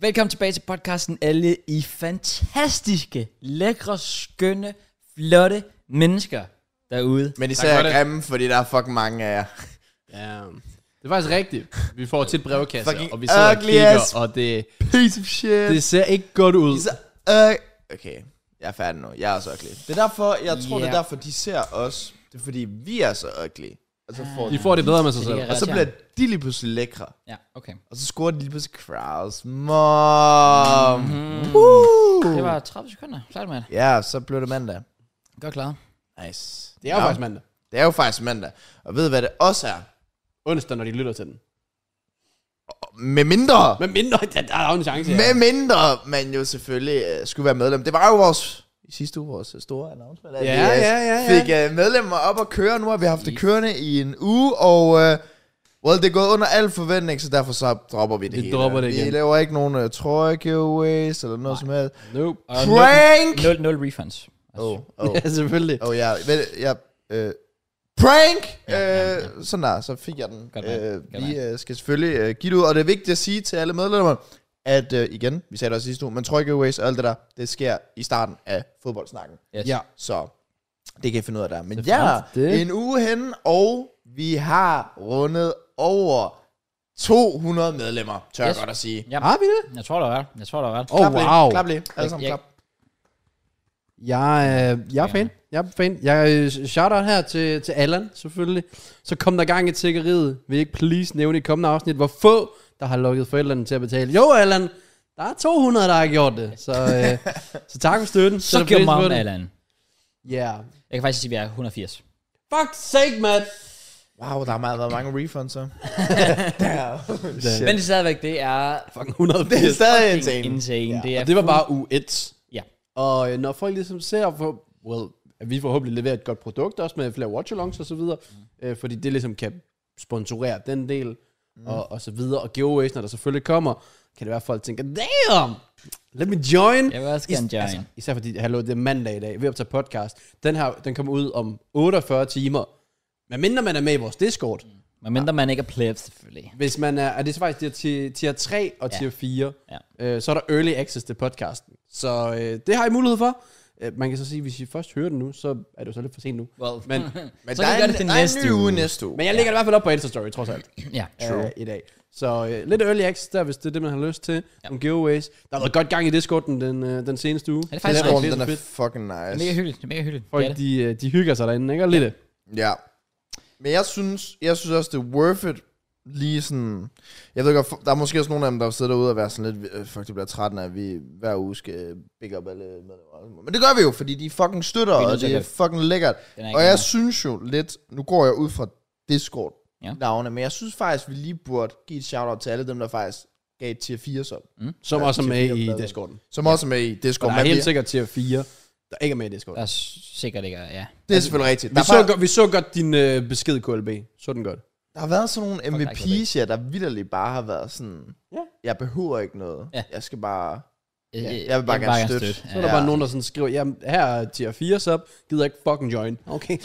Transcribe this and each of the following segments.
Velkommen tilbage til podcasten, alle I fantastiske, lækre, skønne, flotte mennesker derude. Men Tak især for det. grimme, fordi der er fucking mange af jer. Ja. Det er faktisk rigtigt. Vi får tit brevkasser, Fucking og vi sidder og ugly kigger, ass. og det, Piece of shit. det ser ikke godt ud. Så, øh, okay, jeg er færdig nu. Jeg er også ugly. Det er derfor, jeg tror, yeah. det Ja. er derfor, de ser os. Det er fordi, vi er så ugly. Og så får Ah. De de, får det bedre med sig Det er selv. Altså, ret- og så bliver de lige pludselig lækre. Ja, okay. Og så scorer de lige pludselig Kraus. Mom. Mm. Uh. Det var 30 sekunder. Klart, mand. Ja, så blev det mandag. Godt klaret. Nice. Det er jo faktisk mandag. det er jo faktisk mandag. Og ved I, hvad det også er? Onsdag, når de lytter til den. Med mindre. Men mindre, der, der er jo en chance. Med mindre man jo selvfølgelig øh, skulle være medlem. Det var jo vores i sidste uge vores øh, store announcement. at Ja, vi, øh, ja, ja, ja. Fik øh, medlemmer op og køre. Nu har vi haft det kørende i en uge, og øh, well, det er gået under al forventning, så derfor så dropper vi det Vi hele. dropper det Vi igen. laver ikke nogen uh, trøje giveaways eller noget Nej. som helst. Nope. Og Prank! 0, 0 refunds. Altså, Oh, Åh, åh, Ja, selvfølgelig. åh, jeg, ved, jeg, øh, prank! Øh, sådan der, så fik jeg den. Godt, mand. Øh, Godt, vi øh, skal selvfølgelig øh, give det ud, og det er vigtigt at sige til alle medlemmer, at øh, igen, vi sagde det også sidste uge, men trøje giveaways og alt det der, det sker i starten af fodboldsnakken. Yes. Ja. Så det kan I finde ud af der. Men Det er ja, flot, det. det. en uge hen, og vi har rundet over 200 medlemmer, tør yes. Yes. jeg godt at sige. Ja. Har vi det? Jeg tror, der var ret. Jeg tror, der var ret. Åh, oh, lige, wow. Klap lige. Alle sammen Jeg- klap. Jeg, øh, jeg er fan. Jeg er fan. Jeg øh, shout-out her til, til Allan, selvfølgelig. Så kom der gang i tækkeriet. Vil I ikke please nævne i kommende afsnit, hvor få, der har lukket forældrene til at betale. Jo, Allan, der er 200, der har gjort det. Så, øh, så tak for støtten. Så Sætter gør pris på man det. Allan. Ja. Yeah. Jeg kan faktisk sige, at vi er 180. Fuck sake, man. Wow, der har meget, været mange refunds, så. Damn. Men det er stadigvæk, det er Fucking 180. Det er stadig insane. insane. insane. Ja. Det er Og det var bare u 1. Ja. Og øh, når folk ligesom ser, for, well, at vi forhåbentlig leverer et godt produkt, også med flere watchalongs og så videre, mm. øh, fordi det ligesom kan sponsorere den del, mm. og, og så videre, og giveaways, når der selvfølgelig kommer, kan det være, at folk tænker, damn, let me join. Jeg vil også gerne join. Altså, især fordi, hallo, det er mandag i dag, vi optager podcast. Den her, den kommer ud om 48 timer, men mindre man er med i vores Discord. Mm. Men mindre man ikke er plebs, selvfølgelig. Hvis man er, er det så faktisk tier, tier, tier 3 og tier 4, Ja. øh, så er der early access til podcasten. Så øh, det har I mulighed for. Øh, man kan så sige, hvis I først hører den nu, så er det jo så lidt for sent nu. Well, Men, Men Så der kan vi gøre er en, det til der er en næste ny uge uge. næste uge. men jeg lægger det i hvert fald op på Insta-story, trods alt, ja. øh, i dag. Så øh, lidt early access der, hvis det er det, man har lyst til. Ja. Ja. Nogle giveaways. Der har været godt gang i Discorden den, øh, den seneste uge. Ja, det er Den faktisk her rigtigt. rum, det den så er fedt. fucking Det er mega nice. hyggeligt. Det er mega hyggeligt. Folk, det er det. de, øh, de hygger sig derinde, ikke? Og lidt. Ja. Men jeg synes, jeg synes også, det er worth it. Lige sådan... Jeg ved godt, for- der er måske også nogle af dem, der sidder derude og er sådan lidt... "Øh, Fuck, det bliver træt, at vi hver uge skal big up alle medlemmer. Men det gør vi jo, fordi de fucking støtter, Vi er nødt og til at det er gøre fucking lækkert. Den er ikke Og jeg lækker. synes jo lidt... Nu går jeg ud fra Discord Ja. navne, men jeg synes faktisk, vi lige burde give et shout-out til alle dem, der faktisk gav et tier 4 som. Som Ja, også er tier med fire i bedre. Discorden. Som også er med i Og Discord. der er men helt vi- sikkert tier 4, der ikke er med i Der Discorden. er sikkert ikke, ja. Det er selvfølgelig Altså, rigtigt. Vi Der er så, bare- godt, vi så godt din øh, besked, KLB. Så den godt. Der har været sådan nogle Fuck, der er ikke MVP's, ja, der vidderligt bare har været sådan, Ja. jeg behøver ikke noget. Ja. Jeg skal bare... Øh, Ja, øh, jeg vil bare gerne støtte. Så er der Ja. bare nogen, der sådan skriver, jamen her er tier 4 sub, gider ikke fucking join. Altså, Okay.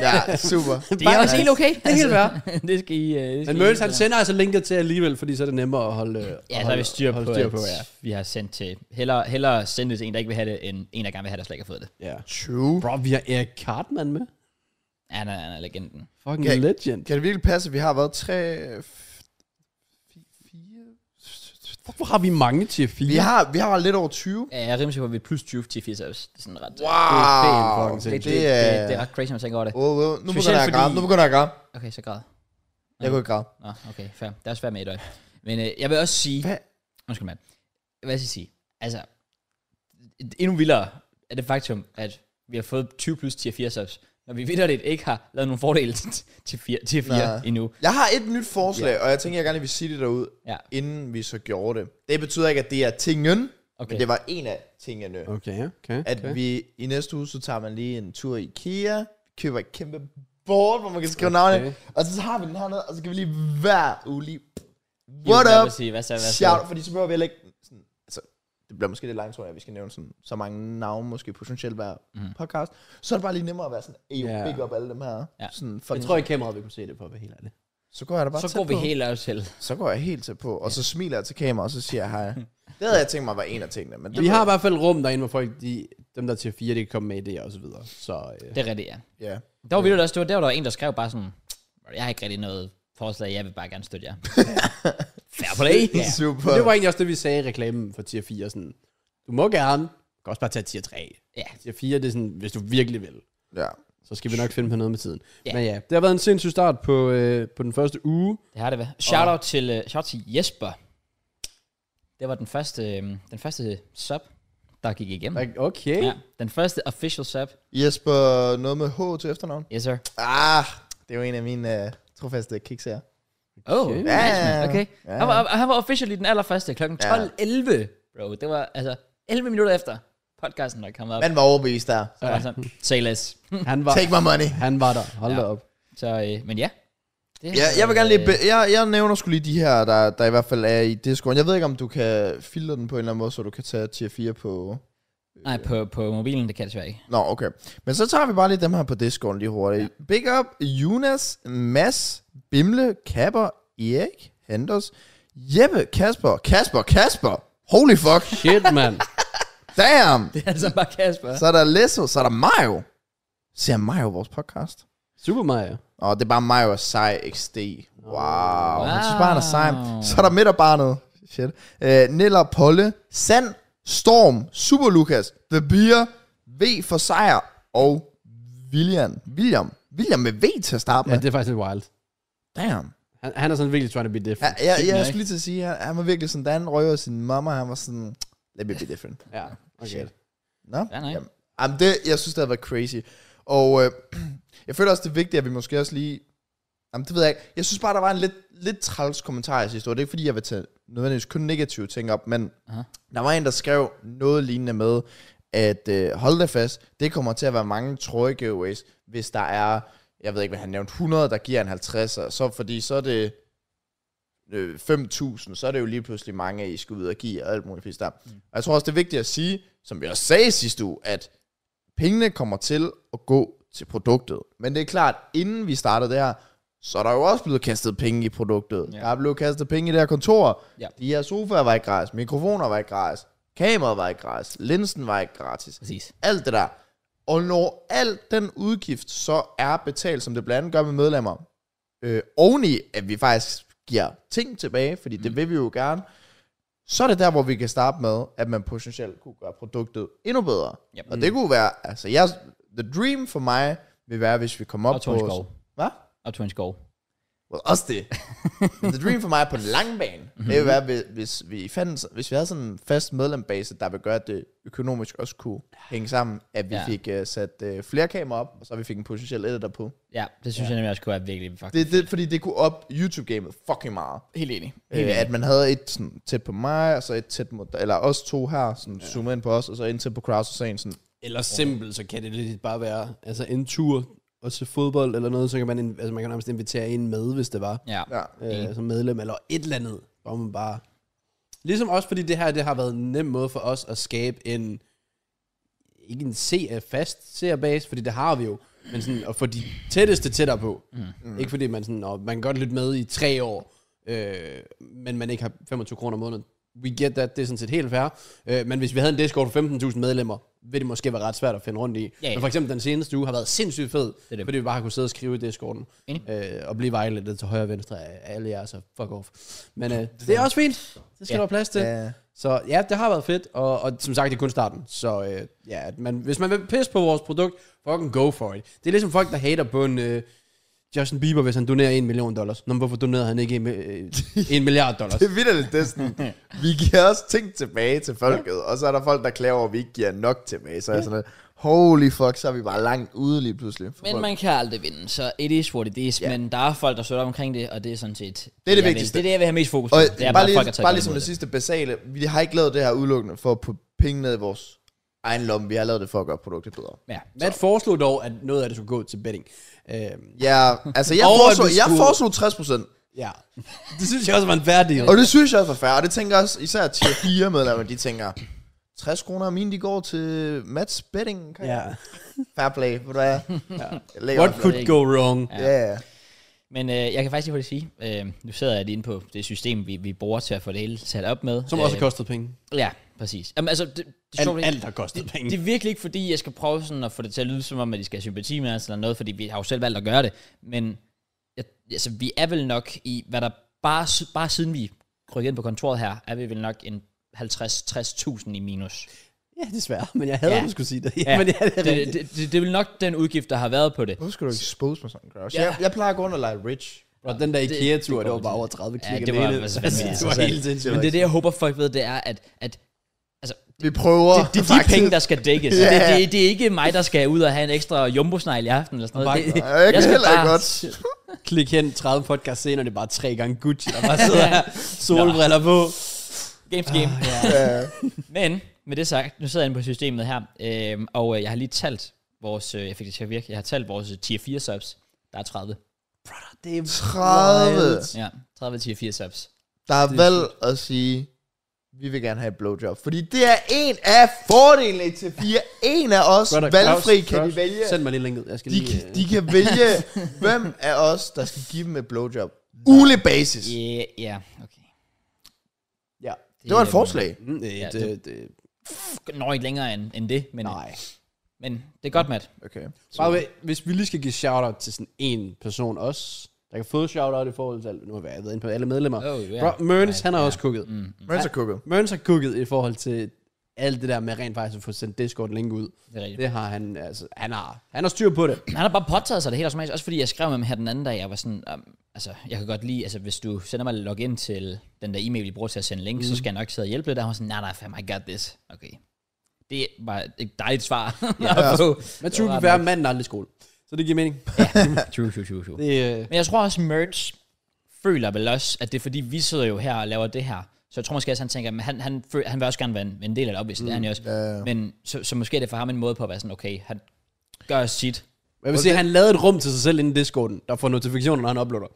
Ja, super. Det er også Bare- helt okay. Det er helt værd. Altså, det skal I... øh, det skal Men I- Møns, han sender altså linket til alligevel, fordi så er det nemmere at holde, øh, Ja, at så har vi holde- styr på, holde styr på ja. vi har sendt til... Hellere, hellere sende det til en, der ikke vil have det, end en, der gerne vil have det, og slet ikke har fået det. ja. True. Bro, vi har Erik Cartman med. Ja, han er, han er legenden. Fucking Okay. legend. Kan det virkelig passe, at vi har været tre... f- fi- Fire? Hvorfor har vi mange tier 4? Vi har, vi har lidt over 20. Ja, jeg er rimelig sikker på, at vi er plus 20 til 80 også. Det er sådan ret... Wow! pænt fucking Det, sindssygt. det, Det, er... det, er ret crazy, når man tænker over det. Wow, wow. Nu begynder Specielt jeg at græde. fordi- Nu begynder jeg at græde. Okay, så græd. Jeg kunne ikke græde. Nå, okay, fair. Det er også fair med et øje. Men øh, jeg vil også sige... Hvad? Undskyld, mand. Hvad skal jeg sige? Altså, endnu vildere er det faktum, at vi har fået 20 plus tier 4 subs, når vi vidderligt ikke har lavet nogen fordele til 4, tier 4 Nej. endnu. Jeg har et nyt forslag, og jeg tænker, jeg gerne vil sige det derude, Ja. inden vi så gjorde det. Det betyder ikke, at det er tingen, Okay. men det var en af tingene. Okay, okay. at okay. vi i næste uge, så tager man lige en tur i IKEA, køber et kæmpe board, hvor man kan skrive okay. navne, og så har vi den hernede, og så kan vi lige hver uge lige, what Jeg vil up, Sige, hvad så, hvad så? shout, fordi så behøver vi heller ikke, sådan, altså, det bliver måske lidt langt, tror jeg, at vi skal nævne sådan, så mange navne, måske potentielt hver mm. podcast, så er det bare lige nemmere at være sådan, ey, Ja. yeah. big up alle dem her. Ja. Sådan, Jeg fucking, tror i kameraet, vi kunne se det på, at være helt ærlig. så går jeg da bare Så tæt går vi på. helt af os selv. så går jeg helt tæt på, og så smiler jeg til kameraet, og så siger jeg hej. Det havde jeg tænkt mig var en af tingene. Men Vi har i hvert fald rum derinde, hvor folk, de, dem der er til 4, de kan komme med idéer og så videre. Så øh, Det er rigtigt, ja. Ja. Der var, vildt, også, det var der, var der en, der skrev bare sådan, jeg har ikke rigtig noget forslag, jeg vil bare gerne støtte jer. Fair play. Ja. Super. Men det var egentlig også det, vi sagde i reklamen for tier 4. Sådan, du må gerne, du kan også bare tage tier 3. ja. Tier 4, det er sådan, hvis du virkelig vil, Ja. så skal vi nok finde på noget med tiden. Ja. Mm. Yeah. Men ja, det har været en sindssyg start på, øh, på den første uge. Det har det været. Shout out til, uh, shout til Jesper. Det var den første, øhm, den første sub, der gik igennem. Like, Okay. Ja, den første official sub. Jesper, noget med H til efternavn? Yes, sir. Ah, det er jo en af mine uh, trofaste kicks her. Oh, Okay. okay. Ja, nice, ja, ja. man. Okay. Ja. Han, var, han var officially den allerførste kl. 12.11. Bro, det var altså 11 minutter efter podcasten, der kom op. Man var overbevist der. Så var han sådan, say less. Han var, Take my money. han var der. Hold da Ja. op. Så, øh, men ja. Det, Ja, jeg vil gerne lige... øh, Be- jeg, jeg nævner skulle lige de her, der, der i hvert fald er i Discord. Jeg ved ikke, om du kan filtre den på en eller anden måde, så du kan tage tier 4 på... Nej, på, på mobilen, det kan jeg desværre ikke. Nå, okay. Men så tager vi bare lige dem her på Discord lige hurtigt. Ja. Big up, Jonas, Mads, Bimle, Kapper, Erik, Henders, Jeppe, Kasper, Kasper, Kasper. Holy fuck. Shit, mand. Damn. Det er altså bare Kasper. Så er der Lesso, så er der Mario. Ser Mario vores podcast? Super Mario. Åh, det er bare Mario og Sej XD. Wow. wow. Han synes bare, han er sej. Wow. Så er der midterbarnet. Shit. Øh, Niller, Polle, Sand, Storm, Super Lukas, The Beer, V for Sejr og William. William. William med V til at starte Ja, med. det er faktisk lidt wild. Damn. Han, han er sådan virkelig trying to be different. Jeg, jeg, Sygt jeg, nok. skulle lige til at sige, han, han var virkelig sådan, da han røg over sin mamma, han var sådan, let me be different. Ja, okay. Shit. Nå? Ja, nej. Jamen, jamen det, jeg synes, det har været crazy. Og øh, jeg føler også, det er vigtigt, at vi måske også lige... Jamen, det ved jeg ikke. Jeg synes bare, der var en lidt, lidt træls kommentar i sidste år. Det er ikke, fordi jeg vil tage nødvendigvis kun negative ting op, men Aha. der var en, der skrev noget lignende med, at øh, hold da fast, det kommer til at være mange trøje giveaways, hvis der er, jeg ved ikke, hvad han nævnte, 100, der giver en 50, og så fordi så er det øh, 5.000, så er det jo lige pludselig mange, I skal ud og give, og alt muligt fisk der. Mm. Og jeg tror også, det er vigtigt at sige, som vi også sagde sidste uge, at pengene kommer til at gå til produktet. Men det er klart, inden vi startede det her, så er der jo også blevet kastet penge i produktet. Ja. Ja. Der er blevet kastet penge i det her kontor. Ja. De her sofaer var ikke gratis, mikrofoner var ikke gratis, kameraet var ikke gratis, linsen var ikke gratis, Præcis. alt det der. Og når alt den udgift så er betalt, som det blandt andet gør med medlemmer, øh, oveni at vi faktisk giver ting tilbage, fordi mm. det vil vi jo gerne, så er det der, hvor vi kan starte med, at man potentielt kunne gøre produktet endnu bedre. Yep. Mm. Og det kunne være, altså jeg, the dream for mig vil være, hvis vi kommer op Og på... Tony Skov. Hvad? Og Tony Skov. Well, også det. Men the dream for mig på den lange bane, Mhm. mm-hmm. det vil være, hvis, hvis, vi fandt, hvis vi havde sådan en fast medlembase, der vil gøre, at det økonomisk også kunne hænge sammen, at vi Ja. ja. fik uh, sat uh, flere kameraer op, og så vi fik en potentiel editor på. Ja, det synes ja. jeg nemlig også kunne være virkelig fucking Det, det, fordi det kunne op YouTube-gamet fucking meget. Helt enig. Helt Øh, enig. at man havde et sådan, tæt på mig, og så et tæt mod, eller os to her, sådan ja. zoom ind på os, og så ind tæt på Kraus og Sagen, sådan, Eller simpelt, så kan det lidt bare være altså en tur og til fodbold eller noget, så kan man, in- altså man kan nærmest invitere en med, hvis det var, ja. ja. øh, som medlem eller et eller andet, hvor man bare... Ligesom også, fordi det her, det har været en nem måde for os at skabe en, ikke en CF fast seerbase, fordi det har vi jo, men sådan at få de tætteste tættere på. Mm. Ikke fordi man sådan, og man kan godt lytte med i tre år, øh, men man ikke har 25 kroner om måneden. We get that, det er sådan set helt fair. Øh, men hvis vi havde en Discord for 15.000 medlemmer, vil det måske være ret svært at finde rundt i. ja. Men for eksempel den seneste uge har været sindssygt fed, er det. fordi vi bare har kunnet sidde og skrive i Discorden. Enig. Øh, og blive vejledet til højre og venstre af alle jer, så fuck off. Men øh, det er også fint. Det Ja. skal der være plads til. Ja. Så ja, det har været fedt, og, og som sagt, det er kun starten. Så øh, ja, at man, hvis man vil pisse på vores produkt, fucking go for it. Det er ligesom folk, der hater på en øh, Justin Bieber, hvis han donerer 1 million dollars. Nå, men hvorfor donerede han ikke 1 øh, en milliard dollars? Det er vildt, det er sådan, vi giver også ting tilbage til folket, og så er der folk, der klager over, at vi ikke giver nok tilbage, så er jeg sådan lidt, holy fuck, så er vi bare langt ude lige pludselig. for Men folk. man kan aldrig vinde, så it is what it is. Ja. Men der er folk, der støtter op omkring det, og det er sådan set... Det jeg det vil- vigtigste. Det er det, jeg vil have mest fokus på. og det er bare, bare, lige, folk, der tager bare godt lige som imod det sidste basale, vi har ikke lavet det her udelukkende for at putte penge ned i vores egen lomme, vi har lavet det for at gøre produktet bedre. Ja. Matt foreslog dog, at noget af det skulle gå til betting. Øh, Ja, altså jeg Og at foreslog, vi jeg skulle- foreslog 60%, ja. Det synes jeg også var en færdig. og det synes jeg også var fair, og det tænker jeg også, især til fire medlemmer, de tænker, 60 kroner af mine, de går til Mats betting, Ja. fair play, ved du hvad? Ja. What could go wrong? Ja, ja. Men øh, jeg kan faktisk lige hurtigt sige, øh, nu sidder jeg lige inde på det system, vi, vi bruger til at få det hele sat op med. Øh, Som også kostede penge. Ja, præcis. Jamen, altså, det, det, er sjovt, Alt, ikke? alt har kostet penge. det er virkelig ikke, fordi jeg skal prøve sådan at få det til at lyde som om, at de skal have sympati med os eller noget, fordi vi har jo selv valgt at gøre det. Men jeg, altså, vi er vel nok i, hvad der bare, si- bare siden vi rykkede ind på kontoret her, er vi vel nok en 50-60.000 i minus. Ja, desværre. Men jeg havde, Ja. ja. du skulle sige det. Ja, men det, er Det, rigtigt. det, det, det er vel nok den udgift, der har været på det. Hvorfor skal du expose mig sådan, Kraus? Ja. Ja. Jeg, jeg plejer at gå under like rich. Og den der Det- IKEA-tur, det det, var går bare til. over 30 Ja, klikker. det var- hele- altså, altså, ja, det var altså, helt sindssygt. Men det er det, jeg håber, folk ved, det er, at, at Vi prøver. det, det er de faktisk. penge, der skal dækkes. Ja. det, det, det er ikke mig, der skal ud og have en ekstra jumbo i aften eller sådan noget. Det, Nej, jeg kan heller ikke godt. Klik hen 30 podcast senere, det er bare tre gange Gucci, der bare sidder her. Solbriller på. Games game. Ja. Men med det sagt, nu sidder jeg inde på systemet her, øhm, og øh, jeg har lige talt vores, øh, jeg fik det til at virke, jeg har talt vores øh, tier 4 subs. Der er 30. Det er 30. wild. Ja, 30 tier 4 subs. Der har valgt at sige, vi vil gerne have et blowjob. Fordi det er en af fordelene til fire. En af os Brother, valgfri Claus, kan Claus, de vælge. Send mig lige linket. Jeg skal De, lige... kan- de kan vælge, hvem af os, der skal give dem et blowjob. Ugelig basis. Ja, yeah, ja, yeah, okay. Ja. Det var et forslag. Mm, det, Ja, det, det, Det når ikke længere end, end det, men, nej. men det er godt, Matt. Okay. Bare ved, hvis vi lige skal give shout-out til sådan en person også, der kan få shout-out i forhold til alt, nu har jeg været inde på alle medlemmer. Oh, yeah. Bro, Mørns, han har også kukket. Mm, mm, Mørns er kukket. Mørns har kukket i forhold til alt det der med rent faktisk at få sendt Discord-link ud. det er rigtigt. Det har han, altså, han har, han har styr på det. Han har bare påtaget sig det helt automatisk, også fordi jeg skrev med ham her den anden dag, jeg var sådan, um, altså, jeg kan godt lide, altså, hvis du sender mig login til den der e-mail, vi bruger til at sende link, mm. så skal jeg nok sidde og hjælpe lidt, og han var sådan, nej, nej, fam, I got this. Okay. Det var et dejligt svar. Ja, Men True vil være manden aldrig i skole. Så det giver mening. True, true, true, true. Det, øh, Men jeg tror også, Merch føler vel også, at det er fordi, vi sidder jo her og laver det her. Så jeg tror måske også, han tænker, at han, han, føl- han vil også gerne være en, en del af det, obviously, mm. det er han jo også. ja. Men så, så måske er det for ham en måde på at være sådan, okay, han gør sit. jeg vil sige, han lavede et rum til sig selv inden Discorden, der får notifikationer, når han uploader.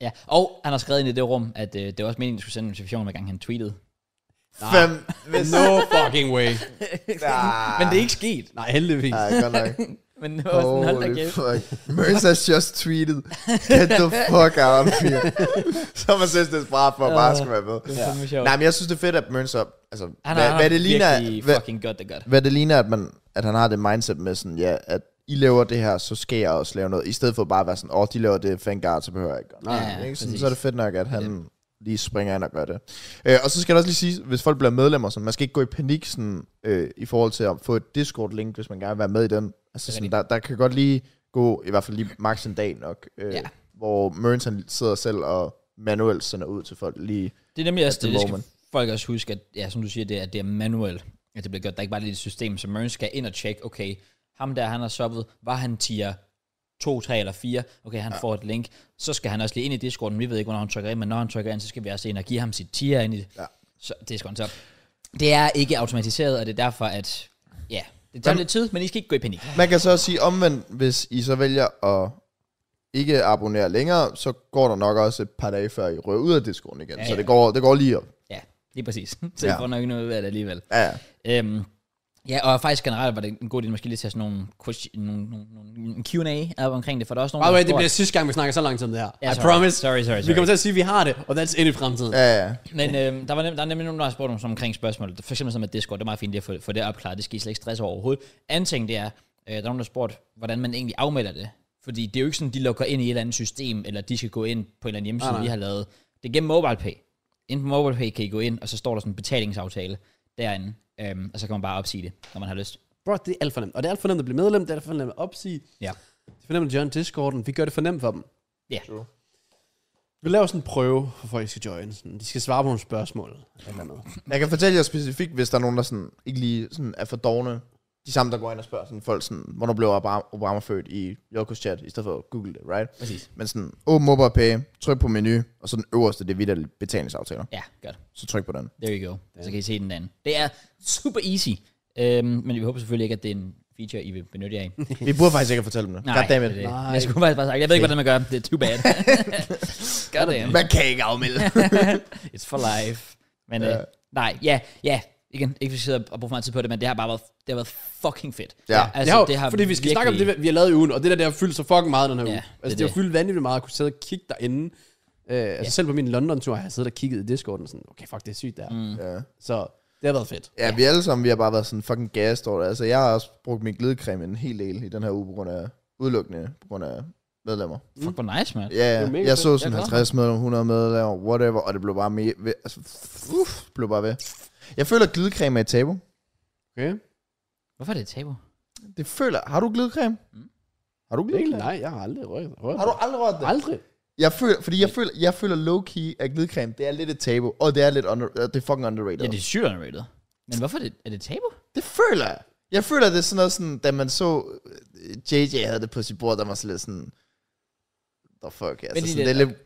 Ja, og han har skrevet ind i det rum, at øh, det var også meningen, at skulle sende en notifikation, hver gang han tweetede. Fem. Hvis, No fucking way. ah, Men det er ikke sket. Nej, heldigvis. Nej, Ah, godt nok. Men det var sådan, hold da Holy kæft. fuck. Merns has just tweeted, get the fuck out of here. Så er man synes, det er smart for at bare skal være med. Det var fandme sjovt. Nej, men jeg synes, det er fedt, at Mørns op. Altså, Han hvad, har, hvad, det ligner, virkelig hvad, fucking godt det godt. hvad det ligner, at, man, at han har det mindset med sådan, ja, at I laver det her, så skal jeg også lave noget. I stedet for bare at være sådan, åh, oh, de laver det, thank god, så behøver jeg ikke. gøre noget." Ja, ja, ikke? Sådan, præcis. så er det fedt nok, at han lige springer ind og gør det. Øh, og så skal jeg også lige sige, hvis folk bliver medlemmer, sådan, man skal ikke gå i panik sådan, øh, i forhold til at få et Discord-link, hvis man gerne vil være med i den. Altså, sådan, rigtigt. der, der kan godt lige gå, i hvert fald lige maks en dag nok, øh, Ja. ja. hvor Mørns han sidder selv og manuelt sender ud til folk lige Det er nemlig også the det, det skal moment. folk også huske, at ja, som du siger, det er, at det er manuelt, at det bliver gjort. Der er ikke bare et lille system, så Mørn skal ind og tjekke, okay, ham der, han har soppet, var han tier 2, 3 eller 4, okay, han ja. får et link, så skal han også lige ind i Discorden, vi ved ikke, hvornår han trykker ind, men når han trykker ind, så skal vi også ind og give ham sit tier ind i ja. Ja. så Discorden. Så det er ikke automatiseret, og det er derfor, at ja, det tager Jamen- lidt tid, men I skal ikke gå i panik. Man kan så også sige omvendt, hvis I så vælger at ikke abonnere længere, så går der nok også et par dage, før I rører ud af Discorden igen. Ja, Ja, så ja. det går, det går lige op. Ja, lige præcis. Så ja. Ja. I får nok ikke noget ud af det alligevel. Ja, ja. Øhm, ja, og faktisk generelt var det en god idé måske lige at tage sådan nogle, question, nogle, nogle, nogle en Q&A op omkring det, for der er også By the nogle... way, der det bliver spørger- sidste gang, vi snakker så lang tid om det her. Ja, I sorry. promise. Sorry, sorry, Vi sorry. kommer til at sige, at vi har det, og that's it i fremtiden. ja, ja. Men øhm, der, var nem, der er nemlig nogen, der har spurgt om, sådan omkring spørgsmål. For eksempel sådan med Discord, det er meget fint lige at få, få det opklaret. Det skal I slet ikke stresse over overhovedet. Anden ting, det er, øh, der er nogen, der har spurgt, hvordan man egentlig afmelder det. Fordi det er jo ikke sådan, de lukker ind i et eller andet system, eller de skal gå ind på en eller anden hjemmeside, Nej, nej. vi har lavet. Det er gennem MobilePay. Inden på MobilePay kan I gå ind, og så står der sådan en betalingsaftale derinde. Øhm, og så kan man bare opsige det, når man har lyst. Bro, det er alt for nemt. Og det er alt for nemt at blive medlem, det er alt for nemt at opsige. Ja. Det er for nemt at join Discorden. Vi gør det for nemt for dem. Ja. Vi laver sådan en prøve, for folk skal join. Sådan, de skal svare på nogle spørgsmål. Eller et eller andet. Jeg kan fortælle jer specifikt, hvis der er nogen, der sådan, ikke lige sådan, er for dogne. De samme, der går ind og spørger sådan, folk, sådan, hvornår blev Obama, Obama født i Jokos chat, i stedet for at google det, right? Præcis. Men sådan, åbn mobile pay, tryk på menu, og så den øverste, det er vidt betalingsaftaler. Ja, godt. Så tryk på den. There you go. Så kan I se den anden. Det er super easy. Øhm, men vi håber selvfølgelig ikke, at det er en feature, I vil benytte jer af. Vi burde faktisk ikke have fortalt dem det. Nej, Goddammit. det er det. Nej. Jeg skulle faktisk bare sagt, jeg ved ikke, hvordan man gør. Det er too bad. Goddamn. Man kan ikke afmelde. It's for life. Men ja. Øh, nej, ja, ja. igen, ikke hvis jeg sidder og bruger for meget tid på det, men det har bare været, det har været fucking fedt. Ja. Altså, ja, det har fordi vi skal snakke om det, vi har lavet i ugen, og det der, der har fyldt så fucking meget den her Ja, ja, uge. det er Altså, det, det det. har fyldt vanvittigt meget at kunne sidde og kigge derinde. Øh, altså, selv på min London-tur har jeg siddet og kigget i Discorden og sådan, okay, fuck, det er sygt der. Mm. Ja. Så det har været fedt. Ja, vi alle sammen, vi har bare været sådan fucking gas, står der. Altså, jeg har også brugt min glidecreme en hel del i den her uge, på grund af, udelukkende på grund af medlemmer. Fuck, hvor nice, man. Ja, er ja. mega jeg så fedt. sådan Jeg er glad. 50 medlemmer, 100 medlemmer, whatever, og det blev bare mere... ved- Altså, uff, blev bare ved. Jeg føler, at glidecreme er et tabu. Okay? Hvorfor er det et tabu? Det føler... Har du glidecreme? Mm. Har du Virkelig? glidecreme? Nej, jeg har aldrig rørt rørt Har du aldrig rørt det? Aldrig. Jeg føler, fordi jeg føler, jeg føler low-key, at glidecreme, det er lidt et tabu, og det er lidt under, det er fucking underrated. Ja, det er sygt underrated. Men hvorfor er det, er det et tabu? Det føler jeg. Jeg føler, det er sådan noget, sådan, da man så øh, JJ havde det på sit bord, der var sådan lidt sådan, the fuck, altså, det det, sådan, er det er lidt,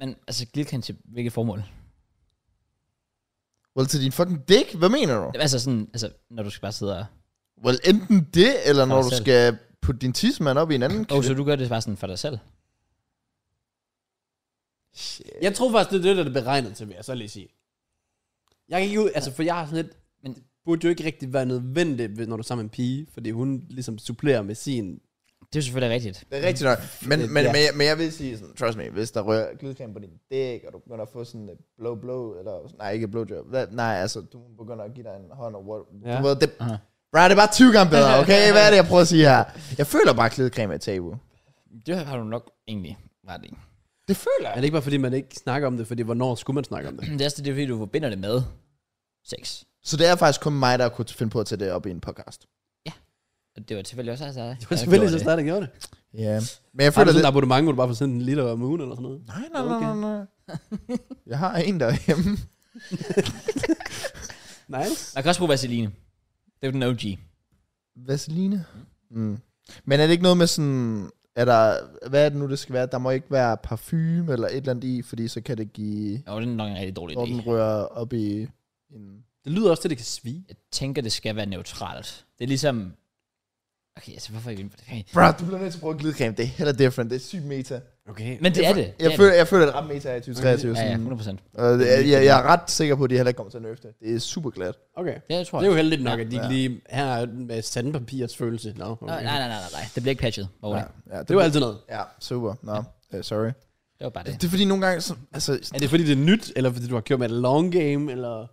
Men altså, glidecreme til hvilket formål? well, til din fucking dick, hvad mener du? Altså sådan, altså, når du skal bare sidde og... Well, enten det, eller når dig du selv. skal putte din tidsmand op i en anden Åh, oh, klip. så du gør det bare sådan for dig selv? Jeg tror faktisk, det er det, der er beregnet til, vil jeg så lige sige. Jeg kan ikke ud, altså for jeg har sådan lidt, men det burde jo ikke rigtig være nødvendigt, hvis- når du er sammen med en pige, fordi hun ligesom supplerer med sin... Det er jo selvfølgelig rigtigt. Det er rigtigt nok. Men, men, Ja. men, jeg, men jeg vil sige sådan, trust me, hvis der rører glidecreme på din dæk, og du begynder at få sådan et blow blow, eller nej, ikke et blowjob, hvad, nej, altså, du begynder at give dig en hånd, og what, ja. Ja. du ved, det, Aha. Bro, det er bare 20 gange bedre, okay? Hvad er det, jeg prøver at sige her? Jeg føler bare, at glidecreme er et tabu. Det har du nok egentlig ret i. Det føler Er det ikke bare, fordi man ikke snakker om det, fordi hvornår skulle man snakke om det? Det er også det, det er, fordi du forbinder det med sex. Så det er faktisk kun mig, der kunne finde på at tage det op i en podcast. Og det var tilfældigt også, altså. Det var selvfølgelig så snart, jeg gjorde det. Ja. Yeah. Men jeg Har du føler sådan det... et abonnement, hvor du bare får sendt en liter om ugen eller sådan noget? Nej, nej, nej, nej, nej. Jeg har en derhjemme. Nice. Man kan også bruge vaseline. Det er jo den OG. Vaseline. Mm. Men er det ikke noget med sådan... Er der, hvad er det nu, det skal være? Der må ikke være parfume eller et eller andet i, fordi så kan det give... Jo, det er nok en rigtig dårlig Når idé. den rører op i en... Det lyder også til, at det kan svige. Jeg tænker, det skal være neutralt. Det er ligesom... Okay, altså hvorfor er vi inde på det? Okay. Bro, du bliver nødt til at bruge glidecreme. Det er heller different. Det er sygt meta. Okay. Men Men det er det. det Jeg, er føler, jeg føler, det er ret meta i 2023. det. Ja, ja, sådan. 100%. Og det, jeg, jeg, jeg er ret sikker på, at de heller ikke kommer til at nerfe det. Det er super glat. okay. Ja, jeg tror Det er jo heldigt nok, at de ikke lige her er med sandpapirets følelse. Nå, Nå, okay. Nej, nej, nej, nej, nej. Det bliver ikke patchet. Hvor Ja, ja. ja, det, Det var altid noget. Ja, super. Nå, no. sorry. Det var bare det. Det er fordi nogle gange, så, altså, Er det fordi, det er nyt, eller fordi du har kørt med et long game, eller...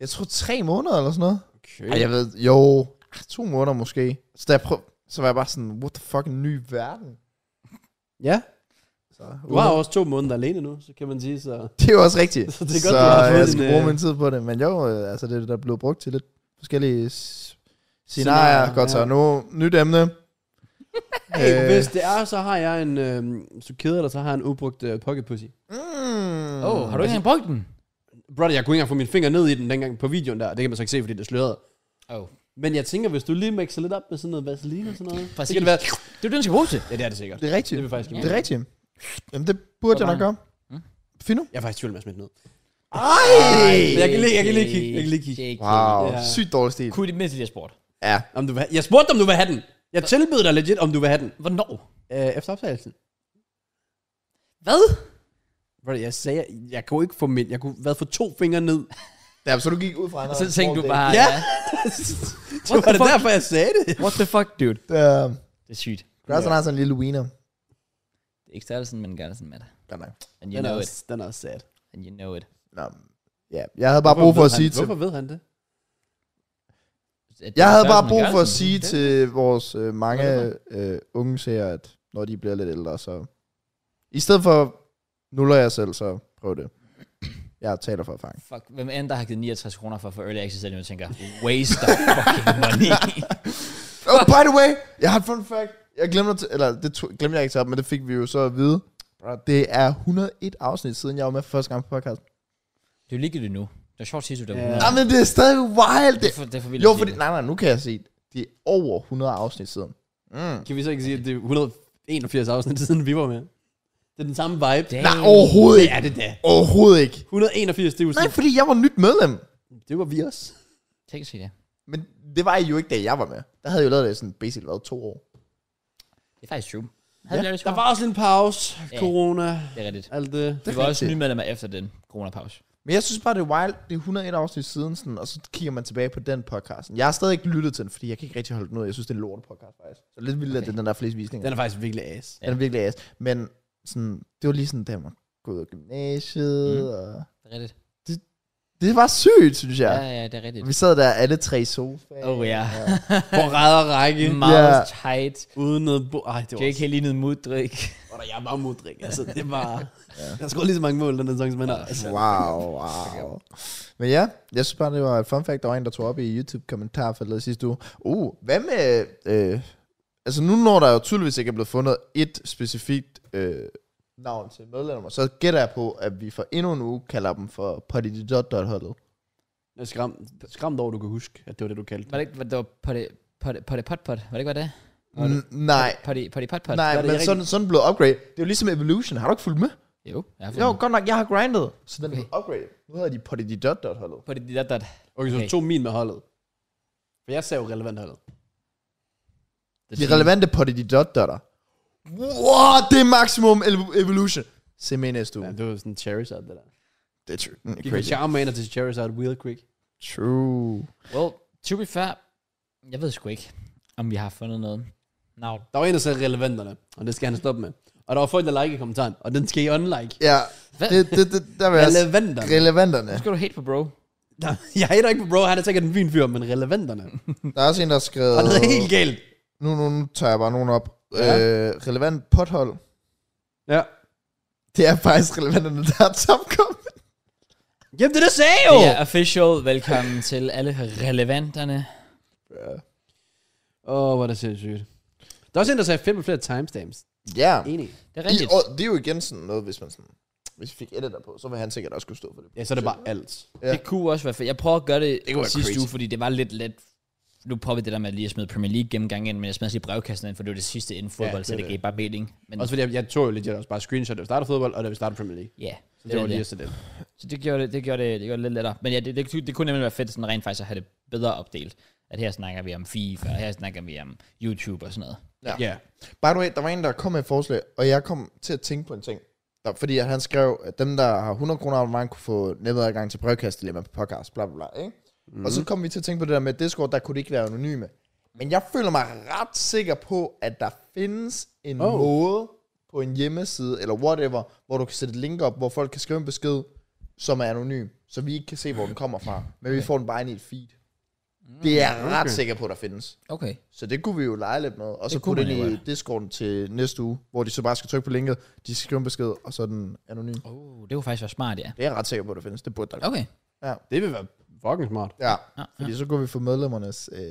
jeg tror tre måneder eller sådan noget. Okay. Ej, jeg ved, jo, ah, to måneder måske. Så da jeg prøv, så var jeg bare sådan, what the fuck, en ny verden. Ja, Så, uh, du har jo også to måneder alene nu, så kan man sige, så... Det er jo også rigtigt. Så det er godt, så du har fået jeg din, skal bruge øh, min tid på det. Men jo, øh, altså det er der blevet brugt til lidt forskellige s- scenarier. Godt så, ja. nu nyt emne. Hey, Øh, hvis det er, så har jeg en... Øh, så keder eller så har jeg en ubrugt øh, pocket pussy. Mm. Åh, oh, har du ikke engang brugt den? Brother, jeg kunne ikke engang få mine fingre ned i den dengang på videoen der. Det kan man så ikke se, fordi det er sløret. Åh, oh, Men jeg tænker, hvis du lige mixer lidt op med sådan noget vaseline og sådan noget. præcis. Så kan det være... Det er jo den, du skal bruge til. Ja, det er det sikkert. Det er rigtigt. Det vil faktisk Ja. ja. Det er rigtigt. Jamen, det burde Hvor jeg nok gøre. Mm. Fino. Jeg er faktisk i tvivl med at smide den ned. Ej! jeg kan lige- jeg kan lige kigge, jeg kan lige kigge. Wow, Ja. sygt dårlig stil. Kunne I det mindste lige have spurgt? Ja, Om du vil have... Jeg spurgte, om du vil have den. Jeg tilbød dig legit, om du vil have den. Hvornår? Øh, efter optagelsen. Hvad? Brother, jeg sagde, jeg kunne ikke få min... Jeg kunne været for to fingre ned. Ja, så du gik ud fra en Og så tænkte du bare... Ja. Ja. What det var the det fuck? derfor, jeg sagde det. What the fuck, dude? Uh, Det er sygt. Grasson har sådan en lille wiener. Det er ikke Stærkelsen, men Gerdelsen med det. Ja, nej. And you Den er, know it. også, den er også sad. And you know it. Nå, ja, jeg havde bare brug for at sige til... Hvorfor ved han det? At det Jeg er havde bare Stærkelsen og brug for at Gerdelsen. sige Det- til vores øh, mange Hvad øh, unge seere, at når de bliver lidt ældre, så... I stedet for nuller jeg selv, så prøv det. Jeg taler for erfaring. Fuck, hvem end der har givet 69 kroner for at få early access, at jeg tænker, waste of fucking money. Oh, by the way, jeg har et fun fact. Jeg glemte, at t- eller det to- glemte jeg ikke til op, men det fik vi jo så at vide. Bro, Det er 101 afsnit siden, jeg var med for første gang på podcasten. det er jo ligegyldigt nu. Det er sjovt sidst, du der Ja. Ja. men det er stadig wild. det, er for, det er for vildt Jo, at sige fordi, det. nej, nej, nu kan jeg se, det. det er over 100 afsnit siden. Mm. Nej, Kan vi så ikke sige, at det er 181 afsnit siden, vi var med? Det er den samme vibe. Damn. overhovedet Det ikke. er det da. Overhovedet ikke. 181, det er jo Nej, sådan, fordi jeg var nyt medlem. det var vi også. Tænk sig det. Men det var I jo ikke, da jeg var med. Der havde jeg jo lavet det i sådan basically været to år. Det er faktisk true. Havde ja, det, Der var også en pause, Ja. corona, det er rigtigt. alt det. Det var også nye medlemmer efter den coronapause. Men jeg synes bare, det er wild. Det er 101 afsnit siden, sådan, og så kigger man tilbage på den podcast. Jeg har stadig ikke lyttet til den, fordi jeg kan ikke rigtig holde den ud. Jeg synes, det er en lort podcast, faktisk. Så lidt vildt, okay. at det er den, der er flest visninger. Den er faktisk virkelig ass. Den er virkelig ass. Men sådan, det var lige sådan, da man gået ud af gymnasiet. Mm. Og Det er rigtigt. det var sygt, synes Ja, jeg. ja, det er rigtigt. Vi sad der alle tre i sofaen. Oh ja. På ræd og række. Meget Ja. tight. Uden noget bo- Ej, det var JK lignede muddrik. Og der, jeg var modring. Altså, det var... ja. Jeg skruede lige så mange mål, den her sang, som han har. Altså, Wow, wow. Men ja, jeg synes bare, det var et fun fact. Der var en, der tog op i YouTube-kommentarfeltet sidste uge. Uh, hvad med... Øh, altså nu når der jo tydeligvis ikke er blevet fundet et specifikt øh, navn til medlemmer, så gætter jeg på, at vi for endnu en uge kalder dem for Potty-Dot-Dot-holdet. jeg er skræmt, skræmt over, du kan huske, at det var det, du kaldte. Var det ikke, var det var på det, på det, på det pot pot? Var det ikke, hvad det? Nej, På det, på det pot pot? nej, det men ikke sådan, sådan blev upgrade. Det er jo ligesom Evolution. Har du ikke fulgt med? Jo, jeg har Jo, fundet. godt nok, jeg har grindet. Så den Okay. blev upgrade. Nu hedder de Potty-Dot-Dot-holdet. På det, de der, der, Okay, så Okay. okay. tog min med holdet. For jeg sagde jo relevant holdet. De relevante Potty-Dot-Dotter. Wow, det er Maximum Ev- Evolution. Se med i næste uge. Ja, det var sådan Charizard, det der. Det er true. Mm, Gik fra Charmander til Charizard Wheel Creek. True. Well, to be fair, jeg ved sgu ikke, om vi har fundet noget navn. Der var en, der sagde relevanterne, og det skal han stoppe med. Og der var folk, der like i kommentaren, og den skal I unlike. Ja, Hvad? det, det, det, der vil jeg også- Relevanterne. relevanterne. Nu skal du hate på bro. Der, jeg hater ikke på bro, han er sikkert en fin fyr, men relevanterne. Der er også en, der har skrevet... Og det er helt galt. Nu, nu, nu tager jeg bare nogen op. Ja. Øh, relevant pothold. Ja. Det er faktisk relevanterne, der er topkom. Jamen, det er det sagde jo! Det er official. Velkommen til alle relevanterne. Åh, oh, hvor er det sindssygt. Der er også en, der sagde fem og flere timestamps. Ja. Enig. Det er I, rigtigt. og det er jo igen sådan noget, hvis man sådan... Hvis vi fik editor på, så vil han sikkert også kunne stå for det. Ja, så er det bare alt. Ja. Det kunne også være fedt. Jeg prøver at gøre det, Det det kunne være sidste crazy. uge, fordi det var lidt let. Nu prøver vi det der med lige at smide Premier League gennemgang ind, men jeg smed også lige brevkassen ind, for det var det sidste inden fodbold, det så er det det. gav bare mening. Men Også fordi jeg, jeg tog jo legit også bare screenshot, da vi startede fodbold, og da vi startede Premier League. ja, Så det, det var lige det. så det. Så det gjorde det, det, gjorde det, det gjorde det lidt lettere. Men ja, det, det, det kunne nemlig være fedt sådan rent faktisk at have det bedre opdelt. At her snakker vi om FIFA, og her snakker vi om YouTube og sådan noget. Ja. Ja. By the way, der var en, der kom med et forslag, og jeg kom til at tænke på en ting. Der, fordi at han skrev, at dem, der har 100 kroner abonnement, kunne få netadgang til brevkastdilemma på podcast, bla bla bla, ikke? Mm. Og så kom vi til at tænke på det der med at Discord, der kunne det ikke være anonyme. Men jeg føler mig ret sikker på, at der findes en oh. Oh. måde på en hjemmeside, eller whatever, hvor du kan sætte et link op, hvor folk kan skrive en besked, som er anonym, så vi ikke kan se, hvor den kommer fra. Men vi får den bare ind i et feed. Det er jeg ret Okay. sikker på, der findes. Okay. Så det kunne vi jo lege lidt med. Og så kunne putte man jo ind i godt. Discorden til næste uge, hvor de så bare skal trykke på linket, de skal skrive en besked, og så er den anonym. Det Oh, det var faktisk være smart, ja. er jeg ret sikker på, at det findes. Det burde der. Okay. Okay. Det vil være fucking smart. Ja, Ah, fordi så kunne vi få medlemmernes øh,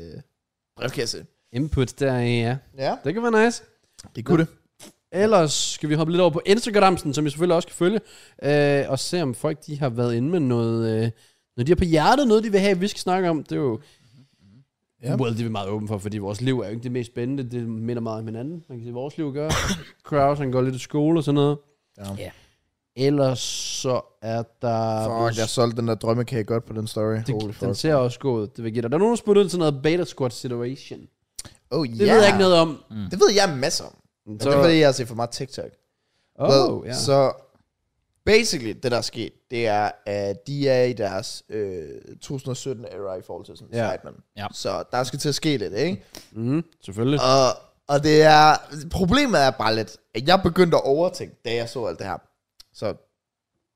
brevkasse. Input der, ja. Ja, Det kan være nice. det kunne det. Ellers skal vi hoppe lidt over på Instagramsen, som vi selvfølgelig også kan følge, øh, og se om folk de har været inde med noget, øh, når de har på hjertet noget, de vil have, vi skal snakke om. Det er jo... Ja. Ja. Well, det er vi meget åbne for, fordi vores liv er jo ikke det mest spændende. Det minder meget om hinanden. Man kan sige, vores liv gør. Kraus, han går lidt i skole og sådan noget. Ja. Ellers så er der... Ah, Fuck, jeg solgte den der drømmekage godt på den story. Det, Holy det, den fuck. ser også god ud, det vil give dig. Der er nogen, der spurgte ud til noget beta squat situation. Det Oh, yeah. ved jeg ikke noget om. Det ved jeg masser om. Men Så, Mm. Det er fordi, jeg har set for meget TikTok. oh, ja. Så basically, det der er sket, det er, at de er i deres øh, 2017 era i forhold til sådan Ja. yeah. Sidemen. Ja. Så der skal til at ske lidt, ikke? Mm, selvfølgelig. Og, og det er, problemet er bare lidt, at jeg begyndte at overtænke, da jeg så alt det her. Så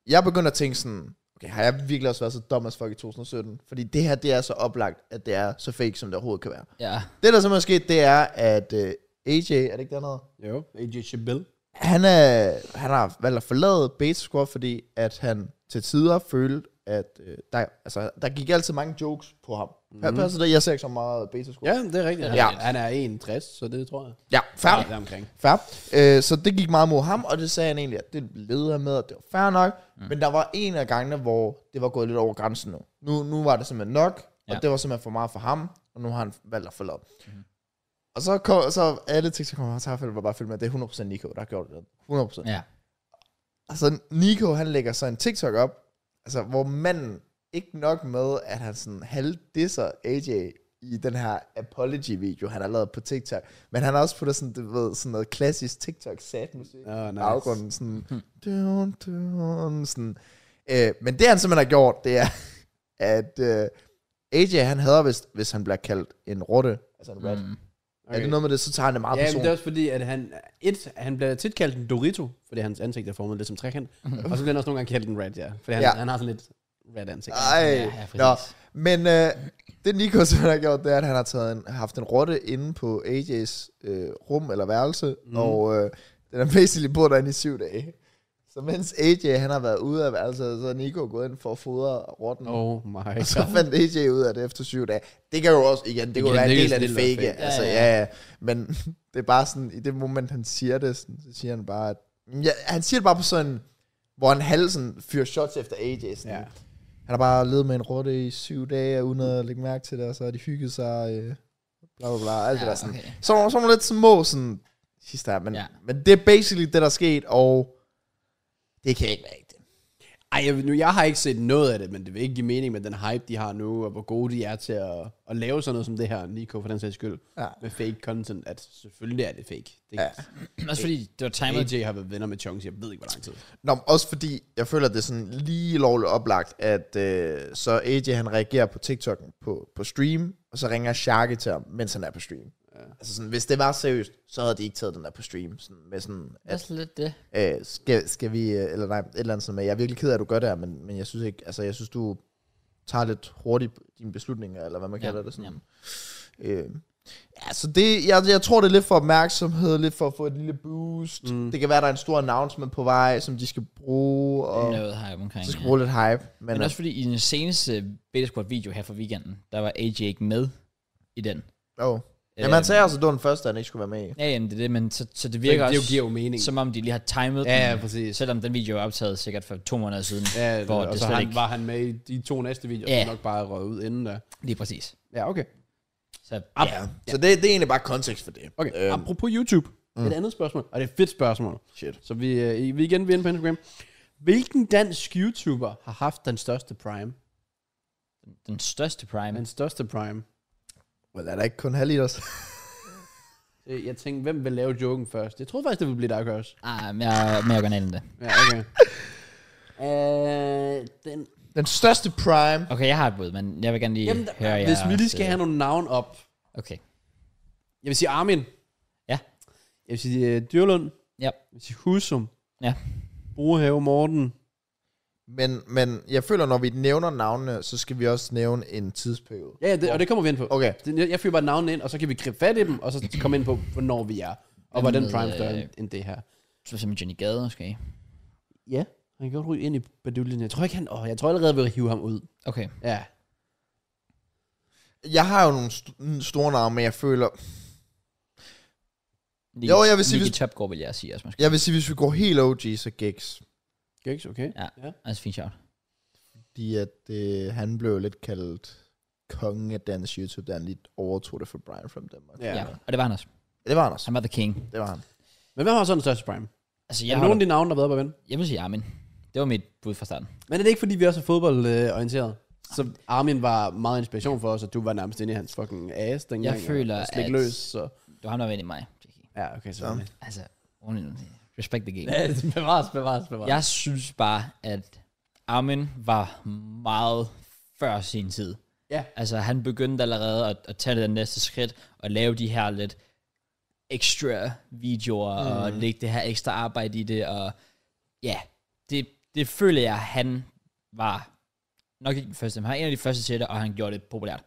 jeg begyndte at tænke sådan, okay, har jeg virkelig også været så dum as fuck i 2017? Fordi det her, det er så oplagt, at det er så fake, som det overhovedet kan være. Ja. Det, der simpelthen er sket, det er, at øh, AJ, er det ikke dernede? Jo, AJ Chabelle. Han, er, han har valgt at forlade Beta Squad, fordi at han til tider følte, at øh, der, altså, der gik altid mange jokes på ham. Mm. Passer det? Jeg ser ikke så meget Beta Squad. Ja, det er rigtigt. Ja. Ah. Han er 61, så det tror jeg. ja Ja. færdig. Der omkring. Fair. Øh, så det gik meget mod ham, og det sagde han egentlig, at det leder han med, og det var fair nok. Mm. Men der var en af gangene, hvor det var gået lidt over grænsen nu. Nu, nu var det simpelthen nok, ja. Ja. og det var simpelthen for meget for ham, og nu har han valgt at forlade. Mm. Og så, kom, så alle TikTok-kommentarer var bare fyldt med, at det er 100% Nico, der har gjort det. 100%. Ja. Altså, Nico, han lægger så en TikTok op, altså, hvor manden ikke nok med, at han sådan halvdisser AJ i den her apology-video, han har lavet på TikTok. Men han har også puttet sådan, du ved, sådan noget klassisk TikTok-sat musik Åh, nice. baggrunden. Sådan, dun, dun, sådan, Øh, men det han simpelthen har gjort, det er, at øh, AJ han hader, hvis, hvis han bliver kaldt en rotte. Altså en rat. Mm. Okay. Er det noget med det, så tager han det meget Ja, men det er personligt. også fordi, at han, et, han bliver tit kaldt en Dorito, fordi hans ansigt er formet lidt som trekant. og så bliver han også nogle gange kaldt en Red, ja. Fordi han, ja. Ja. han har sådan lidt red ansigt. Ej, Ja, ja, præcis. nå. Men øh, det Nico simpelthen har gjort, det er, at han har taget en, haft en rotte inde på AJ's øh, rum eller værelse, Mhm. mm. og øh, den er basically boet derinde i syv dage. Så mens AJ han har været ude af værelset, så er Nico gået ind for at fodre rotten. Oh. Oh my Og så god. fandt AJ ud af det efter syv dage. Det kan jo også, igen, det, det kan kunne være en ligge del af det sådan lidt fake. fake. Altså, Ja, ja, ja. ja. Men det er bare sådan, i det moment, han siger det, sådan, så siger han bare, at, ja, han siger det bare på sådan, hvor han halsen fyrer shots efter AJ. Sådan, Ja. han har bare levet med en rotte i syv dage, uden at lægge mærke til det, og så har de hygget sig, øh, bla bla bla, alt ja, det der sådan. okay. Okay. Så, var- så var nogle lidt små sådan, sidste her, men, Ja. ja. men det er basically det, der er sket, og det kan ikke være rigtigt. Ej, jeg, ved nu, jeg har ikke set noget af det, men det vil ikke give mening med den hype, de har nu, og hvor gode de er til at, at lave sådan noget som det her, Nico, for den sags skyld, Ja. med fake content, at selvfølgelig er det fake. Det, ja. Ja. Også fordi det var timet. AJ har været venner med Chunks, jeg ved ikke, hvor lang tid. Nå, men også fordi, jeg føler, det er sådan lige lovligt oplagt, at øh, så AJ han reagerer på TikTok'en på, på stream, og så ringer Sharky til ham, mens han er på stream. Ja. Altså sådan, hvis det var seriøst, så havde de ikke taget den der på stream, sådan, med sådan, Det er også lidt det. Øh, skal, skal vi, øh, eller nej, et eller andet sådan, med, jeg er virkelig ked af, at du gør det her, men, men jeg synes ikke, altså jeg synes, du tager lidt hurtigt dine beslutninger, eller hvad man Ja, kalder det sådan. Øh, ja, så det, jeg, jeg tror, det er lidt for opmærksomhed, lidt for at få et lille boost. Mm. Det kan være, der er en stor announcement på vej, som de skal bruge, og Noget hype omkring. så skal ja. de bruge lidt hype. Men, øh, Men også fordi i den seneste Beta Squad video her fra weekenden, der var AJ ikke med i den. Øhm, oh. Jamen, han sagde altså, det var den første, han ikke skulle være med i. Ja, jamen det er det, men så, så det Det, virker det jo også, giver jo mening. som om de lige har timet Ja, ja, den, præcis. selvom den video er optaget sikkert for to måneder siden, Ja, hvor og det så slet han, ikke var han med i de to næste videoer, Ja. yeah. som nok bare røg ud inden da. lige præcis. Ja, okay. Så Ab- ja, Så det, det er egentlig bare kontekst for det. Okay, øhm. apropos YouTube. Mm. Et andet spørgsmål, og det er et fedt spørgsmål. Shit. Så vi, øh, i- vi er igen vi er inde på Instagram. Hvilken dansk YouTuber har haft den største prime? den største prime. Den største prime. Well, er der ikke kun halvliters? Øh, Jeg tænkte, hvem vil lave joken først? Jeg troede faktisk, det ville blive dig, Kørs. Ah, mere, mere original end det. Ja, okay. øh, den, den største prime. Okay, jeg har et bud, men jeg vil gerne lige jamen, høre der, hvis vi lige skal øh, have nogle navn op. Okay, Jeg vil sige Armin. Ja. Jeg vil sige uh, Dyrlund. Ja. Jeg vil sige Husum. Ja. Brohave Morten. Men, men jeg føler, når vi nævner navnene, så skal vi også nævne en tidsperiode. Ja, ja det, og det kommer vi ind på. Okay. Det- Jeg, jeg fyrer bare navnene ind, og så kan vi gribe fat i dem, og så komme ind på, hvornår vi er. Og var den med, prime større øh, end, end det her. så som Johnny Gade måske. Ja, han kan godt ryge ind i baduljen. Jeg tror ikke, han... Åh, jeg tror allerede, vi vil hive ham ud. Okay, Ja. Jeg har jo nogle st- store navne, men jeg føler... lige, Jo, jeg vil sige, lige hvis- Top Gore vil jeg sige også måske. Jeg vil sige, hvis vi går helt OG, så Gex. Gigs, okay. Ja, Ja. ja. altså fint shout. Fordi at øh, han blev lidt kaldt kongen af dansk YouTube, da han lige overtog det for Brian from Denmark. Ja. Ja. ja. Og det var han også. Det var han også. Han var the king. Det var han. Men hvem har så den største prime? Altså, Er jeg, der holder, nogen af de navne, der har været på ven? jeg vil sige Armin. Det var mit bud fra starten. Men er det ikke, fordi vi også er fodboldorienteret? Så Armin var meget inspiration for os, og du var nærmest inde i hans fucking ass dengang. Jeg føler, og slik at- løs, så... Det var ham, der var inde i mig. JK. Ja, okay, så... Ja. Altså, ordentligt. respect the game. bevares, bevares, bevares. Ja. Jeg synes bare, at Armin var meget før sin tid. ja. Altså, han begyndte allerede at, at tage det næste skridt og lave de her lidt ekstra videoer mm. og lægge det her ekstra arbejde i det. Og ja, det, det føler jeg, han var nok ikke den første, men han var en af de første til det, og han gjorde det populært.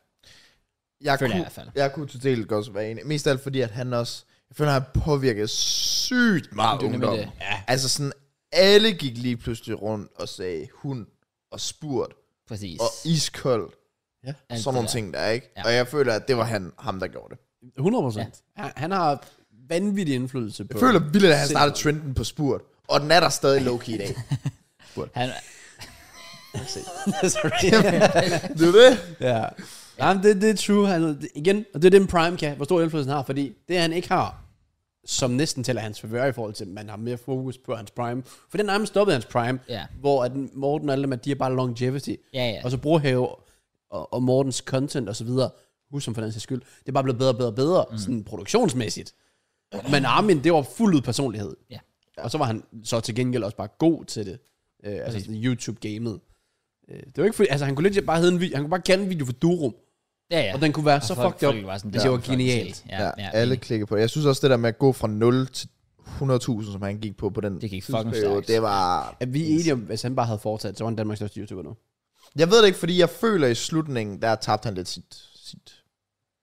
Jeg Føler jeg kunne, i hvert fald. jeg kunne til del godt være enig. Mest af alt fordi, at han også... Jeg føler, at han påvirkede sygt meget Det er nemlig ungdom. det. Ja. Altså sådan, alle gik lige pludselig rundt og sagde hund og spurt Præcis. og iskold. Alt sådan det nogle der. ting der, ikke? Ja. Ja. Og jeg føler, at det var han, ham, der gjorde det. 100 procent. Ja. Han, han har vanvittig indflydelse på... Jeg føler vildt, at han startede trenden på spurt. Og den er der stadig low-key i dag. Han, det er det. ja. ja. men det, det er true. Han, det, igen, og det er det, en Prime kan, hvor stor indflydelse han har, fordi det, han ikke har, som næsten tæller hans favør i forhold til, at man har mere fokus på hans prime. For den nærmest stoppede hans prime, Ja. hvor at Morten og alle dem, at de er bare longevity. Ja, ja. Og så Brohave og, og Mortens content og så videre, husk for den sags skyld, det er bare blevet bedre og bedre og bedre, mm. sådan produktionsmæssigt. Men Armin, det var fuld ud personlighed. Ja. Og så var han så til gengæld også bare god til det. Øh, altså Præcis. sådan YouTube-gamet. Øh, det var ikke fordi, altså han kunne legit bare hedde en video, han kunne bare kalde en video for Durum, Ja, ja. og den kunne være så folk- fucked up. folk Var sådan, Det var fucking genialt. sick. Ja, ja, ja, alle klikker på det. Jeg synes også, det der med at gå fra 0 til 100.000, som han gik på på den Det gik fucking tidsperiode, stærkt. det var... At vi er enige om, hvis han bare havde fortsat, så var han Danmarks største YouTuber nu. Jeg ved det ikke, fordi jeg føler i slutningen, der tabte han lidt sit, sit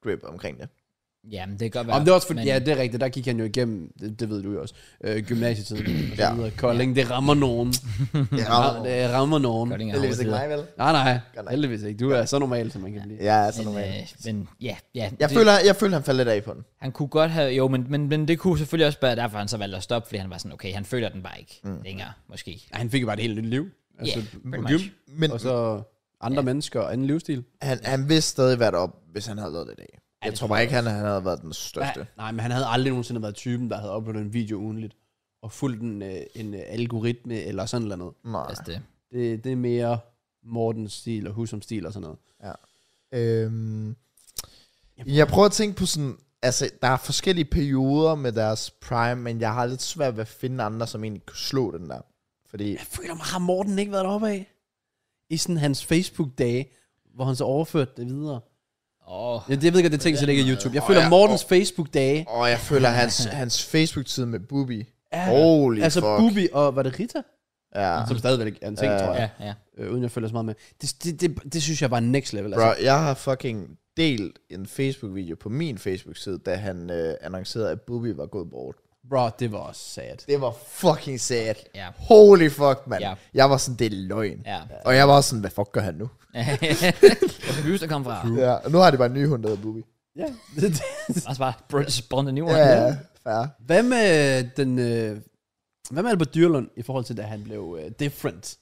grip omkring det. Ja, men det kan godt være. Ja, Om det er også fordi, men- ja, det er rigtigt, der gik han jo igennem, det, det ved du jo også, øh, gymnasietiden og så Ja. videre. Kolding, det rammer nogen. Jeg Ja, rammer det rammer nogen. Kolding er Heldigvis ikke hårdt, mig, vel? Nej, nej, Godt nok. heldigvis ikke. Du er så normal, som man kan blive. Ja, så Men, normalt. øh, men ja, ja. Jeg det- føler, jeg føler, han faldt lidt af på den. Han kunne godt have, jo, men, men, men det kunne selvfølgelig også være, derfor han så valgte at stoppe, fordi han var sådan, okay, han føler den bare ikke mm. længere, måske. Ja, han fik jo bare et helt nyt liv. Altså, Yeah, pretty på much. gym, Men og så andre mennesker og anden livsstil. han, han vidste stadig, hvad der op, hvis han havde lavet det i dag. Jeg det tror bare ikke, han, han havde været den største. Ja, nej, men han havde aldrig nogensinde været typen, der havde uploadet en video ugenligt og fulgt en, øh, en øh, algoritme eller sådan noget. Nej. Altså det. Det, det er mere Mortens stil og Husums stil og sådan noget. Øhm, jeg prøver at tænke på sådan, altså der er forskellige perioder med deres prime, men jeg har lidt svært ved at finde andre, som egentlig kunne slå den der. Fordi, Jeg føler mig, har Morten ikke været deroppe af? I sådan hans Facebook-dage, hvor han så overførte det videre. Åh, Jeg, jeg ved ikke, at det er ting, som ligger i YouTube. Jeg føler Åh, ja. Mortens Facebook-dage. og jeg føler hans, hans Facebook-tid med Bubi. Holy altså fuck. Bubi og, var det Rita? Ja. Som stadigvæk er en ting, Ja. tror ja, jeg. ja. Øh, uden jeg føler så meget med. Det, det, det, det synes jeg var next level. Altså. Bro, jeg har fucking delt en Facebook-video på min Facebook-side, da han øh, annoncerede, at Bubi var gået bort. Bro, det var også sad. Det var fucking sad. Ja. Holy fuck, mand. Ja. Jeg var sådan, det er løgn. Ja. Og jeg var også sådan, hvad fuck gør han nu? Hvor kan vi huske, der kom fra? Ja, og nu har de bare en ny hund, der hedder Bubi. Ja. Også bare, bro, just spawned a new one. Ja, ja, fair. hvad med den... Øh, hvad med Albert Dyrlund i forhold til, da han blev øh, different?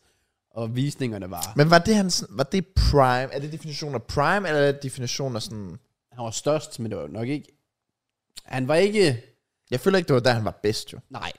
Og visningerne var... Men var det, han, sådan- var det prime? Er det definitionen af prime, eller er det definitionen af sådan... Han var størst, men det var nok ikke... Han var ikke... Jeg føler ikke, det var der, han var bedst, jo. Nej.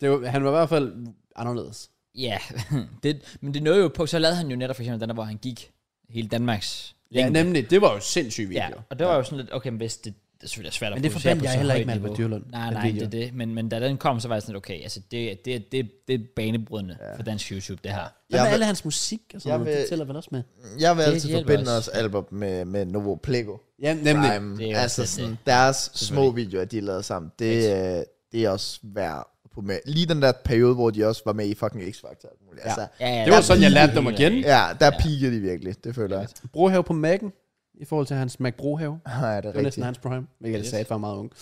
Det var, han var i hvert fald anderledes. Ja, det, men det nåede jo på, så lavede han jo netop for eksempel den der, hvor han gik hele Danmarks Ja, længde. nemlig. Det var jo sindssyge Ja, videoer. og det var jo sådan lidt, okay, men hvis det, det er selvfølgelig svært at Men det producere forbandt på jeg så heller ikke højt med Albert niveau. Dyrlund, Nej, den nej, det video. er det. Men, men da den kom, så var jeg sådan lidt, okay, altså det, det, det, det er banebrydende ja. for dansk YouTube, det her. Hvad Jeg med vil- alle hans musik og Jeg sådan noget? vil- Det tæller vel også med? Jeg vil Det altid hjælper forbinde os. os album med, med Novo Plego. Ja, nemlig. Prime. Det er også altså lidt sådan, det. deres små videoer, de lavede sammen, det, øh, det er også værd på med. Lige den der periode, hvor de også var med i fucking X-Factor. og alt muligt. Altså, ja, Det var der- sådan, jeg lærte dem at kende. ja, der peakede de virkelig, det føler jeg. Brohave på Mac'en, i forhold til hans Mac Brohave. Det Nej, det er var næsten rigtigt. hans prime. Hvilket yes. sagde, for meget ung.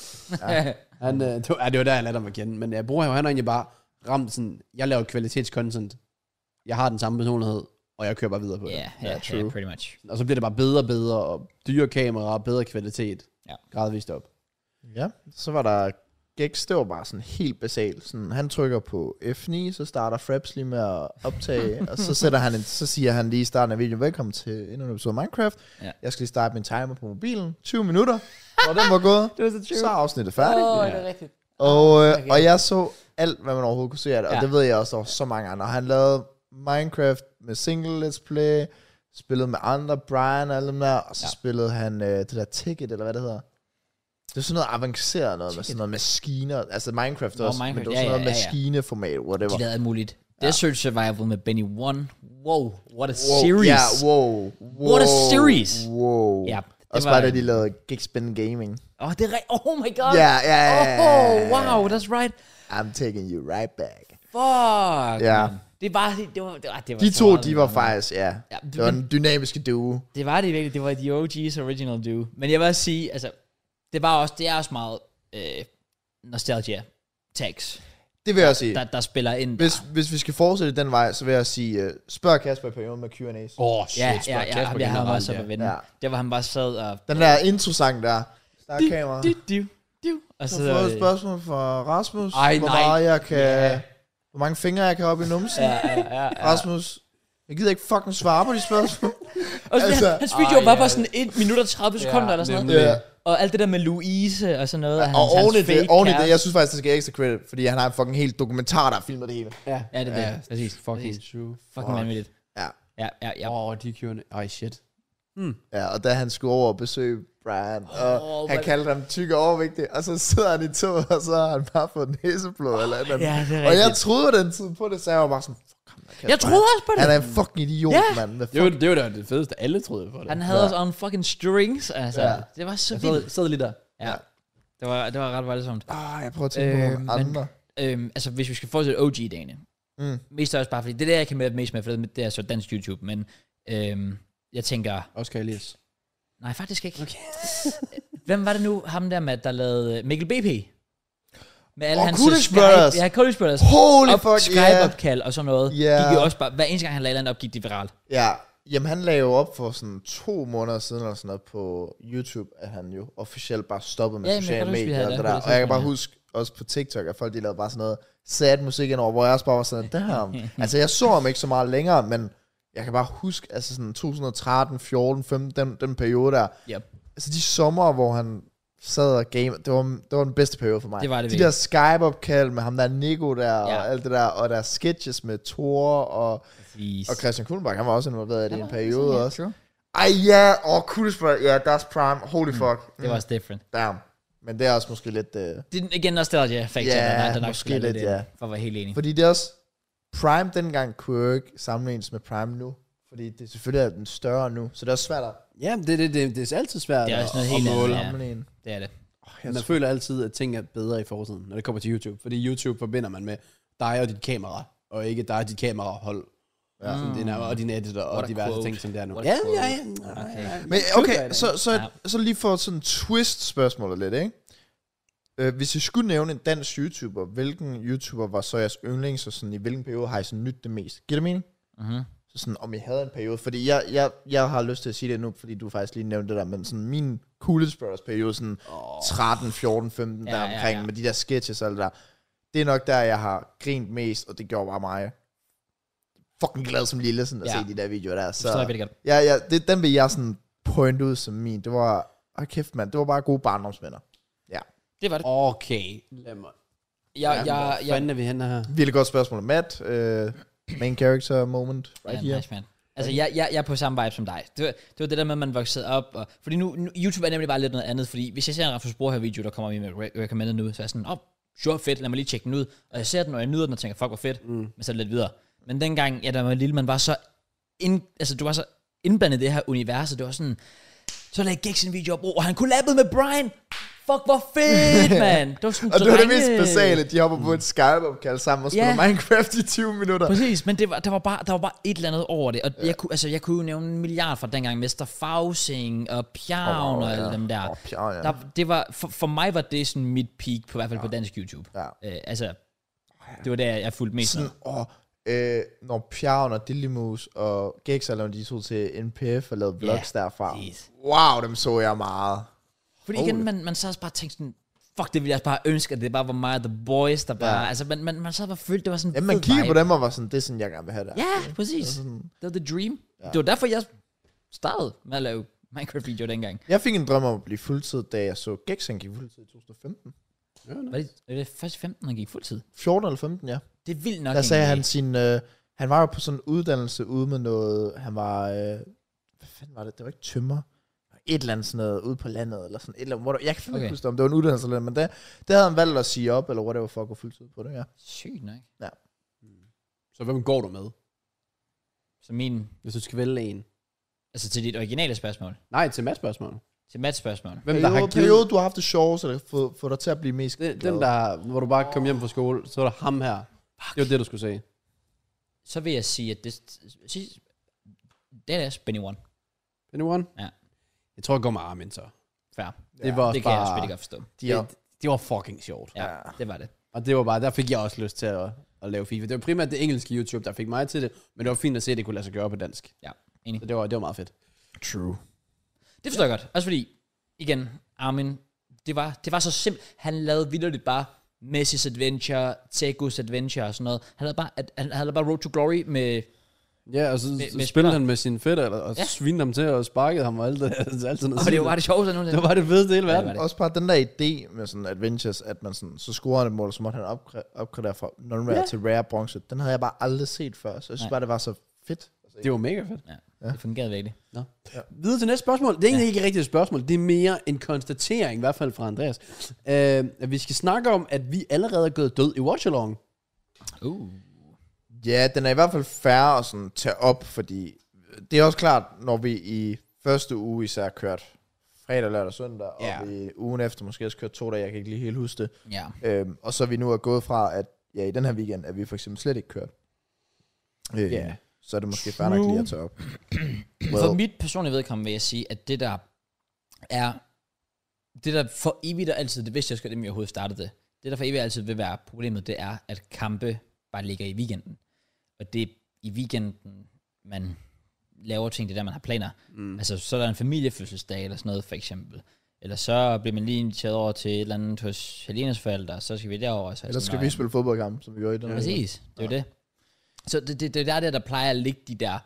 Han, øh, det, var, ja, det var der, jeg lærte ham at kende. Men ja, Brohave, han har egentlig bare ramt sådan, jeg laver kvalitetscontent. Jeg har den samme personlighed, og jeg kører bare videre på det. Ja, ja, true. ja, pretty much. Og så bliver det bare bedre og bedre, og dyre kameraer, og bedre kvalitet. Ja. Gradvist op. Ja, så var der Gex, det var bare sådan helt basalt. Sådan, han trykker på F9, så starter Fraps lige med at optage, og så, sætter han en, så siger han lige i starten af videoen, velkommen til endnu en episode af Minecraft. Ja. Jeg skal lige starte min timer på mobilen, 20 minutter, og den var gået. Det var så Så er afsnittet færdigt. Åh, det er rigtigt. Og, øh, Okay. og jeg så alt, hvad man overhovedet kunne se af det, og Ja. det ved jeg også, der var så mange andre. Han lavede Minecraft med single let's play, spillede med andre, Brian og alle dem der, og så Ja. ja. spillede han øh, det der Ticket, eller hvad det hedder. Det er sådan noget avanceret noget, med sådan noget maskiner, altså Minecraft Nå, også, men Minecraft, det var ja, sådan noget ja, ja, ja. maskineformat, whatever. De lavede alt muligt. Desert Survival med Benny One. Wow, what a Wow, series. Ja, wow, wow. What a series. Wow. Ja, det det også var- bare da de lavede Geekspin Gaming. Åh, oh, det er rigtigt. Oh my god. Ja, ja, ja, ja, ja, Oh, ja. wow, that's right. I'm taking you right back. Fuck. Ja. man. Det var, det, det var, det var, det var De så to, meget, de var man. faktisk, ja. Ja, Det var den dynamiske duo. Det var det virkelig. Det var The OG's original do. Men jeg vil også sige, altså, det var også, det er også meget øh, nostalgia tags, Det vil jeg også sige. der, der spiller ind. Hvis, hvis vi skal fortsætte den vej, så vil jeg sige, uh, spørg Kasper i perioden med Q&A's. Oh. Åh, oh, shit. ja, spørg ja, ja, Kasper jeg havde generelt, også ja. på vennen. Ja. Ja. Det var han bare sad og... Den der intro-sang der. Der er kamera. Du, du, du. Og Så så... har fået et øh, spørgsmål fra Rasmus. Ej, hvor nej. Meget jeg kan, Ja. Hvor mange fingre jeg kan op i numsen. Ja, ja, ja, ja. Rasmus, jeg gider ikke fucking svare på de spørgsmål. Og altså, Altså, han, hans video ej, var ja. bare sådan 1 minut og 30 sekunder ja, eller sådan noget. nemlig. Ja. Og alt det der med Louise og sådan noget. Og hans, oven i det, fake oven i det, kæreste. jeg synes faktisk, det skal have ekstra credit, fordi han har en fucking helt dokumentar, der har filmet det hele. Ja, Ja, det er det. Ja, Præcis. Fucking Præcis. true. Fucking vanvittigt. Ja. Ja, ja, ja. Åh, oh, de kørende. Ej, shit. Ja, og da han skulle over og besøge Brian, og Åh, han hvad- kaldte ham tyk og overvægtig, og så sidder han i toget, og så har han bare fået næseblod eller et eller andet. Ja, det er Og jeg rigtigt. troede den tid på det, så jeg var bare sådan, fuck ham Kasper, Jeg troede også på det. Han er en fucking idiot, Ja. mand. Hvad Det var, det var da det fedeste, alle troede for det. Han havde os on fucking strings, altså. Ja. Ja. Det var så Jeg vildt. sad, sad lige der. Ja. Det var, det var ret voldsomt. Ah, jeg prøver at tænke Øh, øh, på nogle men- andre. Øhm, altså, hvis vi skal fortsætte OG-dagene. Mm. Mest også bare, fordi det er det, jeg kan med mest med, for det er så dansk YouTube. Men øhm, jeg tænker, Oscar Elias. Nej, faktisk ikke. Okay. Hvem var det nu, ham der med, der lavede øh, Mikkel BP? Med alle Åh, hans Kulisbørns! Skype- Ja, Kulisbørns. Holy Op- fuck, ja. Skype-opkald og sådan noget. Ja. Gik jo også bare, hver eneste gang han lavede noget op, gik det viralt. Ja, jamen han lagde jo op for sådan to måneder siden eller sådan noget på YouTube, at han jo officielt bare stoppede med Ja, ja, men jeg kan sociale huske, vi medier havde og det det der. på det Og jeg kan bare tidspunkt, huske også på TikTok, at folk de lavede bare sådan noget sad musik ind over, hvor jeg også bare var sådan, damn. altså jeg så ham ikke så meget længere, men jeg kan bare huske, altså sådan 2013, 14, 15, den, den periode der. Yep. Altså de sommer, hvor han sad og game, det var, det var den bedste periode for mig. Det var det de virkelig. der Skype-opkald med ham der Nico der, ja. Ja. og alt det der, og der sketches med Thor, og Præcis. og Christian Kuhlenbach, han var også involveret i det i en var periode sådan, ja, også. true. Ej ja, og Kulisberg, ja, deres prime, holy fuck. Mm. Det var også different. Damn. Men det er også måske lidt... Øh, Det er igen også der, ja, faktisk. Ja, der, der nok måske skulle have lidt, det, ja. For at være helt enig. fordi det er også... Prime dengang kunne jo ikke sammenlignes med Prime nu. Fordi det selvfølgelig er den større nu, så det er også svært at Ja, det, det, det, det er altid svært. Det er også noget at- helt at måle. andet. Ja, sammenligne. det er det. Man føler altid, at ting er bedre i fortiden, når det kommer til YouTube. Fordi YouTube forbinder man med dig og dit kamera, og ikke dig og dit kamerahold. Ja. Sådan, det er, nærmere, og din editor og a diverse quote. ting, som det er nu. What a Ja, quote. ja, ja, ja. Okay. Men okay, så, så, Ja. så lige for at sådan twist spørgsmålet lidt, ikke? Øh, hvis I skulle nævne en dansk YouTuber, hvilken YouTuber var så jeres yndlings, og sådan, i hvilken periode har I sådan nyt det mest? Giver det mening? Mhm. Så sådan, om I havde en periode, fordi jeg, jeg, jeg har lyst til at sige det nu, fordi du faktisk lige nævnte det der, men sådan min Coolest Brothers periode, sådan oh. 13, 14, 15, ja, der ja, omkring, ja, ja. med de der sketches og alt det der, det er nok der, jeg har grint mest, og det gjorde bare mig fucking glad som lille, sådan at Ja. se de der videoer der. Så, forstår jeg virkelig godt. Ja, ja, det, den vil jeg sådan pointe ud som min. Det var, ah kæft mand, det var bare gode barndomsvenner. Ja. Det var det. Okay, lad mig. Jeg, Ja, jeg, hvor jeg, fanden er vi henne her? Virkelig godt spørgsmål. Matt, øh, main character moment, right ja, here. nice, man. Altså, jeg, jeg, jeg er på samme vibe som dig. Det var, det var det der med, at man voksede op. Og, fordi nu, nu, YouTube er nemlig bare lidt noget andet. Fordi hvis jeg ser en Rasmus Broher her video, der kommer vi med re- recommended nu, så er jeg sådan, åh, oh, sure, fedt, lad mig lige tjekke den ud. Og jeg ser den, og jeg nyder den, og tænker, fuck, hvor fedt. Mm. Men så er det lidt videre. Men dengang, ja, da man var lille, man var så, ind, altså, du var så indblandet i det her univers, og det var sådan, så lagde Gek sin video op, og han kollabede med Brian. Fuck, hvor fedt, mand. Det var sådan, Og det var det drenge- mest basale. De hopper på et Skype-opkald sammen og spiller Ja. Minecraft i 20 minutter. Præcis, men det var, der, var bare, der var bare et eller andet over det. Og ja. jeg, kunne, altså, jeg kunne jo nævne en milliard fra dengang. Mester Fausing og Pjavn Åh, og ja. alle dem der. Åh, Pjavn, ja. der det var, for, for mig var det sådan mit peak, på, i hvert fald ja. på dansk YouTube. Ja. Øh, altså, det var der, jeg fulgte mest med. Sådan, åh, øh, når Pjavn og Dillimus og Gex, når de tog til NPF og lavede vlogs Ja, derfra. præcis. Wow, dem så jeg meget. Fordi igen, man, man sad også bare og tænkte sådan, fuck, det ville jeg også bare ønske, at det bare var mig og The Boys, der bare... Ja. Altså, man, man, man sad bare og følte, det var sådan en Ja, man fed kigger vibe. på dem og var sådan, det er sådan, jeg gerne vil have det. Ja, præcis. Det var the dream. Det var derfor, jeg startede med at lave Minecraft-videoer dengang. Jeg fik en drøm om at blive fuldtid, da jeg så Gex, han gik fuldtid i 2015. Var det, var det først i 15, han gik fuldtid? 14 eller 15, ja. Det er vildt nok. Der sagde han egentlig. sin... Øh, han var jo på sådan en uddannelse ude med noget... Han var... Øh, hvad fanden var det? Det var ikke tømmer. Et eller andet sådan noget ude på landet, eller sådan et eller andet. Hvor der, jeg kan fandme Okay. ikke huske det, om det var en uddannelse eller noget, men det, det havde han valgt at sige op, eller whatever, for at gå fuldtid på det, ja. Sygt nok. Så hvem går du med, Så min, hvis du skal vælge en? altså til dit originale spørgsmål, Nej, til Mads spørgsmål. til Mats spørgsmål. Hvem der har Periode, givet periode, du har haft det sjovt, eller få, få dig til at blive mest den, glad. den der, hvor du bare kom hjem fra skole, så var der ham her. Det var det, du skulle sige. Så vil jeg sige, at det, sidst- det er Benny One. Anyone? Ja. Jeg tror, jeg går med Armin så. Fair. Det var også Det kan jeg også bare, virkelig godt forstå. De er, det, det var fucking sjovt. Ja, Ja. det var det. Og det var bare, der fik jeg også lyst til at, at lave FIFA. Det var primært det engelske YouTube, der fik mig til det, men det var fint at se, at det kunne lade sig gøre på dansk. Ja, enig. Så det var, det var meget fedt. true. Det forstår jeg godt. Også fordi, igen, Armin, det var, det var så simpelt. Han lavede vildt bare Messi's Adventure, Tegus Adventure og sådan noget. Han havde bare, at- han havde bare Road to Glory med... Ja, og så med med, spillede spillere. han med sine fætter, og, og ja. Ja. svinede ham til, og sparkede ham og alt det der. Alt sådan noget. Og det var det sjoveste det, nogensinde. var bare det fedeste i hele verden. det Også bare den der idé med sådan Adventures, at man sådan, så scorer han et mål, så måtte han opgra- opgradere fra non-rare Ja. yeah. til rare bronze. Den havde jeg bare aldrig set før, så jeg synes Nej. bare, det var så fedt. Det var mega fedt. Ja, det fungerede virkelig. Nå. Ja. Videre til næste spørgsmål. Det er egentlig ikke rigtigt et spørgsmål. Det er mere en konstatering, i hvert fald fra Andreas. Øh, at vi skal snakke om, at vi allerede er gået død i Watch Along. Uh. Ja, den er i hvert fald færre at sådan tage op, fordi det er også klart, når vi i første uge især kørte fredag, lørdag, søndag, Ja. og vi ugen efter måske også kørte to dage, jeg kan ikke lige helt huske det. Ja. Øhm, og så er vi nu er gået fra, at ja, i den her weekend, at vi for eksempel slet ikke kørt. Øh, Ja. Så er det måske fair nok lige at tage op. For mit personlige vedkommende vil jeg sige, at det der er, det der for evigt og altid, det vidste jeg sgu, inden jeg overhovedet startede det, det der for evigt og altid vil være problemet, det er, at kampe bare ligger i weekenden. Og det er i weekenden, man laver ting, det er der, man har planer. Mm. Altså, så er der en familiefødselsdag eller sådan noget, for eksempel. Eller så bliver man lige inviteret over til et eller andet hos Helenas forældre, og så skal vi derover. Så er jeg Ellers sådan, skal "Nå, vi ja." spille fodboldkamp, som vi gjorde i den her weekend. Præcis, det er jo det. Så det, det, det er der, der, der plejer at ligge de der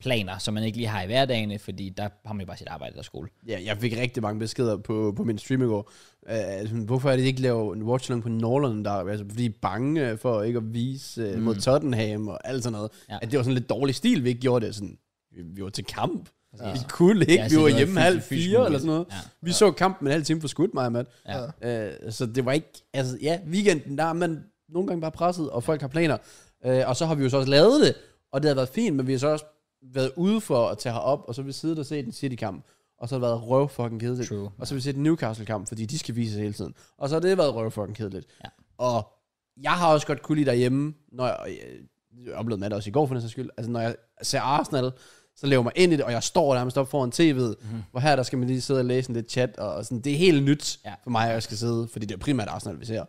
planer, som man ikke lige har i hverdagene, fordi der har man jo bare sit arbejde eller skole. Ja, jeg fik rigtig mange beskeder på, på min stream i går. Øh, altså, hvorfor er det I ikke lavet en watchalong på Norland der? Altså, fordi I er bange øh, for ikke at vise øh, mod Tottenham og alt sådan noget. Mm. Ja. Ja. At det var sådan lidt dårlig stil, vi ikke gjorde det. Sådan, vi, vi var til kamp. Ja. Ja. Vi kunne ikke. Ja, Ja, så vi var det var hjemme fysisk- halv fysisk fire eller muligt. sådan noget. Ja. Ja. Vi så kampen en halv time for skudt, mig og Matt. Ja. Øh, så det var ikke... Altså, ja, weekenden, der er man nogle gange bare presset, og folk har planer. Øh, og så har vi jo så også lavet det, og det har været fint, men vi har så også været ude for at tage herop, og så har vi siddet og set en City-kamp, og så har det været røv fucking kedeligt. True. Og så har vi set en Newcastle-kamp, fordi de skal vises hele tiden. Og så har det været røv fucking kedeligt. Ja. Og jeg har også godt kunne lide derhjemme, når jeg, og jeg, jeg oplevede med det også i går for den sags skyld, altså når jeg ser Arsenal, så lever jeg mig ind i det, og jeg står nærmest op foran tv'et, mm-hmm. hvor her der skal man lige sidde og læse en lidt chat, og sådan, det er helt nyt Ja. ja. for mig, at jeg skal sidde, fordi det er primært Arsenal, vi ser.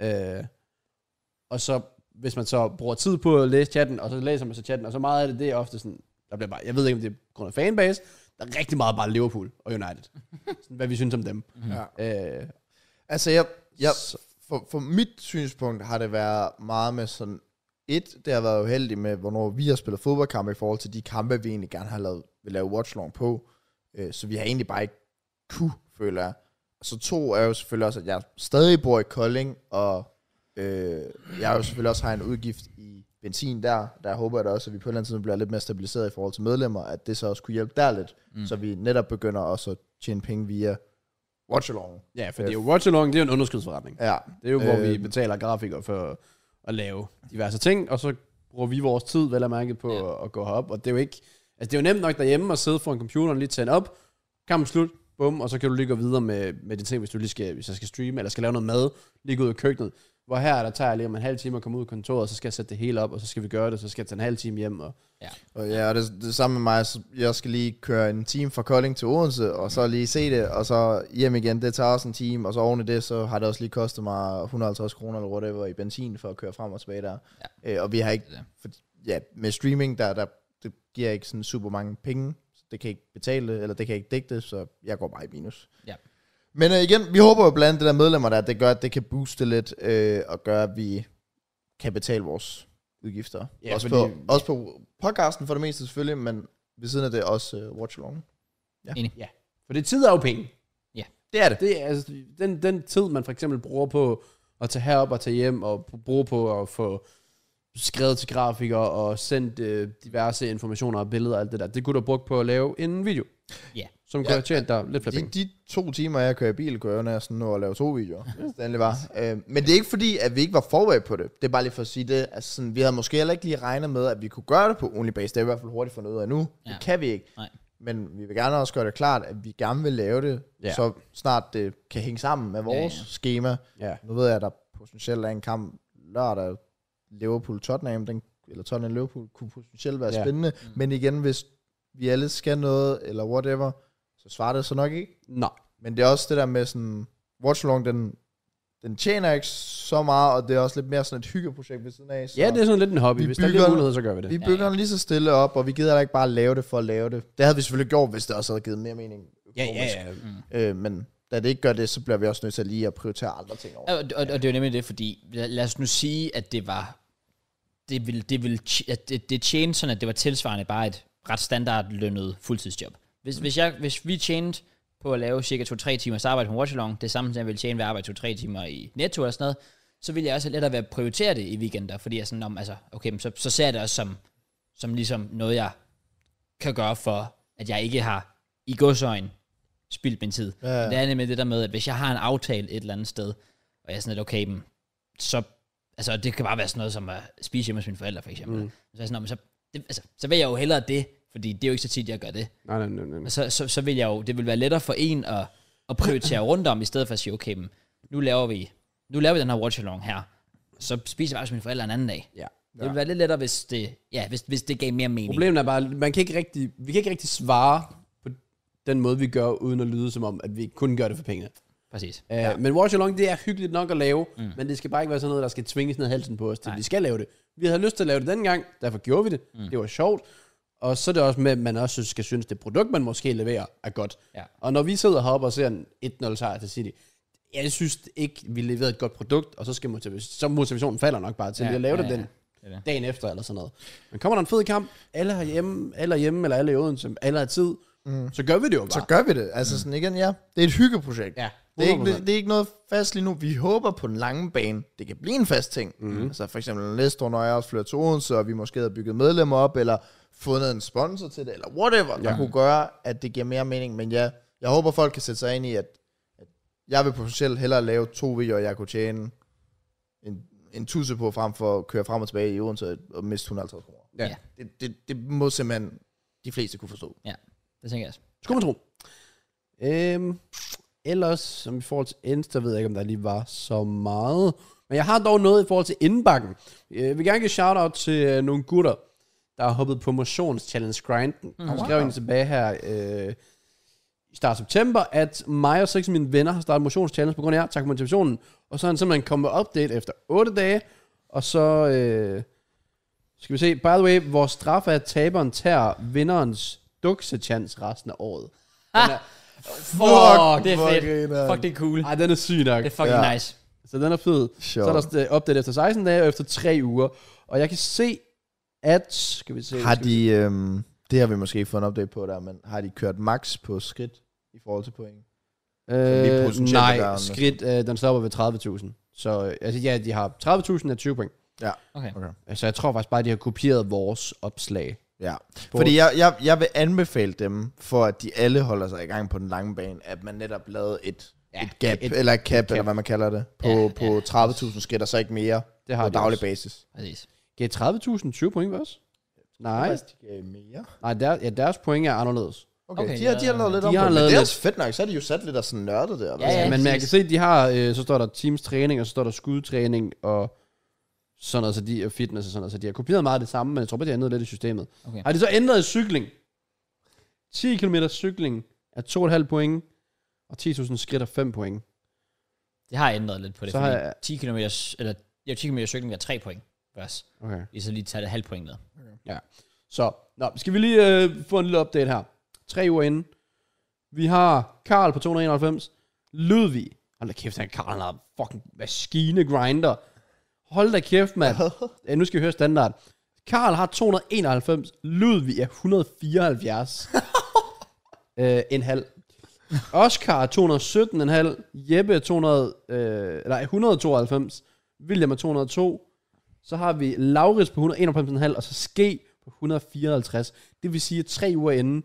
Ja. Øh, og så, hvis man så bruger tid på at læse chatten, og så læser man så chatten, og så meget af det, det er ofte sådan, der bliver bare, jeg ved ikke, om det er på grund af fanbase, der er rigtig meget bare Liverpool og United. sådan, hvad vi synes om dem. Ja. Øh, Mm. Altså, jeg, jeg, for, for mit synspunkt har det været meget med sådan... Et, det har været uheldigt med, hvornår vi har spillet fodboldkampe i forhold til de kampe, vi egentlig gerne har lavet, vil lave watchlong på. Øh, så vi har egentlig bare ikke kunne, føler jeg. Og så to er jo selvfølgelig også, at jeg stadig bor i Kolding, og øh, jeg jo selvfølgelig også har en udgift i benzin der. Der håber jeg da også, at vi på et eller andet tidspunkt bliver lidt mere stabiliseret i forhold til medlemmer, at det så også kunne hjælpe der lidt, mm. så vi netop begynder også at tjene penge via watchalong. ja, fordi yeah. watch along, det er jo en underskudsforretning. Ja, Det er jo, hvor Øh, vi betaler grafikere for at lave diverse ting, og så bruger vi vores tid, vel at mærke, på ja. at gå herop. Og det er jo ikke... Altså, det er jo nemt nok derhjemme at sidde foran computeren, lige tænde op, kampen slut, bum, og så kan du lige gå videre med, med de ting, hvis du lige skal, hvis jeg skal streame, eller skal lave noget mad, lige gå ud i køkkenet. Hvor her, der tager jeg lige om en halv time at komme ud af kontoret, og så skal jeg sætte det hele op, og så skal vi gøre det, så skal jeg tage en halv time hjem. Og, Og ja, og det, det samme med mig. så Jeg skal lige køre en time fra Kolding til Odense, og så lige se det, og så hjem igen. Det tager også en time, og så oven i det, så har det også lige kostet mig 150 kroner eller whatever i benzin for at køre frem og tilbage der. Ja. Øh, og vi har ikke... Det er det. For, ja, med streaming, der, der det giver ikke sådan super mange penge. Så det kan ikke betale, det, eller det kan ikke dække det, så jeg går bare i minus. Ja. Men øh, igen, vi håber jo blandt andet det der medlemmer der, at det gør, at det kan booste lidt, øh, og gøre, at vi kan betale vores udgifter. Ja, Ja, også, fordi- på, også på podcasten for det meste selvfølgelig, men ved siden af det også øh, watch along. for det tid er jo penge. Det er det. Det er altså, den, den tid, man for eksempel bruger på at tage herop og tage hjem, og p- bruge på at få skrevet til grafikere og sendt øh, diverse informationer og billeder og alt det der, det kunne du have brugt på at lave en video. Ja. Som Ja, kunne have tjent dig lidt flere De, penge. de to timer, jeg kører i bil, kører jeg næsten nu at lave to videoer. hvis det endelig var. Øh, men det er ikke fordi, at vi ikke var forberedt på det. Det er bare lige for at sige det. Altså, sådan, vi havde måske heller ikke lige regnet med, at vi kunne gøre det på Onlybase. Det er i hvert fald hurtigt fundet ud af nu. Ja. Ja. Det kan vi ikke. Nej. Men vi vil gerne også gøre det klart, at vi gerne vil lave det, ja. Ja. så snart det kan hænge sammen med vores ja, ja. ja. schema. Ja. Nu ved jeg, at der potentielt er en kamp lørdag, Liverpool-Tottenham, den, eller Tottenham-Liverpool, kunne potentielt være ja. Ja. spændende. Mm. Men igen, hvis vi alle skal noget, eller whatever, så svarer det så nok ikke. Nej. Men det er også det der med sådan, watchalong, den, den tjener ikke så meget, og det er også lidt mere sådan et hyggeprojekt ved siden af. Så Ja, det er sådan lidt en hobby. Vi Hvis der er bygger- lidt mulighed, så gør vi det. vi bygger den lige så stille op, og vi gider da ikke bare lave det for at lave det. Det havde vi selvfølgelig gjort, hvis det også havde givet mere mening. økonomisk. ja. Mm. Øh, men da det ikke gør det, så bliver vi også nødt til lige at prioritere andre ting over. Altså- Og, og, og det er jo nemlig det, fordi lad, lad os nu sige, at det var, det ville, det ville, tj- at det, det tjente sådan, at det var tilsvarende bare et ret standardlønnet fuldtidsjob. Hvis, hvis, jeg, hvis vi tjente på at lave cirka 2-3 timers arbejde på Watchalong, det samme som jeg ville tjene ved at arbejde 2-3 timer i Netto eller sådan noget, så ville jeg også lettere være at prioritere det i weekender, fordi jeg sådan, om, altså, okay, men så, så ser jeg det også som, som ligesom noget, jeg kan gøre for, at jeg ikke har i godsøjen spildt min tid. Ja, ja. Ja. Det er nemlig det der med, at hvis jeg har en aftale et eller andet sted, og jeg er sådan lidt, okay, men så Altså, det kan bare være sådan noget som at spise hjemme hos mine forældre, for eksempel. Mm. Så, er jeg sådan, "Nå, men så, det, altså, så vil jeg jo hellere det, fordi det er jo ikke så tit, jeg gør det. Nej, nej, nej, nej. Men så, så, så vil jeg jo, det vil være lettere for en at, at prioritere rundt om, i stedet for at sige, okay, men nu laver vi, nu laver vi den her watch-along her, så spiser jeg bare hos mine forældre en anden dag. Ja. Det ville være lidt lettere, hvis det, ja, hvis, hvis det gav mere mening. Problemet er bare, man kan ikke rigtig, vi kan ikke rigtig svare på den måde, vi gør, uden at lyde som om, at vi kun gør det for pengene. Præcis. Uh, ja. Men Watch Along, det er hyggeligt nok at lave, mm. men det skal bare ikke være sådan noget, der skal tvinges ned ad halsen på os, til Nej. vi skal lave det. Vi havde lyst til at lave det dengang, derfor gjorde vi det. Mm. Det var sjovt. Og så er det også med, at man også skal synes, det produkt, man måske leverer, er godt. Ja. Og når vi sidder heroppe og ser en 1-0 sejr til City, jeg synes ikke, vi leverede et godt produkt, og så, skal motiv- så motivationen falder nok bare til Ja, ja, at lave ja, det ja. den Det er det. dagen efter eller sådan noget. Men kommer der en fed kamp, alle er hjemme, alle er hjemme eller alle er i Odense, alle har tid, mm. så gør vi det jo bare. Så gør vi det. Altså sådan igen, ja. Det er et hyggeprojekt. Ja, Det er, ikke, 100%. det er ikke noget fast lige nu. Vi håber på den lange bane. Det kan blive en fast ting. Mm-hmm. Altså for eksempel næste år, når jeg også flytter til Odense, og vi måske havde bygget medlemmer op, eller fundet en sponsor til det, eller whatever, der kunne gøre, at det giver mere mening. Men ja, jeg håber, folk kan sætte sig ind i, at, at jeg vil potentielt hellere lave to videoer, jeg kunne tjene en, en tusse på, frem for at køre frem og tilbage i Odense og miste 150 kroner. Ja. Ja. Det, det, det må simpelthen de fleste kunne forstå. Ja, det tænker jeg også. Skulle man tro. Øhm, ellers, som i forhold til Insta, ved jeg ikke, om der lige var så meget. Men jeg har dog noget i forhold til indbakken. Øh, Jeg vil gerne give shout-out til øh, nogle gutter, der har hoppet på motions-challenge grinden. Mm. Jeg skrev en tilbage her øh, i start af september, at mig og seks af mine venner har startet motions-challenge på grund af jer. Tak for motivationen. Og så er han simpelthen kommet med update efter 8 dage. Og så... Øh, skal vi se. By the way, vores straf er, at taberen tager vinderens duksechance resten af året. Den er, Fuck, det er hvor fedt. grineren. Fuck, det er cool. ej, den er syg nok. Det er fucking Ja. nice. Så den er fed. Sjovt. Så er der øh, update efter 16 dage og efter 3 uger. Og jeg kan se, at... Skal vi se. Har skal vi- de, øhm, det har vi måske fået en update på der, men har de kørt max på skridt i forhold til point? lige Øh, potentielt at gøre nej, den? skridt, øh, den stopper ved 30.000. Så øh, altså, ja, de har 30.000 af 20 point. Okay. Okay. Så jeg tror faktisk bare, at de har kopieret vores opslag. Ja, fordi jeg, jeg, jeg vil anbefale dem, for at de alle holder sig i gang på den lange bane, at man netop lavede et, ja, et gap, et, eller et cap, eller hvad man kalder det, på, Ja, ja, på 30.000 skridt, og så ikke mere Det har på de daglig også. basis. Præcis. Gav 30.000 20 point for os? Nej, Faktisk, øh, mere. nej der, ja, deres point er anderledes. Okay, Okay, okay de, har, de har lavet lidt de om har på det, men lavet det er lidt- også fedt nok, så er de jo sat lidt og sådan nørdet der. Ja, ja. Men man kan præcis. se, at de har, øh, så står der teams træning, og så står der skudtræning, og sådan noget, så de, og fitness og sådan noget. Så de har kopieret meget af det samme, men jeg tror bare, de har ændret lidt i systemet. Okay. Har de så ændret i cykling? 10 km cykling er 2,5 point, og 10.000 skridt er 5 point. Det har ændret lidt på det, Så så har fordi jeg- 10 km, eller, ja, 10 km cykling er 3 point først. Okay. Vi så lige tager det halv point med. Så, nå, skal vi lige øh, få en lille update her. Tre uger inden. Vi har Karl på 291. Ludvig. Hold da kæft, han Karl, han har fucking maskine grinder. Hold da kæft, mand. Ja, nu skal vi høre standard. Karl har 291. Ludvig er 174. øh, en halv. Oscar er 217,5. Jeppe er 200, øh, nej, 192. William er 202. Så har vi Laurits på 191,5, og så Ske på 154. Det vil sige, at tre uger inden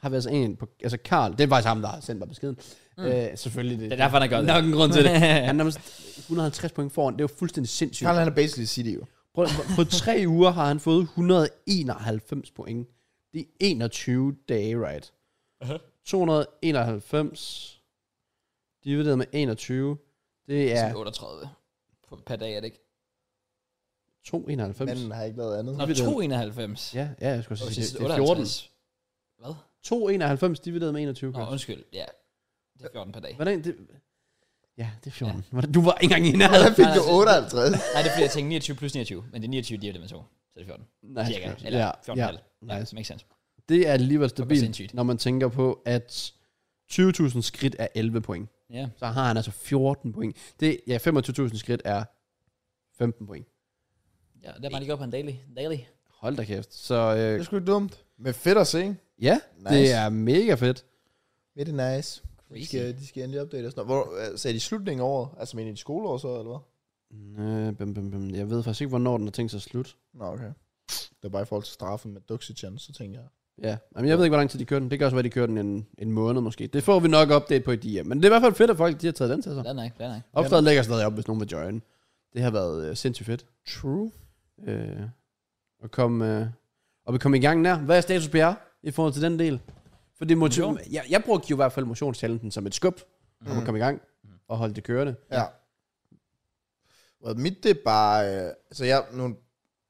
har vi altså en på... Altså Karl, det er faktisk ham, der har sendt mig beskeden. Mm. Øh, selvfølgelig. Det, Det er derfor, han har gjort det. Nok en grund til det. Han er nærmest 150 point foran. Det er jo fuldstændig sindssygt. Karl, han er basically City jo. Prøv, på tre uger har han fået 191 point. Det er 21 dage, right? Uh-huh. 291 divideret med 21. Det er Sådan 38 på- per dag, er det ikke? 291. Manden har ikke lavet andet. Nå, 291. Ja, ja, jeg skulle Og så hvis sige, det, det siger er 14. 58. Hvad? 291 divideret med 21. Nå, Nå, undskyld. Ja, det er 14 per dag. Hvordan det... Ja, det er 14. Hvordan, du var ikke engang i nærheden. Han fik Nej, jo nej, det- 58. Nej, det er fordi, jeg tænkte 29 plus 29. Men det er 29, de er det med 2. Så det er 14. Nej, Cirka. det er Eller 14 ja, ja, ja, nice. makes sense. Det er alligevel sindssygt. stabilt, når man tænker på, at 20.000 skridt er 11 point. Ja. så har han altså 14 point. Det, ja, 25.000 skridt er 15 point. ja, der er bare lige gået på en daily. daily. Hold da kæft. Så Det er øh, sgu dumt. Men fedt at se. ja, nice. Nice. det er mega fedt. Very nice. De Crazy. skal, de skal endelig opdage og sådan noget. Hvor, øh, sagde de slutningen af året? Altså mener de skoleår så, eller hvad? Øh, bim, bim, bim. Jeg ved faktisk ikke, hvornår den har tænkt sig at slutte. Nå, okay. Det var bare i forhold til straffen med Duxichans, så tænker jeg. Ja, Jamen, jeg ved ikke, hvor lang tid de kører den. Det kan også være, de kører den en, en måned måske. Det får vi nok update på i DM. Men det er i hvert fald fedt, at folk de har taget den til sig. Det er nok, det er nok. Opslaget ligger stadig op, hvis nogen vil join. Det har været øh, sindssygt fedt. True. Øh, at komme, øh, og vi kom i gang der. Hvad er status på jer i forhold til den del? For det motiv- Motion. jeg, jeg brugte jo i hvert fald motionstalenten som et skub, når man kom i gang og holdt det kørende. Mm. Ja. Well, mit det er bare... Øh, altså jeg, nu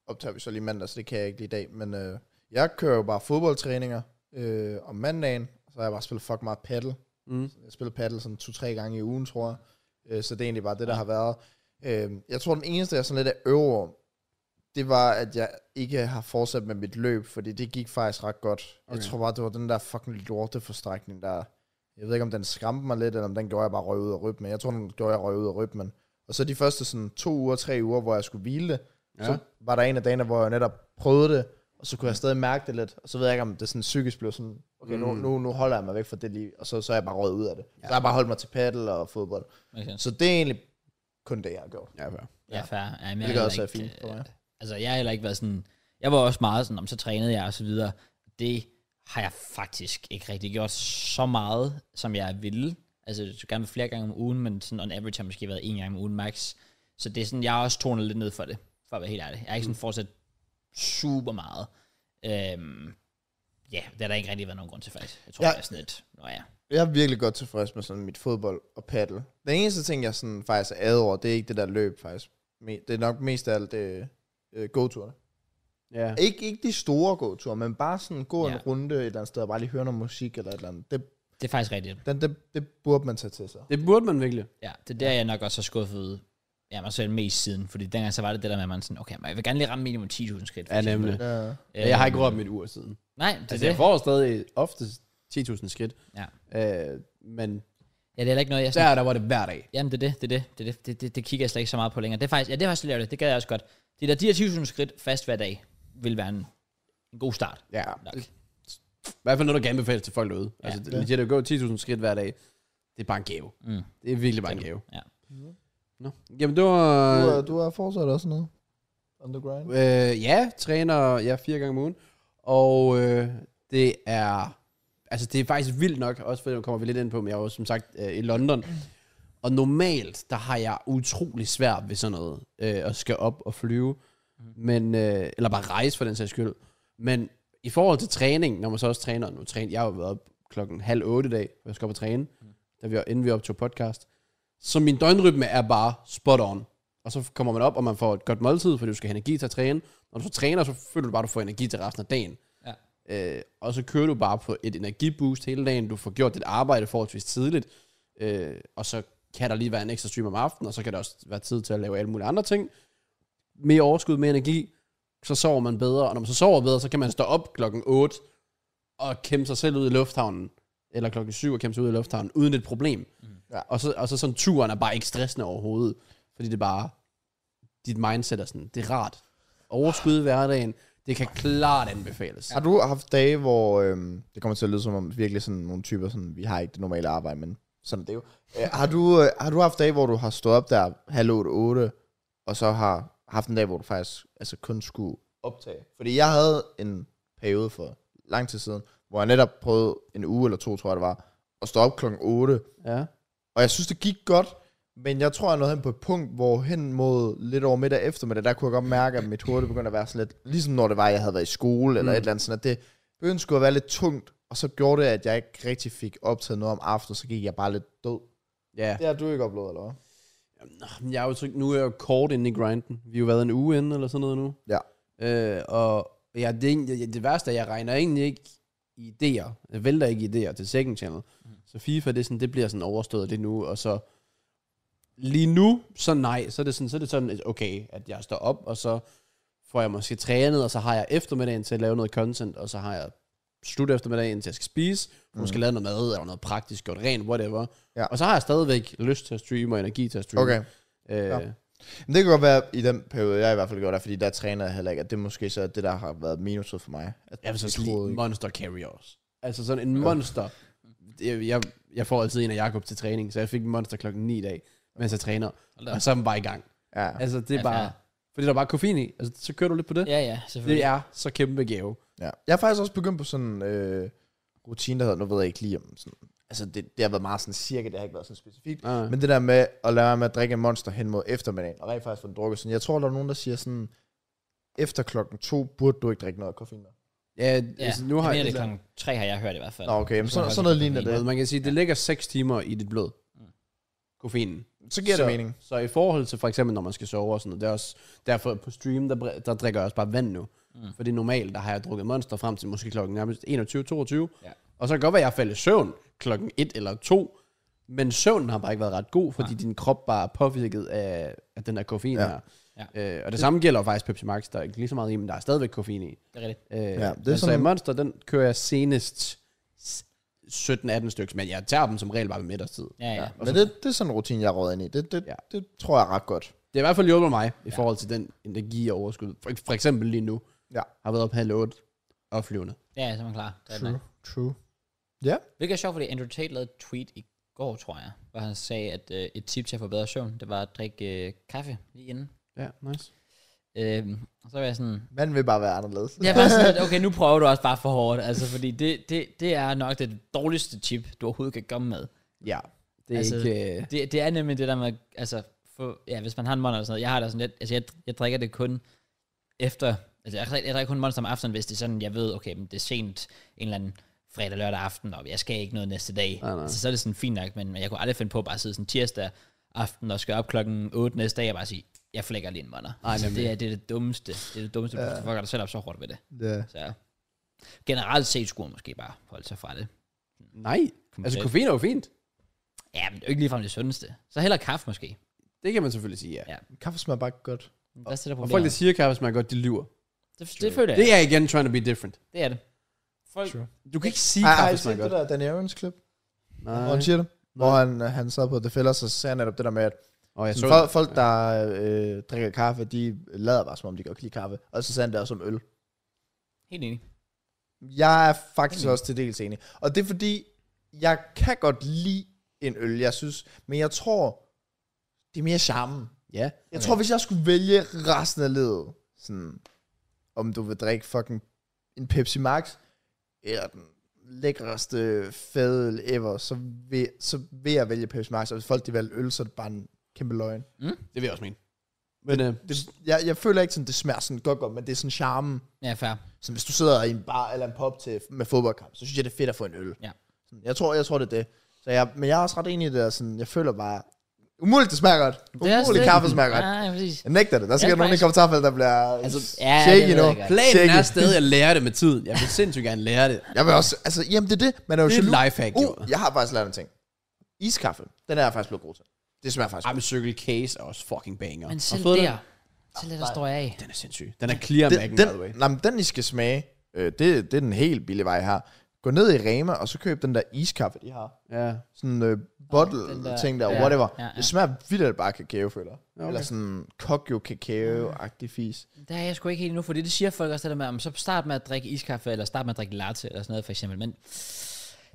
optager vi så lige mandag, så det kan jeg ikke lige i dag, men øh, jeg kører jo bare fodboldtræninger øh, om mandagen, så har jeg bare spillet fuck meget paddle. Mm. Jeg spiller paddle sådan to-tre gange i ugen, tror jeg. Øh, Så det er egentlig bare det, der har været. Øh, Jeg tror, den eneste, jeg sådan lidt er øver om, det var, at jeg ikke har fortsat med mit løb, fordi det gik faktisk ret godt. Okay. Okay. Jeg tror bare, det var den der fucking lorteforstrækning, der... Jeg ved ikke, om den skræmte mig lidt, eller om den gjorde jeg bare røg ud af rytmen. Jeg tror, den gjorde jeg røg ud af rytmen. Og så de første sådan to uger, tre uger, hvor jeg skulle hvile det, ja. så var der en af dagene, hvor jeg netop prøvede det, og så kunne jeg stadig mærke det lidt, og så ved jeg ikke, om det sådan psykisk blev sådan, okay, nu, Mm. nu, nu holder jeg mig væk fra det lige, og så, så er jeg bare røget ud af det. Ja. Så har jeg bare holdt mig til paddle og fodbold. Makes sense. Så det er egentlig kun det, jeg har gjort. Ja, fair. Ja, fair. Ja, men jeg Hvilket har også er heller ikke, fint for mig. øh, Altså, jeg har heller ikke været sådan... Jeg var også meget sådan, om så trænede jeg og så videre. Det har jeg faktisk ikke rigtig gjort så meget, som jeg ville. Altså, jeg skulle gerne være flere gange om ugen, men sådan on average har jeg måske været en gang om ugen max. Så det er sådan, jeg har også tonet lidt ned for det, for at være helt ærlig. Jeg har Mm. ikke sådan fortsat super meget. Øhm, ja, det har der ikke rigtig været nogen grund til, faktisk. Jeg tror, Ja. ja. det er sådan lidt... Nå ja. Jeg er virkelig godt tilfreds med sådan mit fodbold og paddle. Den eneste ting, jeg sådan faktisk er ad over, det er ikke det der løb faktisk. Me- Det er nok mest af alt øh, øh, gåture. Ja. Ikke, ikke de store gåture, men bare sådan gå en Ja. runde et eller andet sted og bare lige høre noget musik eller et eller andet. Det, Det er faktisk rigtigt. den, det, det burde man tage til sig. Det burde man virkelig. Ja, det er der, jeg nok også har skuffet ja, mig selv mest siden. Fordi dengang så var det det der med, at man sådan, okay, men jeg vil gerne lige ramme minimum 10.000 skridt. for Ja, eksempel. nemlig. Ja. Øh, Jeg har ikke rørt mit ur siden. Nej, det er Altså, det. jeg får stadig ofte 10.000 skridt. Ja. Øh, men Ja, det er heller ikke noget, jeg sådan, der, der var det hver dag. jamen det er det, det er det, det, er det, det, det, det kigger jeg slet ikke så meget på længere. Det er faktisk, ja, det har jeg slet lavet det, det gad jeg også godt. Det der, de her 10.000 skridt fast hver dag, vil være en, en god start. Ja. Nok. I hvert fald noget, der kan anbefales til folk derude. Ja. Altså, Ja. legit at gå 10.000 skridt hver dag, det er bare en gave. Mm. Det er virkelig bare en gave. Ja. Nå. Jamen, det var... Du, er- du har fortsat også noget. On the grind. Øh, ja, træner ja, fire gange om ugen. Og øh, det er... Altså, det er faktisk vildt nok, også fordi nu kommer vi lidt ind på, men jeg er jo som sagt øh, i London. Og normalt, der har jeg utrolig svært ved sådan noget, øh, at skal op og flyve. Men, øh, eller bare rejse for den sags skyld. Men i forhold til træning, når man så også træner, nu træner, jeg har jo været op klokken halv otte i dag, hvor jeg skal op og træne, da vi, inden vi optog podcast. Så min døgnrytme er bare spot on. Og så kommer man op, og man får et godt måltid, fordi du skal have energi til at træne. Når du så træner, så føler du bare, at du får energi til resten af dagen. Ja. Øh, og så kører du bare på et energiboost hele dagen. Du får gjort dit arbejde forholdsvis tidligt. Øh, og så kan der lige være en ekstra stream om aftenen, og så kan der også være tid til at lave alle mulige andre ting. Mere overskud, mere energi, så sover man bedre. Og når man så sover bedre, så kan man stå op klokken 8 og kæmpe sig selv ud i lufthavnen. Eller klokken 7 og kæmpe sig ud i lufthavnen, uden et problem. Mm. Ja. Og, så, og så sådan turen er bare ikke stressende overhovedet. Fordi det er bare, dit mindset er sådan, det er rart. Overskud i hverdagen, det kan klart anbefales. Har du haft dage, hvor øhm, det kommer til at lyde som om virkelig sådan nogle typer, sådan, vi har ikke det normale arbejde, men sådan er det jo. Øh, har, du, øh, har du haft dage, hvor du har stået op der halv otte, otte, og så har haft en dag, hvor du faktisk altså, kun skulle optage? Fordi jeg havde en periode for lang tid siden, hvor jeg netop prøvede en uge eller to, tror jeg det var, at stå op klokken 8, Ja. og jeg synes, det gik godt, men jeg tror, jeg nåede hen på et punkt, hvor hen mod lidt over middag eftermiddag, der kunne jeg godt mærke, at mit hoved det begyndte at være sådan lidt, ligesom når det var, jeg havde været i skole eller Mm. et eller andet, sådan at det begyndte sgu at være lidt tungt, og så gjorde det, at jeg ikke rigtig fik optaget noget om aftenen, så gik jeg bare lidt død. Ja. Det har du ikke oplevet, eller hvad? Nå, men Jeg er jo tryg, nu er jeg jo kort inde i grinden. Vi har jo været en uge inde, eller sådan noget nu. Ja. Øh, og ja, det, er egentlig- ja, det værste er, at jeg regner egentlig ikke i idéer. Jeg vælter ikke idéer til second channel. Mhm. Mm. Så FIFA, det, er sådan, det bliver sådan overstået det nu, og så lige nu, så nej, så er det sådan, så er det sådan at okay, at jeg står op, og så får jeg måske trænet, og så har jeg eftermiddagen til at lave noget content, og så har jeg slut eftermiddagen til at jeg skal spise, mm. måske lave noget mad, eller noget praktisk, gjort rent, whatever. Mhm. Ja. Og så har jeg stadigvæk lyst til at streame, og energi til at streame. Mm. Okay. Øh, Ja. Men det kan godt være, i den periode, jeg i hvert fald gjorde der, fordi der trænede jeg heller ikke, at det måske så er det, der har været minuset for mig. At Jeg vil så troede sige ikke. monster carriers. Altså sådan en monster. Jeg, jeg, jeg får altid en af Jakob til træning, så jeg fik en monster klokken 9 i dag, mens jeg træner. Hold da op. Og så er man bare i gang. Ja. Altså det er Ja, bare... fair. Fordi der er bare koffein i. Altså, så kører du lidt på det. Ja, ja, Det selvfølgelig. er så kæmpe gave. Ja. Jeg har faktisk også begyndt på sådan en øh, rutine, der hedder, nu ved jeg ikke lige om sådan, altså det, det har været meget sådan cirka, det har ikke været sådan specifikt, Nej. men det der med at lade være med at drikke en monster hen mod eftermiddagen, og rent faktisk få den drukket sådan, jeg tror, der er nogen, der siger sådan, efter klokken to burde du ikke drikke noget koffein. med. Ja, Ja, altså, nu har jeg jeg... mener, det klokken tre har jeg hørt i hvert fald. Nå, okay, men Jeg tror sådan, faktisk, sådan noget det er ligner koffein. det. Man kan sige, det ligger 6 timer i dit blod. Mm. Koffeinen. Så giver det så, mening. Så i forhold til for eksempel, når man skal sove og sådan noget, det er også derfor på stream, der, br- der drikker jeg også bare vand nu. Mm. Fordi normalt, der har jeg drukket monster frem til måske klokken nærmest 21-22. Ja. Og så kan det godt være, at jeg falder i søvn klokken 1 eller 2. Men søvnen har bare ikke været ret god, fordi ja. din krop bare er påvirket af, af den der koffein Ja. ja. her. Ja. Øh, og det samme gælder jo faktisk Pepsi Max, der er ikke lige så meget i, men der er stadigvæk koffein i. Det er rigtigt. Øh, ja, det er er men så sådan- i Monster, den kører jeg senest s- 17-18 stykker, men jeg tager dem som regel bare ved middagstid. Ja, ja. Men det, det er sådan en rutine, jeg råder ind i. Det, det, Ja. det tror jeg er ret godt. Det har i hvert fald hjulpet mig i forhold til den energi og overskud. For, for eksempel lige nu. Ja. Har været op halv otte og flyvende. Ja, ja, så er man klar. Det er det. true. Hvilket er sjovt, fordi Andrew Tate lavede et tweet i går, tror jeg, hvor han sagde, at øh, et tip til at få bedre søvn, det var at drikke øh, kaffe lige inden. Ja, nice. Øh, og så var jeg sådan, Man vil bare være anderledes. jeg var sådan, lidt, okay, nu prøver du også bare for hårdt, altså, fordi det, det, det er nok det dårligste tip, du overhovedet kan komme med. Ja. Det er Altså, altså, ikke... Øh, Det, det er nemlig det der med, altså, for, ja, hvis man har en monster eller sådan noget, jeg har det sådan lidt, altså, jeg, jeg drikker det kun efter, altså, jeg, drik- jeg drikker kun monster om aftenen, hvis det er sådan, jeg ved, okay, men det er sent en eller anden fredag, lørdag aften, og jeg skal ikke noget næste dag. Nej, nej. Altså, så er det sådan fint nok, men jeg kunne aldrig finde på at bare sidde sådan tirsdag aften og skal op klokken 8 næste dag og bare sige, jeg flækker lige en monster. Nej, altså, nemlig. det, er, det er det dummeste. Det er det dummeste, ja. Ja. du fucker dig selv op så hårdt ved det. Ja. Så generelt set skulle man måske bare holde sig fra det. nej. Altså, koffein er jo fint. Ja, men det er jo ikke ligefrem det sundeste. Så heller kaffe måske. Det kan man selvfølgelig sige, ja. Ja. Kaffe smager bare godt. Hvad er det, der Og folk, der siger kaffe smager godt, de lyver. Det, det føler jeg. Det er igen trying to be different. Det er det. Folk, True. Du kan ikke sige, Ej, har kaffe I set smager det godt. der Danny Evans klip? Hvor Nej. han siger det? Hvor han, øh, han sad på The Fellers, og så sagde han netop det der med, at Og jeg så sådan, folk, folk, der øh, drikker kaffe, de lader bare, som om de godt kan lide kaffe. Og så sagde han det også om øl. helt enig. Jeg er faktisk Enig. også til dels enig. Og det er fordi, jeg kan godt lide en øl, jeg synes. Men jeg tror, det er mere charmen. Ja. Jeg tror, hvis jeg skulle vælge resten af livet, sådan, om du vil drikke fucking en Pepsi Max, eller den lækreste fadøl ever, så vil, så vil jeg vælge Pepsi Max, og hvis folk de vælger øl, så er det bare en kæmpe løgn. Det vil jeg også mene. Men øh, Det, jeg, jeg føler ikke sådan, det smager sådan godt, godt, men det er sådan charmen. Ja, fair. Så hvis du sidder i en bar eller en pub til, med fodboldkamp, så synes jeg, det er fedt at få en øl. Ja. Sådan, Jeg tror, jeg tror det er det. Så jeg, men jeg er også ret enig i det, der, sådan, jeg føler bare, umuligt det smager godt. Umuligt kaffe smager godt. Nej, præcis. Jeg nægter det. Der er sikkert nogen i faktisk- kommentarfeltet, der bliver Altså, altså, ja, det ved jeg shaky nu. godt. planen Shaky. er stadig at lære det med tiden. Jeg vil sindssygt gerne lære det. Jeg vil også, altså, jamen det er det. Man er jo Det er et jaloux. lifehack, jo. uh, jeg har faktisk lært en ting. Iskaffe, den er jeg faktisk blevet god til. Det smager faktisk Ej, men Circle Case er også fucking banger. Men Har selv du fået der, selv der, der står jeg af. Den er sindssyg. Den er clear Den, Mac'en, by the way. den, nej, men den I skal smage, øh, det, det er den helt billige vej her. Gå ned i Rema, og så køb den der iskaffe, de har. Ja. Sådan en øh, bottle den der- ting der, ja, whatever. ja, ja. Det smager vildt bare af kakao, føler jeg. okay. Eller sådan kokjo kakao-agtig fis. Der er jeg sgu ikke helt nu, fordi det siger folk også det der med, om så start med at drikke iskaffe, eller start med at drikke latte, eller sådan noget for eksempel. Men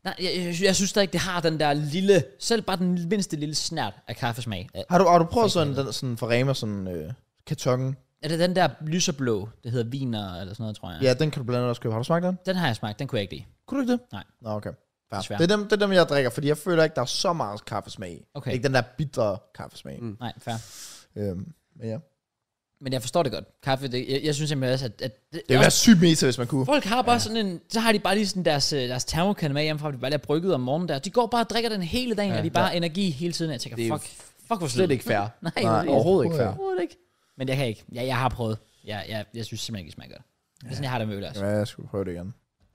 nej, jeg, jeg, jeg synes da ikke, det har den der lille, selv bare den mindste lille snært af kaffesmag. Er, Har du, har du prøvet sådan, den, sådan fra Rema, sådan øh, kartongen? er det den der lyserblå, det hedder viner, eller sådan noget, tror jeg. Ja, den kan du blandt andet også købe. Har du smagt den? Den har jeg smagt, den kunne jeg ikke lide. Kunne du ikke det? Nej. Nå, okay. Fair. Desværre. Det er, dem, det er dem, jeg drikker, fordi jeg føler ikke, der er så meget kaffesmag i. Okay. Ikke den der bitre kaffesmag. Mm. Mm. Nej, fair. Øhm, men ja. Men jeg forstår det godt. Kaffe, det, jeg, jeg synes simpelthen også, at... at Det ville være sygt meta, hvis man kunne. Folk har bare ja. sådan en, så har de bare lige sådan deres, øh, deres termokande med hjemmefra, de bare lige har brygget om morgenen der. De går bare og drikker den hele dagen, ja, og de bare ja. energi hele tiden. Jeg tænker, Det er jo fuck, fuck hvor Slet slet ikke fair. Nej, Nej, Nej Overhovedet ikke fair. overhovedet ikke. Men jeg kan ikke. Jeg, jeg har prøvet. Jeg, jeg, jeg synes simpelthen ikke, det smager godt. Det er sådan, jeg har det med øl også. Ja, jeg skulle prøve det igen.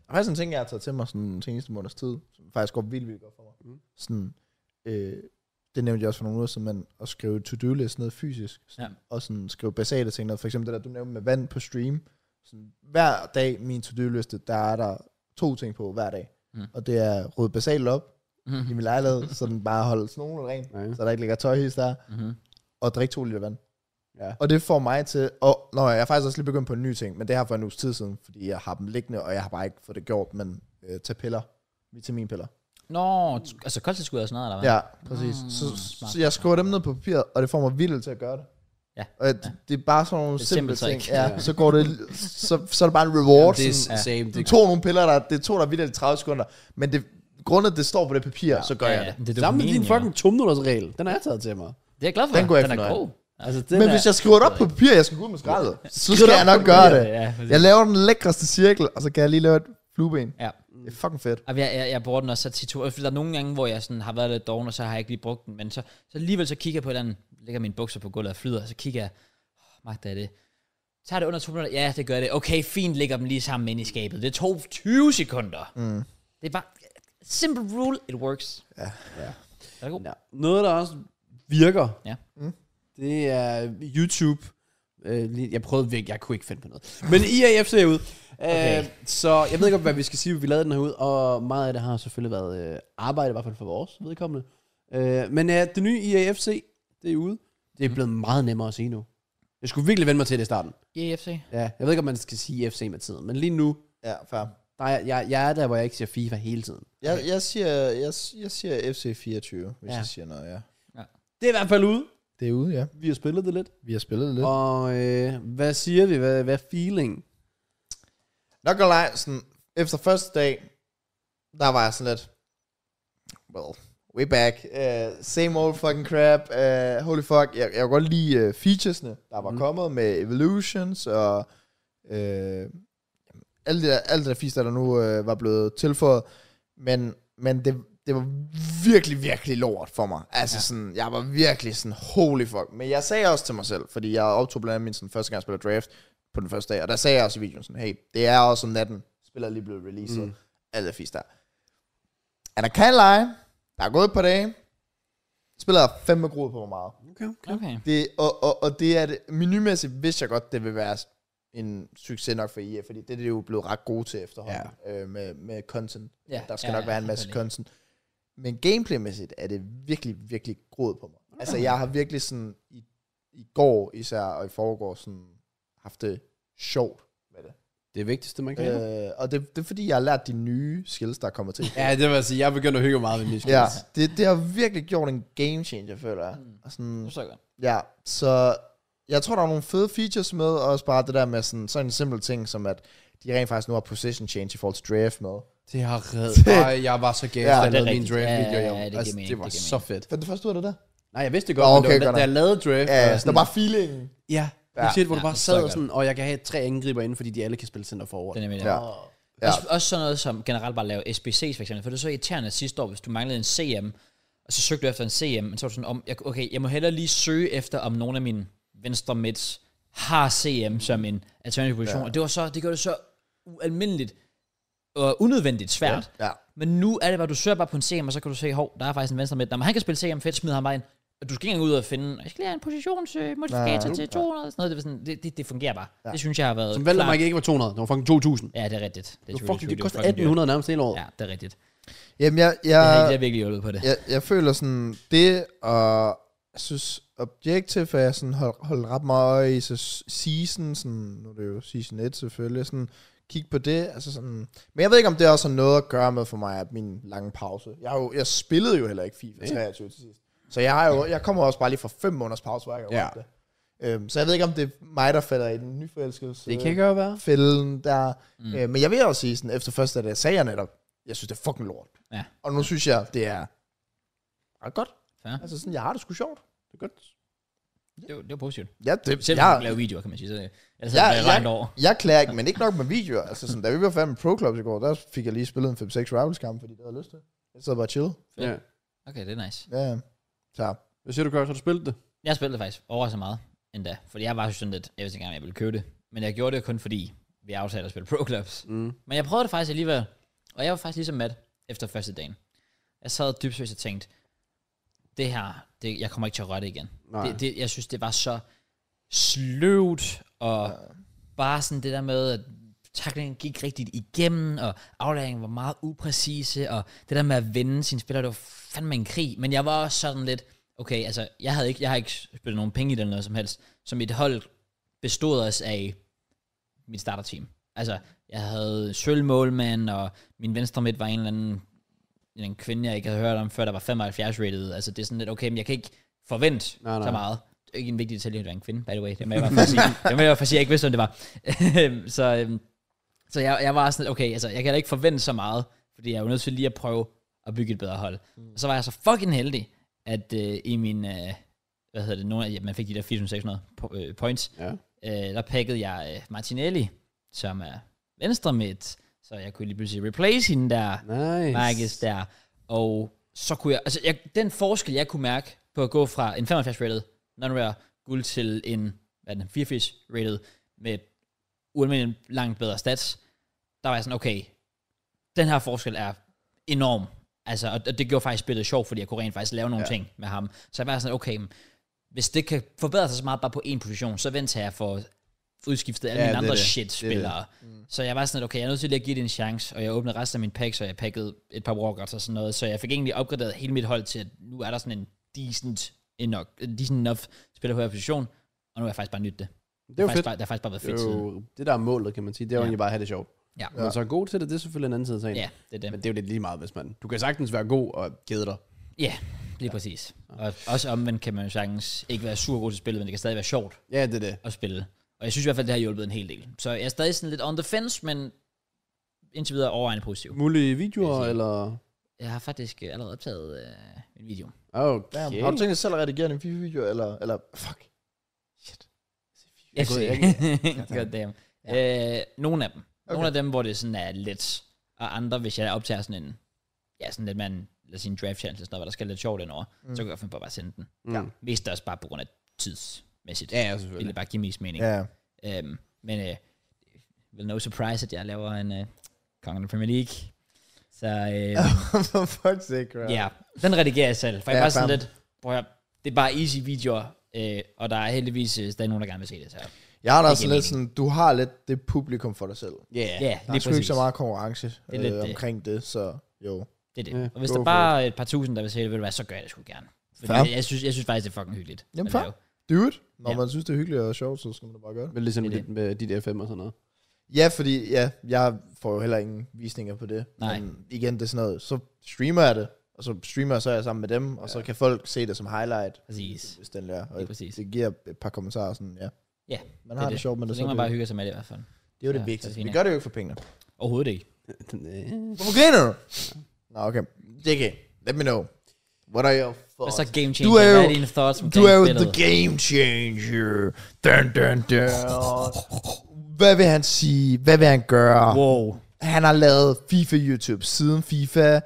Der er faktisk en ting, jeg har taget til mig sådan den seneste måneds tid, som faktisk går vildt, vildt godt for mig. Mm. Sådan, øh, det nævnte jeg også for nogle uger siden, men at skrive to-do-list ned fysisk, sådan, Ja. ja. og sådan skrive basale ting ned. For eksempel det der, du nævnte med vand på stream. Sådan, hver dag min to-do-liste, der er der to ting på hver dag. Mm. Mm. Og det er at rydde basalt op Mhm. mm. i min lejlighed, så den bare holdes nogenlunde ren, Ja. så der ikke ligger tøjhis der Mm-hmm. og drikke to liter vand. Ja. Og det får mig til, og nå, jeg er faktisk også lige begyndt på en ny ting, men det her for en uges tid siden, fordi jeg har dem liggende, og jeg har bare ikke fået det gjort, men øh, tage piller, vitaminpiller. Nå, t- altså koldtilskud og sådan noget, eller hvad? Ja, præcis. Mm, Mm, så, smart. så jeg skriver dem ned på papiret, og det får mig vildt til at gøre det. Ja. Og det, det er bare sådan nogle Det er simple simpelt ting. trick. Ja, Ja. så går det, så, så er det bare en reward. Det er sådan, same. du Det, tog nogle piller, der, det tog dig vildt i 30 sekunder, men det grundet det står på det papir, ja. så gør ja, jeg det. Det er Sammen med dopaminen, din jo. fucking 2 minutters regel. Den har jeg taget til mig. Det er jeg glad for. Den kunne jeg den ikke er finde god. Altså, den Men er, hvis jeg skriver det op på papir, jeg skal gå ud med skraldet, så Skriv skal jeg op nok på gøre papiret, det. Ja, Jeg laver den lækreste cirkel, og så kan jeg lige lave et flueben. ja. Det er fucking fedt. Jamen, Jeg, jeg, jeg bruger den også så tit, to- fordi der er nogle gange, hvor jeg sådan har været lidt doven, og så har jeg ikke lige brugt den, men så, så alligevel så kigger jeg på et eller andet, lægger mine bukser på gulvet og flyder, og så kigger jeg, oh, magter jeg det? Tager det under to minutter? Ja, det gør det. Okay, fint, lægger dem lige sammen ind i skabet. Det tog 20 sekunder. Mm. Det er bare, simple rule, it works. Ja. ja. Er god? ja. Noget, der også virker, Ja. det er YouTube. Øh, lige- jeg prøvede virkelig, jeg kunne ikke finde på noget. Men IAF ser ud. Okay. Øh, så jeg ved ikke, hvad vi skal sige, vi lavede den her ud, og meget af det har selvfølgelig været øh, arbejde, i hvert fald for vores vedkommende. Øh, men øh, det nye IAFC, det er ude. Det er blevet meget nemmere at sige nu. Jeg skulle virkelig vende mig til det i starten. EFC. Ja, jeg ved ikke, om man skal sige IFC med tiden, men lige nu, Ja, fair. der er, jeg, jeg er der, hvor jeg ikke siger FIFA hele tiden. Jeg, jeg, siger, jeg, jeg siger FC 24, hvis Ja. ja. jeg siger noget, ja. Det er i hvert fald ude. Det er ude, ja. Vi har spillet det lidt. Vi har spillet det lidt. Og øh, hvad siger vi? Hvad, hvad er feeling? Nok og leg, sådan, efter første dag, der var jeg sådan lidt, well, way back, uh, same old fucking crap, uh, holy fuck, jeg, jeg kunne godt lide uh, featuresne, der var Mhm. mm. kommet med Evolutions, og uh, alt det der, alt det der fisk, der nu uh, var blevet tilføjet, men, men det, det var virkelig, virkelig lort for mig. Altså ja. sådan, jeg var virkelig sådan, holy fuck. Men jeg sagde også til mig selv, fordi jeg optog blandt andet min sådan, første gang, jeg spiller draft, på den første dag. Og der sagde jeg også i videoen sådan, hey, det er også om natten. Spiller er lige blevet releaset. Mm. Alt er fisk der. And I can't lie. Der er gået et par dage. Spiller er fandme groet på, hvor meget. Okay, okay. Okay. Det, og, og, og det er det, menumæssigt vidste jeg godt, det vil være en succes nok for IA, fordi det er de jo blevet ret gode til efterhånden ja. øh, med, med content. Ja, Der skal ja, nok ja, være en masse selvfølgelig. content. Men gameplaymæssigt er det virkelig, virkelig groet på mig. Altså jeg har virkelig sådan i, i går især og i forgår sådan haft det sjovt med det. Det er vigtigste, man kan. Øh. Øh, og det, det er fordi, jeg har lært de nye skills, der kommer til. Ja, det vil jeg sige. Jeg begynder at hygge meget ved Michigan. ja det, det har virkelig gjort en game changer, føler jeg. Mm. Og sådan, Nu så jeg godt. Ja, så jeg tror, der er nogle fede features med, og også bare det der med sådan, sådan en simpel ting, som at de rent faktisk nu har position change i forhold til draft med. Det har reddet. Ej, jeg var så gæst, Ja, ja, jeg det er lavede min rigtigt. draft Ja, video. ja, Ja, ja, det giver altså, mening, det det var giver så fedt. For det første ud af det der? Nej, jeg vidste det godt, Nå, okay, men okay, det var, godt da, da nok. jeg lavede draft, Ja, var ja, jeg der var bare feelingen. ja, Ja. ja, shit, hvor du Ja, bare det sad forstår og jeg sådan, og jeg kan have tre angriber inden, fordi de alle kan spille center forward. Den er med Ja. Ja. Ja. Også, også sådan noget som generelt bare lave SBC's for eksempel, for det er så irriterende at sidste år, hvis du manglede en CM, og så søgte du efter en CM, men så var du sådan, om, jeg, okay, jeg må hellere lige søge efter, om nogle af mine venstre mids har CM som en alternativ position, ja. og det var så, det gjorde det så ualmindeligt og unødvendigt svært. Ja. Men nu er det bare, du søger bare på en CM, og så kan du se, hov, der er faktisk en venstre midt, Nå, men han kan spille CM, fedt, smider ham bare ind. Og Du skal ikke engang ud og finde, jeg skal lige have en positionsmodifikator til 200, sådan noget. Det, er sådan, det, det, det fungerer bare. Ja. Det synes jeg har været Som vel, klart- at ikke var 200, det var fucking 2000. Ja, det er rigtigt. Det, Det, er 2020, var fucking, det var koster fucking dyrt. 1800 nærmest hele året. Ja, det er rigtigt. Øh, Jamen, jeg, Det har, jeg, det har virkelig hjulpet på det. jeg, jeg føler sådan, det og jeg synes, Objective er jeg sådan holdt hold ret meget øje i, så season, sådan, nu er det jo season 1 selvfølgelig, sådan, kig på det, altså sådan, men jeg ved ikke, om det også har noget at gøre med for mig, at min lange pause, jeg, har jo, jeg spillede jo heller ikke FIFA 23 til sidst, så jeg, har jo, jeg kommer også bare lige fra 5 måneders pause, hvor jeg ikke har Ja. rørt det. Øhm, så jeg ved ikke, om det er mig, der falder i den nyforelskelse Det kan godt være. fælden der. Mm. Øh, men jeg vil også sige, sådan, efter første dag sagde jeg netop, jeg synes, det er fucking lort. Ja. Og nu synes jeg, det er ret godt. Ja. Altså sådan, jeg har det sgu sjovt. Det er godt. Det, var- det var positivt. Ja, det, Selv jeg, ja. lave videoer, kan man sige. Så, ellers ja, havde det jeg, langt over. jeg, jeg klager ikke, men ikke nok med videoer. Altså sådan, da vi var færdige med Pro Clubs i går, der fik jeg lige spillet en 5-6 rivals kamp, fordi det havde jeg lyst til. Jeg sad bare chill. Ja. Ja. Okay, det er nice. Ja, så. Hvad siger du, Kørs? Har du spillet det? Jeg spillede faktisk overraskende meget endda. Fordi jeg var sådan lidt, jeg vidste ikke engang, om jeg ville købe det. Men jeg gjorde det kun fordi, vi aftalte at spille Pro Clubs. Mm. Men jeg prøvede det faktisk alligevel. Og jeg var faktisk ligesom Matt efter første dagen. Jeg sad dybt seriøst og tænkte, det her, det, jeg kommer ikke til at røre det igen. Nej. Det, det, jeg synes, det var så sløvt, og ja. bare sådan det der med, at taklingen gik rigtigt igennem, og aflæringen var meget upræcise, og det der med at vende sine spillere, det var fandme en krig. Men jeg var også sådan lidt, okay, altså, jeg, havde ikke, jeg har ikke spillet nogen penge i det eller noget som helst, så mit hold bestod os af mit starterteam. Altså, jeg havde sølvmålmand, og min venstre midt var en eller anden en kvinde, jeg ikke havde hørt om før, der var 75 rated. Altså, det er sådan lidt, okay, men jeg kan ikke forvente nej, nej. Nej, nej. så meget. Det er ikke en vigtig detalje, at det var en kvinde, by the way. Det må jeg bare for at sige. Det må jeg bare for at sige, jeg ikke vidste, om det var. så øhm, så jeg, jeg var sådan lidt, okay, altså, jeg kan da ikke forvente så meget, fordi jeg er jo nødt til lige at prøve at bygge et bedre hold. Mm. Og så var jeg så fucking heldig, at øh, i min, øh, hvad hedder det, nogle af, ja, man fik de der 4600 po- øh, points, Ja. øh, der pakkede jeg øh, Martinelli, som er venstre midt, så jeg kunne lige pludselig replace hende der, Nice. Marcus der, og så kunne jeg, altså jeg, den forskel, jeg kunne mærke på at gå fra en 75-rated non-rare guld til en, hvad er den, 84-rated med ualmindeligt langt bedre stats, der var jeg sådan, okay, den her forskel er enorm. Altså, og og det gjorde faktisk spillet sjovt, fordi jeg kunne rent faktisk lave nogle ja. ting med ham. Så jeg var sådan, okay, men hvis det kan forbedre sig så meget bare på én position, så venter jeg for udskiftet alle Ja, ja, mine det er andre det. Det shit-spillere. er Mm. Så jeg var sådan, at okay, jeg er nødt til lige at give det en chance, og jeg åbnede resten af min pack, så jeg pakkede et par walkouts og sådan noget, så jeg fik egentlig opgraderet hele mit hold til, at nu er der sådan en decent enough, decent enough spiller på hver position, og nu har jeg faktisk bare nyt det. Det er jo faktisk fedt. Bare, det har faktisk bare været Det fedt er siden. jo det, der er målet, kan man sige. Det er jo Ja. egentlig bare at have det sjovt. Ja. Ja. Men så er god til det, det er selvfølgelig en anden side af sagen. Ja, det er det. Men det er jo lidt lige meget, hvis man... Du kan sagtens være god og kede dig. Ja, lige præcis. Og også omvendt kan man jo sagtens ikke være sur god til spillet, men det kan stadig være sjovt Ja, det er det. at spille. Og jeg synes i hvert fald, det har hjulpet en hel del. Så jeg er stadig sådan lidt on the fence, men indtil videre overvejende positiv. Mulige videoer, Jeg siger- eller... Jeg har faktisk øh, allerede optaget øh, en video. Ah, Okay. Damn. Har du tænkt dig selv at redigere en FIFA-video, eller, eller fuck? Shit. Jeg kunne- ikke. God damn. Øh, nogle af dem. Okay. Nogle Okay. af dem, hvor det sådan er lidt, og andre, hvis jeg optager sådan en, ja, sådan lidt man, lad os sige en draft challenge, eller sådan noget, hvor der skal lidt sjovt indover, mm. så kan jeg finde på at bare sende den. Ja. Mest også bare på grund af tidsmæssigt. Ja, ja, Det ville selvfølgelig. bare give mest mening. Ja. Øhm, men øh, well, no surprise, at jeg laver en øh, Kongen af Premier League. Så øh, For fuck's sake, bro. ja, den redigerer jeg selv. For jeg Ja, er bare sådan fam. lidt, prøv at, høre, det er bare easy videoer, øh, og der er heldigvis øh, stadig nogen, der gerne vil se det. Så ja, Jeg har da Det også giver lidt sådan, du har lidt det publikum for dig selv. Ja. Der er lige sgu ikke præcis. så meget konkurrence er lidt øh, det. omkring det, så jo. Det er det. Ja, og hvis go der for bare er et par tusind, der vil se det, ved du hvad, så gør jeg det sgu gerne. Fordi Fair. jeg, jeg, synes, jeg synes faktisk, det er fucking hyggeligt. Jamen, at fair. lave. Dude, når Ja. man synes, det er hyggeligt og sjovt, så skal man da bare gøre det. Vel ligesom Det er lidt med dit FM og sådan noget. Ja, fordi ja, jeg får jo heller ingen visninger på det. Nej. Men igen, det er sådan noget, så streamer jeg det, og så streamer jeg så er jeg sammen med dem, og så kan folk se det som highlight, Præcis. hvis den der. Lige Og præcis. det giver et par kommentarer og sådan, ja. Ja, Man har det, det sjovt Så med det, længe er man det, bare hygger sig med det i hvert fald. det Ja, er jo det det er vigtigste. fint, Vi ja. gør det jo ikke for pengene. Overhovedet ikke. Hvorfor griner du? Nå, okay. JK, let me know. What are your Og thoughts? så game changer. altså, Du er jo- Hvad er dine thoughts Du omkring er jo spillet? the game changer. Dun, dun, dun. Hvad vil han sige? Hvad vil han gøre? Wow. Han har lavet FIFA YouTube siden FIFA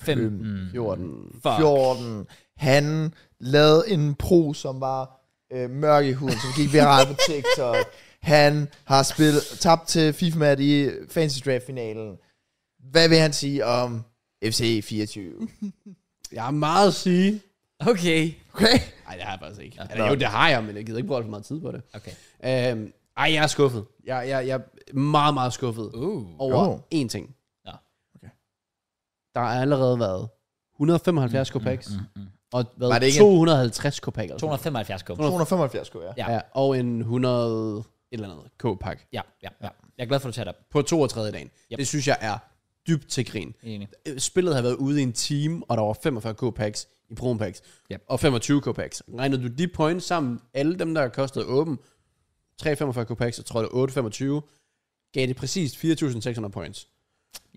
5. Øhm. Mm. 14. Fuck. 14. Han lavede en pro, som var øh, mørk i huden, som gik viralt på TikTok. Han har spillet tabt til FIFA Mat i Fantasy Draft-finalen. Hvad vil han sige om FC 24? Jeg har meget at sige. Okay. Okay? Nej, det har jeg faktisk ikke. Eller, jo, det har jeg, men jeg gider ikke bruge alt for meget tid på det. Okay. Øhm, ej, jeg er skuffet. Jeg, jeg, jeg er meget, meget skuffet Uh. over Oh. én ting. Nå. Okay. Der har allerede været 175 Mm, kopacks, og Var hvad, det ikke en- 250 kopacks. eller sådan 275 k. 275 skulle jeg. Ja. noget. Ja, og en 100 et eller andet kopak Ja, ja, ja. Jeg er glad for, at du tager det op. på 32. dagen. Yep. Det synes jeg er dybt til grin. Enig. Øh, spillet har været ude i en time, og der var 45 k-packs i Proen packs, Yep. og 25 k-packs. Regnede du de points sammen, alle dem, der kostede åben, 3,45 k-packs og trådte 8,25, gav det præcis 4.600 points.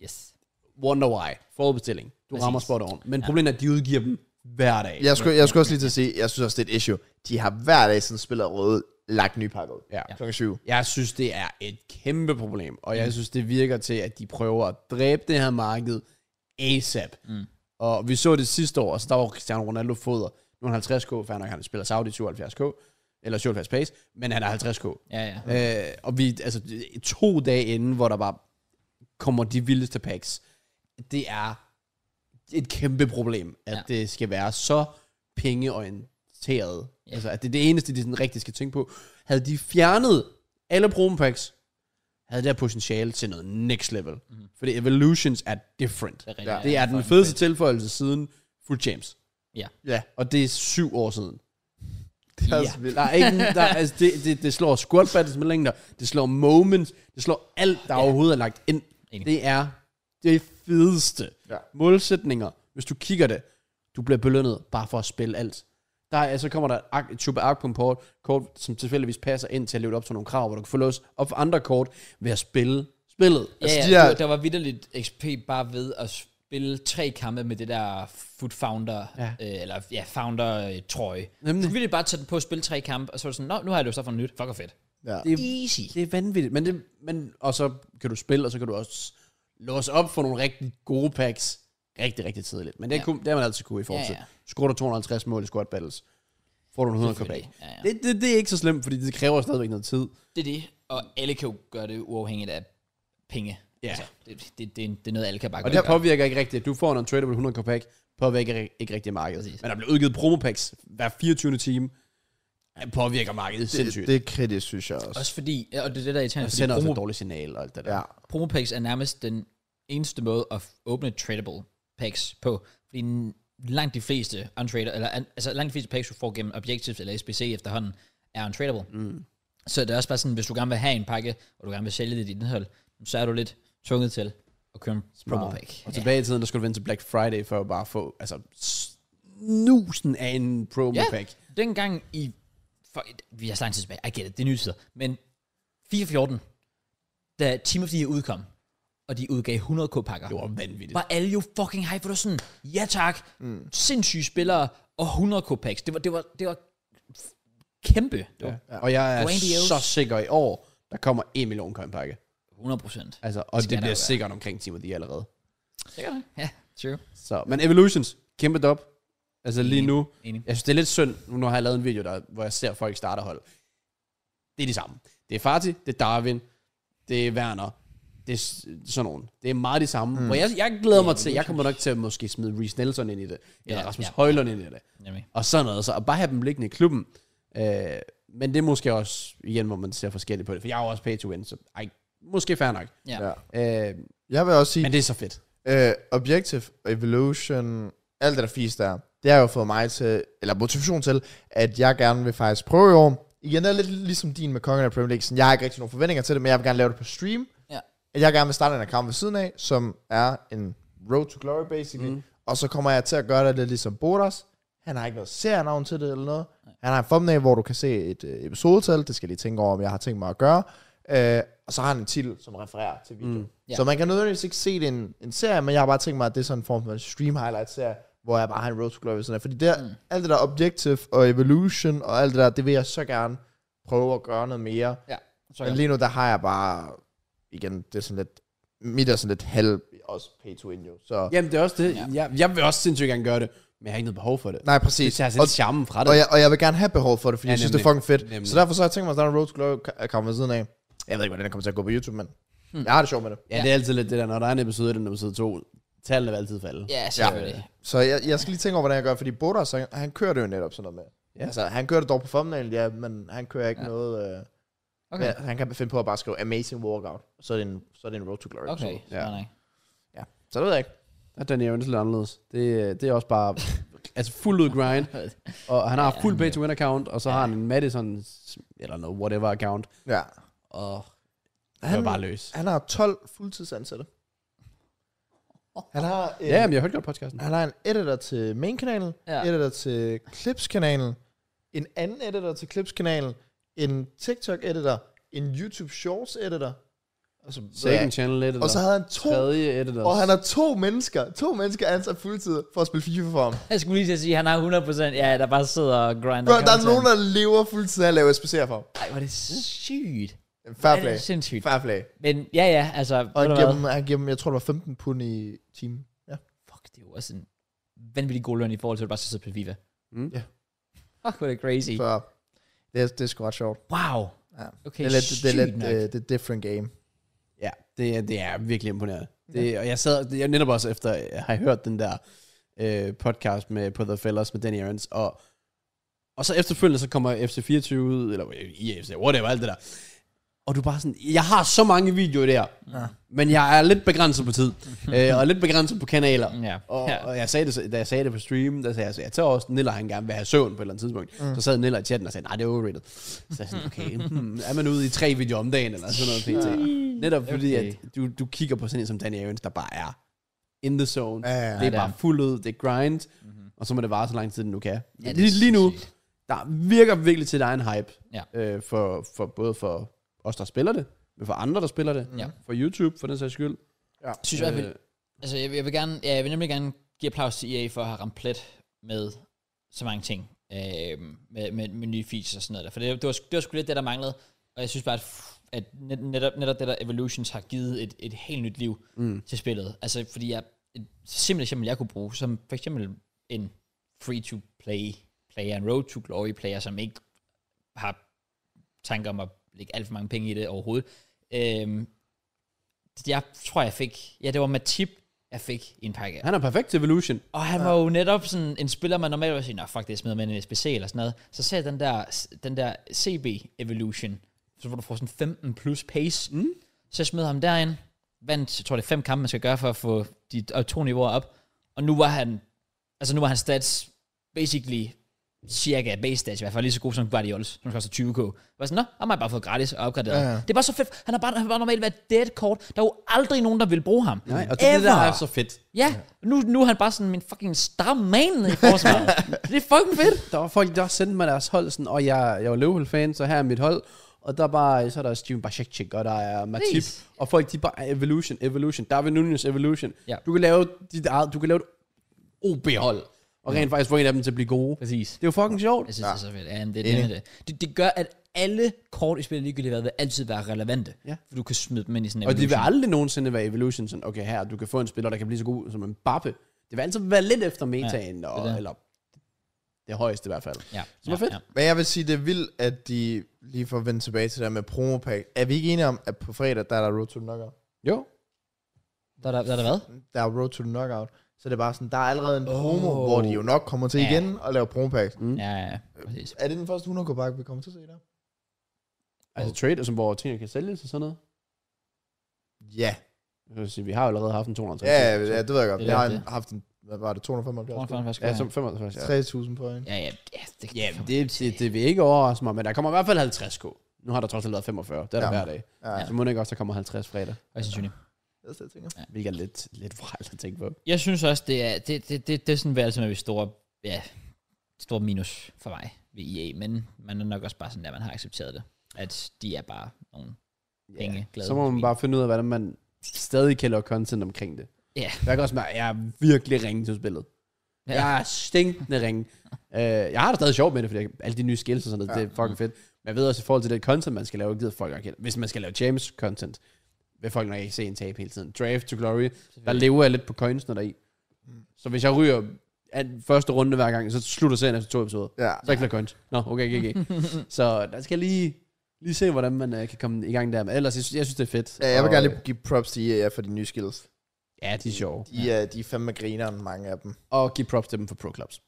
Yes. Wonder why. Forudbestilling. Du Præcis. præcis. rammer spot on. Men problemet er, at de udgiver dem hver dag. Jeg skulle, jeg skulle også lige til at sige, jeg synes også, det er et issue. De har hver dag sådan spillet røde, lagt nye pakker ud. Ja. Klokken syv. Jeg synes, det er et kæmpe problem, og jeg synes, det virker til, at de prøver at dræbe det her marked ASAP. Mm. Og vi så det sidste år, så der var Cristiano Ronaldo foder. Nu er han 50k, for nok, han spiller Saudi 72k, eller 77 pace, men han er 50k. Ja, ja. Øh, og vi, altså, to dage inden, hvor der bare kommer de vildeste packs, det er et kæmpe problem, at Ja. ja. det skal være så pengeorienteret. Ja. Ja. Altså, at det er det eneste, de sådan rigtig skal tænke på. Havde de fjernet alle promo packs, havde det her potentiale til noget next level. Mm. Fordi Evolutions er different. Mhm. Det er, Ja. rigtigt, Det er den fucking fedeste tilføjelse siden Full James. Ja. Ja. Og det er syv år siden. Det er Ja. også vildt. Der er ikke, der, er- altså det, det, det slår squat battles med længder, det slår moments, det slår alt, der Ja. ja. overhovedet er lagt ind. Enig. Det er det fedeste. Ja. Målsætninger, hvis du kigger det, du bliver belønnet bare for at spille alt. Der er, så kommer der et, ark, et super ark på en port, kort, som tilfældigvis passer ind til at leve op til nogle krav, hvor du kan få løs op for andre kort ved at spille spillet. Ja, Altså, ja, de der- der var vidderligt XP bare ved at s- spille tre kampe med det der Foot Founder, Ja. ja. Øh, eller ja, øh, Founder-trøje. Nemlig. Skulle vi lige bare tage den på og spille tre kampe, og så var det sådan, Nå, nu har jeg løst op for noget nyt. Fuck, hvor fedt. Ja. Det er, Easy. det er vanvittigt. Men det, men, og så kan du spille, og så kan du også låse op for nogle rigtig gode packs rigtig, rigtig tidligt. Men det, Ja. ja. kunne, det har man altid kunne i fortid. Ja, Ja, ja. ja. Skruer du 250 mål i squat battles, får du en 100 kb. Selvfølgelig. Ja, ja. Det, det, det, er ikke så slemt, fordi det kræver stadigvæk noget tid. Det er det, og alle kan jo gøre det uafhængigt af penge. Altså, Ja. det, det, det, er- det er noget, alle kan bare Og gøre. det påvirker ikke rigtigt. Du får en tradable 100 kb pack, påvirker ikke- ikke rigtig markedet. Præcis. Men der bliver udgivet promopacks hver 24. time. Det påvirker markedet Det, sindssygt. det er kritisk, synes jeg også. Også fordi, ja, og det er det, der er irriterende, og sender fordi også et promo, dårligt signal og alt det der. Ja. promopacks er nærmest den eneste måde at f- åbne tradable packs på. Fordi n- langt de fleste untrader, eller an- altså langt de fleste packs, du får gennem Objectives eller SBC efterhånden, er untradable. Mm. Så det er også bare sådan, hvis du gerne vil have en pakke, og du gerne vil sælge dit indhold, så er du lidt tvunget til at købe en promo pack. Og tilbage i tiden, der skulle du vente til Black Friday for at bare få, altså, snusen af en promo Ja, pack. dengang i... For, vi er så lang tid tilbage. I get it, det er nye tider. Men 414, da Team of the Year udkom, og de udgav 100k pakker, Det var vanvittigt. var alle jo fucking hype, for det var sådan, ja tak, mm. sindssyge spillere og 100k packs. Det var, det var, det var kæmpe. Ja. Ja. Og jeg er Grandiose. så sikker i år, der kommer 1 million coin pakke. 100 procent. Altså, og det, skal der bliver jo være. sikkert omkring Team of the Year allerede. Ja, true. Så, men Evolutions, kæmpe op. Altså lige nu, Enig. jeg synes, det er lidt synd, nu når jeg har lavet en video, der, hvor jeg ser folk starte hold. Det er de samme. Det er Fati, det er Darwin, det er Werner, det er s- sådan nogen. Det er meget de samme. Mm. Hvor jeg, jeg glæder mig til, jeg kommer nok til at måske smide Reece Nelson ind i det, eller Ja, Rasmus ja. Højlund ind i det. Nemlig. og sådan noget. Så at bare have dem liggende i klubben. Øh, men det er måske også, igen, hvor man ser forskelligt på det. For jeg er jo også pay to win, så ej, måske fair nok. Ja. Ja. ja. Øh, Jeg vil også sige, men det er så fedt. Øh, Objective, Evolution, alt det der fisk der, det har jo fået mig til, eller motivation til, at jeg gerne vil faktisk prøve i år. Igen, det er lidt ligesom din med Kongen af Premier League. Sådan, jeg har ikke rigtig nogen forventninger til det, men jeg vil gerne lave det på stream. Ja. At jeg gerne vil starte en account ved siden af, som er en road to glory basically. Mm. Og så kommer jeg til at gøre det lidt ligesom Bodas. Han har ikke noget serienavn til det eller noget. Han har en thumbnail, hvor du kan se et øh, episodetal. Det skal jeg lige tænke over, om jeg har tænkt mig at gøre. Øh, og så har han en titel, som refererer til videoen. Mm. Ja. Yeah. Så man kan nødvendigvis ikke se det i en, en serie, men jeg har bare tænkt mig, at det er sådan en form for en stream highlight serie, hvor jeg bare har en road to glory. ved siden af. Fordi der, mm. alt det der objective og evolution og alt det der, det vil jeg så gerne prøve at gøre noget mere. ja. Så Men godt. lige nu, der har jeg bare, igen, det er sådan lidt, mit er sådan lidt halv, også pay to win jo. Så, Jamen, det er også det. Ja. Jeg, jeg vil også sindssygt gerne gøre det, men jeg har ikke noget behov for det. nej, det præcis. tager selv og, charmen fra det. og, jeg, og jeg vil gerne have behov for det, fordi Ja, ja, jeg synes, det er nemlig. fucking fedt. Nemlig. Nemlig. Så derfor så har jeg tænkt mig at starte en road to glory account ved siden af. Jeg ved ikke, hvordan den kommer til at gå på YouTube, men hmm. jeg har det sjovt med det. ja, det er altid lidt det der, når der er en episode 1 og en episode 2, tallene vil altid falde. Ja, selvfølgelig. Så jeg, jeg skal lige tænke over, hvordan jeg gør, fordi Bodas, han, han kører det jo netop sådan noget med. Ja. Ja. Altså, han kører det dog på thumbnail, ja, men han kører ikke ja. noget... Øh, Okay. okay. ja, han kan finde på at bare skrive Amazing Walkout, og så er det en, så er det en Road to Glory. Okay, episode. ja. Nej. Ja. Så det ved jeg ikke. Der er Danny Evans lidt anderledes. Det, øh, det er også bare altså fuld ud grind. Og han har fuld pay to win account, og så har han en Madison, eller noget whatever account. Ja. Og han Han- er bare løs. Han har 12 fuldtidsansatte. Han har, øh, Ja, men jeg hørte godt podcasten. han har en editor til main-kanalen, Ja. ja. editor til Clips-kanalen, en anden editor til Clips-kanalen, en TikTok-editor, en YouTube Shorts-editor, og så, Second Channel Editor. og så havde han to tredje Editor. Og han har to mennesker, to mennesker ansat fuldtid for at spille FIFA for ham. Jeg skulle lige til at sige, at han har 100%, ja, der bare sidder og grinder. Bro, der er content. nogen, der lever fuldtid af at lave SPC'er for ham. Ej, hvor er det sygt. Fair Ej, Det play. er sindssygt. Fair play. Men ja, ja, altså, Og ved han du giver, hvad? dem, han giver dem, jeg tror, det var 15 pund i timen. Ja. Fuck, det er jo også en vanvittig god løn i forhold til, at du bare skal sidde på FIFA. Mm. Ja. Fuck, hvor er det crazy. Så det er, det er sgu ret sjovt. Wow. Ja. Okay, Det er lidt, det er sygt lidt nok. uh, det er different game. Ja, det, er- det er virkelig imponerende. Det, og jeg sad det, jeg netop også efter, jeg har hørt den der øh, podcast med på The Fellas med Danny Aarons, og, og så efterfølgende, så kommer FC24 ud, eller IFC, whatever, alt det der. Og du er bare sådan, jeg har så mange videoer der, ja. men jeg er lidt begrænset på tid, øh, og lidt begrænset på kanaler. øh, Ja. Og, Ja. og jeg sagde det, så- da jeg sagde det på stream, der sagde jeg, så jeg tager også, Niller han gerne vil have søvn på et eller andet tidspunkt. Mm. Så sad Niller i chatten og sagde, nej, det er overrated. Så jeg sådan, okay, hmm, er man ude i tre videoer om dagen, eller sådan noget pt. Netop fordi, Okay. at du, du kigger på sådan en som Danny Evans, der bare er in the zone. Ja, ja, ja. det er det er bare han. fuld ud, det er grind, mm-hmm. og så må det vare så lang tid, den nu kan. Mhm. det er Ja, lige, lige nu, sindssygt. der virker virkelig til, at der er en hype. Ja. Øh, for, for både for os, der spiller det, men for andre, der spiller det. Ja. For YouTube, for den sags skyld. Øh, Jeg synes i hvert fald, Altså, jeg, jeg, vil gerne, ja, jeg vil nemlig gerne give applaus til EA for at have ramt plet med så mange ting. Øh, med, med, med, nye features og sådan noget der. For det, det, var, det var sgu lidt det, der manglede. Og jeg synes bare, at, f- at net, netop, netop det der Evolutions har givet et, et helt nyt liv mm. til spillet. Altså, fordi jeg, et simpelt eksempel, jeg kunne bruge, som for eksempel en free-to-play player, en road-to-glory player, som ikke har tanker om at lægge alt for mange penge i det overhovedet. Øhm, jeg tror, jeg fik... Ja, det var Matip, jeg fik i en pakke. Han er perfekt til Evolution. Og han var jo netop sådan en spiller, man normalt ville sige, nå fuck det, smider man en SBC eller sådan noget. Så ser jeg den der, den der CB Evolution, så hvor du får sådan 15 plus pace. Mm. Så jeg smed ham derind, vandt, jeg tror det er fem kampe, man skal gøre for at få de øh, to niveauer op. Og nu var han, altså nu var hans stats basically cirka base stats, i hvert fald lige så god som Guardiols, som koster 20k. Jeg var sådan, nå, han har bare fået gratis og opgraderet. Ja, Ja, ja. ja. Det er bare så fedt. Han har bare, han har bare normalt været dead kort. Der er jo aldrig nogen, der vil bruge ham. Nej, og det, er det der er så fedt. Ja, nu, nu er han bare sådan min fucking star man i forsvaret. det er fucking fedt. Der var folk, der sendte mig deres hold, sådan, og jeg, jeg var Liverpool-fan, så her er mit hold. Og der er bare, så er der Steven Bacekcik, og der er Matip. Nice. Og folk, de er bare, Evolution, Evolution. Der er ved Nunez Evolution. Ja. Du kan lave dit eget, du kan lave et OB-hold. Og rent faktisk få en af dem til at blive gode. Præcis. Det er jo fucking sjovt. Jeg synes, ja. det er så fedt. Ja, men det, det, er det. det, det gør, at alle kort i spillet, ligegyldigt hvad, vil altid være relevante. Ja. For du kan smide dem ind i sådan en Og det vil evolution. aldrig nogensinde være Evolution, sådan, okay, her, du kan få en spiller, der kan blive så god som en bappe. Det vil altid være lidt efter metaen, ja, og, det. det eller det højeste i hvert fald. Ja. Som er fedt. Men jeg vil sige, det er vildt, at de lige får vendt tilbage til det der med promopack. Er vi ikke enige om, at på fredag, der er der Road to the Knockout? Jo. Der, er der, der er der hvad? Der er Road to the Knockout. Så det er bare sådan, der er allerede en Åh. promo, hvor de jo nok kommer til Ja. igen og laver promopack. Mm. Ja, ja, ja, præcis. Er det den første 100 pakke vi kommer til at se der? Altså trader, som hvor tingene kan sælges og sådan noget. Ja. Jeg vil sige, vi har jo allerede haft en 250. Ja, ja, ja, det ved jeg godt. Det er Jeg har det. en, haft en, hvad var det, 275? Tror han faktisk, han skal ja være. som 55. Ja. 3.000 point. Ja, ja, ja. Det, Ja, det, det, det vil ikke overraske mig, men der kommer i hvert fald 50k. Nu har der trods alt været 45. Det er der Ja. hver dag. Ja. Så må det ikke også, der kommer 50 fredag. Højst sandsynligt. Det er så, jeg tænker. Hvilket er lidt, lidt vrejt at tænke på. Jeg synes også, det er, det, det, det, det er sådan værd, som er et store, ja, store minus for mig ved EA, men man er nok også bare sådan, at man har accepteret det. At de er bare nogle penge glade. Så må man bare finde ud af, hvordan man stadig kan lave content omkring det. Ja. Jeg kan også mærke, at jeg er virkelig ringe til spillet. Ja. Ja. Jeg er stinkende ringe. Uh, jeg har det stadig sjovt med det, fordi jeg, alle de nye skills og sådan noget, Ja. ja. det er fucking fedt. Men jeg ved også, i forhold til det content, man skal lave, gider folk ikke. Hvis man skal lave James content, vil folk nok ikke se en tab hele tiden. Draft to Glory, der lever jeg lidt på coinsene deri. Så hvis jeg ryger an, første runde hver gang, så slutter serien efter to episoder. Ja. Så er der ikke flere coins. Nå, okay, okay, okay. så der skal jeg lige, lige se, hvordan man øh, kan komme i gang der. Men ellers, jeg synes, jeg synes det er fedt. ja, jeg vil Og, gerne øh, lige give props til EA for de nye skills. Ja, de er sjove. De, er, de er fandme grineren, mange af dem. Og give props til dem for Pro Clubs.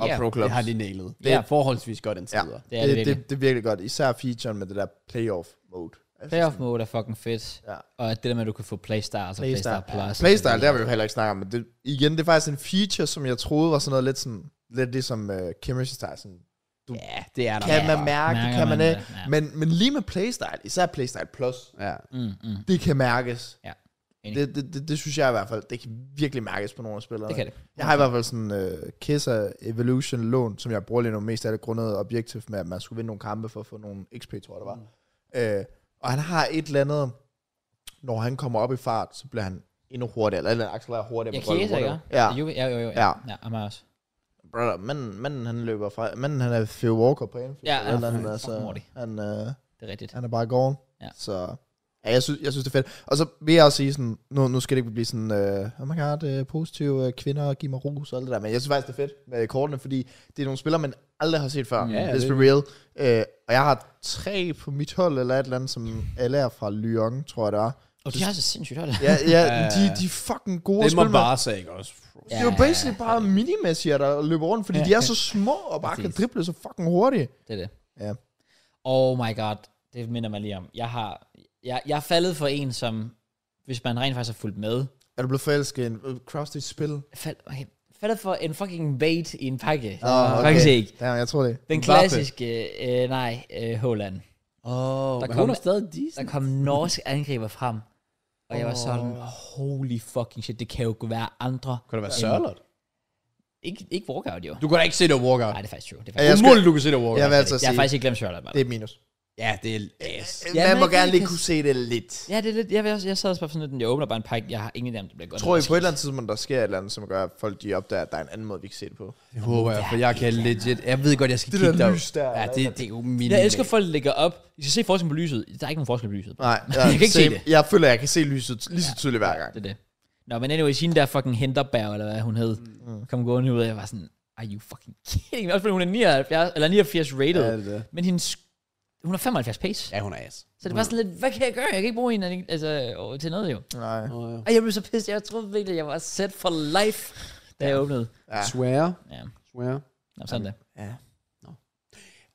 Og Ja, Pro Clubs. Clubs. Det har de nailet. Det Det er er forholdsvis godt indtil Ja. videre. Det er det, det, virkelig. det, det er virkelig godt. Især featuren med det der playoff mode. Altså Playoff mode er fucking fedt. Ja. Og at det der med, at du kan få Playstars og Playstar Playstyle, Plus. Playstyle, der har vi jo heller ikke snakket om, men det, igen, det er faktisk en feature, som jeg troede var sådan noget lidt, sådan, lidt ligesom uh, chemistry style. Sådan, Ja, det er der. kan bare. man mærke, Mærker Mærker kan man man, man det, ja. Men, men lige med Playstyle, især Playstyle Plus, Ja. Mm, mm. det kan mærkes. Ja. Enig. Det, det, det, det synes jeg i hvert fald, det kan virkelig mærkes på nogle af spillerne. Det kan det. Jeg har i hvert fald sådan uh, Kessa Evolution lån, som jeg bruger lige nu mest af det grundet objektivt med, at man skulle vinde nogle kampe for at få nogle XP, tror jeg det var. Mm. Uh, og han har et eller andet, når han kommer op i fart, så bliver han endnu hurtigere, eller, eller accelererer hurtigere. Jeg med bolden kæser, ikke? hurtigere. Ja, Jo, jo, jo. jo. Ja. Ja, ham er også. brother, manden, manden han løber fra, manden han er Phil Walker på Anfield. Ja, eller han er andet, fucking altså, hurtig. han, øh, Det er rigtigt. han er bare gården. Ja. Så ja, jeg, synes, jeg synes, det er fedt. Og så vil jeg også sige sådan, nu, nu skal det ikke blive sådan, øh, oh my god, øh, positive øh, kvinder, giv mig ros og alt det der. Men jeg synes faktisk, det er fedt med kortene, fordi det er nogle spillere, man aldrig har set før. Ja, Let's det- be real. Øh, og jeg har tre på mit hold, eller et eller andet, som alle er fra Lyon, tror jeg det er. Og de har så sindssygt hold. Ja, ja Ja. de, de er fucking gode at Det må spille med. bare sige også. Det er jo basically bare minimassier, der løber rundt, fordi Ja. ja. de er så små og bare kan Præcis. drible så fucking hurtigt. Det er det. Ja. Oh my god, det minder mig lige om. Jeg har, jeg, jeg er faldet for en, som, hvis man rent faktisk har fulgt med, Er du blevet forelsket i en øh, CrossFit-spil? fald, okay, faldet for en fucking bait i en pakke. Åh, okay. Faktisk ikke. Ja, jeg tror det. Den Mbappe. klassiske, øh, nej, øh, Holland. Åh, Der der kommer- kommer stadig de. Der kom norske angriber frem, og jeg var sådan, holy fucking shit, det kan jo være andre. Kunne det være end- Sørlot? Ikke, ikke walkout, jo. Du kan da ikke se det walkout. Nej, det er faktisk true. Det er faktisk, Ja, jeg skal- Umuligt, du kan se det walkout. Jeg vil jeg, altså jeg har sige, faktisk ikke glemt Sørlot. det er et minus. Ja, det er ass. Ja, Ja, Man men må ikke gerne lige rigtig- kunne se det lidt. Ja, det er lidt, jeg, jeg, jeg sad også bare sådan lidt, jeg åbner bare en pakke, jeg har ingen idé om, det bliver godt. Tror I på et eller andet tidspunkt, der sker et eller andet, som gør, at folk de opdager, at der er en anden måde, vi kan se det på? Det håber jeg, for jeg kan legit... Jeg ved godt, jeg skal Det der kigge derop. lys der, Ja, eller det, det er jo min... Jeg elsker, at folk lægger op. I skal se forskellen på lyset. Der er ikke nogen forskel på lyset. Nej, jeg, kan ikke se same. Jeg føler, at jeg kan se lyset lige så tydeligt hver gang. Det er det. Nå, men anyways, hende der fucking Henderberg, eller hvad hun hed, mm. kom gående ud, og jeg var sådan, are you fucking kidding me? Også fordi hun er 79, eller 89 rated, ja, det er det. men hendes, hun er 75 pace. Ja. Ja, hun er ass. Så det var sådan lidt, hvad kan jeg gøre? Jeg kan ikke bruge hende altså, over til noget jo. Nej. Oh, ja. Og jeg blev så pissed, jeg troede virkelig, jeg var set for life, da jeg åbnede. Ja. Swear. Ja, Swear. Nå, sådan der. Ja.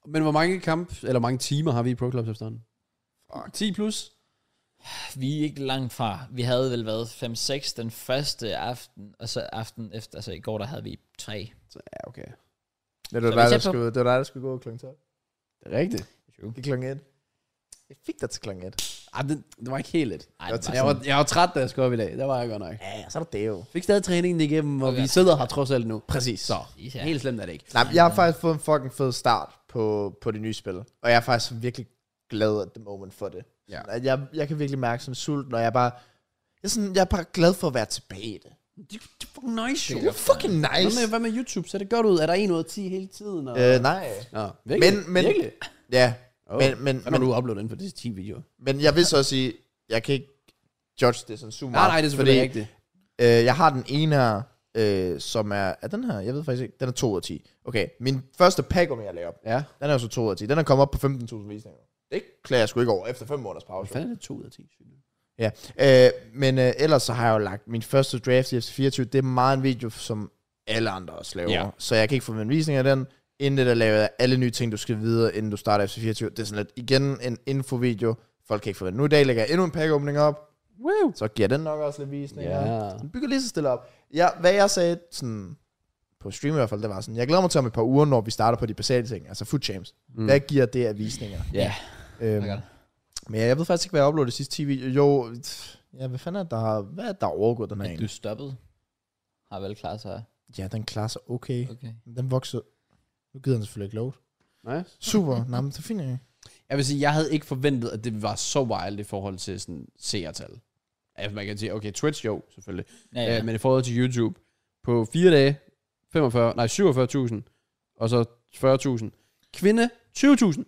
Men hvor mange kamp, eller mange timer har vi i Pro Clubs efterhånden? 10 plus? Vi er ikke langt fra. Vi havde vel været 5-6 den første aften, og så aften efter, altså i går, der havde vi 3. Så, ja, okay. Det Så var, vi dig, ser der på- skulle, det var dig, der skulle gå kl. 12. Det er rigtigt. Ikke kl. 1. Jeg fik dig til kl. 1. Ej, det, det var ikke helt lidt. Ej, det var Jeg sådan, var, jeg var træt, da jeg skulle op i dag. Der var jeg godt nok. Ja, så er det jo. Fik stadig træningen igennem, og Okay. okay. vi sidder her trods alt nu. Præcis. Så, Ja. ja. helt slemt er det ikke. Nej, men jeg har faktisk fået en fucking fed start på, på det nye spil. Og jeg er faktisk virkelig glad at the moment for det. Ja. At jeg, jeg kan virkelig mærke sådan sulten, og jeg er bare... Jeg er, sådan, jeg er bare glad for at være tilbage i det. Det, det er fucking nice, jo. Det er fucking Hvad med, nice. hvad med YouTube? Ser det godt ud? Er der en ud af 10 hele tiden? Og... Øh, nej. Nå, virkelig? Men- men- virkelig? Ja, Oh. men, men, Hvad men, når du uploader inden for disse 10 videoer? men jeg vil så også sige, jeg kan ikke judge det sådan super Nej, meget. nej, det er selvfølgelig rigtigt. Øh, jeg har den ene her, øh, som er... Er den her? Jeg ved faktisk ikke. Den er 2 ud af 10. Okay, min første pack, om jeg lagde op, Ja. den er jo så 2 ud af 10. Den er kommet op på 15.000 visninger. Det klager jeg sgu ikke over efter 5 måneders pause. Hvad fanden er det 2 ud af 10? synes jeg? Ja, øh, men øh, ellers så har jeg jo lagt min første draft i FC24. Det er meget en video, som alle andre også laver. Ja. Ja. Så jeg kan ikke få min visning af den. Inden det der laver jeg alle nye ting, du skal vide, inden du starter FC24. Det er sådan lidt, igen, en infovideo. Folk kan ikke forvente. Nu i dag lægger jeg endnu en pakkeåbning op. Woo! Så giver den nok også lidt visninger. Ja. Den bygger lige så stille op. Ja, hvad jeg sagde sådan, på stream i hvert fald, det var sådan, jeg glæder mig til om et par uger, når vi starter på de basale ting, altså food champs. Mm. Hvad giver det af visninger? Ja. Øhm, Okay. men jeg ved faktisk ikke, hvad jeg uploadede de sidste 10 videoer. Jo, pff, ja, hvad fanden er det, der har, hvad er det, der har overgået den her at en? du stoppede. Har vel klaret sig. Ja, den klarer sig okay. Okay. Den vokser. Nu gider den selvfølgelig ikke lov. Nice. Super, nej, men så finder jeg. Jeg vil sige, jeg havde ikke forventet, at det var så wild i forhold til sådan seertal. Altså, man kan sige, okay, Twitch jo, selvfølgelig. Ja, Ja, ja. ja. Øh, men i forhold til YouTube, på fire dage, 45, nej, 47.000, og så 40.000. Kvinde, 20.000.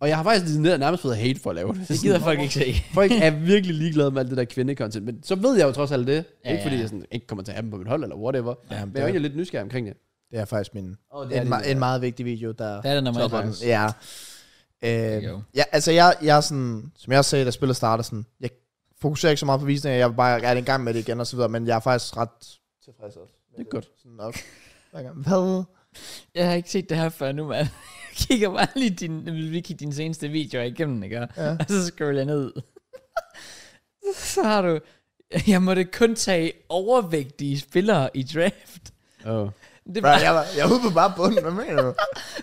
Og jeg har faktisk lidt nær- nærmest fået hate for at lave det. det gider folk ikke se. Folk er virkelig ligeglade med alt det der kvindekontent, men så ved jeg jo trods alt det. Ja, Ja, ikke fordi ja. jeg sådan, ikke kommer til at have dem på mit hold, eller whatever. Ja, Men jeg er det, egentlig er, lidt nysgerrig omkring det. det er faktisk min, Oh, en, me- en meget vigtig video, der Det er det, når man topper den. er Ja. you go. Øh, ja, altså jeg, jeg er sådan, som jeg også sagde, da spillet starter sådan, jeg fokuserer ikke så meget på visninger, jeg vil bare er i gang med det igen og så videre, men jeg er faktisk ret tilfreds også. Det er godt. Sådan op. Hver gang. Hvad? Jeg har ikke set det her før nu, mand. Jeg kigger bare lige din, vi kigger din seneste video igennem, ikke? Ja. Og så scroller jeg ned. så har du, jeg måtte kun tage overvægtige spillere i draft. Oh. Det Bro, var, jeg, var, jeg var ude på bare bunden. Hvad mener du?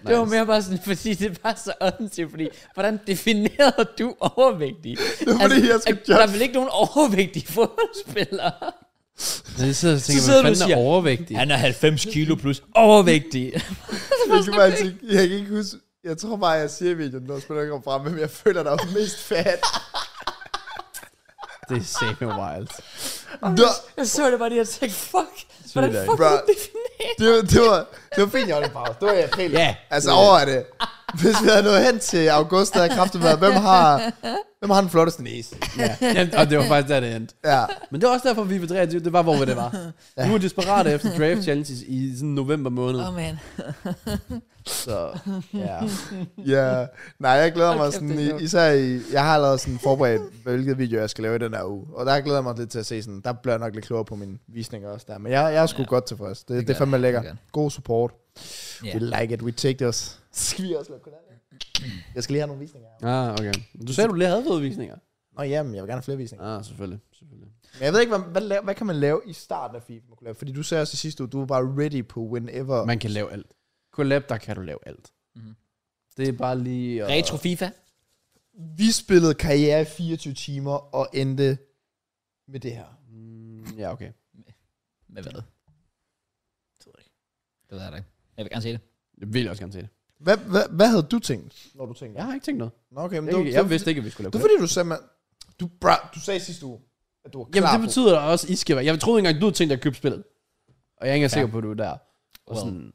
det var mere bare sådan, fordi det var så åndssigt, fordi hvordan definerede du overvægtig? Det var fordi, jeg skal at- der judge. er vel ikke nogen overvægtige fodboldspillere? Så jeg sidder og tænker, Så sidder hvad du og fanden er siger, overvægtig? Han er 90 kilo plus overvægtig. Jeg kan, faktisk ikke, jeg kan ikke huske. Jeg tror bare, jeg siger i videoen, når spiller kommer frem, men jeg føler dig mest fat. Det er safe wild. Nå, Jeg så det bare lige, og tænkte, fuck, hvordan det er fuck ikke. er det defineret? det, var- det, var, det var fint, Jørgen Pause. Det var i april. Ja, Altså, over er det. Hvis vi havde nået hen til august, der havde jeg kraftigt været, hvem har, hvem har den flotteste næse? Ja, og det var faktisk der, det endte. Ja. Men det var også derfor, vi var 23. Det var, hvor det var. Nu er desperate efter draft challenges i sådan november måned. Åh, oh, man. Så ja. Ja, nej, jeg glæder mig Hold kæft, sådan, det er sjovt. i, især i, jeg har allerede sådan forberedt, hvilket video jeg skal lave i den her uge, og der glæder jeg mig lidt til at se sådan, der bliver jeg nok lidt klogere på mine visninger også der, men jeg, jeg er sgu Ja. ja. godt tilfreds, det, det, det gør er fandme det, lækker, det gør god support, Ja. yeah. we like it, we take this, skal vi også lave kollater? Jeg skal lige have nogle visninger. Ah, okay. Du sagde, du lige havde fået visninger. Nå jamen, jeg vil gerne have flere visninger. Ah, selvfølgelig. selvfølgelig. Men jeg ved ikke, hvad, hvad, la- hvad kan man lave i starten af FIFA, man kunne lave? fordi du sagde også i sidste uge, du var bare ready på whenever. Man kan lave alt. Collab, der kan du lave alt. Mhm. Det er bare lige... at- Retro FIFA. Vi spillede karriere i 24 timer og endte med det her. Mm, Ja, okay. Med hvad? Det ved jeg ikke. Det ved jeg da ikke. Jeg vil gerne se det. Jeg vil også gerne se det. Hvad, hvad, hvad havde du tænkt, når du tænkte? Jeg har ikke tænkt noget. Nå, okay, men Jeg, det, var- jeg, det, jeg var- vidste ikke, at vi skulle lave Det er fordi, du sagde, man, du, bra, du sagde sidste uge, at du var klar Jamen, det på- betyder da også, I skal være. Jeg troede ikke engang, du havde tænkt dig at købe spillet. Og jeg er ikke engang sikker på, at du er der. Og Well. sådan,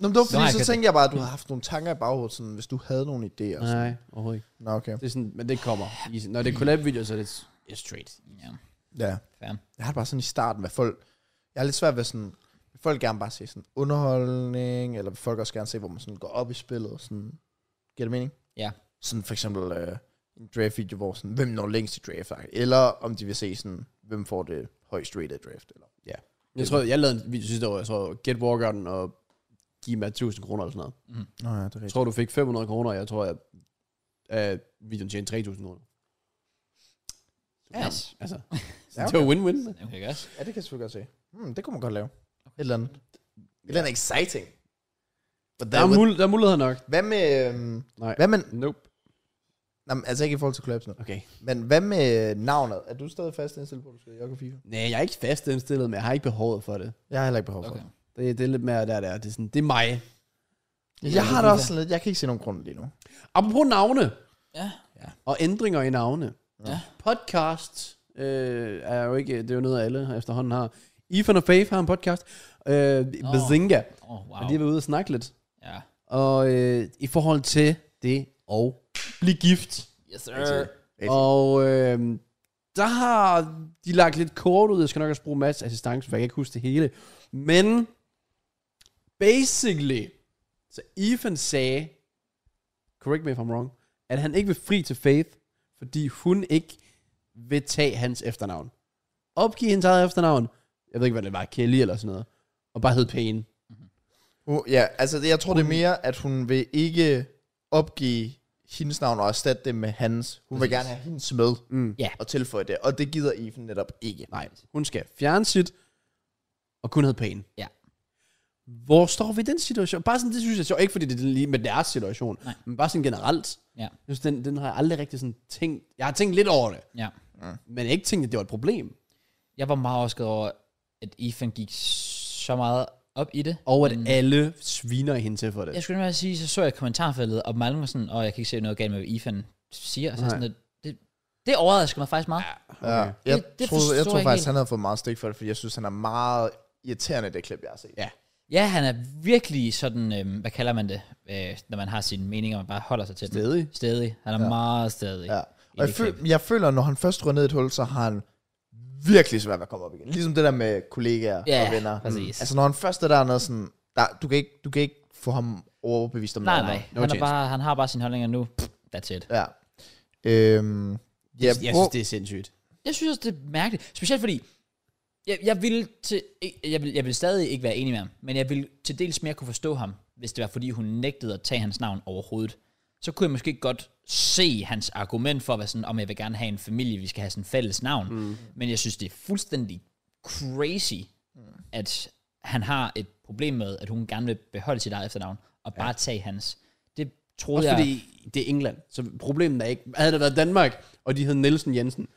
Nå, men det var Nå, fordi, jeg så kan- tænkte jeg bare, at du havde haft nogle tanker i baghovedet, sådan, hvis du havde nogle idéer. og sådan. nej, overhovedet ikke. Mm. Nå, okay. Det er sådan, men det kommer. I- Når det er collab-video, så er det it's straight. Ja. Ja. Fair. Jeg har det bare sådan i starten, hvad folk... Jeg har lidt svært ved sådan... Vil folk gerne bare se sådan underholdning, eller vil folk også gerne se, hvor man sådan går op i spillet og sådan... Giver det mening? Ja. Sådan for eksempel øh, en draft-video, hvor sådan, hvem når længst i draft, eller om de vil se sådan, hvem får det højst rated draft, eller... Jeg tror, jeg lavede en video sidste år, jeg tror, Get Walker'en og giv mig 1000 kroner eller sådan noget. Nå ja, det er Jeg rigtigt. tror, du fik 500 kroner, og jeg tror, at øh, videoen tjente 3000 kroner. Ja. Nice. Altså, Ja, det var win-win. Okay, godt. Ja, det kan jeg selvfølgelig godt se. Hmm, det kunne man godt lave. Et eller andet. Et eller andet exciting. But Der er, mul- der er muligheder nok. Hvad med... øhm, Nej. Hvad med... Nope. Nej, men altså ikke i forhold til collapsen. Okay. Men hvad med navnet? Er du stadig fast indstillet på, at du skal jokke FIFA? Nej, jeg er ikke fast indstillet, men jeg har ikke behovet for det. Jeg har heller ikke behov for Okay. okay. Det, det er lidt mere der, der. Det er, sådan, det er mig. det. Jeg har da også lidt... Jeg kan ikke se nogen grund lige nu. Apropos navne Ja. og ændringer i navne. Ja. Podcast øh, er jo ikke... Det er jo noget, alle efterhånden har. Ethan og Faith har en podcast. Øh, Bazinga. Oh, wow. Og de har været ude og snakke lidt. Ja. Og øh, i forhold til det og blive gift. Yes, sir. Rigtig. Og øh, der har de lagt lidt kort ud. Jeg skal nok også bruge masser assistance, for jeg kan ikke huske det hele. Men basically, så Ethan sagde, correct me if I'm wrong, at han ikke vil fri til Faith, fordi hun ikke vil tage hans efternavn. Opgive hendes eget efternavn. Jeg ved ikke, hvad det var, Kelly eller sådan noget. Og bare hed Payne. Uh, ja, altså det- jeg tror det er mere, at hun vil ikke opgive hendes navn og erstatte det med hans. Hun vil gerne have hendes med Mm. Ja. og tilføje det, og det gider Even netop ikke. Nej, hun skal fjerne sit, og kun hedde Payne. Ja. Hvor står vi i den situation? Bare sådan, det synes jeg er sjovt. Ikke fordi det er lige med deres situation, Nej. men bare sådan generelt. Ja. Jeg synes, den, den har jeg aldrig rigtig sådan tænkt. Jeg har tænkt lidt over det, Ja. men ikke tænkt, at det var et problem. Jeg var meget overrasket over, at Ethan gik så meget op i det. Og at mm. alle sviner hende til for det. Jeg skulle nemlig sige, så så jeg kommentarfeltet, og mange var sådan, og jeg kan ikke se noget galt med, hvad Ethan siger. Og så Nej. sådan, at det, det overrasker mig faktisk meget. Ja, Okay. jeg, Det- det troede, jeg forstår tror jeg faktisk, ikke han havde fået meget stik for det, fordi jeg synes, han er meget irriterende i det klip, jeg har set. Ja. Ja, han er virkelig sådan, øhm, hvad kalder man det, øh, når man har sine meninger, man bare holder sig til dem. Stadig. Stedig. Han er ja. meget stedig. Ja. i Og jeg, det føl- jeg føler, når han først rører ned i et hul, så har han virkelig svært ved at komme op igen. Ligesom det der med kollegaer Ja, og venner. præcis. Altså når han først er dernede, sådan, der, du, kan ikke, du kan ikke få ham overbevist om Nej, noget. nej. andet. han, er chance. bare, han har bare sine holdninger nu. Pff, That's it. Ja. Øhm, ja, Jeg, jeg hvor- synes, det er sindssygt. Jeg synes også, det er mærkeligt. Specielt fordi, jeg, jeg, ville til, jeg, vil, jeg vil stadig ikke være enig med ham, men jeg ville til dels mere kunne forstå ham, hvis det var fordi, hun nægtede at tage hans navn overhovedet. Så kunne jeg måske godt se hans argument for, at være sådan, om jeg vil gerne have en familie, vi skal have sådan fælles navn. Mm. Men jeg synes, det er fuldstændig crazy, mm. at han har et problem med, at hun gerne vil beholde sit eget efternavn, og bare tage hans. Det troede Også jeg... fordi det er England, så problemet er ikke... Havde det været Danmark, og de hed Nielsen Jensen,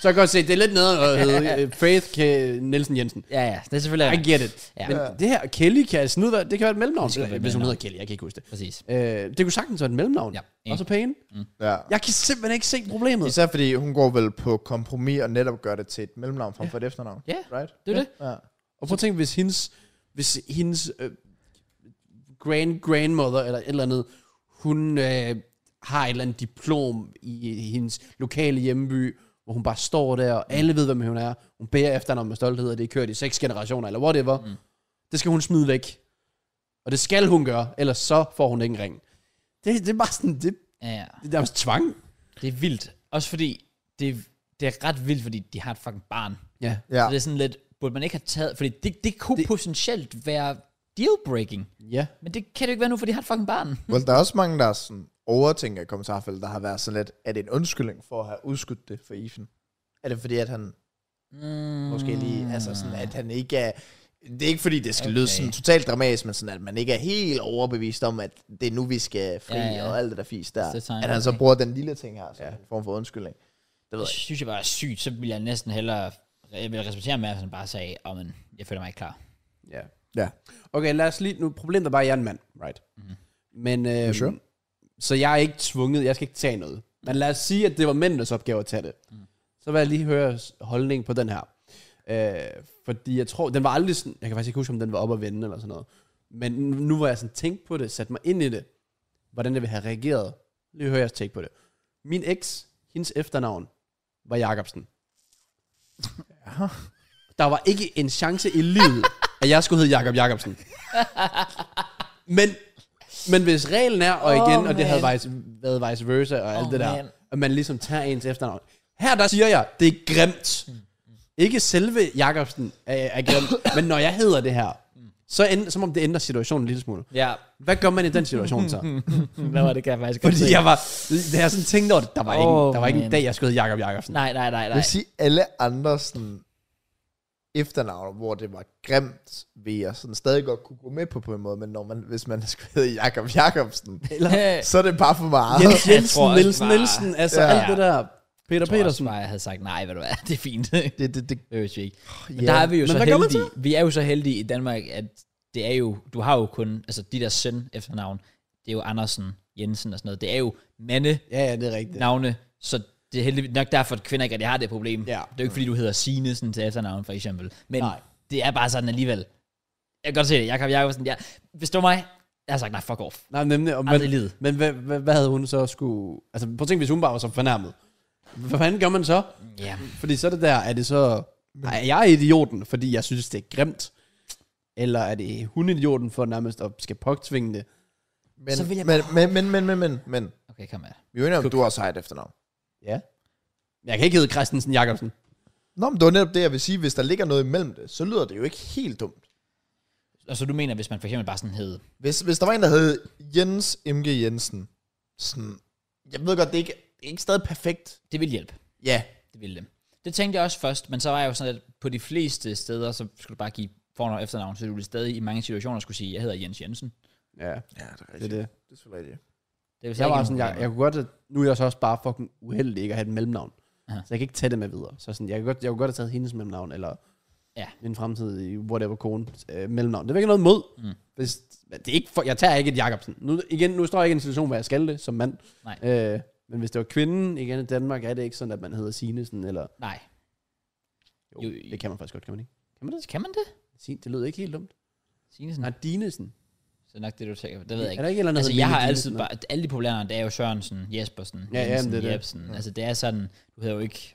så kan jeg godt se, det er lidt nede at hedde øh, Faith K. Nielsen Jensen. Ja, ja, det er selvfølgelig... I get it. Ja. Ja. Men det her, Kelly kan snide, være- det kan være et mellemnavn, kan være et hvis hun mellemnavn. hedder Kelly, jeg kan ikke huske det. Præcis. Øh, det kunne sagtens være et mellemnavn. Ja, Ja. Og så pæne. Mm. ja. Jeg kan simpelthen ikke se problemet. Især fordi hun går vel på kompromis og netop gør det til et mellemnavn frem for et efternavn. Ja, Right? det er det. Ja. Og prøv at tænke, hvis hendes, hvis hendes øh, grand grandmother eller et eller andet, hun øh, har et eller andet diplom i, hendes lokale hjemby, hvor hun bare står der, og alle ved, hvem hun er. Hun bærer efter hende med stolthed, og det er kørt i seks generationer, eller whatever. Mm. Det skal hun smide væk. Og det skal hun gøre, ellers så får hun ikke en ring. Det, det er bare sådan, det, Ja, ja. det er nærmest tvang. Det er vildt. Også fordi, det, det er ret vildt, fordi de har et fucking barn. Ja. Ja. Ja. Så det er sådan lidt, burde man ikke have taget, fordi det, det kunne det, potentielt være deal-breaking. Ja. Men det kan det jo ikke være nu, for de har et fucking barn. Well, der er også mange, der er sådan overtænker i kommentarfeltet, der har været sådan lidt, er det en undskyldning for at have udskudt det for Ethan? Er det fordi, at han Mm. Måske lige, altså sådan, at han ikke er... Det er ikke fordi, det skal okay. lyde Okay. sådan totalt dramatisk, men sådan, at man ikke er helt overbevist om, at det er nu, vi skal fri, Ja, ja, ja. ja. og alt det der fis Så der. det tegner At han så okay. bruger den lille ting her, som ja. en form for undskyldning. Det ved Det jeg ikke. synes jeg bare er sygt, så vil jeg næsten hellere, jeg vil respektere med, at han bare sagde, åh, men jeg føler mig ikke klar. Ja. Ja. Okay, lad os lige... Nu, problemet er bare, at jeg er en mand, right? Mm-hmm. Men, øh, sure? Så jeg er ikke tvunget, jeg skal ikke tage noget. Men lad os sige, at det var mændenes opgave at tage det. Mm. Så vil jeg lige høre holdning på den her. Øh, fordi jeg tror, den var aldrig sådan, jeg kan faktisk ikke huske, om den var op at vende eller sådan noget. Men nu- nu hvor jeg sådan tænkte på det, satte mig ind i det, hvordan jeg ville have reageret. Lige høre jeres take på det. Min eks, hendes efternavn, var Jacobsen. Der var ikke en chance i livet, at jeg skulle hedde Jakob Jacobsen. Men, men hvis reglen er, og igen, Åh, oh, og det havde man. vice, været vice versa og alt Åh, det der, man. at man ligesom tager ens efternavn. Her der siger jeg, det er grimt. Ikke selve Jacobsen er, er grimt, men når jeg hedder det her, så end, som om det ændrer situationen en lille smule. Ja, Hvad gør man i den situation så? hvad var det, kan jeg faktisk godt Fordi se. jeg var, da jeg sådan tænkte over det, der var, oh, Åh, ikke, der var ikke man. en dag, jeg skulle hedde Jakob Jacobsen. Nej, nej, nej, Jeg nej. vil sige, alle andre sådan, efternavne, hvor det var grimt, vil jeg sådan stadig godt kunne gå med på på en måde, men når man, hvis man skulle hedde Jakob Jacobsen, Eller- så er det bare for meget. Jens Jeg Jensen, tror også Nielsen, bare- Nielsen, altså Ja. ja. alt det der. Peter Jeg tror også Petersen. bare, jeg havde sagt, nej, ved du hvad, det er fint. Det, det, det, det er ikke. Øh, Men ja. der er vi jo Men så hvad gør man heldige. Vi er jo så heldige i Danmark, at det er jo, du har jo kun, altså de der søn efternavn, det er jo Andersen, Jensen og sådan noget. Det er jo mande Ja, ja, det er rigtigt. navne, så det er heldigvis nok derfor, at kvinder ikke rigtig har det problem. Ja. Det er jo ikke, fordi du hedder Signe sådan til efternavn, for eksempel. Men Nej. det er bare sådan alligevel. Jeg kan godt se det. Jakob Jacobsen, ja. Hvis det var mig, jeg har sagt, nej, fuck off. Nej, nemlig. og- Men, Aldrig i livet. men hvad, hvad, hvad, havde hun så skulle... Altså, prøv at tænke, hvis hun bare var så fornærmet. Hvad fanden gør man så? Ja. Fordi så er det der, er det så... Er jeg idioten, fordi jeg synes, det er grimt? Eller er det hun idioten for nærmest at skal påtvinge det? men, så vil jeg men, men, men, men, men, men, men, Okay, kom med. vi er jo enige om, du også har et efternavn. Ja. Men jeg kan ikke hedde Christensen Jacobsen. Nå, men det var netop det, jeg vil sige, hvis der ligger noget imellem det, så lyder det jo ikke helt dumt. Og så du mener, hvis man for eksempel bare sådan hed, Hvis, hvis der var en, der hed Jens M.G. Jensen, sådan, jeg ved godt, det er ikke, det er ikke stadig perfekt. det vil hjælpe. Ja, Det ville det. Det tænkte jeg også først, men så var jeg jo sådan, at på de fleste steder, så skulle du bare give fornavn og efternavn, så du ville stadig i mange situationer skulle sige, jeg hedder Jens Jensen. Ja, ja det er det er det. Det er selvfølgelig rigtigt. Det vil Jeg var sådan, jeg, jeg kunne godt, at nu er jeg så også bare fucking uheldig ikke at have et mellemnavn. Aha. Aha. Så jeg kan ikke tage det med videre. Så sådan, jeg, kunne godt, jeg kunne godt have taget hendes mellemnavn, eller Ja. min fremtidige whatever kone øh, mellemnavn. Det er ikke noget mod. Mm. Mm. Hvis, men det er ikke for, jeg tager ikke et Jacobsen. Nu, igen, nu står jeg ikke i en situation, hvor jeg skal det som mand. Nej. Øh, men hvis det var kvinden, igen i Danmark, er det ikke sådan, at man hedder Sinesen, eller... Nej, Jo, Jo, jo, i- det kan man faktisk godt, kan man ikke? Kan man det? kan man det? Sin, det lyder ikke helt dumt. Sinesen? Nej, Nej. Dinesen. Så er nok Mm. det, du tænker på. Det ved jeg Er ikke. der ikke et eller andet, Altså, der hedder jeg har Line altid Dinesen? bare... Alle de populære, navne, det er jo Sørensen, Jespersen, Ja, ja, Jensen, men det er det. Jebsen. Altså, det er sådan... Du hedder jo ikke...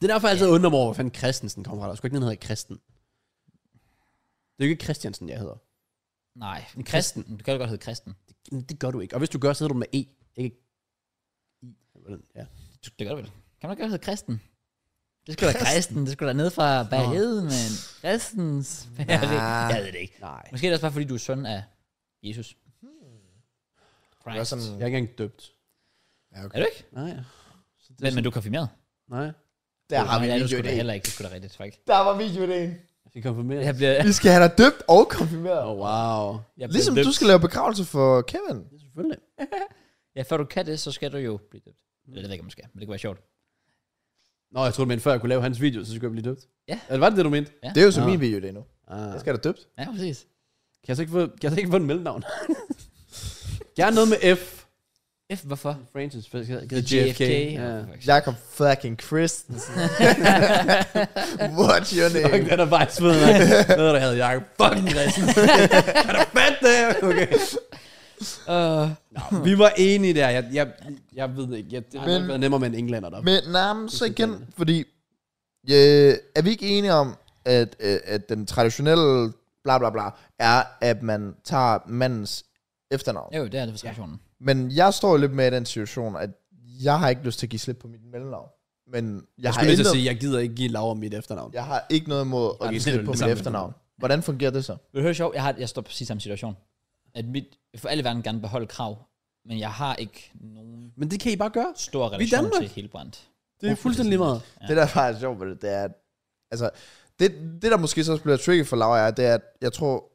Det er derfor, jeg altid undrer mig over, hvor fanden Christensen kommer fra. Der skulle ikke noget, der hedder Christen. Det er jo ikke Christiansen, jeg hedder. Nej, En kristen. kristen. Du kan jo godt hedde kristen. Men Det gør du ikke. Og hvis du gør, så hedder du med E. Ikke I. Hvordan? Ja. Du- Det gør du vel. Kan man ikke godt hedde kristen? Det skulle da kristen. Det skulle da ned fra bagheden, men... Kristens... Jeg ved det ikke. Jeg ved det ikke. Nej. Måske er det også bare, fordi du er søn af Jesus. Det var Christ. sådan, Jeg er ikke engang døbt. ja, Er okay. du ikke? Nej. Så det er Men, men sådan- du er konfirmeret. Nej. Der har vi Nej, det er du sgu da videoen. heller ikke. Det skulle da rigtigt, faktisk. Der var videoen. Jeg skal konfirmere. Jeg bliver... Vi skal have dig døbt og konfirmeret. Oh, wow. Jeg bliver Ligesom døbt. du skal lave begravelse for Kevin. Ja, selvfølgelig. Ja, før du kan det, så skal du jo blive døbt. Eller det ved jeg ikke, om du skal, men det kunne være sjovt. Nå, jeg troede, men før jeg kunne lave hans video, så skulle jeg blive døbt. Ja. Eller var det det, du mente? Det er jo så Ja. min videoen nu. Ah. Jeg skal have dig døbt. Ja, præcis. Kan jeg så ikke få, kan jeg så ikke få en mellemnavn? Gerne noget med F. F, hvorfor? Francis. for jeg skal- jeg hedder JFK. Ja. Ja. Jakob fucking Christensen. What's your Fuck, name? den er bare smidt mig. Noget, der havde Jacob. Fucking Christen. Kan du fatte det? Okay. Uh, Nå, vi var enige der. Jeg, jeg, jeg ved ikke. Jeg, det har Men- nok været nemmere med en englænder der. Men nej, men så igen, fordi... Øh, er vi ikke enige om, at, øh, at den traditionelle bla bla bla, er, at man tager mandens efternavn? jo, det er det for traditionen. Men jeg står jo lidt med i den situation, at jeg har ikke lyst til at give slip på mit mellemnavn. Men jeg, jeg har, skulle lige til intet, at sige, jeg giver ikke give Laura mit efternavn. jeg har ikke noget imod at det give er slip det på mit samme. efternavn. Hvordan fungerer det så? Vil du høre sjovt? Jeg, har, jeg står på præcis samme situation. At mit, for alle verden gerne beholde krav, men jeg har ikke nogen Men det kan I bare gøre. stor relation Danmark. til helbrændt. Det er fuldstændig lige meget. Ja. Det, der faktisk er sjovt ved det, det er, at, altså, det, det der måske så også bliver tricky for Laura, er, det er, at jeg tror,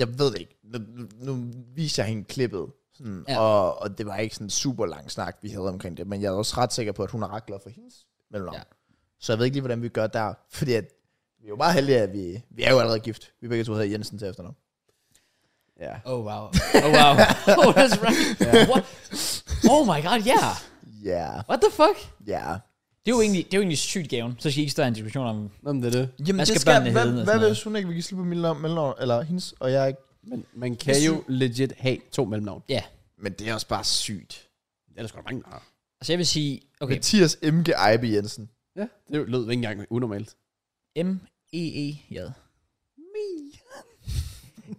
jeg ved det ikke, nu, nu nu viser jeg hende klippet, sådan, Ja. ja. og, og det var ikke sådan en super lang snak, vi havde omkring det, men jeg er også ret sikker på, at hun er ret glad for hendes mellemnavn. Ja. Ja. Så jeg ved ikke lige, hvordan vi gør der, fordi at, vi er jo meget heldige, at vi, vi er jo allerede gift. Vi begge to hedder Jensen til efternavn. Ja. Oh wow. Oh wow. oh, that's right. What? Oh my god, yeah. Ja, What the fuck? ja. Det er jo egentlig, det er jo egentlig sygt gaven. Så skal I ikke stå i en diskussion om... Nå, men det er det. Jamen, Hvad det skal skal, børnene hedde og hvad, sådan hvad noget? hvis hun ikke vil give slip på mit navn- mellemnavn, eller hendes, og jeg ikke? Men man kan jo legit have to mellemnavn. Ja. Men det er også bare sygt. Ellers går der mange navne. Altså jeg vil sige... Okay, Mathias M.G. Ejbe Jensen. Ja, det lød ikke engang unormalt. E M-E-E-J.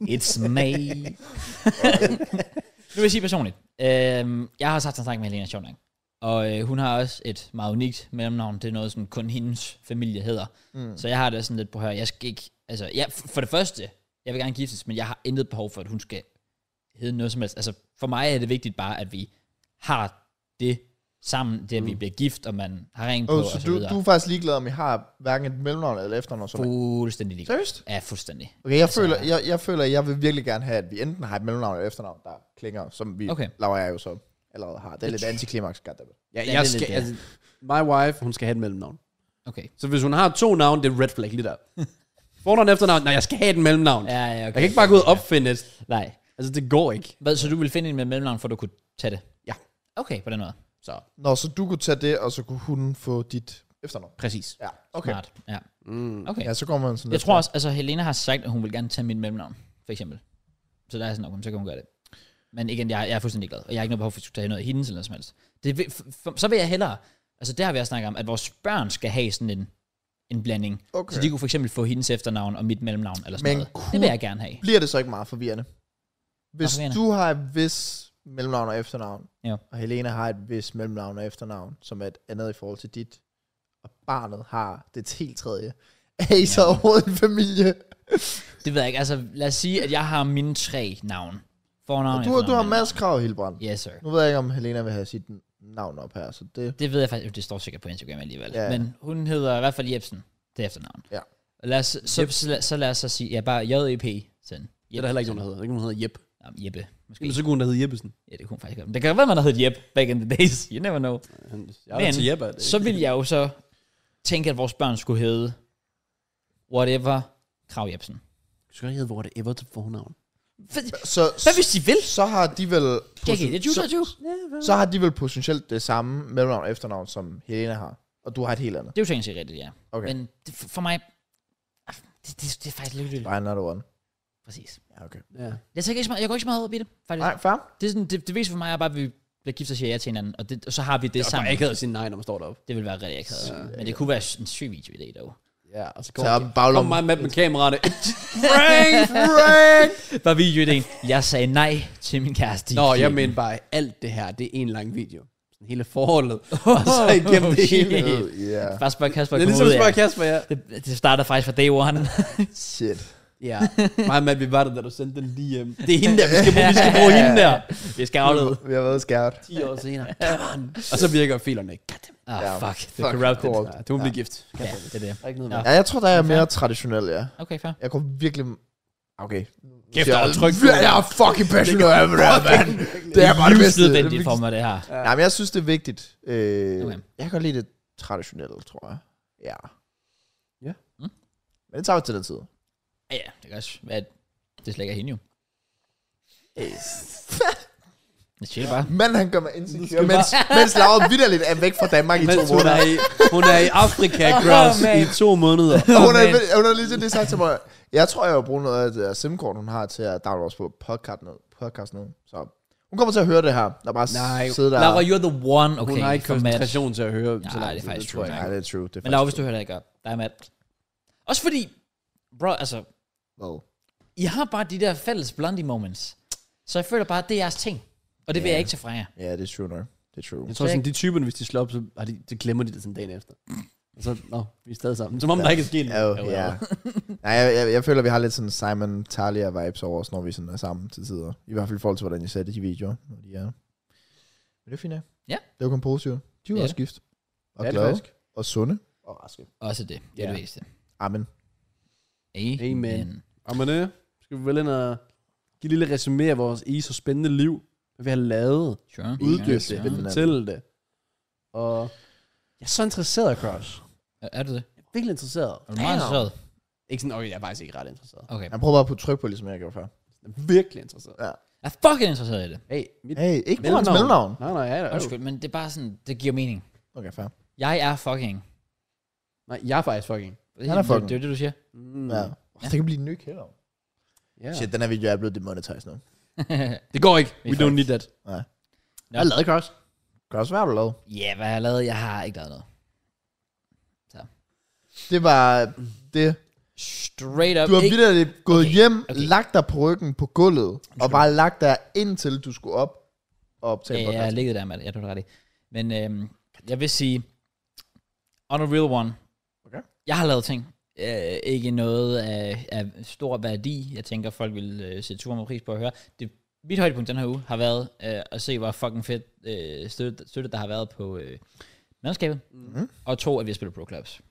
It's me. nu vil jeg sige personligt. Øhm, jeg har også haft en snak med Helena Schoenang. Og øh, hun har også et meget unikt mellemnavn. Det er noget, som kun hendes familie hedder. Mm. Så jeg har det sådan lidt på her. Jeg skal ikke... Altså, jeg, for det første, jeg vil gerne giftes, men jeg har intet behov for, at hun skal hedde noget som helst. Altså, for mig er det vigtigt bare, at vi har det sammen, det at vi bliver gift, og man har ring på, Oh, og Mm. så så du, videre. du er faktisk ligeglad, om I har hverken et mellemnavn eller efternavn. som er- Fuldstændig ligeglad. Seriøst? Ja, fuldstændig. Okay, jeg, føler, jeg, jeg føler, at jeg vil virkelig gerne have, at vi enten har et mellemnavn eller efternavn, der klinger, som vi, Okay. okay. Laura og jeg jo så allerede har. Det er lidt antiklimaks, goddammit. Ja, er jeg lidt skal, det. altså, my wife, hun skal have et mellemnavn. Okay. Så hvis hun har to navne, det er red flag lige der. Fornavn efternavn, nej, jeg skal have et mellemnavn. Ja, ja, okay. Jeg kan ikke bare gå ud og opfinde et. Nej. Altså, det går ikke. Hvad, så du vil finde en med mellemnavn, for at du kunne tage det? Ja. Okay, på den måde. Så, Nå, så du kunne tage det, og så kunne hun få dit efternavn. præcis. Ja, okay. Smart. Ja. Mm. Okay. Ja, så går man sådan Jeg tror også, altså Helena har sagt, at hun vil gerne tage mit mellemnavn, for eksempel. Så der er sådan, okay, så kan hun gøre det. Men igen, jeg, jeg er fuldstændig glad, og jeg har ikke noget behov for at skulle tage noget af hendes eller noget som helst. Det, vil- for, for, så vil jeg hellere, altså der har vi også snakket om, at vores børn skal have sådan en, en blanding. Okay. Så de kunne for eksempel få hendes efternavn og mit mellemnavn eller sådan Men noget. kunne- Det vil jeg gerne have. Bliver det så ikke meget forvirrende? Hvis forvirrende? du har et vis mellemnavn og efternavn, Ja. og Helena har et vis mellemnavn og efternavn, som er et andet i forhold til dit, og barnet har det helt tredje, er I så overhovedet en familie? Det ved jeg ikke. Altså, lad os sige, at jeg har mine tre navne. Fornavn, Du, har- du har efternavn, Mads Krav Hilbrand. mellemnavn. Yes, sir. Nu ved jeg ikke, om Helena vil have sit navn op her, så det... Det ved jeg faktisk, det står sikkert på Instagram alligevel. Ja. Ja. Men hun hedder i hvert fald Jebsen, det er efternavn. Ja. Og Lad os, så, så, lad- så lad os så sige, ja, bare J-E-P. Sådan. Det er der heller ikke nogen, der hedder. Der er ikke nogen, der hedder Jep. Jamen, Jeppe, måske. Jamen, så kunne hun da hedde Jeppesen. Ja, det kunne hun faktisk godt. Men Det kan være, man har heddet Jeppe back in the days. You never know. Jeg er Men- til Jeppe. er det Så ikke? ville jeg jo så tænke, at vores børn skulle hedde whatever Krav Jebsen. Du skal ikke hedde whatever til fornavn. Hvad, Så, hvad hvis de vil? så har de vel... Gække, det er så, 2023. så har de vel potentielt det samme mellemnavn og efternavn, som Helena har. Og du har et helt andet. Det er jo tænkt sig rigtigt, ja. Okay. Men det, for mig, ah, det, det, det er faktisk lidt vildt. Why another one? Præcis. Ja, okay. Ja. Jeg, tænker ikke så meget, jeg går ikke så meget op i det, faktisk. Nej, fair. Det, er sådan, det, det vigtigste for mig er bare, at vi bliver gift og siger ja til hinanden, og, det, og så har vi det, Det er sammen. bare ikke hedder sin nej, når man står deroppe. Det vil være rigtig akavet. Men det kunne være en syg videoidé dog. Ja, og så Tag Kom baglommen. mig med med kameraerne. Frank, Frank! Bare videoidéen. Jeg sagde nej til min kæreste. i Nå, jeg kirken. mener bare, alt det her, det er en lang video. Sådan hele forholdet. og så igennem det shit. hele. Øh, Ja, Bare spørg Kasper. Det er kom ligesom ud at af spørge Kasper, ja. det, det starter faktisk fra day one. shit. Ja, mig og Matt, vi var der, da du sendte den lige hjem. Det er hende der, vi skal bruge, vi skal bruge hende der. Vi skal aflede. Vi har været skært. 10 år senere. Come on. Og så virker filerne ikke. God damn. Ah, Ja, fuck. Det er fuck, corrupted. cool. Ja, du må blive gift. Ja, det er det. Der er ikke noget Nå. med. Ja, jeg tror, der er mere traditionel, ja. Okay, fair. Jeg kunne virkelig... Okay. Kæft, der var tryk på Jeg, jeg er fucking passioneret af det her, mand. Det er bare det bedste. Det er Livsnødvendigt det for mig, det her. vigtigste. Nej, men jeg synes, det er vigtigt. Øh, Okay. Jeg kan godt lide det traditionelle, tror jeg. Ja. Ja. Mm. Men det tager vi til den tid. Ja, ja, det kan også være, at det slet ikke er hende jo. Det siger det bare. Manden, han gør mig insecure, skal mens, mens Laura vidderligt er væk fra Danmark i to Mens hun måneder. er i, hun er i Afrika, Gross, man. i to måneder. Og hun, er, Åh, mand. hun har lige til det sagt til mig, jeg tror, jeg vil bruge noget af det der SIM-kort, hun har til at downloade os på podcast ned. Podcast ned. Så hun kommer til at høre det her, og bare Nej, Nej, sidde der. Laura, you're the one. Okay, Hun har ikke for Matt. koncentration til at høre. så Nej, langt, det er faktisk tror jeg true. Nej, det er true. Det er Men Laura, hvis du hører det ikke op, der er Matt. Også fordi, bro, altså, Well. I har bare de der fælles blondie moments. Så jeg føler bare, at det er jeres ting. Og det yeah. vil Ja. jeg ikke tage fra jer. Ja, det er true nok. Det er true. Jeg tror sådan, de typerne, hvis de slår op, så, har de, så glemmer de det sådan dagen efter. Og så, nå, vi er stadig sammen. Som om der ikke er sket noget. Ja, jo, ja. Nej, jeg, jeg, jeg, føler, vi har lidt sådan Simon Talia vibes over os, når vi sådan er sammen til tider. I hvert fald i forhold til, hvordan jeg sætter de videoer, når de er. Men det er fint, ja. Ja. Det var kun positivt. De Det er var også det. gift. Og Ja, det er glade. faktisk. Og sunde. Og raske. Også det. Det er Ja. det vigtigste. Amen. Amen. Amen. Og med det øh, skal vi vel ind og give et lille resumé af vores i så spændende liv. Hvad vi har lavet, Sure. uddybt Ja. det, fortælle det. Og jeg er så interesseret, Crush. Er- Er du det? Jeg er virkelig interesseret. Er du meget Damn. interesseret? Ikke sådan, okay, jeg er faktisk ikke ret interesseret. Okay. Jeg prøver bare at putte tryk på, ligesom jeg gjorde før. Virkelig interesseret. Ja. Jeg er fucking interesseret i det. Hey, mit Hey, ikke på hans mellemnavn. Nej, nej, jeg er der. Undskyld, men det er bare sådan, det giver mening. Okay, fair. Jeg er fucking. Nej, jeg er faktisk fucking. Han er fucking. Det er jo det, du siger. Mm. Ja. Oh, det kan blive en ny kælder. Ja. Shit, den her video er blevet demonetized nu. Det går ikke. We er don't need that. Nej. Hvad har du lavet, Cross? Cross, hvad har du lavet? Ja, yeah, hvad har jeg lavet? Jeg har ikke lavet noget. Det var det. Straight up. Du har ikke, vildt gået Okay, hjem, okay. lagt dig på ryggen på gulvet, og bare lagt dig indtil du skulle op og optage ja, en jeg har podcast. ligget der med det. Jeg tror, du har ret i. Men øhm, jeg vil sige, on a real one. Okay. Jeg har lavet ting. Øh, ikke noget af, af stor værdi. Jeg tænker, folk vil øh, sætte super meget pris på at høre. Det, mit højdepunkt den her uge har været øh, at se, hvor fucking fedt øh, støtte, støtte, der har været på øh, mandskabet. Mm. Mhm. Og to, at vi har spillet Pro Clubs.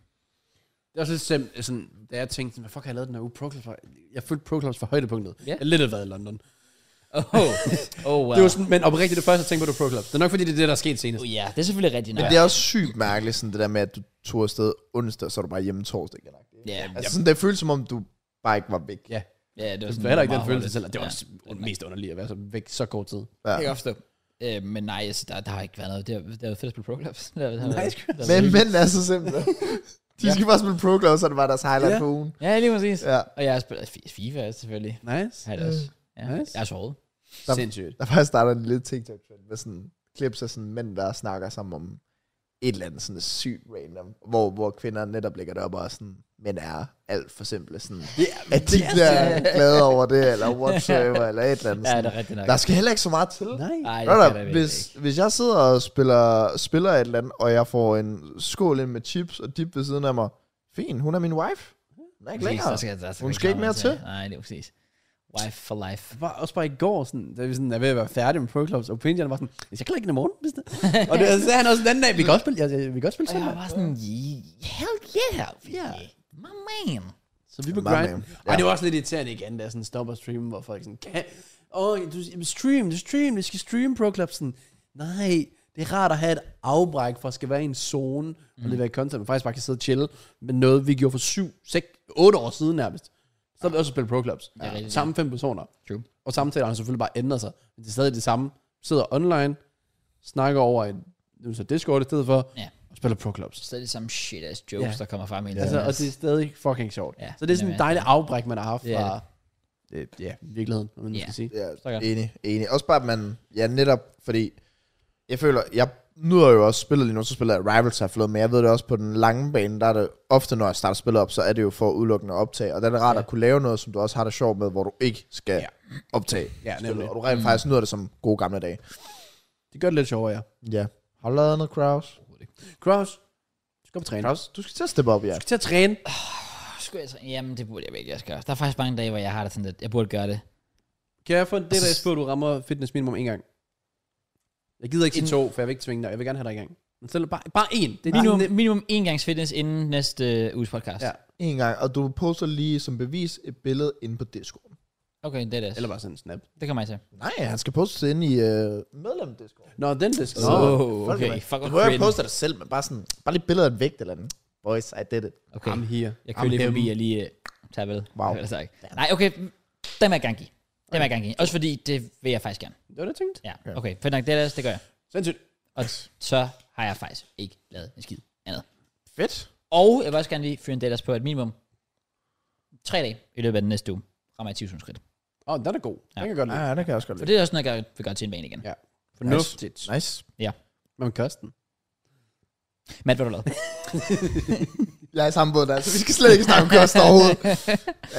Det er også lidt simpelt, sådan, da jeg tænkte, sådan, hvad fuck har jeg lavet den her uge? Pro Clubs var, jeg følte Pro Clubs for højdepunktet. Ja. Jeg har lidt været i London. Oh, oh wow. Det var sådan, men oprigtigt det første, jeg tænkte på, det var Pro Clubs. Det er nok fordi, det er det, der er sket senest. Oh, ja, det er selvfølgelig rigtigt nok. Men det er også sygt mærkeligt, sådan det der med, at du tog afsted onsdag, så er du bare hjemme torsdag. igen. Ja, Altså sådan, det føles som om, du bare ikke var væk. Ja, ja, det var det sådan var heller ikke meget den følelse hurtigt. selv. og Det var Ja. også mest underligt at være så væk så kort tid. Ja. Jeg kan godt forstå. Øh, men nej, altså, der, der har ikke været noget. Det har, det har været fedt at spille Pro Clubs. Det har, det har været- det har Men været- mænd er så simple. De skal bare spille Pro Clubs, så det var deres highlight Ja. på ugen. Ja, lige præcis. Ja. Ja, Og jeg har spillet altså, F- FIFA også, selvfølgelig. Nice. Har det også. Øh, Ja. Nice. Jeg har sovet. Der- Sindssygt. der faktisk starter en lille TikTok-trend med sådan klips af sådan mænd, der snakker sammen om et eller andet sådan sygt random, hvor, hvor kvinder netop lægger det op og er sådan, mænd er alt for simple. Sådan, Yeah, at de bliver glade over det, eller whatsoever, eller et eller andet. Ja, Sådan. det er rigtigt nok. Der skal heller ikke så meget til. Nej. Nej, Hør det da, er hvis, hvis jeg sidder og spiller, spiller et eller andet, og jeg får en skål ind med chips og dip ved siden af mig, fint, hun er min wife. Hun er ikke længere. der skal, der Hun skal ikke mere noget Nej, det er præcis. Wife for life. Bare, også bare i går, sådan, da vi sådan, er ved at være færdige med Pro Clubs, og Pindian var sådan, jeg kan ikke i morgen. Hvis det. og det, så sagde han også den anden dag, vi kan også spille, jeg, jeg- vi kan også spille Og jeg var søndag. bare sådan, "Ye- hell yeah. Yeah. My man. Så vi på Meget grind. nemt. Ja. Ej, det var også lidt irriterende igen, da jeg sådan stopper streamen, hvor folk sådan, kan, åh, du, stream, du stream, vi skal streame Pro Clubs. Sådan, nej, det er rart at have et afbræk for at skal være i en zone, mm. og levere content, men faktisk bare kan sidde og chille med noget, vi gjorde for syv, seks, otte år siden nærmest. Så har vi også spillet Pro Clubs. er Ja. rigtigt. Samme fem personer. True. Og samtaler har selvfølgelig bare ændret sig. Men det er stadig det samme. Sidder online, snakker over en, nu så Discord i stedet for, Ja. og spiller Pro Clubs. Stadig samme shit ass jokes, Ja. der kommer frem i Ja. Altså, og det er stadig fucking sjovt. Ja, så det er sådan det er en dejlig afbræk, man har haft Det er fra øh, ja, virkeligheden, om man Ja. yeah. skal sige. Ja, Stakkels. enig, enig. Også bare, at man, ja, netop, fordi jeg føler, jeg nyder jo også spillet lige nu, så spiller jeg Rivals her forleden, men jeg ved det også på den lange bane, der er det ofte, når jeg starter spillet op, så er det jo for udelukkende at optage, og der er det rart ja. at kunne lave noget, som du også har det sjovt med, hvor du ikke skal Ja. ja. optage Ja, spillet, nemlig. og du rent faktisk nyder det som gode gamle dage. Det gør det lidt sjovere, ja. Ja. Har du lavet noget, Kraus? Cross, du skal op og træne. Kraus, du skal til at steppe op, ja. Du skal til at træne. Skulle jeg så? altså, Jamen, det burde jeg virkelig også gøre. Der er faktisk mange dage, hvor jeg har det sådan lidt, jeg burde gøre det. Kan jeg få en del af spurgt, du rammer fitness minimum en gang? Jeg gider ikke sige to, for jeg vil ikke tvinge dig. Jeg vil gerne have dig i gang. Men selv bare, bare én. Det er lige nu. Minimum, minimum én gangs fitness inden næste øh, uges podcast. Ja. En gang, og du poster lige som bevis et billede inde på Discord. Okay, det er det. Eller bare sådan en snap. Det kommer jeg til. Nej, han skal poste det inde i øh, medlem Discord. Nå, den disk. Nå, Nå. okay. folk er med. Fuck, hvor du må jo cringe. ikke poste dig selv, men bare sådan, bare lige billeder af en vægt eller andet. Boys, I did it. Okay. I'm here. Jeg kører lige him. forbi og lige øh, tager ved. Wow. Eller sagt. Nej, okay. Den vil jeg gerne give. Den vil jeg gerne give. Også fordi, det vil jeg faktisk gerne. Det var det, jeg tænkte. Ja, okay. Fedt nok, det er det, det gør jeg. Sindssygt. Og så har jeg faktisk ikke lavet en skid andet. Fedt. Og jeg vil også gerne lige fyre en deaders på, at minimum tre dage i løbet af den næste uge rammer jeg 10.000 skridt. Åh, den er god. Den Ja. kan jeg godt lide. Ja, ja, det kan jeg også godt For lide. det er også noget, jeg vil gøre til en vane igen. Ja. Ja. Fornuftigt. Nice. Men kosten. Matt, hvad har du lavet? Jeg er i samme båd der, så vi skal slet ikke snakke om kost overhovedet.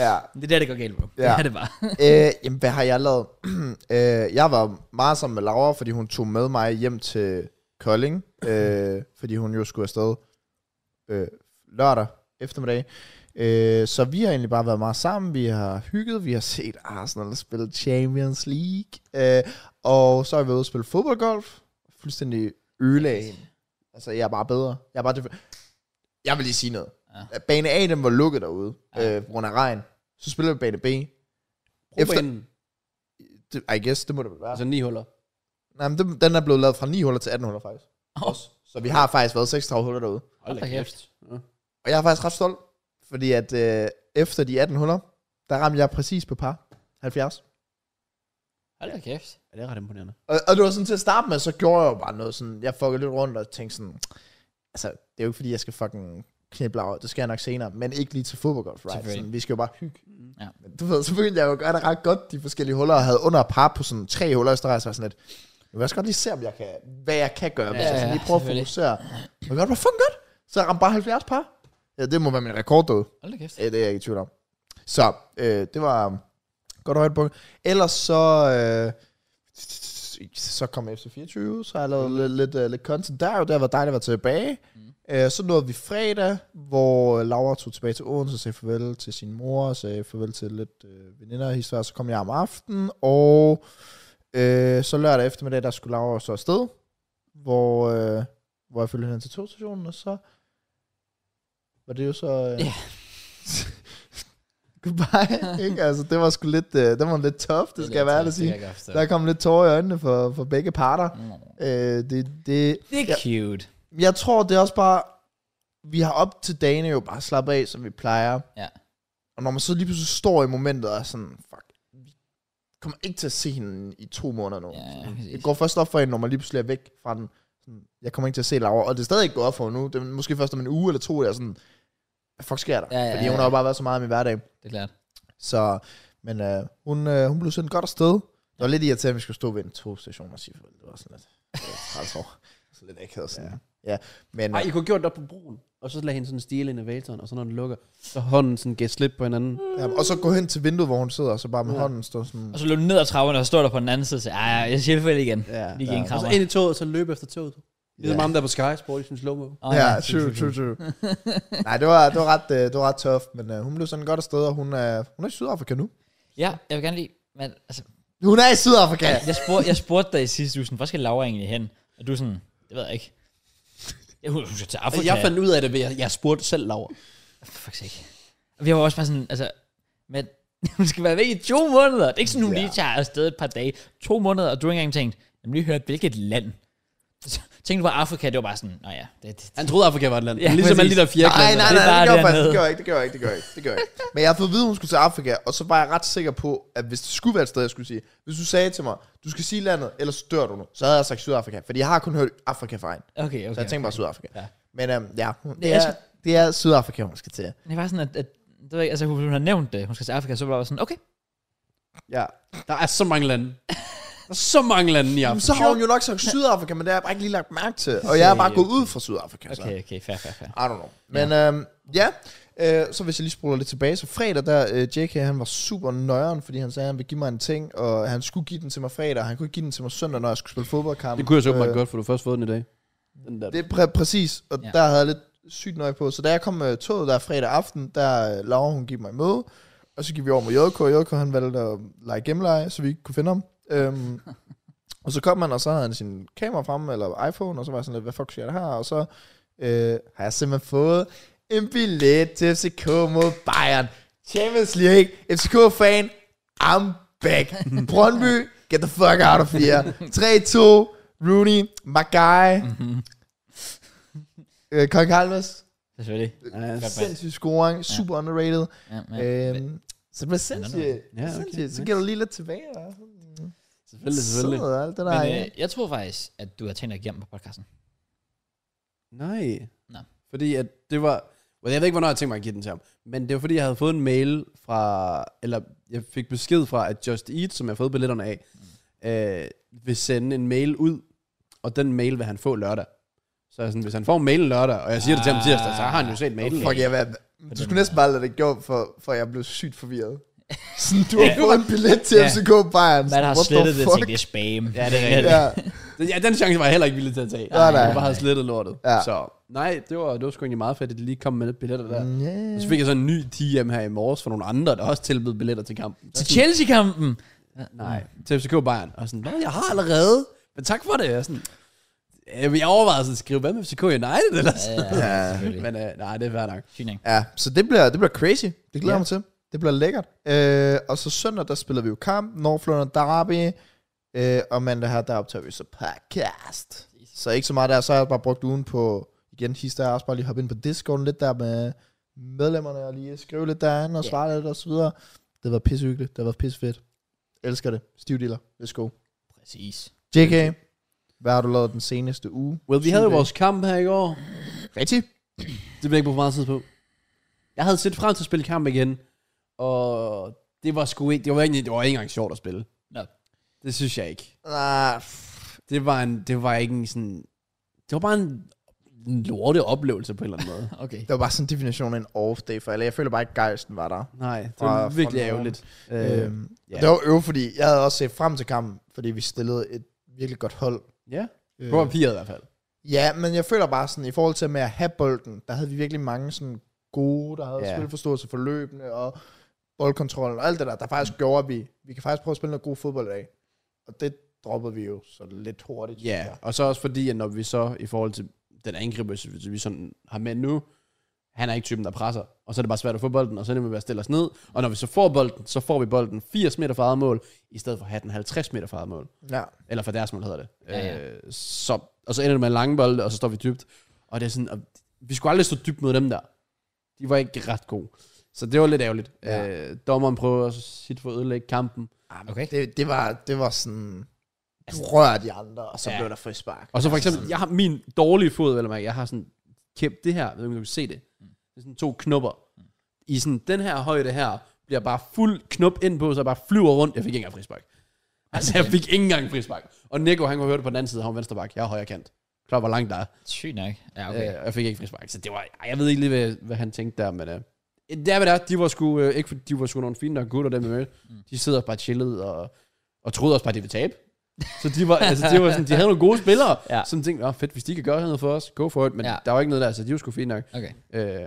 Ja. det er der, det går galt, bro. Ja. Ja. Det er det bare. Øh, jamen, hvad har jeg lavet? øh, jeg var meget sammen med Laura, fordi hun tog med mig hjem til Kolding, øh, fordi hun jo skulle afsted øh, lørdag eftermiddag. Øh, så vi har egentlig bare været meget sammen, vi har hygget, vi har set Arsenal spille Champions League, øh, og så har vi været ude og spille fodboldgolf, fuldstændig ødelag hende. Altså, jeg er bare bedre. Jeg er bare det. Jeg vil lige sige noget. Ja. Bane A, den var lukket derude, ja. øh, på grund af regn. Så spiller vi bane B, Efter... Efter- det, I guess, det må det vel være. Altså ni huller. Nej, men den, den er blevet lavet fra 9 huller til 18 huller faktisk. Også. Så vi har faktisk været 36 huller derude. Hold da da kæft. Ja. Og jeg er faktisk ret stolt, fordi at øh, efter de 18 huller, der ramte jeg præcis på par. 70. Hold da kæft. Ja, det er ret imponerende. Og, og det var sådan til at starte med, så gjorde jeg jo bare noget sådan, jeg fuckede lidt rundt og tænkte sådan, altså, det er jo ikke fordi, jeg skal fucking knible af, det skal jeg nok senere, men ikke lige til fodboldgolf, right? Selvfølgelig. Sådan, vi skal jo bare hygge. Ja. Men Du ved, så begyndte jeg jo at gøre det ret godt, de forskellige huller, og havde under par på sådan tre huller, i streg, så var jeg sådan lidt, jeg vil også godt lige se, om jeg kan, hvad jeg kan gøre, ja, hvis Ja, jeg sådan ja, lige prøver at selvfølgelig. fokusere. Men godt, hvor fucking godt? Så jeg ramte bare 70 par. Ja, det må være min rekord derude. Hold da kæft. Ja, Øh, det er jeg ikke i tvivl om. Så, øh, det var godt højt punkt. Ellers så, øh, så kom FC24, så har jeg lavet mm. lidt, lidt, øh, lidt content der, og det har været dejligt at være tilbage. Mm. Øh, så nåede vi fredag, hvor Laura tog tilbage til Odense og sagde farvel til sin mor, og sagde farvel til lidt øh, veninder og historier, så kom jeg om aftenen, og øh, så lørdag eftermiddag, der skulle Laura så afsted, hvor, øh, hvor jeg følte hende til togstationen, og så var det jo så... Øh, Ja. Goodbye, ikke? Altså, det var sgu lidt, øh, det var lidt tough, det, skal jeg være ærlig at sige. Det kan jeg godt forstå. Der kom lidt tårer i øjnene for, for begge parter. Nå. Øh, det, det, Det er Ja. cute. jeg tror, det er også bare... Vi har op til dagene jo bare slappet af, som vi plejer. Ja. Og når man så lige pludselig står i momentet og er sådan, fuck, vi kommer ikke til at se hende i to måneder nu. Ja, ja, Sådan, præcis. det går først op for hende, når man lige pludselig er væk fra den. Sådan, Jeg kommer ikke til at se Laura, og det er stadig ikke gået op for hende nu. Det er måske først om en uge eller to, jeg er sådan, hvad fuck sker der? Ja, ja, Fordi ja, hun ja. har jo bare været så meget i min hverdag. Det er klart. Så, men øh, hun, øh, hun blev sendt godt afsted. Det var lidt irriterende, at vi skulle stå ved en togstation og sige farvel. Det var sådan lidt, det var træls over. Så lidt akavet sådan. Ja. ja. Men, Nej, I kunne have gjort det op på broen, og så lade hende sådan stjæle elevatoren, og så når den lukker, så hånden sådan gav slip på hinanden. ja, øh, og så gå hen til vinduet, hvor hun sidder, og så bare med ja. hånden stå sådan. Og så løb du ned ad trapperne og står der på den anden side og siger, "Ej, jeg siger det vel igen. Ja. Lige igen Og så krammer. ind i toget, og så løbe efter toget. Det er Ja. meget der på Sky Sport, jeg synes, logo. Åh, Ja, true, true, true. Nej, det var, det var ret, øh, det var ret tough, men øh, hun blev sådan godt afsted, og hun er, hun er i Sydafrika nu. Ja, jeg vil gerne lide, men altså, Hun er i Sydafrika! jeg, spurgte, jeg spurgte dig i sidste uge, sådan, hvor skal Laura egentlig hen? Og du er sådan, det ved jeg ikke. Jeg hun hun skal til Afrika. Altså, Jeg fandt ud af det ved, at jeg spurgte selv Laura. Faktisk ikke. Og vi har jo også bare sådan, altså, men hun skal være væk i to måneder. Det er ikke sådan, hun Ja. lige tager afsted et par dage. To måneder, og du har ikke engang tænkt, jamen lige hørt, hvilket land. Så tænkte du på Afrika, det var bare sådan, nå ja, det, det, Han troede, Afrika var et land. Ja, Ja, ligesom alle præcis. de der fjerde Nej, nej, Det er nej, bare det, gør jeg faktisk, dernede. det gør jeg ikke, det gør jeg ikke, det gør jeg ikke, det gør jeg ikke. Men jeg har fået at vide, at hun skulle til Afrika, og så var jeg ret sikker på, at hvis det skulle være et sted, jeg skulle sige, hvis du sagde til mig, du skal sige landet, ellers så dør du nu, så havde jeg sagt Sydafrika, fordi jeg har kun hørt Afrika fra en, okay, okay. så jeg tænkte bare Sydafrika. Ja. Men øhm, ja, hun- det Jeg er, skal- det er Sydafrika, hun skal til. Men Det var sådan, at, at det var, ikke- altså, hun, hun har nævnt det, hun skal til Afrika, så var jeg sådan, okay. Ja. Der er så mange lande. Der er så mange lande i Jamen, Afrika. så har hun jo nok sagt Sydafrika, men det har jeg bare ikke lige lagt mærke til, og jeg er bare gået ud fra Sydafrika. Så. Okay, okay, fair, fair, fair. I don't know. Men øhm, ja, øh, så hvis jeg lige spoler lidt tilbage, så fredag der, øh, JK han var super nøjeren, fordi han sagde, at han ville give mig en ting, og han skulle give den til mig fredag, og han kunne ikke give den til mig søndag, når jeg skulle spille fodboldkamp. Øh, Det kunne jeg så meget godt, for du har først fået den i dag. Den der. Det er præ- præcis, og Ja. ja. der havde jeg lidt sygt nøje på. Så da jeg kom med toget der fredag aften, der øh, Laura hun gik mig imøde, og så gik vi over med JK, og JK han valgte at lege gemmeleje, så vi ikke kunne finde ham. Øhm, og så kom han, og så havde han sin kamera frem, eller iPhone, og så var jeg sådan lidt, hvad fuck sker der her? Og så øh, har jeg simpelthen fået en billet til FCK mod Bayern. Champions League, FCK-fan, I'm back. Brøndby, get the fuck out of here. 3-2, Rooney, Magai, øh, Kong Carlos. Selvfølgelig. Ja, Godt, mand. Sindssyg scoring, super underrated. Ja, ja. Øhm, så det bliver sindssygt. Ja, okay, Sindssygt. Så nice. giver du lige lidt tilbage. Og selvfølgelig, selvfølgelig. sidder og alt det der. Men ja. øh, jeg tror faktisk, at du har tænkt dig igennem på podcasten. Nej. Nå. Fordi at det var... Well, jeg ved ikke, hvornår jeg tænkte mig at give den til ham. Men det var, fordi jeg havde fået en mail fra... Eller jeg fik besked fra, at Just Eat, som jeg har fået billetterne af, øh, vil sende en mail ud. Og den mail vil han få lørdag. Så jeg er sådan, hvis han får mailen lørdag, og jeg siger det til ham tirsdag, så har han jo set mailen. Fuck, jeg vil- den du skulle måde. næsten bare lade det gå, for, for jeg blev sygt forvirret. Sådan, du har Ja. fået en billet til Ja. FCK Bayern. Man har What the slettet det, fuck? tænkte, det er spam. Ja, det er rigtigt. Ja, Ja, Øh, den chance var jeg heller ikke villig til at tage. Nej, nej. Jeg bare havde slettet lortet. Ja. Så nej, det var, det var sgu egentlig meget fedt, at de lige kom med billetter der. Mm, Ja. Og så fik jeg så en ny DM her i morges fra nogle andre, der også tilbød billetter til kampen. Til Chelsea-kampen. Nej, til FCK Bayern. Og sådan, hvad, jeg har allerede. Men tak for det. Jeg, er sådan, øh, jeg overvejede sådan at skrive, hvad med FCK United? Eller sådan. Ja, selvfølgelig. Men øh, nej, det er fair nok. Sygt nok. ja, så det bliver, det bliver crazy. Det glæder Ja. jeg mig til. Det bliver lækkert. Øh, og så søndag, der spiller vi jo kamp. North London Derby. Øh, og mandag her, der optager vi så podcast. Så ikke så meget der. Så har jeg bare brugt ugen på, igen, his der er også bare lige hoppe ind på Discorden lidt der med medlemmerne, og lige skrive lidt derinde, og svare lidt og så videre. Det var pissehyggeligt. Det var pissefedt. Elsker det. Stiv dealer. Let's go. Præcis. JK, hvad har du lavet den seneste uge? Well, vi havde jo vores kamp her i går. Rigtig. Det blev jeg ikke brugt for meget tid på. Jeg havde set frem til at spille kamp igen, og det var sgu ikke, det var, egentlig, det var ikke engang sjovt at spille. Nå. Det synes jeg ikke. Ah, Det var, en, det var ikke en sådan, det var bare en, en lorte oplevelse på en eller anden måde. Okay. det var bare sådan en definition af en off day for alle. Jeg føler bare ikke, gejsten var der. Nej, det Fra- var fra virkelig nogen. ærgerligt. Øh, Øh, ja. Det var jo fordi jeg havde også set frem til kampen, fordi vi stillede et virkelig godt hold. ja, Øh, på papiret i hvert fald. Ja, men jeg føler bare sådan, i forhold til med at have bolden, der havde vi virkelig mange sådan gode, der havde Ja. yeah. spilforståelse for løbende og boldkontrollen og alt det der, der faktisk gjorde, at vi, vi kan faktisk prøve at spille noget god fodbold i dag. Og det droppede vi jo så lidt hurtigt. synes Ja, jeg. og så også fordi, at når vi så i forhold til den angriber, som vi sådan har med nu, han er ikke typen, der presser. Og så er det bare svært at få bolden, og så er det med at stille os ned. Og når vi så får bolden, så får vi bolden 80 meter fra eget mål, i stedet for at have den 50 meter fra eget mål. ja. Eller fra deres mål hedder det. Ja, ja. Øh, så, og så ender det med en lang bold, og så står vi dybt. Og det er sådan, og vi skulle aldrig stå dybt mod dem der. De var ikke ret gode. Så det var lidt ærgerligt. Ja. Ja. Øh, dommeren prøver også sit for at ødelægge kampen. Okay. Det, det, var, det var sådan, du rørte de andre, og så Ja. ja. blev der frispark. Og så for Altså eksempel, jeg har min dårlige fod, vel at mærke, jeg har sådan kæmpe det her, jeg ved ikke, om du kan se det. Det er sådan to knopper. I sådan den her højde her, bliver bare fuld knop ind på, så jeg bare flyver rundt. Jeg fik ikke engang frispark. Altså, jeg fik ikke engang frispark. Og Nico, han kunne høre det på den anden side, han var venstre bak, jeg er højre kant. Klar, hvor langt der er. Sygt nok. Ja, okay. Okay. Øh, og jeg fik ikke frispark, så det var, ej, jeg ved ikke lige, hvad, hvad han tænkte der, men øh, det er, hvad det er, de var sgu, øh, ikke fordi de var sgu nogle fine nok gutter, dem med, Mm. de sidder bare chillet og, og troede også bare, de ville tabe. Så de var, altså, de var sådan, de havde nogle gode spillere, Ja. ja. som tænkte, oh, fedt, hvis de kan gøre noget for os, go for it, men Ja. ja. der var ikke noget der, så de var sgu fine nok. Okay. Øh, det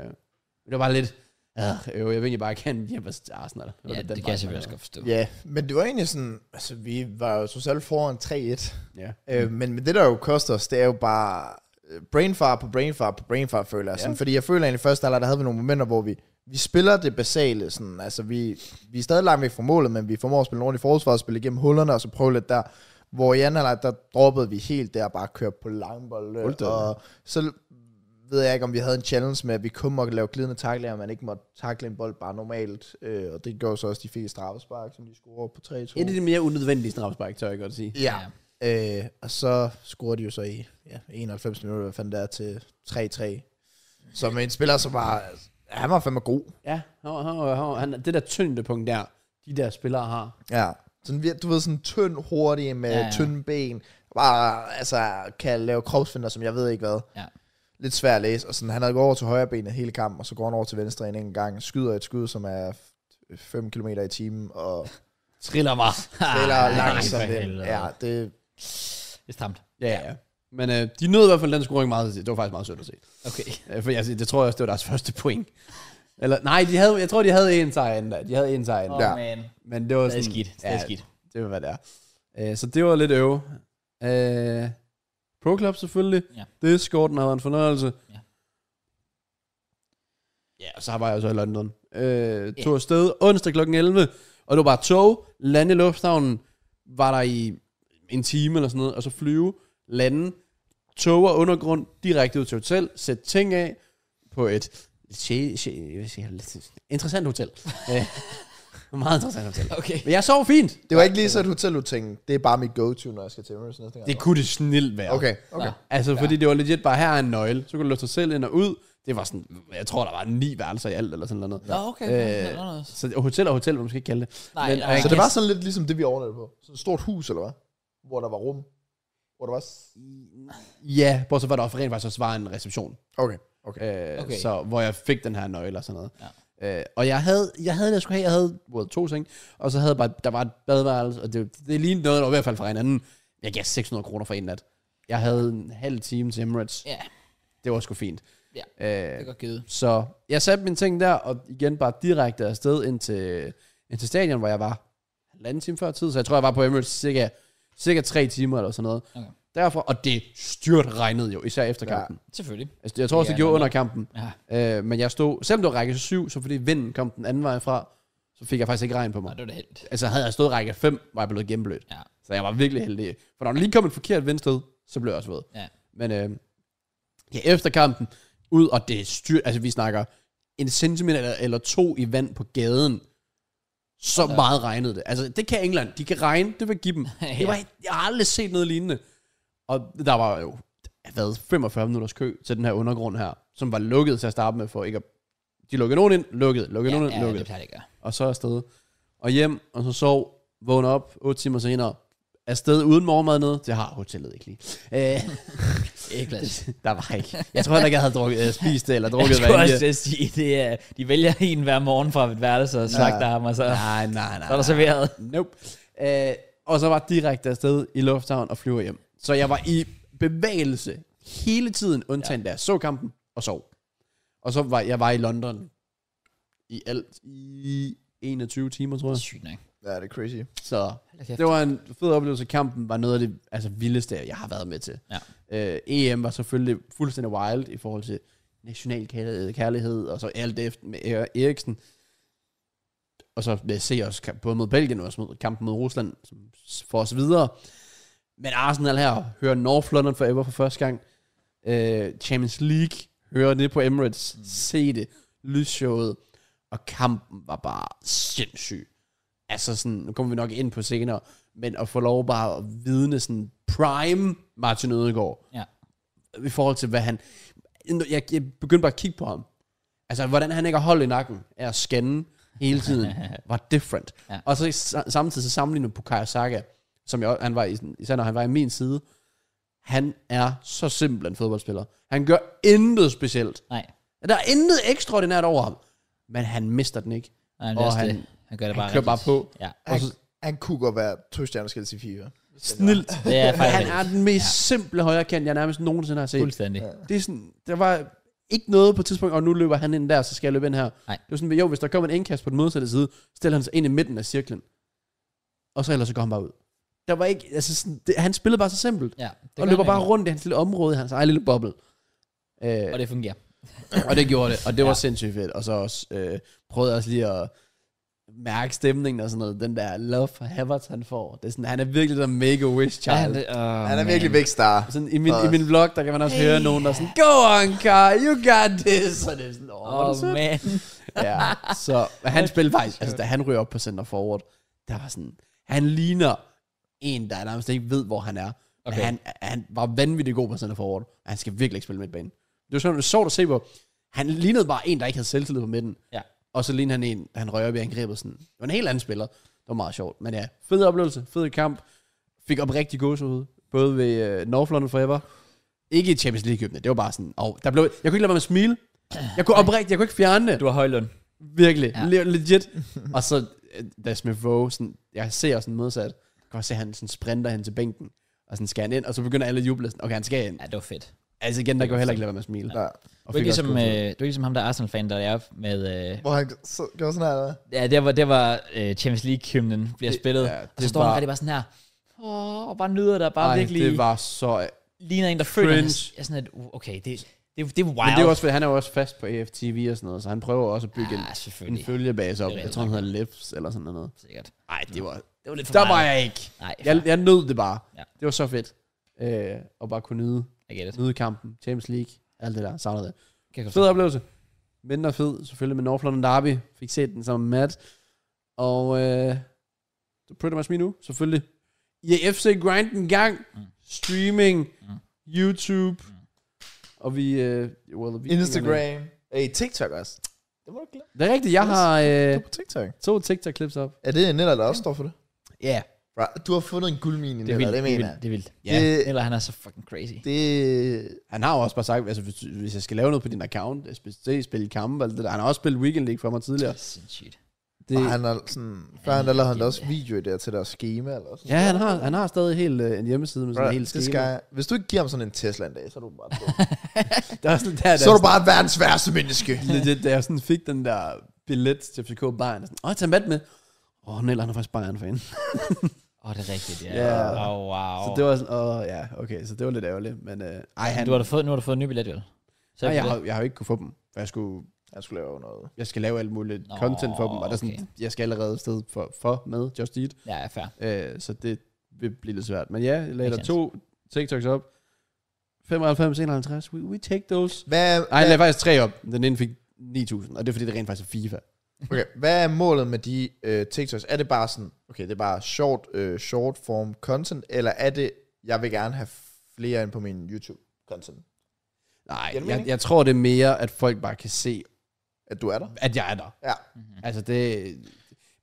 var bare lidt, øh, øh, jeg ved ikke, jeg bare kan hjælpe os til Arsenal. Det var Ja, lidt det den kan jeg vibe, selvfølgelig man også havde. godt forstå. Ja, men det var egentlig sådan, altså vi var jo totalt foran 3-1, Ja. øh, men, men det der jo koster os, det er jo bare øh, brainfart på brainfart på brainfart, føler jeg. Sådan, Ja. Fordi jeg føler egentlig først, der havde vi nogle momenter, hvor vi, vi spiller det basale, sådan, altså vi, vi er stadig langt væk fra målet, men vi formår at spille rundt i forsvaret, spille igennem hullerne, og så prøve lidt der. Hvor i anden halvleg, der droppede vi helt der, bare kørte på langbold, Fuldstændig. og så ved jeg ikke, om vi havde en challenge med, at vi kun måtte lave glidende taklinger, og man ikke måtte takle en bold bare normalt. Øh, og det gjorde så også, at de fik et straffespark, som de scorede på 3-2. Et af de mere unødvendige straffespark, tør jeg godt sige. Ja. Øh, og så scorede de jo så i ja, 91 minutter, hvad fanden der er, til 3-3. Som en spiller, som var... Han var fandme god. Ja, hov, hov, hov, han, det der tyngdepunkt der, de der spillere har, Ja. Sådan, vir- du ved, sådan tynd hurtig med Ja, ja, ja. ja. tynde ben. Bare, altså, kan lave kropsfinder, som jeg ved ikke hvad. Ja. Lidt svært at læse. Og sådan, han havde gået over til højre benet hele kampen, og så går han over til venstre en enkelt gang. Skyder et skud, som er 5 km i timen, og Triller mig. spiller nej, langt for sådan den. helvede. Ja, det, Det er stramt. Ja, ja. ja. Men øh, de nød i hvert fald den scoring meget. Det var faktisk meget sødt at se. Okay. Øh, For jeg, det tror jeg også, det var deres første point. Eller, nej, de havde, jeg tror, de havde en sejr inden da. De havde en sejr inden. Ja. man. Men det var Det sådan... er skidt. Det er skidt. Det var, hvad det er. Øh, så det var lidt øve. Øh, Pro Club selvfølgelig. Ja. Det scoret, den har været en fornøjelse. Ja. Ja, og så var jeg jo så i London. Øh, tog afsted onsdag kl. 11, og det var bare tog, lande i lufthavnen, var der i en time eller sådan noget, og så flyve, lande, tog og undergrund, direkte ud til hotel, sætte ting af på et che, che, hvad siger jeg, lidt interessant hotel. øh, meget interessant hotel. Okay. Men jeg sov fint. det var ikke lige så et hotel, du tænkte, det er bare mit go-to, når jeg skal til Emirates næste gang. Det kunne det snilt være. Altså. Okay, okay. Altså, ja. fordi det var legit bare, her er en nøgle. Så kunne du løfte dig selv ind og ud. Det var sådan, jeg tror, der var ni værelser i alt, eller sådan noget. Nå, Ja. okay. Øh, Så hotel og hotel, vil man måske ikke kalde det. Nej, Men, nej, og nej. jeg Så det kan- var sådan lidt ligesom det, vi overnattede på. Sådan et stort hus, eller hvad? Hvor der var rum. Hvor der var... s- Ja, bortset fra, der også rent faktisk også var en reception. Okay, okay. Øh, Okay. okay. Så, hvor jeg fik den her nøgle og sådan noget. Ja. Øh, og jeg havde, jeg havde det, jeg skulle have, jeg havde både to seng, og så havde jeg bare, der var et badeværelse, og det, det lignede noget, der var i hvert fald fra hinanden. Jeg gav 600 kroner for en nat. Jeg havde en halv time til Emirates. Ja, Det var sgu fint. Ja, øh, det er godt givet. Så jeg satte mine ting der, og igen bare direkte afsted ind til, ind til stadion, hvor jeg var halvanden time før tid, så jeg tror, jeg var på Emirates cirka, cirka tre timer eller sådan noget. Okay. Derfra, og det styrt regnede jo, især efter Ja. kampen. Selvfølgelig. Altså, Jeg tror også, Ja, det gjorde men- under kampen. Ja. Øh, men jeg stod, selvom det var række 7, så fordi vinden kom den anden vej fra, så fik jeg faktisk ikke regn på Nå, mig. det var da helt. Altså havde jeg stået række 5, var jeg blevet gennemblødt. Ja. Så jeg var virkelig heldig. For når der lige kom et forkert vindsted, så blev jeg også våd. Ja. Men øh, ja, efter kampen, ud, og det er styrt, altså vi snakker en centimeter eller, eller to i vand på gaden, så ja. meget regnede det. Altså, det kan England. De kan regne, det vil give dem. ja. det var, jeg har aldrig set noget lignende. Og der var jo hvad, 45 minutters kø til den her undergrund her, som var lukket til at starte med, for ikke at... De lukkede nogen ind, lukkede, lukkede Ja, nogen ind, ja, lukkede det plejer det at gøre. og så afsted. Og hjem, og så sov, vågn op, 8 timer senere, afsted uden morgenmad ned. Det har hotellet ikke lige. Øh, Ikke Lasse. der var ikke. Jeg tror heller ikke, jeg havde drukket, øh, spist det, eller drukket Jeg skulle hvad også end jeg- til at sige, det er, de vælger en hver morgen fra et værelse og slagter ja. ham, og så, ja. Nej, nej, nej. så er der serveret. Nope. Øh, og så var jeg direkte afsted i lufthavn og flyver hjem. Så jeg var i bevægelse hele tiden, undtagen ja. da jeg så kampen og sov. Og så var jeg var i London i alt i 21 timer, tror jeg. Sygt nok. Ja, det er crazy. Så da kæft. det var en fed oplevelse. Kampen var noget af det altså, vildeste, jeg har været med til. Ja. Øh, EM var selvfølgelig fuldstændig wild i forhold til national kær- kærlighed, og så alt det efter med Er- Eriksen. Og så vil jeg se os kamp- både mod Belgien og også mod kampen mod Rusland, som s- får os videre. Men Arsenal her hører North London Forever for første gang. Øh, Champions League hører det på Emirates. Mm. Se det. Lysshowet. Og kampen var bare sindssyg altså sådan, nu kommer vi nok ind på senere, men at få lov bare at vidne sådan prime Martin Ødegaard, Ja. i forhold til hvad han, jeg, jeg begyndte bare at kigge på ham, altså hvordan han ikke har hold i nakken, er at scanne hele tiden, var different. Ja. Ja. Og så sa- samtidig så sammenlignet på Bukayo Saka, som jeg, også- han var i, især når han var i min side, han er så simpel en fodboldspiller. Han gør intet specielt. Nej, Der er intet ekstraordinært over ham, men han mister den ikke. Nej men det er Og også han- det. Han gør det Han bare kører bare rigtigt. på. Ja. Han, han kunne godt være to stjerner skal til fire. Snilt. Det er faktisk Han er den mest ja. simple højrekant, jeg nærmest nogensinde har set. Fuldstændig. Ja. Det er sådan, der var ikke noget på et tidspunkt, og nu løber han ind der, så skal jeg løbe ind her. Nej. Det var sådan, jo, hvis der kommer en indkast på den modsatte side, stiller han sig ind i midten af cirklen. Og så ellers så går han bare ud. Der var ikke, altså sådan, det, han spillede bare så simpelt. ja Det og løber bare rundt i hans lille område, i hans egen lille boble. Øh, Og det fungerer. og det gjorde det, og det var Ja. sindssygt fedt. Og så også, øh, prøvede jeg også lige at mærke stemningen og sådan noget. Den der love for Havertz, han får. Det er sådan, han er virkelig den mega-wish Ja, child. det- åh, Han er man. virkelig væk star. Sådan i min, Og- i min vlog, der kan man også hey. høre nogen, der er sådan, Go on, car, you got this. Og det er sådan, åh, Åh, oh, oh, man. Ja, så men han spillede faktisk, altså da han ryger op på center forward, der var sådan, han ligner en, der nærmest ikke ved, hvor han er. Okay. Okay. Men han, han var vanvittigt god på center forward, og han skal virkelig ikke spille midtbanen. Det var sådan, det var sjovt at se på. Han lignede bare en, der ikke havde selvtillid på midten. Ja. Og så lignede han en, han røg op i angrebet sådan. Det var en helt anden spiller. Det var meget sjovt. Men ja, fed oplevelse, fed kamp. Fik op rigtig gåsehud, både ved uh, North London Forever. Ikke i Champions League købende, det var bare sådan, og der blev, jeg kunne ikke lade være med at smile. Jeg kunne oprigtigt, jeg kunne ikke fjerne det. Du har Højlund. Virkelig, Ja. ja. le- legit. og så, øh, da Smith Rowe, sådan, jeg ser sådan modsat, jeg kan også se, at han sådan sprinter hen til bænken, og sådan skal han ind, og så begynder alle at juble, sådan, okay, han skal ind. Ja, det var fedt. Altså igen, der går heller ikke lade være med at smile. Ja. Du Og er, fik ikke ligesom, også øh, du er ikke ligesom ham, der er Arsenal-fan, der er med... Øh, Hvor han så, gjorde sådan her, eller hvad? ja, der var, der var øh, Champions League-hymnen bliver Det- spillet, ja, og så det står han var- rigtig bare sådan her, åh, og bare nyder der bare Ej, virkelig... det var så... ligner en, der føler, Cringe. hans- er sådan et, uh, okay, det, det, det er wild. Men det er også, fordi han er jo også fast på AFTV og sådan noget, så han prøver også at bygge Ja, en, en Ah, selvfølgelig. følgebase op. Det er Jeg tror, han hedder Lips eller sådan noget. Sikkert. Nej, det var... Det var lidt for Der var meget. jeg ikke. Nej, Jeg, jeg nød det bare. Ja. Det var så fedt. Øh, og bare kunne nyde, jeg get it. nyde kampen, Champions League, alt det der. Savnede det. Kan jeg godt Fed oplevelse. Mindre fed, selvfølgelig med North London Derby. Fik set den sammen med Matt. Og øh, så pretty much me nu, selvfølgelig. I FC Grind en gang. Mm. Mm. Streaming. Mm. Mm. YouTube. Mm. Mm. Og vi... Øh, well, vi Instagram. Hey, TikTok også. Det må du ikke glemme. Det er rigtigt, jeg har Du øh, er på TikTok. to TikTok-clips op. Er det Nella, der også står for det? Ja. Yeah. Bra, du har fundet en guldmine, Det er Nella, vildt, det det er vildt, mener jeg. det er vildt. Ja. Det- Eller han er så fucking crazy. Det... Han har jo også bare sagt, altså, hvis, hvis jeg skal lave noget på din account, spille, spille kampe, og alt det der. han har også spillet Weekend League for mig tidligere. Det er sindssygt. Det, Og han har sådan... Før han der lavede han da også video der til deres schema, eller sådan ja, han har, han har stadig helt, øh, en hjemmeside med sådan Bro, en hel det skema. skal, hvis du ikke giver ham sådan en Tesla en dag, så er du bare dum. Der er sådan, der, der så er du bare verdens værste menneske. legit, da jeg sådan fik den der billet til FCK Bayern, sådan, åh, tag Matt med. Åh, oh, Niel, han er faktisk Bayern-fan. Åh, oh, det er rigtigt, ja. Ja. Åh, oh, wow. Så det var sådan, åh, ja, okay, så det var lidt ærgerligt. Men øh, ej, han, du har da fået, nu har du fået en ny billet, vel? Så nej, jeg, det. har, jeg har jo ikke kunne få dem. for Jeg skulle, Jeg skulle lave noget. jeg skal lave alt muligt Nå, content for dem, og der er sådan, okay. jeg skal allerede sted for, for med Just Eat. Ja, ja, fair. Øh, så det vil blive lidt svært. Men ja, jeg lagde Makes der to TikToks op. 95, 51, we, we take those. Hvad, Nej, jeg hvad, lagde faktisk tre op. Den ene fik 9.000, og det er fordi, det rent faktisk er FIFA. Okay, hvad er målet med de øh, TikToks? Er det bare sådan, okay, det er bare short, øh, short form content, eller er det, jeg vil gerne have flere ind på min YouTube content? Nej, Giver det jeg, mening? jeg tror det er mere, at folk bare kan se, At du er der? at jeg er der. Ja. Altså det...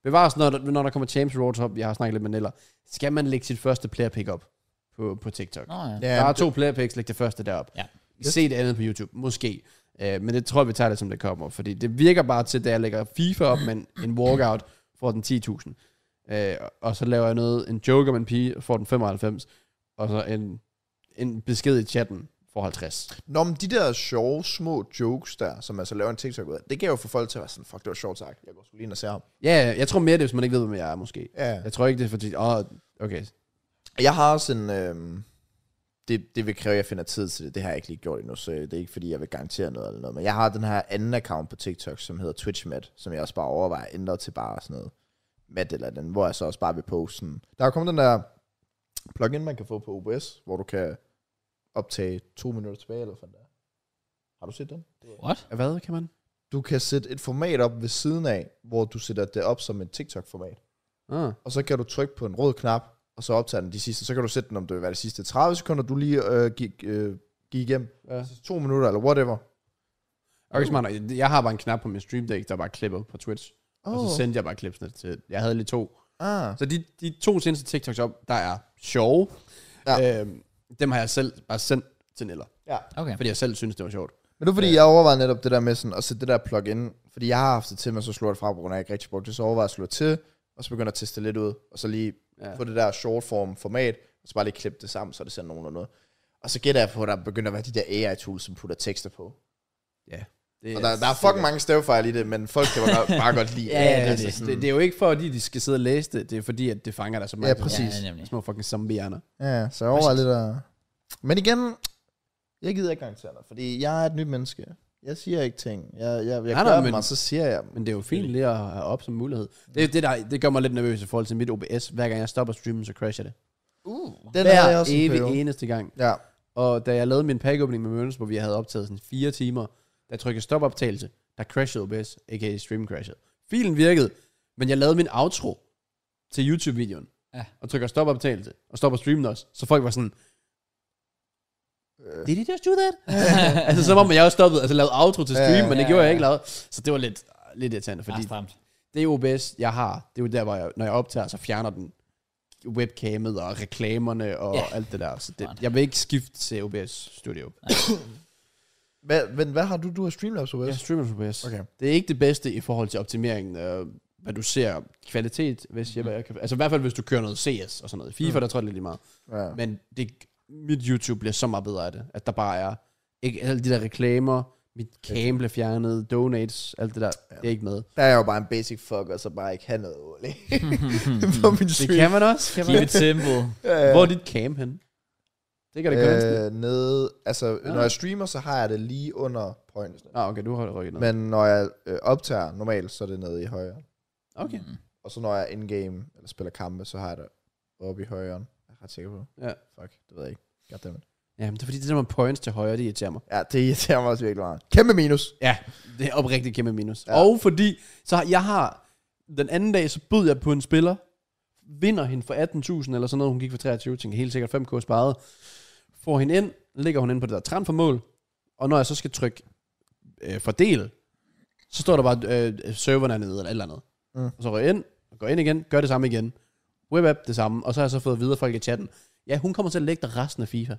Bevares, når, der- når der kommer Champions Road op, jeg har snakket lidt med Neller, skal man lægge sit første player pick op på, på TikTok. Nå ja. Ja, der er men to player picks, læg det første derop. Ja. Se det andet på YouTube, måske. Øh, men det tror jeg, vi tager det, som det kommer. Fordi det virker bare til, at jeg lægger FIFA op, men en walkout får den 10.000. Øh, og så laver jeg noget, en joker med en pige, får den 95. Og så en, en besked i chatten får 50. Nå, men de der sjove, små jokes der, som altså laver en TikTok ud af, det kan jo få folk til at være sådan, fuck, det var sjovt sagt. Jeg går sgu lige ind og ser ham. Ja, ja, jeg tror mere det, er, hvis man ikke ved, hvem jeg er, måske. Ja. Jeg tror ikke, det er fordi... Åh, oh, okay. Jeg har også en... Øh, det, det vil kræve, at jeg finder tid til det. Det har jeg ikke lige gjort endnu, så det er ikke, fordi jeg vil garantere noget eller noget. Men jeg har den her anden account på TikTok, som hedder TwitchMed, som jeg også bare overvejer at ændre til bare sådan noget mat eller den, hvor jeg så også bare vil poste sådan. Der er kommet den der plugin, man kan få på OBS, hvor du kan optage to minutter tilbage, eller hvad fanden det er. Har du set den? What? Hvad kan man? Du kan sætte et format op ved siden af, hvor du sætter det op som et TikTok-format Ah. og så kan du trykke på en rød knap, og så optager den de sidste. Så kan du sætte den, om det vil være de sidste 30 sekunder, du lige øh, gik, øh, gik igennem. Ja. Ja. To minutter, eller whatever. Okay, smart. Jeg har bare en knap på min stream deck, der bare klipper på Twitch. Oh. Og så sendte jeg bare klipsene til... Jeg havde lige to. ah. Så de, de to seneste TikToks op, der er sjove, ja. Ja. øhm, dem har jeg selv bare sendt til Neller. ja. Okay. Fordi jeg selv synes, det var sjovt. Men nu fordi jeg overvejer netop det der med sådan, at sætte det der plug-in, fordi jeg har haft det til, men så slår det fra, på grund af, at jeg ikke rigtig brugte det, så overvejer jeg at slå det til, og så begynder at teste lidt ud, og så lige Ja. ja. få det der short form format, og så bare lige klippe det sammen, så det ser nogenlunde noget. Og så gætter jeg på, at der begynder at være de der AI-tools, som putter tekster på. Det, Og der, der er fucking mange stavefejl i det, men folk kan bare, bare godt lide Ja, ja, det, altså det, sådan- det, det, er jo ikke fordi, de skal sidde og læse det. Det er fordi, at det fanger dig så meget. Ja, præcis. Ja, nemlig. Små fucking zombierne. Ja, så jeg overvejer lidt at... Men igen, jeg gider ikke garantere dig, fordi jeg er et nyt menneske. Jeg siger ikke ting. Jeg, jeg, jeg Nej, nej, nej, gør nej, men- dem, og så siger jeg dem. Men det er jo fint lige at have op som mulighed. Det, det, der, det gør mig lidt nervøs i forhold til mit OBS. Hver gang jeg stopper streamen, så crasher det. Uh. Den Hver er jeg også en evig periode. eneste gang. Ja, Og da jeg lavede min packåbning med Mønnes, hvor vi havde optaget sådan fire timer, da jeg trykkede stopoptagelse, der crashede OBS, a.k.a. stream crashede. Filen virkede, men jeg lavede min outro til YouTube-videoen. Ja. Og trykker stopoptagelse, og stopper streamen også. Så folk var sådan, did he just do that? altså som om, at jeg også stoppede, altså lavede outro til stream, Ja, men det ja, gjorde ja. jeg ikke lavet. Så det var lidt, lidt irriterende, Fordi... fordi stramt. det OBS, jeg har, det er jo der, hvor jeg, når jeg optager, så fjerner den webcamet og reklamerne og Ja. alt det der. Så det, Smart. jeg vil ikke skifte til OBS Studio. hvad, men hvad har du? Du har Streamlabs OS? Jeg streamer på OBS. Okay. Det er ikke det bedste i forhold til optimeringen, øh, hvad du ser kvalitet, hvis jeg, hvad jeg kan, altså i hvert fald hvis du kører noget CS og sådan noget. I FIFA, mm. der tror jeg det er lige meget. Ja. Men det, mit YouTube bliver så meget bedre af det, at der bare er ikke alle de der reklamer, mit cam bliver fjernet, donates, alt det der, ja. det er ikke med. Der er jeg jo bare en basic fuck, og så bare ikke have noget olie på min Mm. Det stream. kan man også. Kan man Keep også. it simple. Ja. Hvor er dit cam hen? Det Ah. kan det gøre. Øh. øh, nede, altså, når jeg streamer, så har jeg det lige under pointen. Ah, okay, du har det rykket ned. Men når jeg øh, optager normalt, så er det nede i højre. Okay. Mm. Og så når jeg er in-game, eller spiller kampe, så har jeg det oppe i højre. Jeg er ret sikker på. Ja. Fuck, det ved jeg ikke. Goddammit. Jamen, det er fordi, det der med points til højre, det irriterer mig. Ja, det irriterer mig også virkelig meget. Kæmpe minus. Ja, det er oprigtigt kæmpe minus. Ja. Ja. Og fordi, så har- jeg har, den anden dag, så bød jeg på en spiller, vinder hende for 18.000 eller sådan noget, hun gik for 23, tænker helt sikkert 5k sparet, får hende ind, ligger hun ind på det der transfermål, og når jeg så skal trykke øh, fordel, så står der bare, øh, serveren er nede eller et eller andet. Mm. Mm. Og så går jeg ind, og går ind igen, gør det samme igen, web app det samme, og så har jeg så fået videre folk i chatten, ja, hun kommer til at lægge dig resten af FIFA.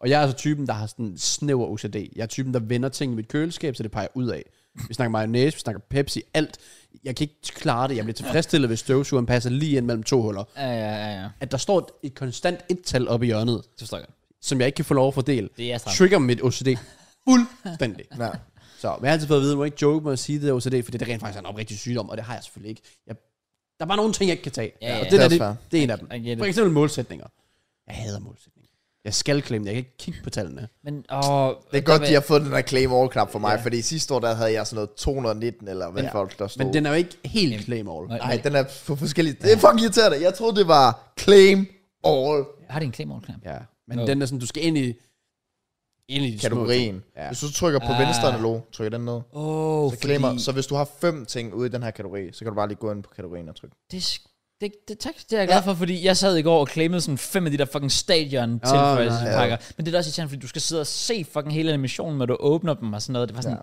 Og jeg er altså typen, der har sådan snæver OCD. Jeg er typen, der vender ting i mit køleskab, så det peger ud af. Vi snakker mayonnaise, vi snakker Pepsi, alt. Jeg kan ikke klare det. Jeg bliver tilfredsstillet, hvis støvsugeren passer lige ind mellem to huller. Ja, ja, ja, ja. At der står et, et konstant et-tal oppe i hjørnet, Det forstår jeg godt. som jeg ikke kan få lov at fordele, Det er stramt. trigger mit OCD fuldstændig. Ja. Så men jeg har altid fået at vide, at man ikke joke med at sige det der OCD, for det er rent faktisk en oprigtig sygdom, og det har jeg selvfølgelig ikke. Jeg, der er bare nogle ting, jeg ikke kan tage. Ja, ja, og ja. det, der, Det er det, det er en af dem. I get it. For eksempel målsætninger. Jeg hader målsætninger. Jeg skal klemme det. Jeg kan ikke kigge på tallene. Men, åh, Det er godt, de har fået den der claim all knap for mig, ja. fordi sidste år, der havde jeg sådan noget 219, eller hvad Ja. ja. folk der stod. Men den er jo ikke helt claim all. Nej. Nej, den er på forskellige... Det er fucking irriterende. Jeg troede, det var claim all. Har de en klem over klem? Ja, men Nå. den er sådan, du skal ind i En af de kategorien. Ja. Ja. Hvis du trykker på Ah. ah. venstre analog, trykker den ned. Åh, oh, Så, fordi... så hvis du har fem ting ude i den her kategori, så kan du bare lige gå ind på kategorien og trykke. Det, det, det, tak, det er jeg glad for, fordi jeg sad i går og claimede sådan fem af de der fucking stadion tilføjelsespakker. Men det er da også irriterende, fordi du skal sidde og se fucking hele animationen, når du åbner dem og sådan noget. Det var sådan,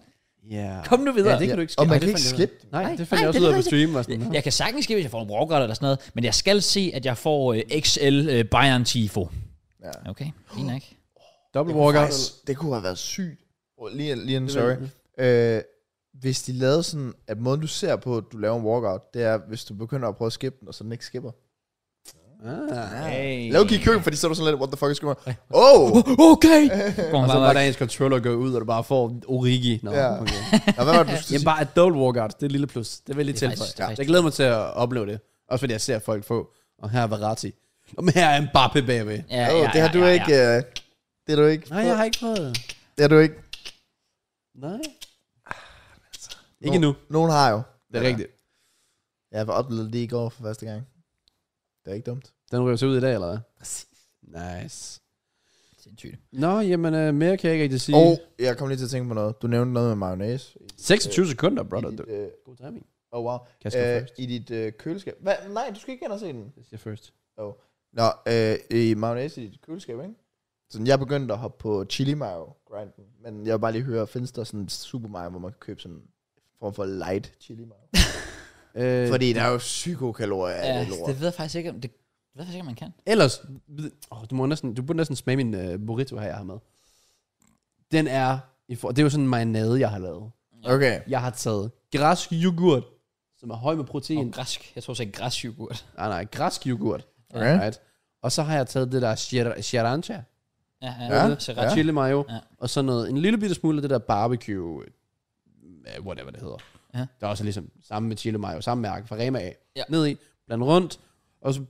Ja. kom nu videre. Ja, det kan du ikke Og skippe. man Ej, kan det ikke fandt jeg skippe. ud af. Nej, det fandt nej, jeg også det ud er af på rigtigt. stream. Og sådan, jeg kan sagtens skive, hvis jeg får en brovgræt eller sådan noget, men jeg skal se, at jeg får øh, XL øh, Bayern Tifo. Ja. Okay, fint nok. Double kunne walkout. faktisk- det kunne have været sygt. Oh, Lige, lige en sorry. Øh, hvis de lavede sådan, at måden du ser på, at du laver en walkout, det er, hvis du begynder at prøve at skippe den, og så den ikke skipper. Ah. Hey. Lav kig køkken, fordi så er du sådan lidt, what the fuck is going on? Oh! Okay! Går Øh, Og man bare så bare nok. der ens controller går ud, og du bare får Origi. Nå, Ja. okay. Nå, hvad var det, du skulle Jamen sige? bare et double walkout, det er et lille plus. Det vil jeg lige Det er faktisk- det er tilføje. Ja. faktisk- Jeg glæder mig til at opleve det. Også fordi jeg ser folk få. Og her er Verratti. Og men her er Mbappe bagved. Ja, Oh, det har du ikke... øh, Det har du ikke... Nej, jeg har ikke fået. Det har du ikke... Nej. Ikke nu. Nogen har jo. Det er rigtigt. Jeg har oplevet det i går for første gang. Det er ikke dumt. Den ryger sig ud i dag, eller hvad? Nice. Sindssygt. Nå, jamen, øh, mere kan jeg ikke rigtig sige. Og jeg kom lige til at tænke på noget. Du nævnte noget med mayonnaise. I 26 sekunder, brother. dit, Det- øh, God timing. oh wow. Kan jeg skrive Øh, først? I dit øh, køleskab. Hva? Nej, du skal ikke ind og se den. Jeg siger først. Nå, øh, i mayonnaise i dit køleskab, ikke? Sådan, jeg begyndte at hoppe på chili mayo grinden, men jeg vil bare lige høre, findes der sådan et super mayo, hvor man kan købe sådan en form for light chili mayo? Øh, Fordi der er jo psykokalorier af Ja, det lort. det ved jeg faktisk ikke, om det det ved jeg faktisk ikke, om man kan. Ellers, oh, du, må næsten, du burde næsten smage min uh, burrito her, jeg har med. Den er, i for, det er jo sådan en marinade, jeg har lavet. Okay. Jeg har taget græsk yoghurt, som er høj med protein. Ah, Og græsk. Jeg tror så ikke græsk yoghurt. Nej, nej, græsk yoghurt. Okay. Right? Og så har jeg taget det der sher- sriracha, Ja, Ja, ja. Sriracha. ja. chili mayo, Ja. ja. og sådan noget, en lille bitte smule af det der barbecue, øh, whatever det hedder. Ja. Der er også ligesom samme med chili mayo, samme mærke fra Rema af. Ja. Ned i, bland rundt, og så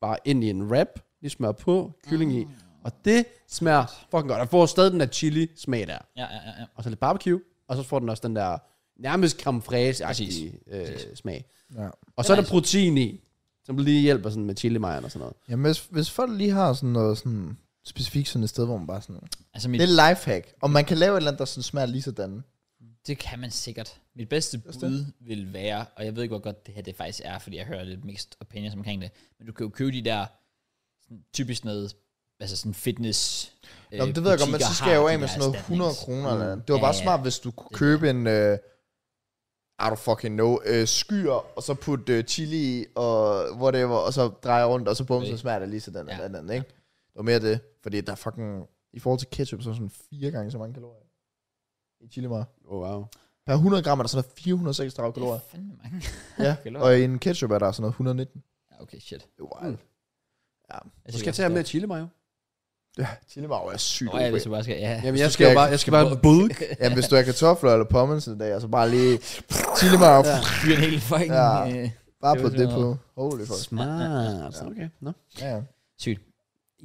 bare ind i en wrap, lige smør på, kylling i. Og det smager fucking godt. Og får stadig den der chili smag der. Ja, ja, ja, ja. Og så lidt barbecue, og så får den også den der nærmest creme fraise-agtige øh, smag. Ja. Og så er Det er der protein i, som lige hjælper sådan med chili mayo og sådan noget. Jamen, hvis, hvis folk lige har sådan noget sådan specifikt sådan et sted, hvor man bare sådan... Altså, mit, Det er lifehack. Og man kan lave et eller andet, der sådan smager lige sådan. det kan man sikkert. Mit bedste bud vil være, og jeg ved ikke, hvor godt det her det faktisk er, fordi jeg hører lidt mixed opinions omkring det, men du kan jo købe de der sådan, typisk noget, altså sådan fitness øh, Nå, men det ved jeg godt, men så butikker skal jeg jo har af de med der sådan noget 100 erstatnings- kroner eller andet. Det var Ja, bare ja. smart, hvis du kunne købe en... Øh, I don't fucking know. Øh, skyer, og så putte øh, chili i, og whatever, og så dreje rundt, og så bum, så Okay. smager det lige sådan Ja. ja. eller andet, ikke? Det var mere det, fordi der er fucking... I forhold til ketchup, så er der sådan fire gange så mange kalorier. I chili mayo. Oh, wow. Per 100 gram er der sådan noget 436 Det er kalorier. fandme mange. Ja, kalorier. og i en ketchup er der sådan noget 119. Ja, okay, shit. Det er wild. Mm. Altså, Så skal jeg tage med chili mayo. Ja, chili mayo er sygt. Nå, ja, hvis jeg bare skal, ja. Jamen, Så skal jeg skal, jo jeg- bare, jeg skal bare bulk. Ja, hvis du har kartofler eller pommes i dag, og så bare lige chili mayo. Ja. Fyre en hel fucking... Ja. Øh, Bare Det på var det sådan på. Holy fuck. Smart. Så Okay, nå. Ja, ja. sygt.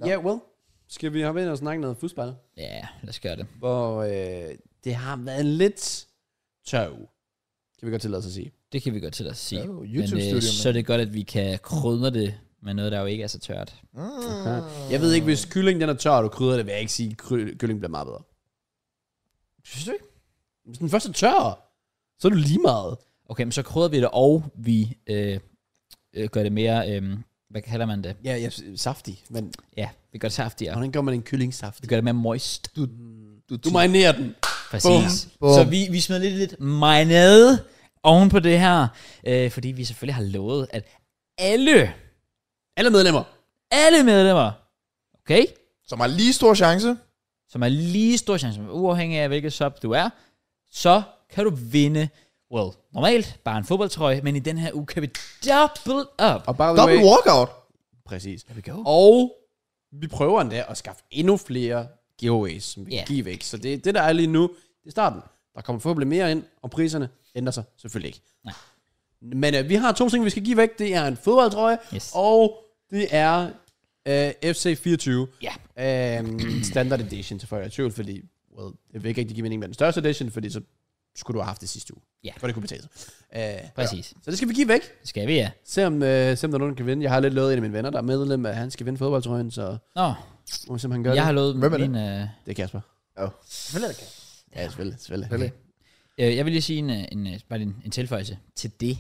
Ja, yeah, well. Skal vi hoppe ind og snakke noget fodbold? Ja, lad os gøre det. Hvor øh, det har været en lidt tør uge. Kan vi godt tillade os at sige. Det kan vi godt til at sige. Ja, jo, men øh, YouTube-studio, så er det godt, at vi kan krydre det med noget, der jo ikke er så tørt. Mm. Jeg ved ikke, hvis kylling den er tør, og du krydder det, vil jeg ikke sige, at kry- kylling bliver meget bedre. Synes du ikke? Hvis den først er tør, så er du lige meget. Okay, men så krydrer vi det, og vi øh, øh, gør det mere, øh, hvad kalder man det? Ja, ja saftig. Men Ja, vi gør det saftigere. hvordan gør man en kylling saftig? Vi gør det mere moist. Du, du marinerer den. Præcis. Boom, Bum. Så vi, vi smider lidt, lidt marinade oven på det her, øh, fordi vi selvfølgelig har lovet, at alle, Alle medlemmer. alle medlemmer, okay, Som har lige stor chance. som er lige stor chance, uafhængig af hvilket sub du er, så kan du vinde, well, normalt bare en fodboldtrøje, men i den her uge kan vi double up. Og bare Double walkout. Præcis. Here we go. Og vi prøver endda at skaffe endnu flere giveaways, som vi Ja. yeah. kan give væk. Så det, det, der er lige nu, det er starten. Der kommer forhåbentlig mere ind, og priserne ændrer sig selvfølgelig ikke. Nej. Men øh, vi har to ting, vi skal give væk. Det er en fodboldtrøje, Yes. og det er øh, FC24 Ja. øh, Standard Edition til 40 20, fordi well, det vil ikke rigtig give mening med den største edition, fordi så skulle du have haft det sidste uge. Ja. For det kunne betale sig. Øh, Præcis. så det skal vi give væk. Det skal vi, ja. Selvom, øh, selvom der er nogen, der kan vinde. Jeg har lidt lovet en af mine venner, der er medlem, at han skal vinde fodboldtrøjen, så Nå, må vi se, om han gør jeg det. har lovet Hvem er min... Øh, Det er Kasper. Jo. Selvfølgelig er det Ja, selvfølgelig. selvfølgelig. Selvfølgelig. Øh, jeg vil lige sige en, øh, en, øh, bare lige en, en tilføjelse til det,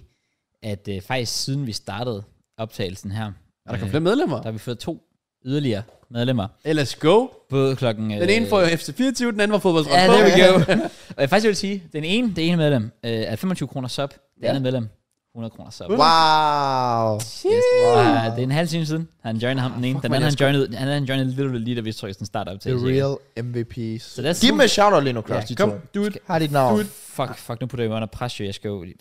at øh, faktisk siden vi startede optagelsen her, Er der kommet øh, flere medlemmer? der har vi fået to yderligere medlemmer. Hey, let's go. Både klokken... øh, Den ene får FC 24, den anden var fodbold. Ja, there we go. og jeg faktisk vil sige, den ene, det ene medlem øh, er 25 kroner sub, det Ja. andet medlem 100 kroner sub. Wow. Wow. Uh, det er en halv time siden, han joinede ham den ene. Den anden, han joinede, den anden, han joinede literally lige da vi trykkede sådan start op til. The real MVPs. Så lad os Giv nu- mig et shout-out lige nu, Klaus, Ja, de kom, to. dude. Har dit navn. Dude, fuck, fuck, nu putter jeg mig under pres, jo. jeg skal jo... For helvede.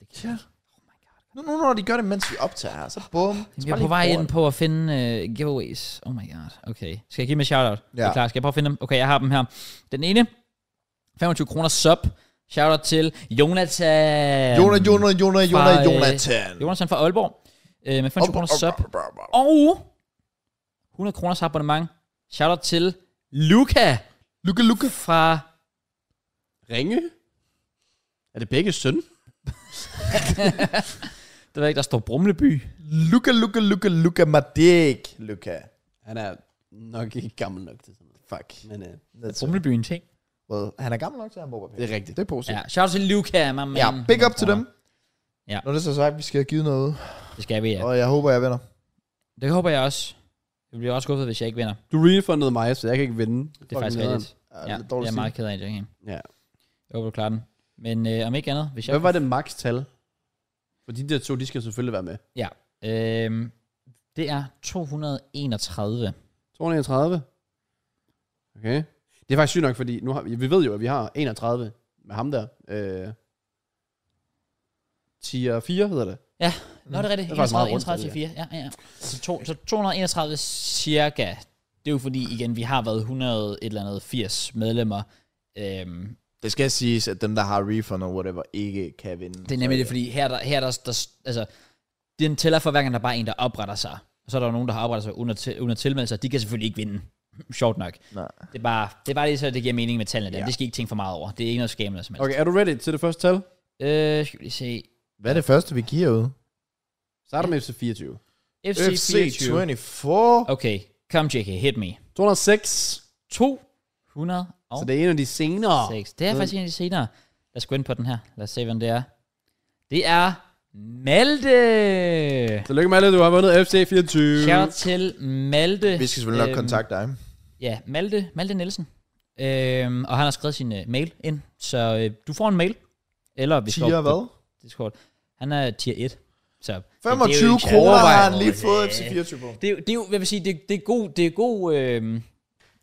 Det kan jeg ikke. Nu, nu når de gør det, mens vi optager her, så bum. Jamen, Jeg er på vej ind på at finde uh, giveaways. Oh my god. Okay. Skal jeg give dem et shout-out? Ja. Det er klar. Skal jeg prøve at finde dem? Okay, jeg har dem her. Den ene. 25 kroner sub. Shout-out til Jonathan. Jonas, Jonas, Jonas, Jonas, Fra, øh, Jonathan. Jonathan fra Aalborg. Uh, med 25 kroner sub. Op, op, op, op, op. Og 100 kroners abonnement. Shout-out til Luca. Luca, Luca. Fra... Ringe? Er det begge søn? Det ved jeg ikke, der står Brumleby. Luca, Luca, Luca, Luca, my dick, Luca. Han er nok ikke gammel nok til sådan noget. Fuck. Men øh, That's it. Brumleby er en ting. Well, han er gammel nok til at have mobile det er rigtigt. Det er positivt. Ja, shout-out til Luca, my man. Ja, big up til dem. Ja. Når det er så sagt, vi skal have givet noget. Det skal vi, ja. Og jeg håber, jeg vinder. Det håber jeg også. Jeg bliver også skuffet, hvis jeg ikke vinder. Du refundede mig, så jeg kan ikke vinde. Det er faktisk rigtigt. Ja, Ja, lidt det er Altså, dårligt jeg at sige. meget ked af, Jackie. Ja. Jeg håber, du klarer den. Men øh, om ikke andet, hvis jeg... Hvad var det max tal? For de der to, de skal selvfølgelig være med. Øhm, det er 231. 231. Okay. Det er faktisk sygt nok, fordi nu har, vi ved jo, at vi har 31 med ham der. Øh, 10 og 4 hedder det. Nå, det er rigtigt. Det er faktisk 31, meget rundt, 31 til 4. Ja, ja, ja. Så, to, så 231 cirka. Det er jo fordi, igen, vi har været 100 et eller andet 80 medlemmer. Øhm, Det skal siges, at dem, der har refund og whatever, ikke kan vinde. det er nemlig det, fordi her, der, her der, der, altså, den tæller for hver gang, der er bare en, der opretter sig. Og så er der jo nogen, der har oprettet sig under, til, under tilmeldelse, og de kan selvfølgelig ikke vinde. Sjovt nok. Nej. Det er bare, det er bare lige så, det giver mening med tallene der. Ja. Ja. Det skal I ikke tænke for meget over. Det er ikke noget skam eller som helst. Okay, er du ready til det første tal? Øh, skal vi lige se. Hvad er det første, vi giver ud? Starter med FC 24. FC, FC 24. 24. Okay, kom JK, hit me. 206. 200 og Så det er en af de senere. 6. Det er faktisk en af de senere. Lad os gå ind på den her. Lad os se, hvem det er. Det er Malte. Tillykke Malle, du har vundet FC 24. Shout til Malte. Vi skal selvfølgelig nok Øhm, kontakte dig. Ja, Malte, Malte Nielsen. Øhm, og han har skrevet sin øh, mail ind, så øh, du får en mail. Eller hvis Tier hvad? Discord. Han er tier 1. Så, 25 kroner har han lige fået FC 24 på. Det, er jo- det er jo, jeg vil sige, det, det er god, det er god, øh,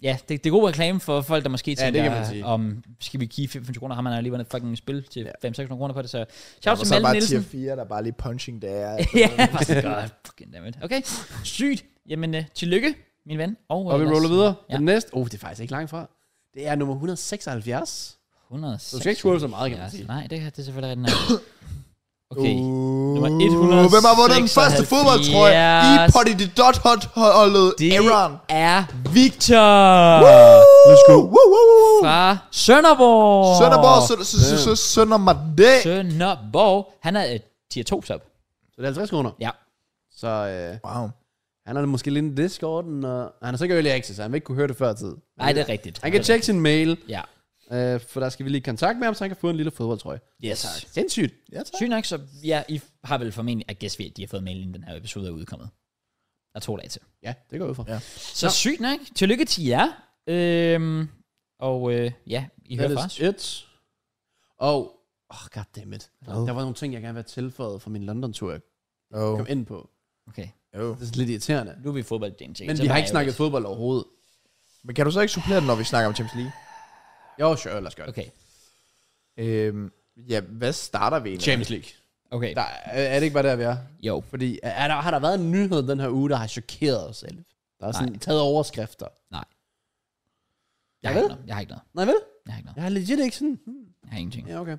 ja, det, det er god reklame for folk, der måske Ja, det tænker, kan man sige. om skal vi give 25 kroner, har man alligevel et fucking spil til Ja. ja. 5-600 kroner på det, så Og shout så til er der Malte bare Nielsen. tier 4, der er bare lige punching der. ja, bare så godt. Fucking dammit. Okay, sygt. Jamen, øh, tillykke, min ven. Og, øh, Og vi lad os- ruller videre. Ja. Ja. Den næste. Oh, det er faktisk ikke langt fra. Det er nummer 176. 106. Du skal ikke scrolle så meget, kan man sige. altså, Nej, det, kan- det er selvfølgelig rigtig nok. Okay. Uh. Nummer Nummer 100. Hvem har vundet den første fodboldtrøje i Potty the Dot Hot holdet? Det Aaron. er Victor Uh, Let's go. fra Sønderborg. Sønderborg, Sø- Sø- Sø- Sø- Sønder Madæ. Sønderborg. Han er et tier 2 sub. Så det er 50 kroner. Ja. Så øh, Wow. han er måske lidt i Discorden, og han er så ikke early access, så han vil ikke kunne høre det før tid. Nej, det er rigtigt. Han kan tjekke sin mail, Ja. øh, for der skal vi lige i kontakt med ham, så han kan få en lille fodboldtrøje. Yes. Tak. Sindssygt. Ja, tak. Sygt nok, så ja, I har vel formentlig, at gæst ved, at de har fået mail, inden den her episode er udkommet. Der er to dage til. Ja, det går jeg ud fra. Ja. Så Nå. sygt nok. Tillykke til jer. Øhm, og øh, ja, I hører fra os. That is it. Og, oh, goddammit. Der var nogle ting, jeg gerne ville have tilføjet fra min London-tur, jeg Oh. kom ind på. Okay. Oh. Det er lidt irriterende. Nu er vi fodbold den ting. Men så vi har der ikke er jo snakket fodbold overhovedet. Men kan du så ikke supplere den, når vi snakker om Champions League? Jo, sure, lad os gøre det. Okay. Øhm, ja, hvad starter vi egentlig? Champions League. Okay. Der, er er det ikke bare der, vi er? Jo. Fordi er der, har der været en nyhed den her uge, der har chokeret os alle? Der er sådan Nej. taget overskrifter. Jeg har, Hvad? ikke noget. jeg har ikke noget. Nej, vel? Jeg har ikke noget. Jeg har legit ikke sådan... hmm, Jeg har ingenting. Ja, okay.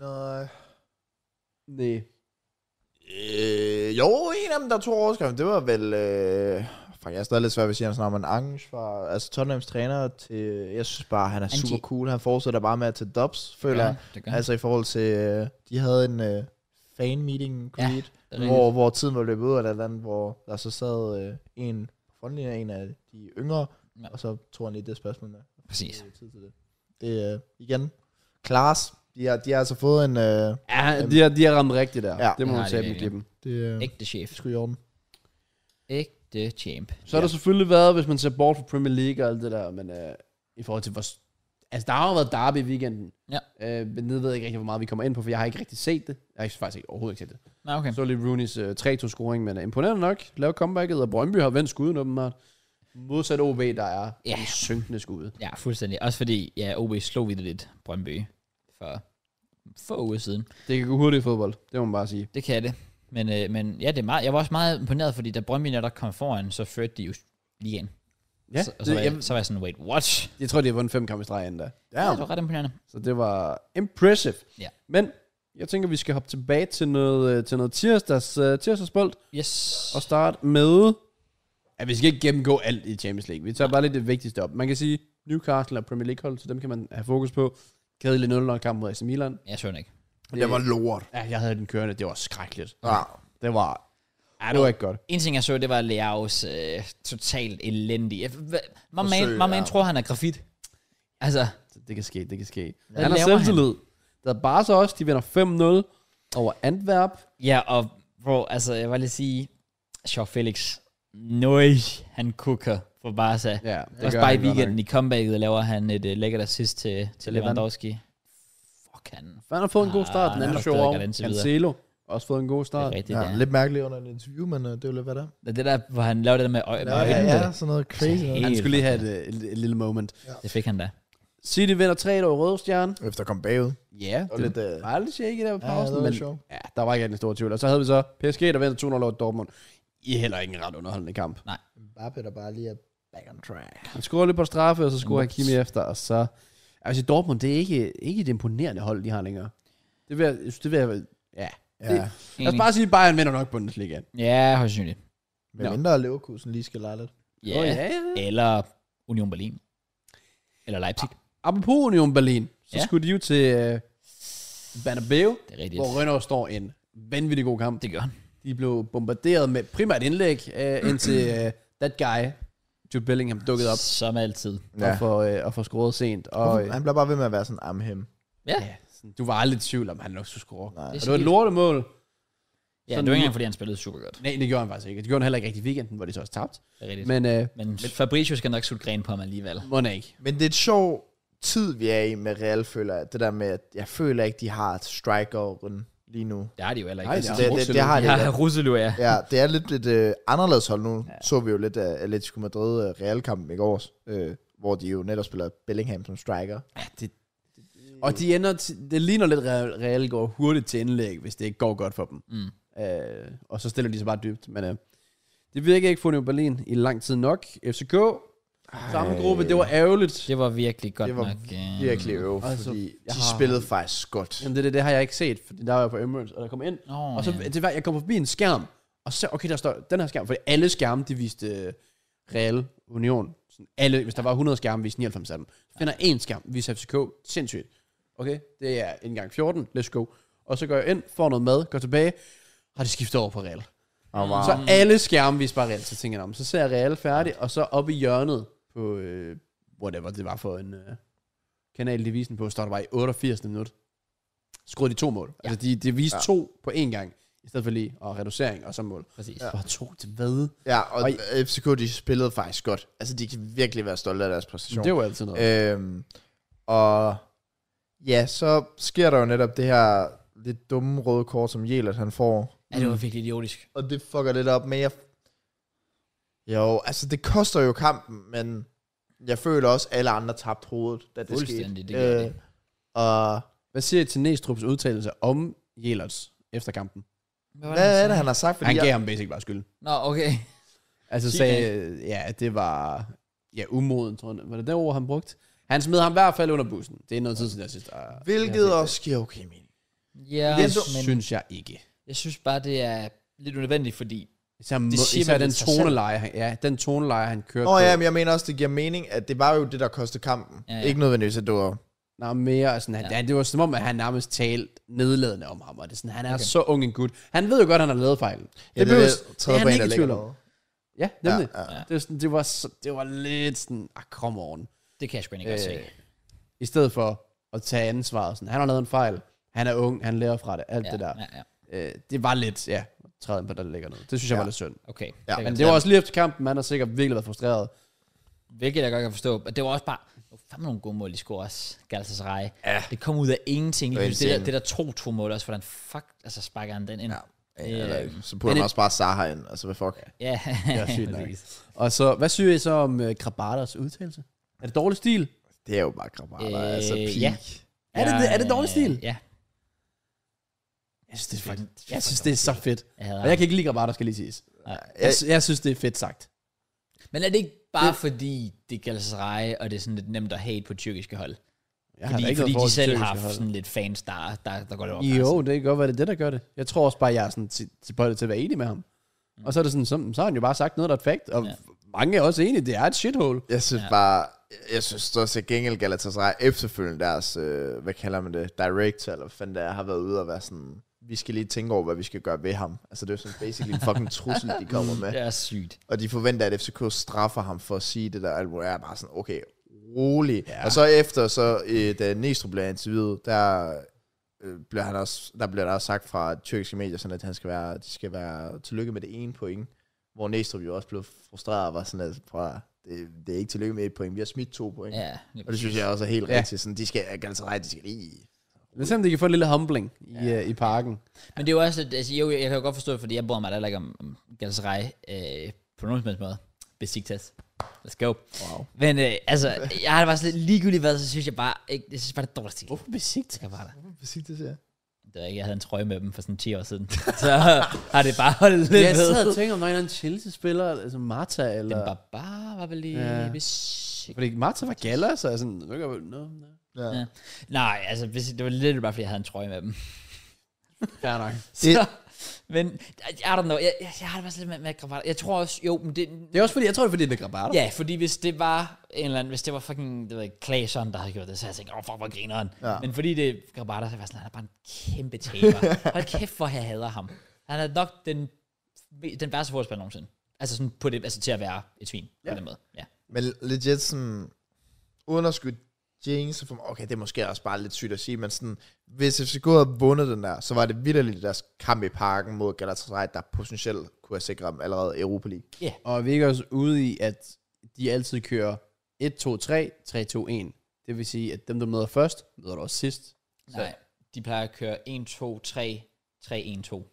Nå, Nej. Øh, jo, en af dem, der tog overskriften, det var vel... Øh, fuck, jeg er stadig lidt svært ved at sige hans navn, men Ange fra altså Tottenhams træner til... Jeg synes bare, han er Ange. super cool. Han fortsætter bare med at tage dubs, Det føler gør jeg. han. Det gør Ja. han. Altså i forhold til... Øh, de havde en øh, fan-meeting, Ja, creed, Det er ja, rigtigt. hvor, hvor tiden var løbet ud af den, hvor der så sad øh, en på frontlinjen, en af de yngre, Ja. ja. og så tog han lige det spørgsmål der. Præcis. tid til det. Det er, øh, igen, Klaas, de har, de har altså fået en... Øh, Ja, de har, de har ramt rigtigt der. Ja. Ja, det Det må man har de tage dem virkelig. give dem. det, øh, Ægte chef. det skulle i orden. Ægte champ. Så har der selvfølgelig været, hvis man ser bort fra Premier League og alt det der, men øh, i forhold til, hvor... s- Altså, der har jo været derby i weekenden. Ja. Øh, men det ved jeg ikke rigtig, hvor meget vi kommer ind på, for jeg har ikke rigtig set det. Jeg har faktisk ikke, overhovedet ikke set det. Nå, okay. Så lige Rooney's øh, 3-2-scoring, men øh, imponerende nok. Lav comebacket, og Brøndby har vendt skuden åbenbart. Modsat OB, der er Ja. ja. en synkende skud. Ja, fuldstændig. Også fordi, ja, OB slog vidt lidt Brøndby for få uger siden. Det kan gå hurtigt i fodbold, det må man bare sige. Det kan det. Men, øh, men ja, det er meget, jeg var også meget imponeret, fordi da Brøndby der kom foran, så førte de jo ligaen. Ja, så, og det, så, var jeg, jeg, så var jeg sådan, wait, what? jeg, tror, de har vundet fem kampe i streg endda. Ja. Det var ret imponerende. Så det var impressive. Ja. Men jeg tænker, vi skal hoppe tilbage til noget, øh, til noget tirsdags, uh, tirsdagsbold Yes. og starte med... Ja, vi skal ikke gennemgå alt i Champions League. Vi tager bare lige det vigtigste op. Man kan sige, Newcastle og Premier League hold, så dem kan man have fokus på. Kedelig 0 kamp mod AC Milan. Jeg så den ikke. Det var lort. Ja, jeg havde den kørende. Det var skrækkeligt. Ja. Det var... Ja, det var ikke godt. En ting, jeg så, det var Leaus øh, totalt elendig. Jeg- hva- My man, Forsøg, my man ja. tror, han er grafit. Altså, Så Det kan ske, det kan ske. Hvad Han har laver han? selvtillid. Der er bare så også, de vinder 5-0 over Antwerp. ja, og bro, altså, jeg vil lige sige, Sjov Felix, nøj, han kukker for Barca. Ja, Det også gør bare i han godt nok. weekenden i comebacket laver han et uh, lækkert assist til, til Lewandowski. Fuck han. Han har fået en god start. Ah, Den han anden har show stadig over. godt indtil videre. Cancelo. Også fået en god Det start. er rigtigt, ja. ja. Lidt mærkeligt under et interview, men øh, det er jo lidt, hvad det er. Det er det der, hvor han lavede det der med øje. Ja, ja, ja, sådan noget crazy noget. Helt Han skulle lige have et, øh, et, et lille moment. Det fik han da. City vinder 3 over Røde Stjerne. Efter at komme bagud. Ja, Og det lidt, øh, var lidt shaky der på Ja, det pausen, var men lidt sjovt. ja, der var ikke den store tvivl. Og så havde vi så PSG, der vinder 2-0 over Dortmund. I er heller ikke en ret underholdende kamp. Mbappe, der bare lige er back on track. Han scorer lidt på straffe, og så scorer Ups. Hakimi efter, og så... Altså, Dortmund, det er ikke, ikke et imponerende hold, de har længere. Det vil jeg... jeg synes, Det vil jeg ja. Ja, Det- Lad os bare sige, at Bayern vinder nok Bundesliga. Ja, højst sandsynligt. men mindre at Leverkusen lige skal lege lidt. Ja. Åh, Oh, ja, ja. Eller Union Berlin. Eller Leipzig. Ah. Apropos Union Berlin, så Ja. ja. skulle de jo til øh, Banabeu, Det er rigtigt. hvor Rønner står en vanvittig god kamp. Det gør han. De blev bombarderet med primært indlæg, øh, indtil øh, that guy, Jude Bellingham, dukkede op Som altid. ja. og, får, øh, og får scoret sent. Og, øh, Han bliver bare ved med at være sådan, I'm him. Ja. ja, sådan, du var aldrig i tvivl om, at han nok skulle score. Nej. Og det var et lortemål. Ja, Sådan- det var ikke engang, fordi han spillede super godt. Nej, det gjorde han faktisk ikke. Det gjorde han heller ikke rigtig i weekenden, hvor de så også tabte. Det er rigtigt. Men, Men øh, men Fabricio skal nok sutte gren på ham alligevel. må den ikke. Men det er et sjov tid, vi er i med Real, føler jeg. Det der med, at jeg føler ikke, de har et strikeren lige nu. Altså, Det har de jo heller Nej, ikke. det Nej, er- det Det, det, det har de Ja, ikke. Ruselu er. Ja, det er lidt et øh, anderledes hold nu. Ja. Så vi jo lidt af Atletico Madrid øh, Real-kampen i går, øh, hvor de jo netop spiller Bellingham som striker. Ja, det, og de ender til, det ligner lidt, at Real går hurtigt til indlæg, hvis det ikke går godt for dem. Mm. Øh, og så stiller de sig bare dybt. Men øh, det virker ikke for New Berlin i lang tid nok. FCK, samme gruppe, det var ærgerligt. Det var virkelig godt Det var nok. øh, Virkelig øv, Altså, fordi jeg de har- spillede faktisk godt. Jamen, det, det, det har jeg ikke set, for der var jeg på Emirates, og der kom ind. Nå, Og så ja. det var, jeg kom forbi en skærm, og så, okay, der står den her skærm, for alle skærme, de viste øh, Real Union. Sådan alle, hvis der var 100 skærme, viste 99 af dem. Så finder en skærm, viser FCK, sindssygt. Okay, det er en gang 14, let's go. Og så går jeg ind, får noget mad, går tilbage, har de skiftet over på Real. Og Wow. var, Så alle skærme viste bare Real, så tænker jeg, "Nå, men så ser jeg Real færdig, og så oppe i hjørnet på, øh, whatever det var for en øh, kanal, de viste den på, står der bare i 88. minut. Skruede de to mål. Ja. Altså, de, de viste ja. to på én gang, i stedet for lige, og reducering og så mål. Præcis. Ja. Bare to til hvad? ja, og Og FCK, de spillede faktisk godt. Altså, de kan virkelig være stolte af deres præstation. Det var altid noget. Øh, Øhm, og ja, så sker der jo netop det her lidt dumme røde kort, som Jelert han får. Ja, det var virkelig idiotisk. Og det fucker lidt op med, jeg... Jo, altså det koster jo kampen, men jeg føler også, at alle andre tabte hovedet, da det skete. Øh, Fuldstændig, det gør det. Og Hvad siger I til Næstrup's udtalelse om Jelerts efter kampen? Øh, hvad er det, han har sagt? Fordi han jeg- gav ham basic bare skyld. Nå, okay. Altså Sig sagde, øh, ja, det var, ja, umoden, tror jeg. Var det det ord, han brugte? Han smed ham i hvert fald under bussen. Det er noget tid siden, jeg synes, der Hvilket også giver okay mening. Ja, Det men synes jeg ikke. jeg synes bare, det er lidt unødvendigt, fordi Især, det siger siger især man den ved sig selv. toneleje, han, ja, den toneleje, han kørte Nå på. ja, men jeg mener også, det giver mening, at det var jo det, der kostede kampen. Ja, Ja, ja. ja. Ikke nødvendigvis, at det var... Nå, mere sådan, han, ja. det var som om, at han nærmest talte nedladende om ham, og det er sådan, han er okay. så ung en gut. Han ved jo godt, at han har lavet fejlen. Ja, det, behøves- det, tredje det er bane, han der ikke ligger i tvivl om. derovre. Ja, nemlig. Ja, Det, var sådan, det, var, så, det var lidt sådan, ah, kom on. Det kan jeg sgu egentlig godt se. Øh, I stedet for at tage ansvaret. Sådan, han har lavet en fejl. Han er ung. Han lærer fra det. Alt Ja, ja, det der. ja, ja. Ja. Øh, det var lidt, ja, træden på, der ligger noget. Det synes jeg ja. var lidt synd. Okay. Ja, Det kan Men jeg det var også lige efter kampen. Han har sikkert virkelig været frustreret. Hvilket jeg godt kan forstå. Og det var også bare, oh, fandme nogle gode mål, de scorede også, Galatasaray. Ja. Det kom ud af ingenting. Lige Det var pludselig. det, der, insane. det der to to mål også, hvordan fuck, altså sparker han den ind. Ja, Eller, Øhm, så putter man også bare Zaha ind. Altså, hvad fuck? ja. Ja, sygt nok. præcis. Og så, hvad synes I så om øh, Grabaters udtalelse? Er det dårlig stil? Det er jo bare Grabater. Øh, altså, peak. ja. Er det- er det dårlig stil? Ja. Jeg synes, det er, faktisk, jeg synes, det er så fedt. Jeg hader Og jeg kan ikke lide Grabater, skal lige siges. Jeg, sy- jeg synes, det er fedt sagt. ham. Men er det ikke bare det, fordi, det er Galatasaray, og det er sådan lidt nemt at hate på tyrkiske hold? Jeg fordi da fordi noget forhold de til selv har tyrkiske haft hold. sådan lidt fans, der, der, der går det op. altså. Jo, det kan godt være, det er det, der gør det. Jeg tror også bare, jeg er sådan til- tilbøjelig til at være enig med ham. Og så er det sådan, så, så har han jo bare sagt noget, der er et fact. Og Ja. ja. mange er også enige, det er et shithole. Jeg synes ja. bare, jeg synes så til gengæld Galatasaray efterfølgende deres, øh, hvad kalder man det, director, eller hvad fanden det er, har været ude og være sådan, vi skal lige tænke over, hvad vi skal gøre ved ham. Altså det er jo sådan basically en fucking trussel, de kommer med. Det er sygt. Og de forventer, at FCK straffer ham for at sige det der album. Jeg er bare sådan, okay, rolig. Ja. Og så efter, så, øh, da Næstrup bliver interviewet, der, øh, bliver han også, der bliver der også sagt fra tyrkiske medier, sådan at han skal være, de skal være tillykke med det ene point. Hvor Næstrup jo også blev frustreret og var sådan, at prøv, at høre, det, det er ikke tillykke med et point, vi har smidt to point. Ja. Ja. Og det synes jeg også er helt Ja. ja. rigtigt. Sådan, de skal, Galatasaray, de skal lige... Det er simpelthen, de kan få en lille humbling i, ja. i parken. Men det er jo også, lidt- altså, jo, jeg kan jo godt forstå det, fordi jeg bryder mig da heller ikke om, om Galatasaray øh, på nogen som helst måde. Besiktas. Let's go. Wow. Men øh, altså, jeg har det bare sådan lidt ligegyldigt hvad, så synes jeg bare, ikke, jeg synes bare, det er dårligt stil. Hvorfor besigt? Jeg var der. Hvad siger det der? Det var ikke, jeg havde en trøje med dem for sådan 10 år siden. Så har det bare holdt lidt Jeg sad ved. og tænkte, om der er en eller anden Chelsea-spiller, altså Marta, Den eller... barbar var vel lige Ja. Besiktas. Fordi Marta var galler, så jeg sådan... Nu kan jeg, vel- no, no. Ja. Ja. Nej, altså, hvis- det var lidt bare, fordi jeg havde en trøje med dem. Fair nok. Så, men, I don't know, jeg, jeg, jeg har det bare sådan lidt med, med gravatter. Jeg tror også, jo, men det, Det er også fordi, jeg tror, det er fordi, det er Grabater. Ja, fordi hvis det var en eller anden, hvis det var fucking, det ved ikke, Claesson, der havde gjort det, så havde jeg tænkt, åh, oh, fuck, hvor grineren. Ja. Ja. Men fordi det er Grabata, så var jeg sådan, han er bare en kæmpe taber. Hold kæft, hvor jeg hader ham. Han er nok den, den værste fodboldspiller nogensinde. Altså sådan på det, altså til at være et svin, ja. på den måde. Ja. Men legit sådan, uden at skulle jinx, så for mig, okay, det er måske også bare lidt sygt at sige, men sådan, hvis FCK havde vundet den der, så var det vidderligt deres kamp i parken mod Galatasaray, der potentielt kunne have sikret dem allerede Europa League. Og vi er ikke også ude i, at de altid kører 1, 2, 3, 3, 2, 1. Det vil sige, at dem, der møder først, møder du også sidst. Nej, de plejer at køre 1, 2, 3, 3, 1, 2.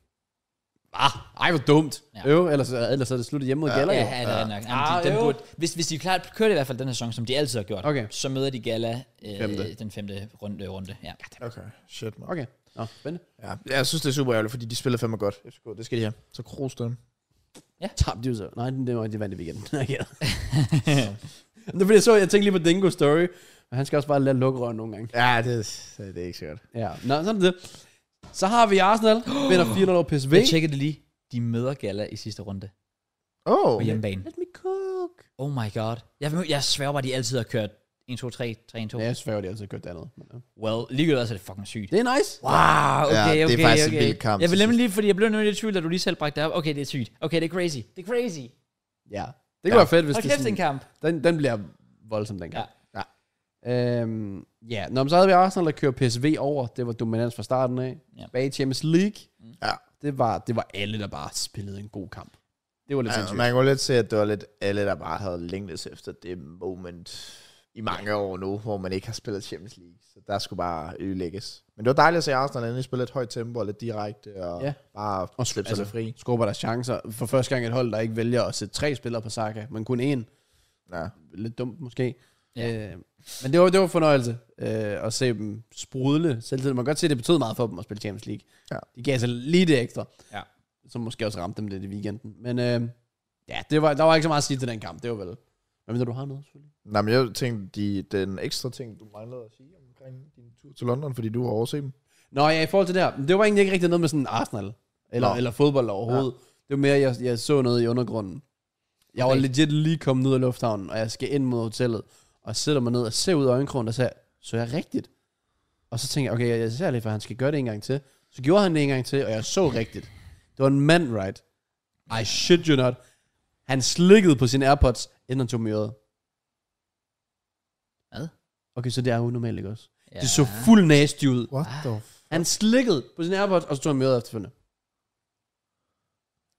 Ah, ej, hvor dumt. Ja. Ja. Øv, ellers, ellers er det slut hjemme mod ja, Ja, Galler. ja, Ja, det er det nok. Jamen, Ah, de, den jo. burde, hvis, hvis de klart kører det i hvert fald den her sæson, som de altid har gjort, Okay. så møder de Gala øh, Femte. den femte runde. runde. Ja. Okay, shit man. Okay. Okay, Nå, spændende. Ja, jeg synes, det er super ærgerligt, fordi de spiller fandme godt. FCK, det skal de have. Så krus dem. Tabte de jo så. Nej, det var de vandt i weekenden. Okay. det er fordi, jeg så, jeg tænkte lige på Dingo Story. Men han skal også bare lade lukke røven nogle gange. Ja, det, det er ikke sikkert. Ja, Nå, sådan er det. Så har vi Arsenal, vinder 4-0 over PSV. Jeg tjekkede det lige. De møder Gala i sidste runde. Åh, på oh, hjemmebane. Let me cook. Oh my god. Jeg, jeg sværger bare, at de altid har kørt 1, 2, 3, 3, 1, 2. Ja, jeg sværger, de har altid kørt det andet. Men, ja. Well, ligegyldigt også er det fucking sygt. Det er nice. Wow, Ja, okay, det er okay, faktisk en okay. vild kamp Jeg vil til nemlig lige, fordi jeg blev nemlig lidt i tvivl, da du lige selv bragte det op. Okay, det er sygt. Okay, det er crazy. Det er crazy. Ja. Det kunne Ja. være fedt, hvis Hold det kæft, det er en kamp. Den, den bliver voldsom, den gang. Ja. ja. Øhm, ja. Nå, men så havde vi Arsenal, der kører PSV over. Det var dominans fra starten af. Ja. Ja. Bag i Champions League. Ja. Det var, det var alle, der bare spillede en god kamp. Det var lidt ja, ja, sindssygt. man kan jo lidt se, at det var lidt alle, der bare havde længtes efter det moment i mange år nu, hvor man ikke har spillet Champions League. Så der skulle bare ødelægges. Men det var dejligt at se Arsenal endelig spille et højt tempo og lidt direkte og Ja. ja. bare og slippe altså, sig fri. Skrubber der chancer. For første gang et hold, der ikke vælger at sætte tre spillere på Saka, men kun én. Ja. Lidt dumt måske. Ja. Ja. Øh, men det var, det var en fornøjelse øh, at se dem sprudle. Selvtid. Man kan godt se, at det betød meget for dem at spille Champions League. Ja. De gav sig lige det ekstra. Ja. Som måske også ramte dem lidt i weekenden. Men øh, ja, det var, der var ikke så meget at sige til den kamp. Det var vel... Hvad mener du har noget, selvfølgelig? Nej, men jeg tænkte, de, den ekstra ting, du manglede at sige omkring din tur til London, fordi du har overset dem. Nå ja, i forhold til det her. Det var egentlig ikke rigtig noget med sådan Arsenal. Eller, Nå. eller fodbold overhovedet. Det var mere, jeg, jeg så noget i undergrunden. Jeg var Okay. legit lige kommet ud af lufthavnen, og jeg skal ind mod hotellet. Og sætter mig ned og ser ud af øjenkrogen og siger, så jeg rigtigt? Og så tænker jeg, okay, jeg, jeg ser lige, for han skal gøre det en gang til. Så gjorde han det en gang til, og jeg så rigtigt. Det var en mand, right? I shit you not. Han slikkede på sine AirPods, inden han tog dem i øret. Okay, så det er unormalt, ikke også? Ja. Ja. Det så fuld nasty ud. What the f- Han slikkede på sin AirPods, og så tog han møder efterfølgende.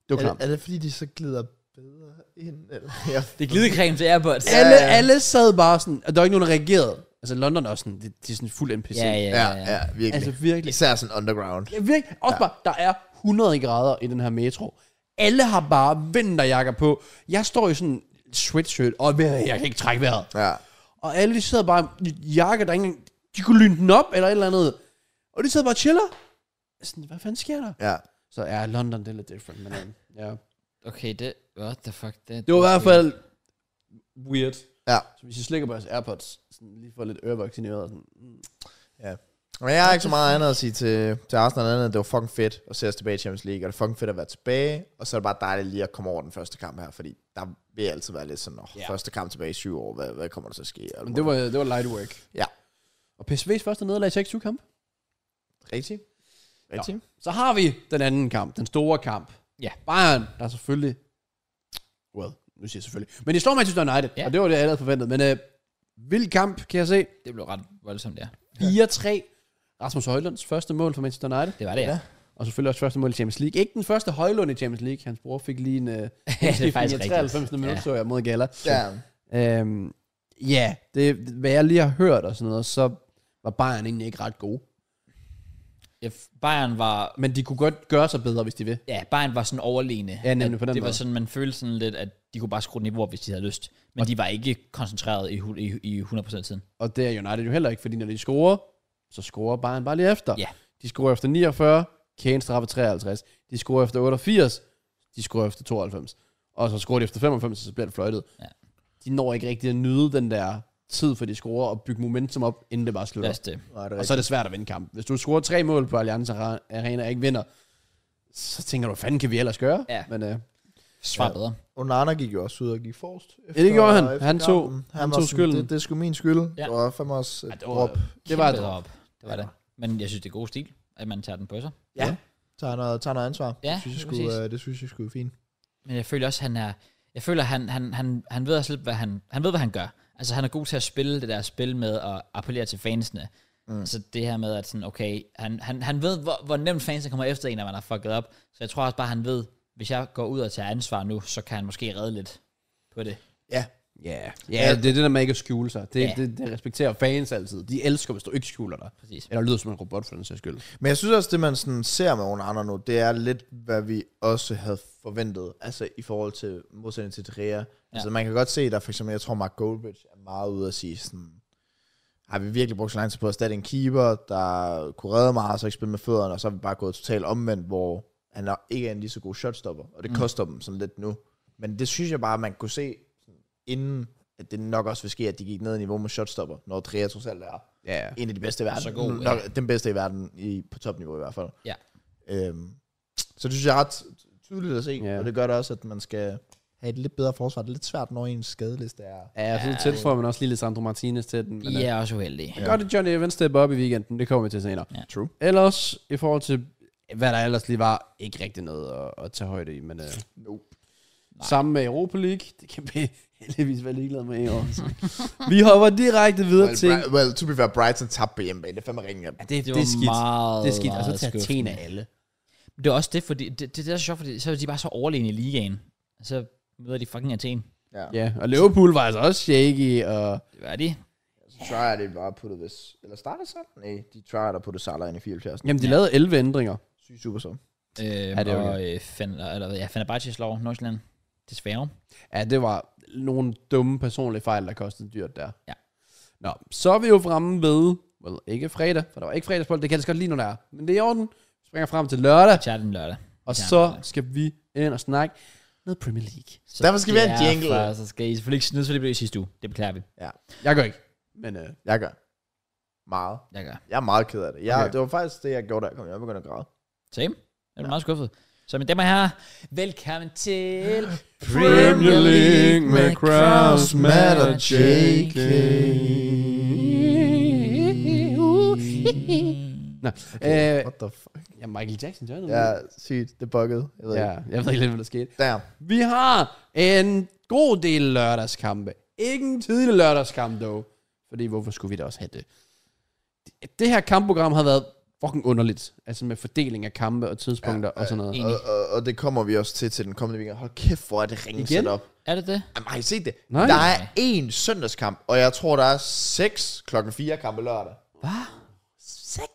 Det var er, klart. det- er det fordi, de så glider bedre ind? Eller? Ja. Det er glidecreme til Airpods. Ja, Alle, ja, ja. alle sad bare sådan, og der var ikke nogen, der reagerede. Altså London er også sådan, det, de er sådan fuld NPC. Ja, ja, ja, ja. ja. ja, virkelig. Altså Altså, virkelig. Især sådan underground. Ja, virkelig. Også ja. bare, der er 100 grader i den her metro. Alle har bare vinterjakker på. Jeg står i sådan en sweatshirt, og jeg jeg kan ikke trække vejret. Ja. Og alle de sidder bare i jakker, der ikke engang, de kunne lyne den op eller et eller andet. Og de sidder bare og chiller. Sådan, hvad fanden sker der? ja. Så ja, London, det er lidt different. Men, øhm, ja. Okay, det... What the fuck? Det, Det var i hvert fald weird. Ja. Så hvis jeg slikker på jeres AirPods, sådan lige får lidt ørevaccineret. Sådan, mm. Men jeg har ikke så meget andet at sige til, til Arsenal andet, end det var fucking fedt at se os tilbage i Champions League, og det er fucking fedt at være tilbage, og så er det bare dejligt lige at komme over den første kamp her, fordi der vil altid være lidt sådan, oh, Ja. yeah. første kamp tilbage i syv år, hvad, hvad kommer der til at ske? Men det var, det var light work. Ja. Og PSV's første nederlag i 26 kamp. Rigtigt. Rigtigt. Så har vi den anden kamp, den store kamp. Ja. Bayern, der selvfølgelig... Well, nu siger jeg selvfølgelig. Men de slår Manchester United, Ja. ja. og det var det, jeg havde forventet. Men øh, vild kamp, kan jeg se. det blev ret voldsomt, ja. 4-3. Rasmus Højlunds første mål for Manchester United. Det var det, ja. Ja. Og selvfølgelig også første mål i Champions League. Ikke den første Højlund i Champions League. Hans bror fik lige en... Øh, det er faktisk i rigtigt. 93. minut, Ja. ja. så jeg mod Gala. Ja. Øhm, ja, det, hvad jeg lige har hørt og sådan noget, så var Bayern egentlig ikke ret gode. ja. Bayern var... Men de kunne godt gøre sig bedre, hvis de vil. Ja, Bayern var sådan overlegne. Ja, nemlig på den det var måde. sådan, man følte sådan lidt, at de kunne bare skrue den i hvor, hvis de havde lyst. Men de var ikke koncentreret i, hu- i, i 100% tiden. Og det er United jo heller ikke, fordi når de scorer, så scorer Bayern bare lige efter. Ja. De scorer efter 49, Kane straffer 53. De scorer efter 88, de scorer efter 92. Og så scorer de efter 95, og så bliver det fløjtet. Ja. De når ikke rigtig at nyde den der tid, for de scorer og bygge momentum op, inden det bare slutter. Lad os øh, det. Nej, det er Og så er det svært at vinde kamp. Hvis du scorer tre mål på Allianz Ara- Arena og ikke vinder, så tænker du, hvad fanden kan vi ellers gøre? Ja. Men, øh, Svar bedre. Onana gik jo også ud og gik forrest. Efter, det gjorde han. efter Han tog- kampen. han var sådan, tog skylden. Det, det er sgu min skyld. Ja. Ja. Det var fandme også Ja, et det var- drop. Det var et Kæmpe øh, drop. op. Det var det. Men jeg synes, det er god stil, at man tager den på sig. Tager noget, tager noget ansvar. Ja, det, synes jeg lige skulle, præcis. øh, det synes jeg skulle fint. Men jeg føler også, han er... Jeg føler, han, han, han, han ved også lidt, hvad han, han ved, hvad han gør. Altså, han er god til at spille det der spil med at appellere til fansene. Mm. Så det her med, at sådan, okay, han, han, han ved, hvor, hvor nemt fansene kommer efter en, når man har fucket op. Så jeg tror også bare, han ved, hvis jeg går ud og tager ansvar nu, så kan han måske redde lidt på det. Ja, yeah. ja, det er det der med ikke at skjule sig. Det, Ja. yeah. det, det respekterer fans altid. De elsker, hvis du ikke skjuler dig. Præcis. Eller lyder som en robot for den sags skyld. Men jeg synes også, det man sådan ser med Onana nu, det er lidt, hvad vi også havde forventet, altså i forhold til modsætning til Drea. Ja. Altså man kan godt se, der for eksempel, jeg tror Mark Goldbridge er meget ude at sige sådan, har vi virkelig brugt så lang tid på at erstatte en keeper, der kunne redde meget, og så ikke spille med fødderne, og så er vi bare gået totalt omvendt, hvor han nok ikke er en lige så god shotstopper, og det mm. koster dem sådan lidt nu. Men det synes jeg bare, man kunne se sådan, inden, at det nok også vil ske, at de gik ned i niveau med shotstopper, når Drea trods alt er Ja, yeah. en af de bedste i verden. Så god, ja. Nok den bedste i verden i, på topniveau i hvert fald. Ja. Øhm, så det synes jeg er ret tydeligt at se, Ja. yeah. og det gør det også, at man skal have et lidt bedre forsvar. Det er lidt svært, når ens skadeliste er... ja så tæt for, men også lige lidt Sandro Martinez til den. Men, I er også uheldige. ja. Godt, at Johnny Evans stepper op i weekenden. Det kommer vi til senere. Ja. True. Ellers, i forhold til, hvad der ellers lige var, ikke rigtig noget at, at tage højde i. Men, øh, Nope. Sammen med Europa League. Det kan vi heldigvis være ligeglade med i år. Så. vi hopper direkte videre Well, til... Bri- well, to be fair, Brighton tabte på hjemmebane. Det er fandme ringen af dem. Ja, det, Det var meget, Det er skidt. Og meget så til Athen skuffende. af alle. Det er også det, fordi det, det, det er så sjovt, fordi så er de bare så overlegne i ligaen. Og så møder de fucking Athen. Ja. Ja, og Liverpool var altså også shaky. Og Det er de. Så try det bare at putte hvis... Eller starter Salah? Nej, de try at putte Salah ind i 74. jamen, de ja. lavede 11 ændringer. Syg super så. Øh, ja, det er og øh, Fener, eller, ja, Fenerbahce slår Nordsjælland. Desværre. Ja, det var nogle dumme personlige fejl, der kostede dyrt der. Ja. Nå, så er vi jo fremme ved... Well, ikke fredag, for der var ikke fredagsbold. Det kan jeg altså godt lide, når der er. Men det er i orden. Vi springer frem til lørdag, Tjern den lørdag. og Ja. så skal vi ind og snakke med Premier League. Så Derfor skal vi have en jingle. derfor, Så skal I selvfølgelig ikke snydes, for det blev i sidste uge. Det beklager vi. Jeg går ikke, men øh, Jeg gør. Meget. Jeg gør. Jeg er meget ked af det. Jeg, Okay. okay. Det var faktisk det, jeg gjorde, da jeg kom hjem. Jeg begyndte at græde. Same. Jeg er ja. meget skuffet. Så mine damer og herrer, velkommen til Premier League med Kraus, Matt og JK. Nå, Okay, øh, What the fuck? ja, Michael Jackson, det Ja, sygt. Det buggede. Jeg ved ja, ikke. jeg ved ikke lidt, hvad der skete. Damn. Vi har en god del lørdagskampe. Ikke en tidlig lørdagskamp, dog. Fordi hvorfor skulle vi da også have det? Det- Det her kampprogram har været fucking underligt. Altså med fordeling af kampe og tidspunkter ja, og sådan noget. enig. Og, og, og, det kommer vi også til til den kommende weekend. Hold kæft, hvor er det ringe Igen? set op. Er det det? Jamen, har I set det? Nej. Der er én søndagskamp, og jeg tror, der er seks klokken 4 kampe lørdag. Hvad?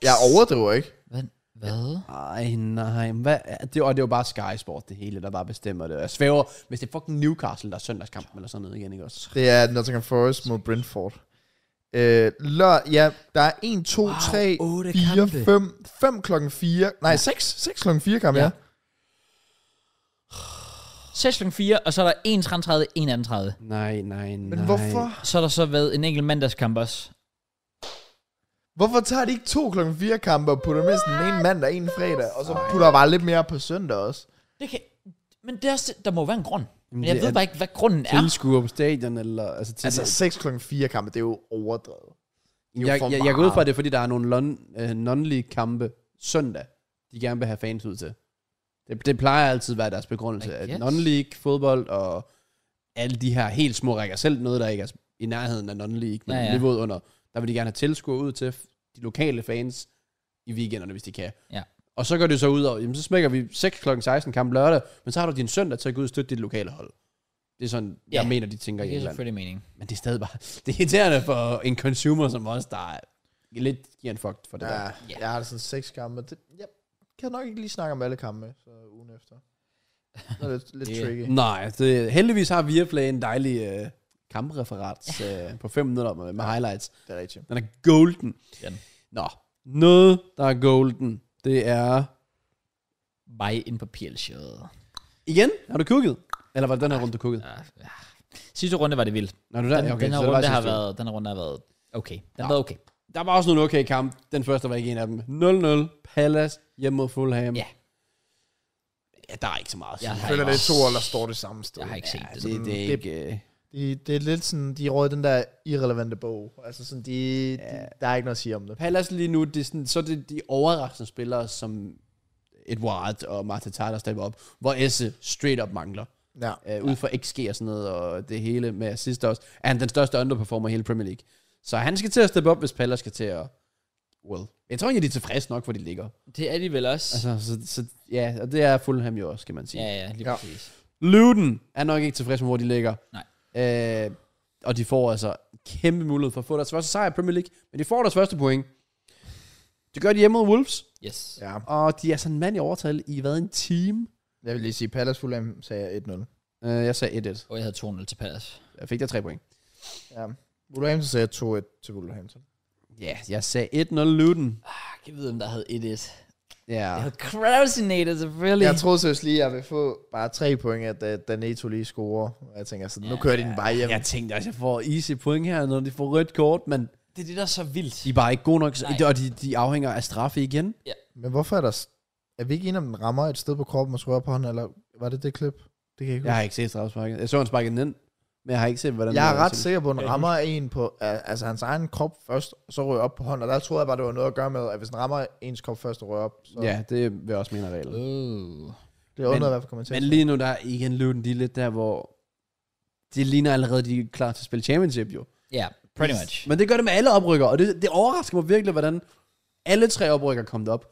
Jeg overdriver ikke. Hvad? Hvad? Ej, nej. men Hvad? er Det, og det er jo bare Sky Sport, det hele, der bare bestemmer det. Jeg svæver, hvis det er fucking Newcastle, der er søndagskamp eller sådan noget igen, ikke også? Det er Nottingham Forest mod Brentford. Øh, lør, ja, der er 1, 2, 3, otte 4, kampe. 5, 5 klokken 4, nej, 6, 6 klokken 4 kampe, Ja. ja. ja. 6 klokken 4, og så er der 31, 31. Nej, nej, nej. Men hvorfor? Så er der så været en enkelt mandagskamp også. Hvorfor tager de ikke to klokken 4 kampe og putter med sådan en mandag, en fredag, og så putter bare lidt mere på søndag også? Det kan... Men det er også, der må være en grund. Men det jeg ved er- bare ikke, hvad grunden er. Tilskuer på stadion, eller... Altså, til Altså 6 klokken 4 kampe, det er jo overdrevet. Det er jo jeg, for jeg, jeg går ud fra, meget. at det er, fordi der er nogle lon, øh, non-league kampe søndag, de gerne vil have fans ud til. Det, det plejer altid at være deres begrundelse. I At guess. non-league fodbold og alle de her helt små rækker, selv noget, der ikke er i nærheden af non-league, men Ja, ja, ja. ja. niveauet under, der vil de gerne have tilskuer ud til de lokale fans i weekenderne, hvis de kan. Ja. Og så går det så ud over, jamen så smækker vi 6 kl. 16 kamp lørdag, men så har du din søndag til at gå ud og støtte dit lokale hold. Det er sådan, ja. Ja. jeg mener, de tænker Det i giver England. selvfølgelig mening. Men det er stadig bare... Det er irriterende for en consumer som os, der er lidt giver en fuck for det ja. der. Ja, jeg har sådan 6 kampe, det, jeg kan nok ikke lige snakke om alle kampe, så ugen efter. Det er lidt, lidt Det- tricky. Nej, altså, det, heldigvis har Viaplay en dejlig øh, kampreferat ja. øh, på 5 minutter med, med highlights. Det er rigtigt. Den er golden. Den. Nå, noget, der er golden, det er... Vej ind på PL-showet. Igen, har du kukket? Eller var det den her runde, du kukkede? Ja, ja. Ah. Sidste runde var det vildt. Nå, du Den, der? ja, Ja, okay, den, her så det var runde har sidste uge. været, den her runde har været okay. Den har Ja. været okay. Der var også nogle okay kamp. Den første var ikke en af dem. 0-0, Palace, hjemme mod Fulham. Ja. ja der er ikke så meget. at Jeg sige. har Jeg føler, ikke- det er to, der står det samme sted. Jeg har ikke set det. det, det er Det- ikke... Øh, De, det er lidt sådan, de råd den der irrelevante bog. Altså sådan, de, ja. de, der er ikke noget at sige om det. Palace lige nu, det er sådan, så er det de overraskende spillere, som Edward og Marta Tata stepper op, hvor Esse straight up mangler. Ja. Øh, ud for XG og sådan noget, og det hele med assist også. Er han den største underperformer i hele Premier League. Så han skal til at steppe op, hvis Palace skal til at... Well, jeg tror ikke, de er tilfredse nok, hvor de ligger. Det er de vel også. Altså, Altså, så, så, ja, og det er Fulham jo også, kan man sige. ja, Ja. ja, lige Ja. præcis. Luton er nok ikke tilfreds med, hvor de ligger. Nej. Øh, og de får altså kæmpe mulighed for at få deres første sejr i Premier League, men de får deres første point. Det gør de hjemme mod Wolves. Yes. Ja. ja. Og de er sådan en mand i overtal i hvad, en time? Jeg vil lige sige, Palace Fulham sagde jeg 1-0. Uh, jeg sagde 1-1. Og jeg havde 2-0 til Palace. Jeg fik der tre point. Ja. Wolverhampton sagde jeg 2-1 til Wolverhampton. Ja, yeah, jeg sagde 1-0 Luton. Ah, jeg ved, om der havde 1-1. Ja. Jeg havde Krausinator, selvfølgelig. Jeg troede seriøst lige, at jeg ville få bare tre point, at da Daneto lige scorer. Og Jeg tænker sådan, nu kører de den bare hjem. Jeg tænkte også, jeg får easy point her, når de får rødt kort, men Det er det, der er så vildt. de er bare ikke gode nok, så- Nej. og de, de afhænger af straffe igen. Men hvorfor er der... s- Er vi ikke enige om, den rammer et sted på kroppen og rører på hånden, eller var det det klip? Det kan jeg ikke Jeg huske. har ikke set straffesparket. Jeg så han sparket den ind, men jeg har ikke set, hvordan Jeg den er var ret til. sikker på, at den rammer en på, al- altså hans egen krop først, og så rører op på hånden, og der troede jeg bare, det var noget at gøre med, at hvis den rammer ens krop først og rører op, så Ja, det vil jeg også mene er reglen. Oh. det er Men- undret, hvad for kommer til. Men lige nu, der er igen Luton, de er lidt der, hvor... De ligner allerede, de er klar til at spille championship, jo. Ja, yeah, pretty much. Men det gør det med alle oprykker, og det, det overrasker mig virkelig, hvordan alle tre oprykker kom op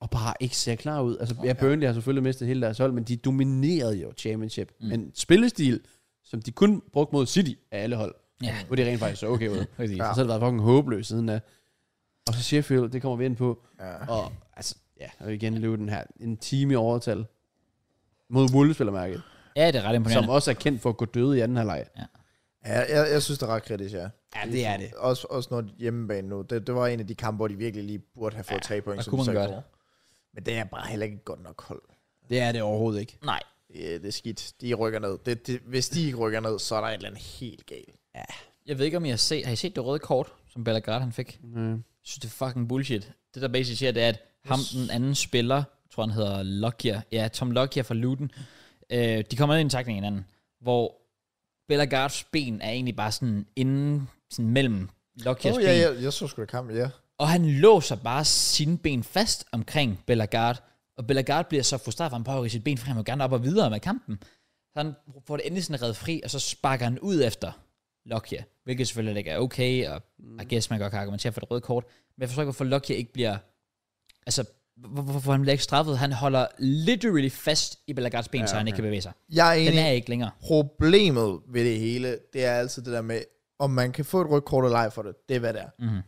og bare ikke ser klar ud. Altså, ja, Burnley har selvfølgelig mistet hele deres hold, men de dominerede jo championship. Mm. Men spillestil, som de kun brugte mod City af alle hold, Ja, hvor de rent faktisk så okay ud. præcis. ja. Så har det været fucking håbløst siden da. Og så Sheffield, det kommer vi ind på. Ja. Og altså, ja, og igen løb den her en time i overtal mod Wolves, vil jeg mærke, Ja, det er ret som imponerende. også er kendt for at gå døde i anden halvleg. Ja, jeg, jeg synes, det er ret kritisk, ja. Ja, det er det. Også, også når de- hjemmebane nu. Det, det var en af de kampe, hvor de virkelig lige burde have fået tre point. der som kunne de man så godt. gjorde. Men det er bare heller ikke et godt nok hold. Det er det overhovedet ikke. Nej, Ja, det er skidt. De rykker ned. Det, det, hvis de ikke rykker ned, så er der et eller andet helt galt. jeg ved ikke, om I har set, har I set det røde kort, som Bellegarde han fik? Jeg Mm. synes, det er fucking bullshit. Det, der basic siger, det er, at ham, den anden spiller, jeg tror han hedder Lockyer, ja, Tom Lockyer fra Luton, øh, de kommer ned i en takning hinanden, hvor Bellegardes ben er egentlig bare sådan inden, sådan mellem Lockyeres Oh, ben. ja, ja, jeg så sgu da kamp, ja. Og han låser bare sine ben fast omkring Bellegarde. Og Bellegarde bliver så frustreret, for han prøver at rive sit ben, for han vil gerne op og videre med kampen. Så han får det endelig sådan reddet fri, og så sparker han ud efter Lokia, hvilket selvfølgelig ikke er okay, og I guess man godt kan argumentere for det røde kort, men jeg forstår ikke, hvorfor Lokia ikke bliver, altså, hvor- hvor- hvorfor han bliver ikke straffet. Han holder literally fast i Bellegards ben, ja, okay. så han ikke kan bevæge sig. Jeg er Den enig. er ikke længere. Problemet ved det hele, det er altid det der med, om man kan få et rødt kort eller ej for det. Det er, hvad det er. Mhm.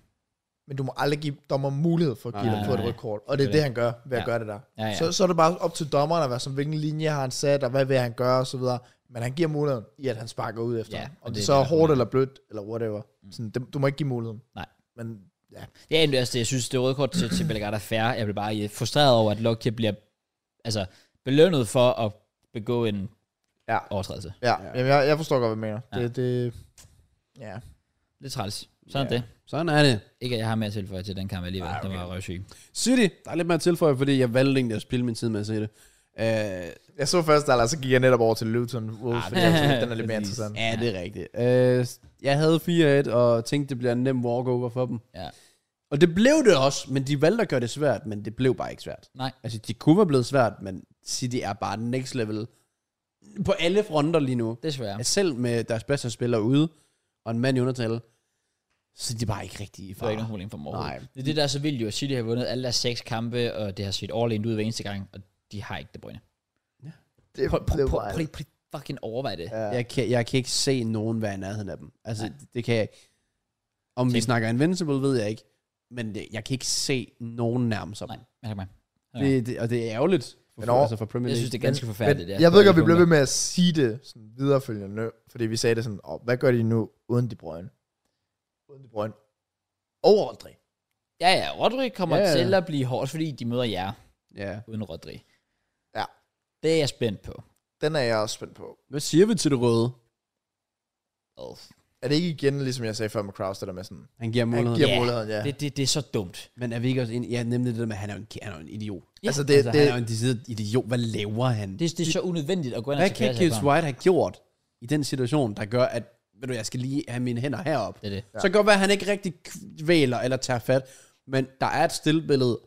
Men du må aldrig give dommer mulighed for at give Nej, dig for et nej. rødt kort. Og det er Det er det, han gør ved at Ja. gøre det der. Ja, ja. Så, så er det bare op til dommeren at være som, hvilken linje har han sat, og hvad vil han gøre osv. Men han giver muligheden i, at han sparker ud efter Ja, ja, ham. og Om det det er så det, er der er Mm. hårdt eller blødt, eller whatever. Sådan, det, du må ikke give muligheden. Nej. Men ja, Ja, men altså, jeg synes, det røde kort til, til Bellegarde er fair. Jeg bliver bare øh, frustreret over, at Lokia bliver altså, belønnet for at begå en Ja. overtrædelse. ja. Ja. ja. Jamen, jeg, jeg forstår godt, hvad du mener. Ja. Ja. Det, det, ja. Lidt træls. Sådan Ja. yeah. det. Sådan er det. Ikke, at jeg har mere at tilføje til den kamp alligevel. Ej, Okay. okay. Den var røvsyg. City, der er lidt mere at tilføje, fordi jeg valgte egentlig at spille min tid med at se det. Øh, Jeg så først, eller så gik jeg netop over til Luton Wolves, Ah, fordi jeg præcis. synes, den er lidt mere Præcis. interessant. Ja, det er rigtigt. Øh, jeg havde 4-1, og tænkte, det bliver en nem walkover for dem. Ja. Og det blev det også, men de valgte at gøre det svært, men det blev bare ikke svært. Nej. Altså, det kunne være blevet svært, men City er bare next level på alle fronter lige nu. Desværre. Ja. Selv med deres bedste spillere ude, og en mand i undertal, så er de bare ikke rigtig i Det var ikke far. nogen problem for mig overhovedet. Nej. Det er det, der er så vildt jo, at City har vundet alle deres seks kampe, og det har set overlegent ud hver eneste gang, og de har ikke det brønde. Det, Prøv, prøv, det prøv, var- prøv, lige- prøv, lige fucking overveje det. Ja. Jeg kan, jeg kan ikke se nogen være i nærheden af dem. Altså, Nej. det, det kan jeg ikke. Om vi Tænk- snakker Invincible, ved jeg ikke. Men det, jeg kan ikke se nogen nærmest om Nej, dem. jeg kan mig. Ja. Det, det, og det er ærgerligt. For, Men for, over- altså for Jeg Premier League. synes, det er ganske forfærdeligt. Men, Ja. jeg ved ikke, om vi På blev alle ved med at sige det sådan viderefølgende, fordi vi sagde det sådan, oh, hvad gør de nu uden de brøgne? Uden de brøgne. Og Rodri. punkter. Ja, ja, Rodri kommer Ja, ja. til at blive hårdt, fordi de møder jer Ja. uden Rodri. Ja. Det er jeg spændt på. Den er jeg også spændt på. Hvad siger vi til det røde? Oh. Er det ikke igen, ligesom jeg sagde før med Kraus, det der med sådan, Han giver han muligheden. giver Ja, muligheden, ja. Det, Det, det, det er så dumt. Men er vi ikke også enige? Ja, nemlig det der med, at han er jo en, han er jo en idiot. Ja, altså, altså, det, altså, altså, han er jo det, en decideret idiot. Hvad laver han? Det, det, det er så unødvendigt at gå ind Hvad og tage kan kasse af Gibbs børn. White have gjort i den situation, der gør, at ved du, jeg skal lige have mine hænder herop? Det er det. Ja. Så kan det godt være, at han ikke rigtig kvæler eller tager fat, men der er et stillbillede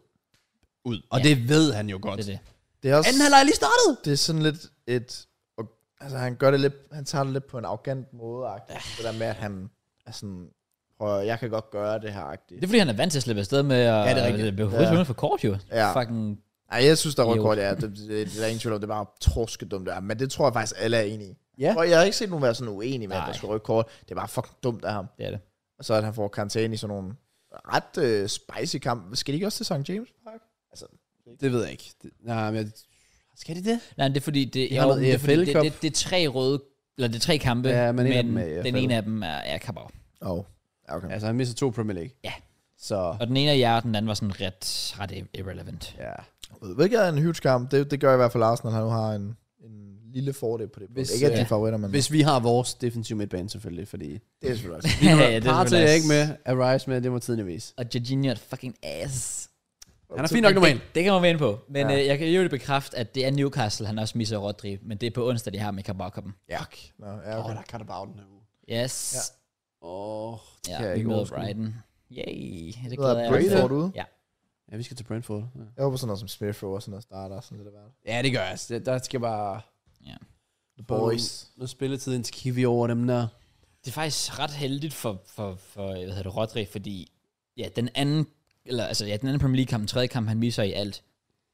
ud, og Ja. ja. det ved han jo godt. Det er det. det er også, Anden halvleg er lige startet! det er sådan lidt et, og, altså han gør det lidt, han tager det lidt på en arrogant måde, agtigt. det der med, at han er sådan, prøv, at- jeg kan godt gøre det her, Det agtigt. er fordi, han er vant til at slippe afsted med at Ja, det er rigtigt. at blive ja. for kort, jo. Ja. Fucking, Ej, jeg synes, der er Jo. rødt kort, ja, det, det, det, er der ingen tvivl om, det er bare truskedumt, det er, men det tror jeg faktisk, alle er enige i. Ja. Og jeg har ikke set nogen være sådan uenig med, at Nej. der skal rykke kort. Det er bare fucking dumt af ham. det er det. Og så at han får karantæne i sådan nogle ret øh, spicy kamp. Skal de ikke også til St. James Park? Det ved jeg ikke. Det, nej, men jeg, skal de det? Nej, men det er fordi, det, har noget E det, er fordi, det, EFL det, det, det, er tre røde, eller det er tre kampe, Ja, men en af dem er E EFL. den ene af dem er, er Kabau. Åh, oh. okay. Altså, han mister to Premier League. Ja. Så, Og den ene af jer, og den anden var sådan ret, ret irrelevant. ja. Hvilket er en huge kamp. Det, det gør i hvert fald Arsenal, han nu har en, en lille fordel på det. Hvis, Hvis, ikke at de øh, er favoritter, men Hvis vi har vores defensive midtbane, selvfølgelig, fordi... det er selvfølgelig også. Ja, Ja, ja, det det er Partey er selvfølgelig ikke med, Arise med, det må tiden vise. Og Jorginho er et fucking ass. Han er fin nok nummer en. Det kan man være inde på. Men Ja. ja. øh, jeg kan jo bekræfte, at det er Newcastle, han også misser Rodri. Men det er på onsdag, de har med kabau -koppen. Ja, okay. Nå, ja, Åh, okay. der er Carabao den her uge. Yes. Ja. Åh, oh, Ja, kan jeg vi ikke møder overskue. Brighton. Yay. Det Hvad glæder er jeg mig til. Brentford ude? Ja. ja, vi skal til Brentford. Ja, Jeg håber sådan noget som Smith Rowe og sådan noget starter. Sådan lidt af hvert. ja det gør jeg. Det- Der skal bare... Ja. The Boys. Nu spilletiden til Kiwi over dem der. Det er faktisk ret heldigt for, for, for øh, hvad hedder det, Rodri, fordi ja, den anden, eller, altså, ja, den anden Premier League-kamp, den tredje kamp, han misser i alt,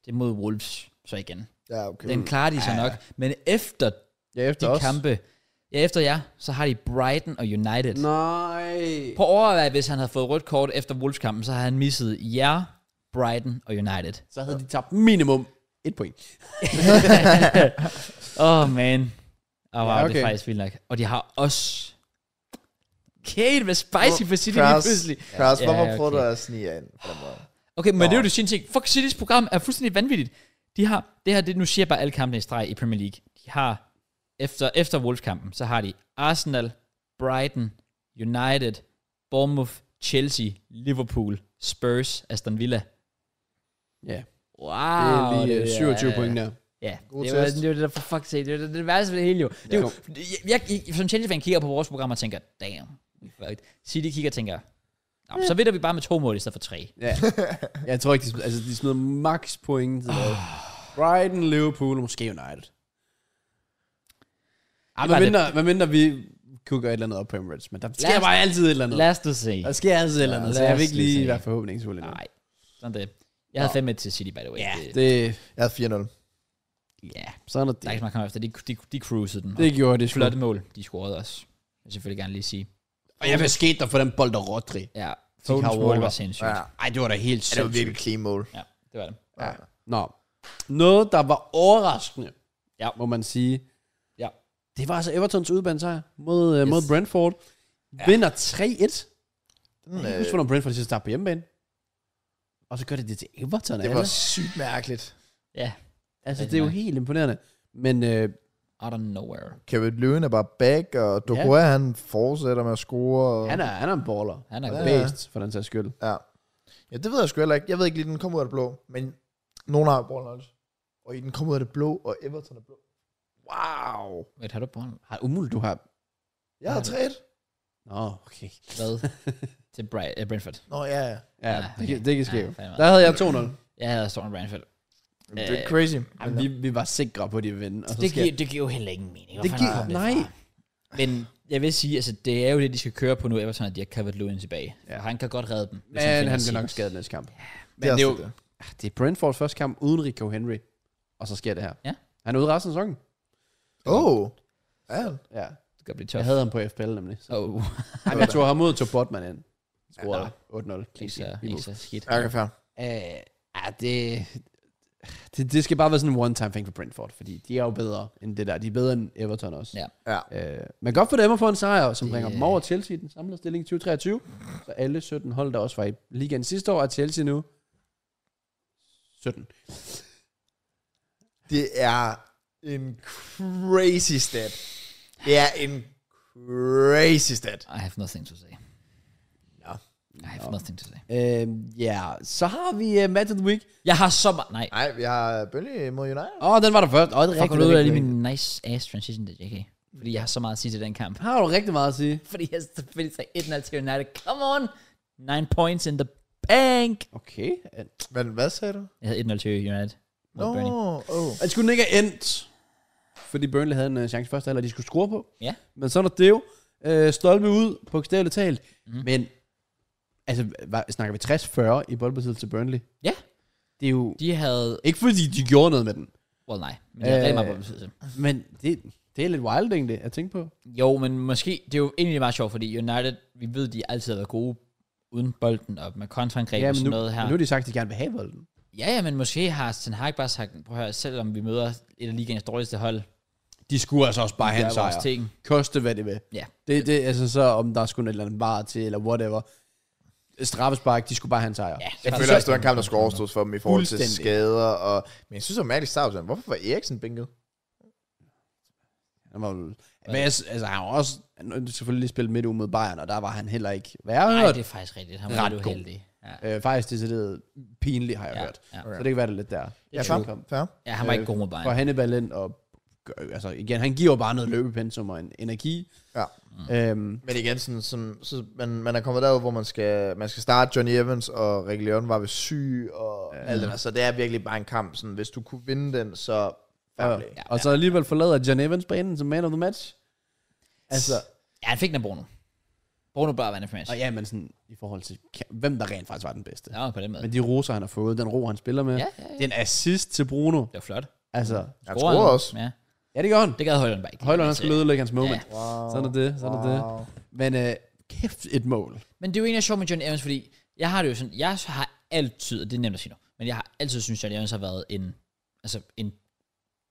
det er mod Wolves, så igen. Ja, okay. Den klarer de så nok, men efter Ja, de efter også. kampe, ja, efter jer, så har de Brighton og United. Nå. Nej. Prøv at overveje, hvis han havde fået rødt kort efter Wolves-kampen, så havde han misset jer, Brighton og United. Så havde de tabt minimum et point. Åh, oh, man. Oh, wow, Ja, ja, okay. det okay. er faktisk vildt nok. Og de har også... Kate, hvad spicy for City lige Kraus, pludselig. Kraus, Ja, hvorfor ja, prøver du okay. at snige jer ind på den måde? Okay, men Nå. det er jo det sine ting. Fuck, City's program er fuldstændig vanvittigt. De har, det her, det, nu siger jeg bare alle kampene i streg i Premier League. De har, efter, efter Wolves-kampen, så har de Arsenal, Brighton, United, Bournemouth, Chelsea, Liverpool, Spurs, Aston Villa. Ja, Wow. det er lige øh, Ah, det er- 27 point der. Ja, God det var, test. det var det der for fuck's sake. Det var det, det værste ved det hele jo. Det er jo jeg, jeg, jeg, som Chelsea-fan kigger på vores program og tænker, damn. fucked. City kigger og tænker, Nå, så vinder vi bare med to mål i stedet for tre. Ja. Jeg tror ikke, de, sm- altså, de smider max point til det. Brighton, Liverpool, måske United. var Ej, hvad mindre, hvad mindre vi kunne gøre et eller andet op på Emirates, men der Lad sker os- bare altid et eller andet. Lad os nu se. Der sker altid et eller andet, Ja, så jeg lad vil os ikke lige lige se. være forhåbningsfuld. endnu. Nej, sådan det. Jeg havde fem med til City, by the way. Ja, det, Det, Jeg havde 4-0. ja sådan er der er ikke det. så meget at komme efter. De, de, de cruisede den. Det gjorde det sgu. Flotte mål, de scorede også. Jeg vil selvfølgelig gerne lige sige. Og jeg vil skete der for den bold, der Rodri. Ja, Fodens Fodens mål mål var var- sindssygt. Ja. Ej, det var da helt Ja, det var sindssygt. virkelig clean mål. ja, det var det. Ja. Nå. Noget, der var overraskende, Ja. må man sige. Ja. Det var altså Evertons udbanesejr mod, yes. Yes. mod Brentford. Ja. Vinder 3-1. Jeg Den, kan ikke øh, huske, hvornår Brentford sidst starter på hjemmebane. Og så gør det det til Everton. det alle. var sygt mærkeligt. Ja, altså, rigtig det er jo nok. helt imponerende. Men øh, out of nowhere. Kevin Løven er bare back, og Dokura, ja. han fortsætter med at score. Og... han, er, han er en baller. Han er Og god. Based, for den sags skyld. Ja. ja, det ved jeg sgu heller ikke. Jeg ved ikke lige, den kom ud af det blå, men nogen har ball knowledge. Og i den kom ud af det blå, og Everton er blå. Wow! Hvad har du på ham? Har umuligt, du har... Jeg har Ja. træet. Nå, okay. Hvad? til Bright, uh, Brentford. Nå ja, ja. Ja, Ja, ja okay. det, kan- det kan Ja, ske. fair nok. der havde jeg 2-0. Jeg havde Storm Brentford. Det Øh, er crazy. Ej, vi, vi var sikre på, at de ville vinde. Og så Det sker- giver, det giver jo heller ingen mening. Hvor Det fanden giver- kom nej. fra? Men jeg vil sige, altså det er jo det, de skal køre på nu, Everton, at de har Calvert Lewin tilbage. Ja. Ja. Han kan godt redde dem. hvis Men finder han sit. bliver nok skadet næste kamp. Men Det er det er også jo, det. Ah, det er Brentfords første kamp uden Rico Henry. Og så sker det her. Ja. Han er ude resten af sæsonen. Oh! Ja. Ja. Det kan blive Jeg tough. havde ham på FPL nemlig. Så. Oh, Han, jeg tog ham ud og tog Botman ind. Scorede Ja. 8-0. ikke Clean så, sheet. ikke så skidt. Ja, okay, fair. Uh, Øh, ah, det, det, det skal bare være sådan en one-time thing for Brentford, fordi de er jo bedre end det der. De er bedre end Everton også. Ja. Ja. Øh, men godt for dem at få en sejr, som Det- bringer dem over Chelsea i den samlede stilling i 2023. Så alle 17 hold, der også var i ligaen sidste år, er Chelsea nu 17. Det er en crazy stat. Det er en crazy stat. I have nothing to say. Ja. I have Nå. nothing to say. Øh, Ja, yeah. så har vi uh, Match of the Week. Jeg har så meget... Nej. Nej, vi har Burnley mod United. Åh, oh, den var der først. Åh, oh, det Fuck, er rigtigt. nu det er er lige rigtigt. min nice ass transition til JK. Fordi jeg har så meget at sige til den kamp. Har du rigtig meget at sige? Fordi jeg selvfølgelig sagde 1-0 til United. Come on! 9 points in the bank! Okay. Men hvad sagde du? Jeg havde 1-0 til United. Mod Nå, Burnley. oh. At skulle den ikke have endt, fordi Burnley havde en uh, chance først, eller de skulle score på. Ja. Men sådan er det jo. Uh, stolpe ud, bogstaveligt talt. Mhm. Mm. Men, altså, var, snakker vi 60-40 i boldbesiddelse til Burnley? Ja. Det er jo... De havde... Ikke fordi de gjorde noget med den, Well, nej. Men de havde Øh. rigtig meget boldbesiddelse. men det, det er lidt wild, egentlig, at tænke på. Jo, men måske... Det er jo egentlig meget sjovt, fordi United... Vi ved, de altid har været gode uden bolden og med kontraangreb ja, og men sådan nu, noget her. men nu har de sagt, at de gerne vil have bolden. Ja, ja, men måske har Ten Hag bare sagt, prøv at høre, selvom vi møder et af ligaens dårligste hold, De skulle altså også bare det have en er vores sejr. ting. Koste hvad det vil. Ja, Det, det, altså så, om der skulle et eller andet bar til, eller whatever. Straffespark, de skulle bare have en sejr. ja. Jeg føler også, det var en kamp, der skulle overstås for dem i forhold til Fuldstændig. skader. Og... Men jeg synes, det var mærkeligt Stavsen. Hvorfor var Eriksen bænket? Han var, vel- men jeg, altså, han var også han har selvfølgelig lige spillet midt ude mod Bayern, og der var han heller ikke værre Nej, hørt. det er faktisk rigtigt. Han var Ret lidt god. uheldig. Ja. Øh, faktisk decideret pinligt, har jeg Ja, ja. hørt. ja. Så det kan være, det er lidt der. Ja, true. fair. fair. Ja, han var Øh, ikke god mod Bayern. Mm. For Hannibal ind og gør, altså igen, han giver jo bare noget løbepensum og en energi. Ja. Øhm, Men igen, sådan, sådan, så man, man er kommet derud, hvor man skal, man skal starte Johnny Evans, og Rikke Leon var ved syg, og ja. alt det der. Så det er virkelig bare en kamp. Sådan, hvis du kunne vinde den, så... fair og, play. ja, og så alligevel forlader John Evans banen som man of the match. Altså, Ja, han fik den af Bruno. Bruno bør være en for match. og ja, men sådan i forhold til, ka- hvem der rent faktisk var den bedste. Ja, på den måde. Men de roser, han har fået, den ro, han spiller med. Ja, ja, ja. Den assist til Bruno. Det var flot. Altså, Jeg Scorede tror han. også. Ja. ja, det gør han. Det gad Højlund bare ikke. Højlund, han Altså, skulle ødelægge hans moment. Ja. Wow. Sådan er det, sådan er det. Wow. Men øh, kæft et mål. Men det er jo egentlig sjovt med John Evans, fordi jeg har det jo sådan, jeg har altid, og det er nemt at sige nu, men jeg har altid synes John Evans har været en, altså en,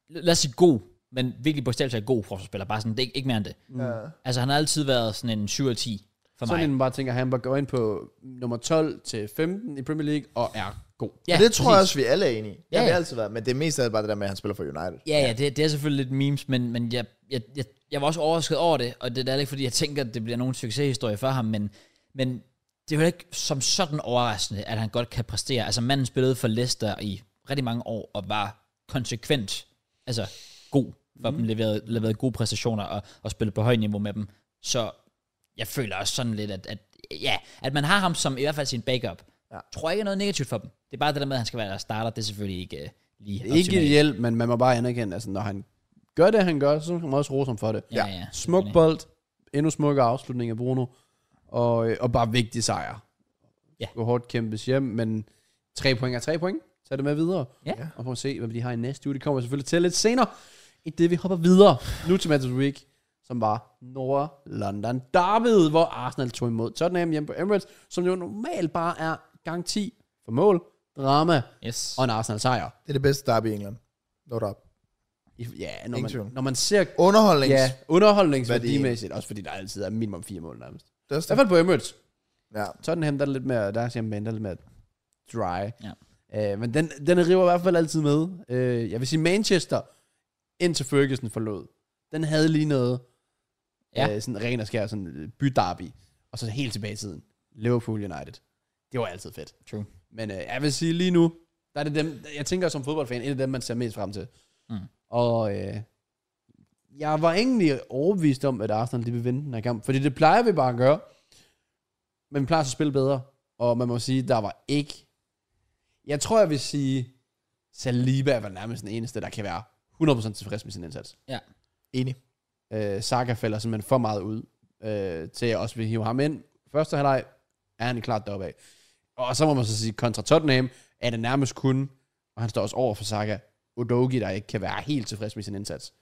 lad os sige god, men virkelig på stedet god forsvarsspiller, bare sådan, det er ikke, ikke mere end det. Mm. Ja. Altså han har altid været sådan en 7 og 10 for mig. Sådan en, man bare tænker, han bare går ind på nummer 12 til 15 i Premier League og er god. Ja, det tror jeg præcis. også, vi alle er enige i. Det har Ja, vi ja. altid været. Men det er mest af alt bare det der med, at han spiller for United. Ja, ja, det, det er selvfølgelig lidt memes, men, men jeg, jeg, jeg, jeg var også overrasket over det, og det er da heller ikke, fordi jeg tænker, at det bliver nogen succeshistorie for ham, men, men det er jo heller ikke som sådan overraskende, at han godt kan præstere. Altså manden spillede for Leicester i rigtig mange år, og var konsekvent, altså god, for mm. dem leverede, leverede gode præstationer, og, og spillede på højt niveau med dem. Så jeg føler også sådan lidt, at, at, ja, at man har ham som i hvert fald sin backup. Ja. Ja. Tror jeg ikke er noget negativt for dem. Det er bare det der med, at han skal være der starter, det er selvfølgelig ikke uh, lige Ikke hjælp, men man må bare anerkende, altså når han gør det, han gør, så skal man også rose ham for det. Ja, ja. Smuk bold, endnu smukkere afslutning af Bruno, og, øh, og bare vigtig sejr. Ja. Gå hårdt kæmpes hjem, men tre point er tre point. Tag det med videre. Ja. Og prøv at se, hvad de har i næste uge. Det kommer selvfølgelig til lidt senere, i det vi hopper videre. Nu til Matches Week, som var Nord London Derby, hvor Arsenal tog imod Tottenham hjemme på Emirates, som jo normalt bare er garanti for mål, drama Yes. og en Arsenal sejr. Det er det bedste derby i England. No doubt. I- Ja, når Ingen tvivl. man, når man ser Underholdnings. ja, underholdningsværdimæssigt, Værdimæssigt, også fordi der altid er minimum fire mål nærmest. I Det er også hvert det. fald på Emirates. Ja. Tottenham, der er lidt mere, der er simpelthen, der er lidt mere dry. Ja. Øh, men den, den river i hvert fald altid med. Øh, jeg vil sige Manchester, indtil Ferguson forlod, den havde lige noget Ja. ja. øh, sådan ren og skær, sådan øh, byderby, og så helt tilbage i tiden, Liverpool United. Det var altid fedt. True. Men øh, jeg vil sige lige nu, der er det dem, jeg tænker som fodboldfan, et af dem, man ser mest frem til. Mm. Og øh, jeg var egentlig overbevist om, at Arsenal de vil vinde den her kamp, fordi det plejer vi bare at gøre. Men vi plejer så at spille bedre, og man må sige, der var ikke... Jeg tror, jeg vil sige, Saliba var nærmest den eneste, der kan være 100% tilfreds med sin indsats. Enig. Øh, Saka falder simpelthen for meget ud, øh, til at jeg også vil hive ham ind. Første halvleg er han klart deroppe af. Og så må man så sige, kontra Tottenham er det nærmest kun, og han står også over for Saka, Udogi, der ikke kan være helt tilfreds med sin indsats.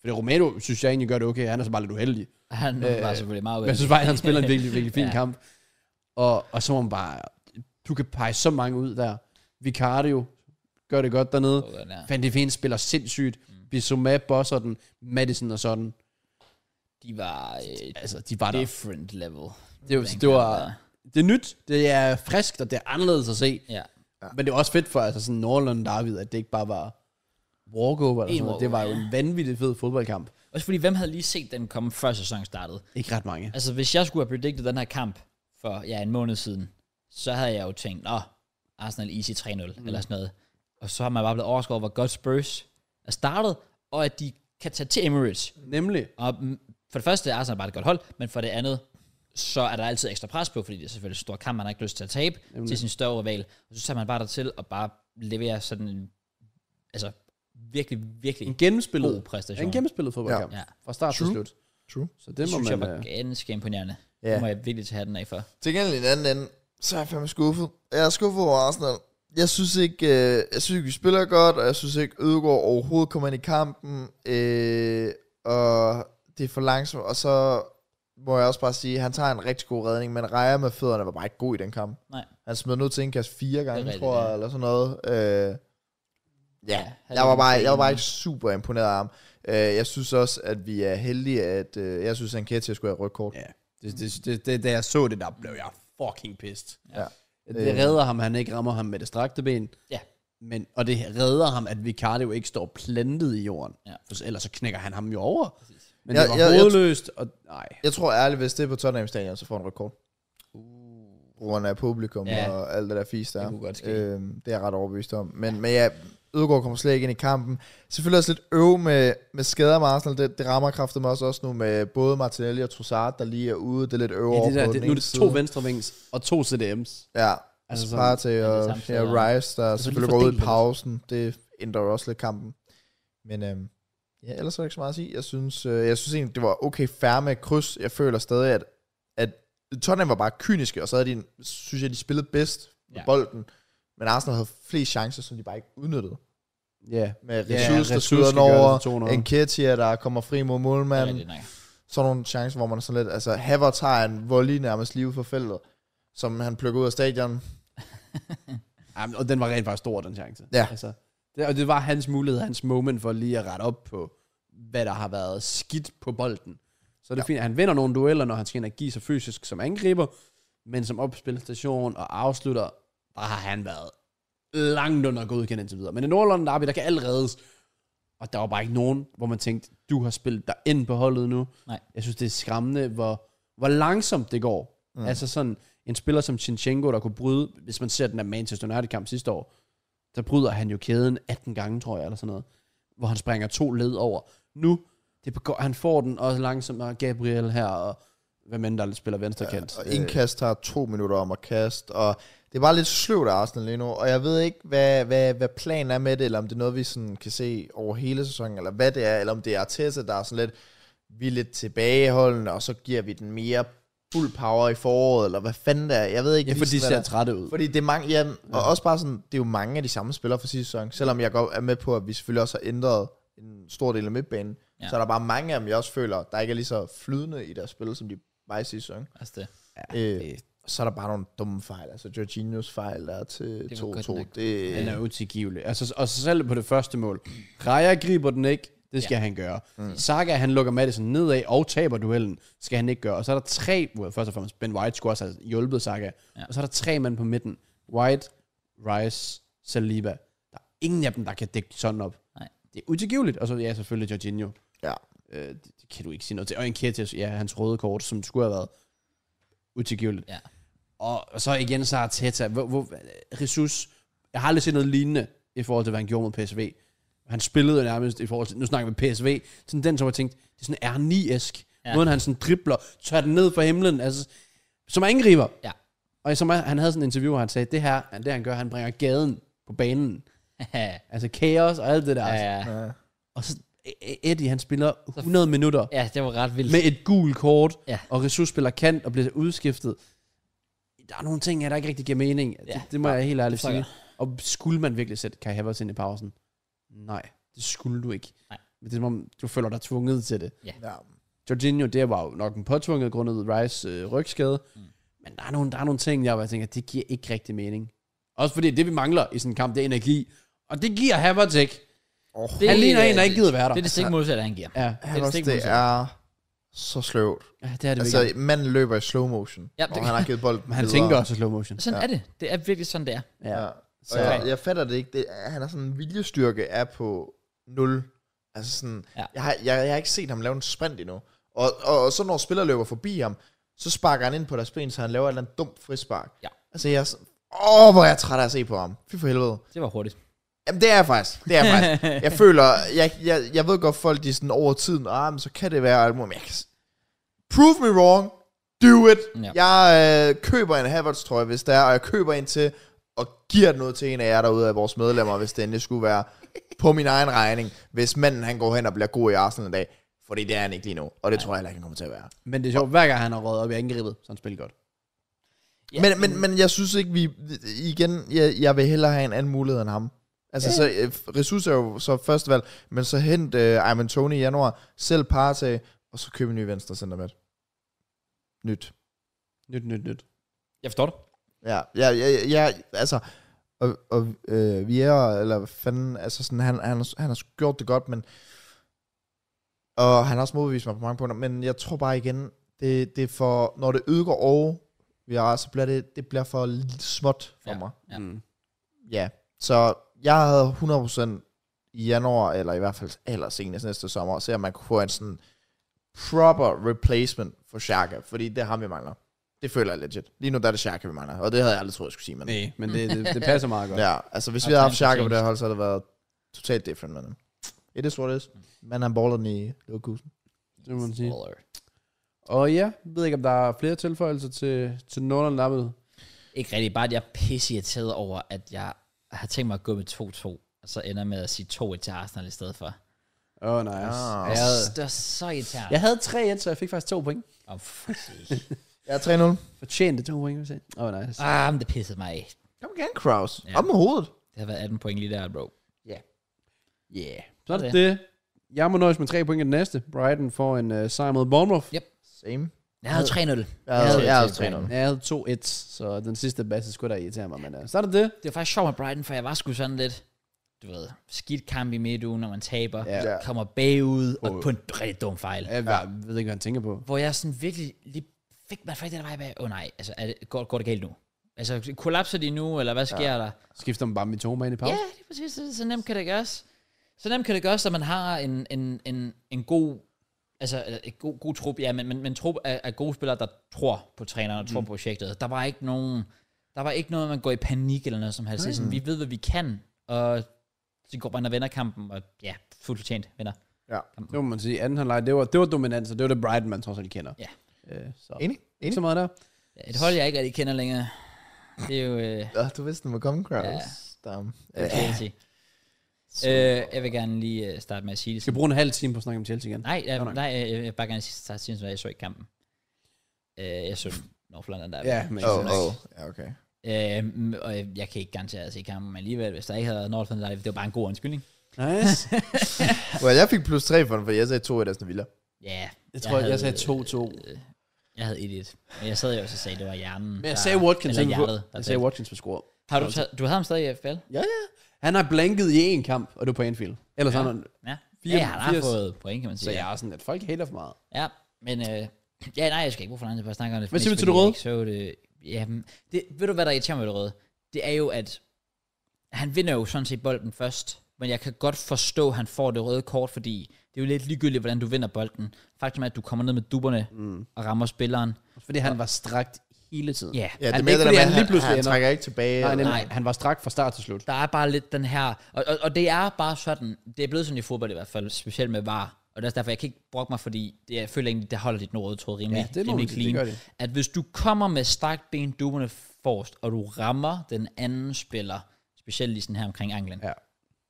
Fordi Romero, synes jeg egentlig gør det okay, han er så bare lidt uheldig. Han Øh, var selvfølgelig meget Men jeg uheldig. synes bare, at han spiller en virkelig, virkelig fin Ja. ja. kamp. Og, og så må man bare... Du kan pege så mange ud der. Vicario gør det godt dernede. Åh, den er- Van de Ven spiller sindssygt. Mm. Bissouma bosser den. Madison og sådan. De var øh, Altså, de var der. Det, different level. det, var, det, var, det er nyt. Det er friskt, og det er anderledes at se. Ja. Men det er også fedt for altså, sådan Norland David, at det ikke bare var walkover eller En sådan noget. Det var jo walkover, en vanvittig fed fodboldkamp. Også fordi, hvem havde lige set den komme, før sæsonen startede? Ikke ret mange. Altså, hvis jeg skulle have predicted den her kamp for ja, en måned siden, så havde jeg jo tænkt, nå, Arsenal easy 3-0, mm. eller sådan noget. Og så har man bare blevet overrasket over, hvor godt Spurs er startet, og at de kan tage til Emirates. Nemlig. Og mm, for det første er Arsenal bare et godt hold, men for det andet, så er der altid ekstra pres på, fordi det er selvfølgelig en stor kamp, man har ikke lyst til at tabe Jamen. til sin større rival. Og så tager man bare dertil og bare leverer sådan en, altså virkelig, virkelig En god gennemspillet, præstation. en gennemspillet fodboldkamp. Ja. Ja. Fra start til True. slut. True. Så det, det må synes man... jeg var øh, ganske imponerende. Ja. Yeah. Det må jeg virkelig tage den af for. Til gengæld i den anden ende, så er jeg fandme skuffet. Jeg er skuffet over Arsenal. Jeg synes ikke, øh, jeg synes ikke, vi spiller godt, og jeg synes ikke, Ødegaard overhovedet kommer ind i kampen. Øh, og det er for langsomt, og så må jeg også bare sige, at han tager en rigtig god redning, men Raja med fødderne var bare ikke god i den kamp. Nej. Han smed ned til indkast fire gange, rigtigt, rigtigt, tror jeg, ja. ja. eller sådan noget. Øh, Ja, ja, han jeg er var, bare, en- jeg var bare ikke super imponeret af ham. Øh, jeg synes også, at vi er heldige, at øh, jeg synes, at Anketia skulle have rødt kort. Ja, det, det, det, det, da jeg så det, der blev jeg fucking pissed. Ja. Det redder ham, han ikke rammer ham med det strakte ben. Ja. Men, og det redder ham, at Vicario ikke står plantet i jorden. Ja. For ellers så knækker han ham jo over. Præcis. Men Jeg- det var jeg- jeg- hovedløst, og nej. Jeg tror ærligt, hvis det er på Tottenham Stadion, så får han rekord. Uh. Rundt af publikum Ja. ja. og alt det der fisk der. Det kunne godt ske. Øhm, det er jeg ret overbevist om. Men ja, men ja Ødegaard kommer slet ikke ind i kampen. Selvfølgelig også lidt øv med, med skader med Arsenal. Det, det rammer kraftet mig også, også nu med både Martinelli og Trossard, der lige er ude. Det er lidt øv Ja, over det der, på det, den nu er ene det to side. venstrevings og to CDM's. Ja, Altså altså sådan- Sparta det er og, samme ja, sted, ja. Rice, der lige selvfølgelig går ud i fordele det. pausen. Det ændrer jo også lidt kampen. Men øhm, ja, ellers er der ikke så meget at sige. Jeg synes, øh, jeg synes egentlig, det var okay færre med et kryds. Jeg føler stadig, at, at Tottenham var bare kyniske, og så havde de, en- synes jeg, de spillede bedst med Ja. ja. bolden. Men Arsenal havde flest chancer, som de bare ikke udnyttede. Ja. Med Ja, Ressus, ja, der Ressus skyder skal den gøre det over, for 200. Enketia, der kommer fri mod Det er målmanden. rigtigt, nej. Sådan nogle chancer, hvor man er sådan lidt... Altså, Havertz har en volley nærmest lige ud for feltet, som han plukker ud af stadion. Jamen, og den var rent faktisk stor, den chance. Ja. Altså, det, og det var hans mulighed, hans moment for lige at rette op på, hvad der har været skidt på bolden. Så det er ja. fint, at han vinder nogle dueller, når han skal ind og give sig fysisk som angriber, men som opspilstation og afslutter, der har han været langt under godkendt indtil videre. Men i Nordlanden Derby, der kan alt reddes. Og der var bare ikke nogen, hvor man tænkte, du har spillet dig ind på holdet nu. Nej. Jeg synes, det er skræmmende, hvor, hvor langsomt det går. Mm. Altså sådan en spiller som Chinchenko, der kunne bryde, hvis man ser den der Manchester United-kamp sidste år, der bryder han jo kæden 18 gange, tror jeg, eller sådan noget. Hvor han springer to led over. Nu, det begår, han får den også langsomt, og Gabriel her, og hvem end der spiller venstrekant. Øh, Og indkast tager to minutter om at kaste, og det er bare lidt sløvt af Arsenal lige nu, og jeg ved ikke, hvad, hvad, hvad planen er med det, eller om det er noget, vi sådan kan se over hele sæsonen, eller hvad det er, eller om det er Arteta, der er sådan lidt, vi er lidt tilbageholdende, og så giver vi den mere fuld power i foråret, eller hvad fanden det er. Jeg ved ikke, Ja, for de lige sådan, ser hvad der- trætte ud. fordi det er mange, ja, og også bare sådan, det er jo mange af de samme spillere fra sidste sæson. Selvom jeg godt er med på, at vi selvfølgelig også har ændret en stor del af midtbanen, Ja. ja. så er der bare mange af dem, jeg også føler, der ikke er lige så flydende i deres spil, som de var i sidste sæson. Altså det. Øh, så er der bare nogle dumme fejl. Altså Jorginhos fejl der er til Det var godt 2-2. nok. Det, Den det, er utilgivelig. Altså, og så selv på det første mål. Raja griber den ikke. Det skal ja. han gøre. Mm. Saka, han lukker Madison nedad og taber duellen. Skal han ikke gøre. Og så er der tre, well, først og fremmest Ben White skulle også have hjulpet Saka. Ja. Ja. Og så er der tre mænd på midten. White, Rice, Saliba. Der er ingen af dem, der kan dække sådan op. Nej. Det er utilgiveligt. Og så ja, selvfølgelig Jorginho. Ja. Øh, det, det, kan du ikke sige noget til. Og en ja, hans røde kort, som skulle have været utilgiveligt. Ja. Og og så igen så Arteta. Hvor, hvor, Jesus, jeg har aldrig set noget lignende i forhold til, hvad han gjorde mod PSV. Han spillede jo nærmest i forhold til, nu snakker vi PSV, sådan den, som jeg tænkte, det er sådan r 9 esk Ja. ja. Måden han sådan dribler, tør den ned fra himlen, altså, som angriber. Ja. Og som er, han havde sådan en interview, hvor han sagde, det her, det han gør, han bringer gaden på banen. Altså kaos og alt det der. ja, Altså. ja. Og så Eddie, han spiller 100 minutter ja, det var ret vildt. med et gul kort, Ja. ja. og Jesus spiller kant og bliver udskiftet. Der er nogle ting her, der ikke rigtig giver mening. Ja. Ja. Det, det må jeg helt ærligt forstår jeg sige. Og skulle man virkelig sætte Kai Havertz ind i pausen? Nej, det skulle du ikke. Nej. Men det er som om, du føler dig tvunget til det. ja. Jorginho, det var jo nok en påtvunget grundet Rice øh, rygskade. Mm. Men der er, nogle, der er nogle ting, jeg bare tænker, det giver ikke rigtig mening. Også fordi det, vi mangler i sådan en kamp, det er energi. Og det giver Havertz ikke. Oh, Det Han ligner er- en, der ikke gider være der. Det er det stik modsatte, han giver. Ja, han også, stik det modsatte. er så sløvt. ja, det er det altså, Altså, manden løber i slow motion, Ja, ja, det- og han har givet bolden Men han videre. tænker også i slow motion. Sådan er det. Det er virkelig sådan, det er. Ja. ja. Så- Og jeg, jeg fatter det ikke. Det, er- han har sådan en viljestyrke af på 0. Altså sådan, Ja. ja. jeg, har, jeg, jeg har ikke set ham lave en sprint endnu. Og, og, og så når spillere løber forbi ham, så sparker han ind på deres ben, så han laver et eller andet dumt frispark. Ja. Altså jeg er sådan, åh, hvor er jeg træt af at se på ham. Fy for helvede. Det var hurtigt. Jamen det er jeg faktisk. Det er jeg faktisk. Jeg føler, jeg, jeg, jeg ved godt, folk de er sådan over tiden, ah, men så kan det være, alt muligt." men jeg kan, s- prove me wrong, do it. Ja. Ja. Jeg øh, køber en Havertz trøje, hvis der er, og jeg køber en til, og giver noget til en af jer derude af vores medlemmer, hvis det endelig skulle være på min egen regning, hvis manden han går hen og bliver god i Arsenal en dag. Fordi det er han ikke lige nu, og det tror jeg heller ikke, han kommer til at være. Men det er sjovt, hver gang han har røget op i angrebet, så han spiller godt. Ja. Ja, men, men, men jeg synes ikke, vi... Igen, jeg, jeg vil hellere have en anden mulighed end ham. Altså, ja. så, Ressus er jo så førstevalg, men så hent øh, Ivan Tony i januar, selv Partey, og så købe en ny venstre center med. Nyt. Nyt, nyt, nyt. Jeg forstår det. Ja, ja, ja, ja, ja altså, og, og øh, Vieira, eller hvad fanden, altså sådan, han, han, har- han har sgu gjort det godt, men, og han har også modbevist mig på mange punkter, men jeg tror bare igen, det, det er for, når det ødegår over Vieira, så bliver det, det bliver for lidt småt for Ja. mig. Ja. Mm. Ja, så jeg havde 100% i januar, eller i hvert fald aller senest næste sommer, se om man kunne få en sådan proper replacement for Shaka, fordi det er ham, vi mangler. Det føler jeg legit. Lige nu der er det Shaka, vi mangler, og det havde jeg aldrig troet, jeg skulle sige, men... Nej, men det, det, det passer meget godt. Ja, altså hvis Og vi havde haft time to Shaka på change. det her hold, så havde det været totalt different, men... It is what it is. Men han Mm. baller den i Leverkusen. Det må man sige. Baller. Og ja, jeg ved ikke, om der er flere tilføjelser til, til Northern Lappet. Ikke rigtig, bare at jeg er pisse irriteret over, at jeg har tænkt mig at gå med 2-2, og så ender med at sige 2-1 til Arsenal i stedet for. Åh, oh, nice. Ah. Jeg, havde, Det er så irriterende. jeg havde 3-1, så jeg fik faktisk to point. Åh, oh, fuck sake. Ja, 3-0. Fortjente to point, vil jeg sige. Åh, oh, nice. Ah, men det pissede mig af. Kom igen, Kraus. Ja. Op med hovedet. Det har været 18 point lige der, bro. Yeah. Sådan det. det. Jeg må nøjes med tre point i den næste. Brighton får en uh, sejr mod Bournemouth. Ja. Same. Jeg havde 3-0. Jeg havde, jeg havde 3-0. 3-0. Jeg havde 2-1, så den sidste basse skulle der irritere mig. Men uh, sådan det. Det var faktisk sjovt med Brighton, for jeg var sgu sådan lidt, du ved, skidt kamp i midtugen, når man taber, Ja. Ja. kommer bagud, og Åh. på en rigtig dum fejl. Jeg, jeg ved ikke, hvad han tænker på. Hvor jeg sådan virkelig lige fik man faktisk den vej bag, åh oh, nej, altså er det, går, går det galt nu? Altså kollapser de nu, eller hvad sker ja. der? Skifter man bare med to ind i Ja, pause? det er præcis. Så, så nemt kan det gøres. Så nemt kan det gøres, at man har en, en, en, en god altså eller et god, god trup, ja, men, men, men trup af, af gode spillere, der tror på træneren og Mm. tror på projektet. Der var ikke nogen, der var ikke noget, man går i panik eller noget som helst. Det er Sådan, vi ved, hvad vi kan, og så går man og vinder kampen, og ja, fuldt fortjent vinder. Det må man sige. Anden halvleg, det var, det var dominans, og det var det Brighton, man trods alt kender. Ja. Øh, så. Enig? Ikke Enig? så meget der. Et hold, jeg ikke rigtig kender længere. Det er jo, øh, Ja, du vidste, den var kommet, Kraus. Ja. Damn. det kan jeg sige. Øh, jeg vil gerne lige øh, starte med at sige det. Skal vi bruge en halv time på at snakke om Chelsea igen? Nej, jeg, Godt nok. nej, jeg, jeg vil bare gerne sige, at jeg, jeg så ikke kampen. Øh, jeg så North London der. Ja, men Oh, oh. Ja, okay. Øhm, og jeg, jeg kan ikke garantere at se kampen, men alligevel, hvis der ikke havde været North London Live, det var bare en god undskyldning. Nice. Well, jeg fik plus 3 for den, for jeg sagde 2 i Aston Villa. Ja. Yeah, Jeg tror, jeg sagde 2-2. Øh, jeg havde 1-1. Men jeg sad jo også og sagde, at det var hjernen. Men jeg der- sagde Watkins. Eller hjertet. Jeg sagde sagde Watkins for score. Har du, taget, du havde ham stadig i FBL? Han har blanket i én kamp, og det var på Anfield. Ellers Ja. ja. han, Ja. Fire- ja, han har firs. fået point, kan man så sige. jeg er sådan, at folk hater for meget. Ja, men... Øh, ja, nej, jeg skal ikke bruge for langt til at snakke om det. Hvad siger mest vi til det fordi jeg røde? ikke Så det. Jamen, det, ved du, hvad der irriterer mig ved det røde? Det er jo, at han vinder jo sådan set bolden først, men jeg kan godt forstå, at han får det røde kort, fordi det er jo lidt ligegyldigt, hvordan du vinder bolden. Faktum er, at du kommer ned med duberne mm. og rammer spilleren. Fordi han var strakt hele tiden. Ja, Ja, det Han- er ikke mere det der fordi med, han at lige han, pludselig han ender- trækker ikke tilbage. Nej, nej, eller- nej, han var strakt fra start til slut. der er bare lidt den her... Og, og, og det er bare sådan... Det er blevet sådan i fodbold i hvert fald, specielt med VAR. Og det er også derfor, jeg kan ikke brokke mig, fordi det, jeg føler egentlig, det holder dit røde tråd rimelig, Ja, det må rimelig man sige, det clean. gør det. At hvis du kommer med strakt ben, duerne forrest, og du rammer den anden spiller, specielt lige sådan her omkring anklen, Ja.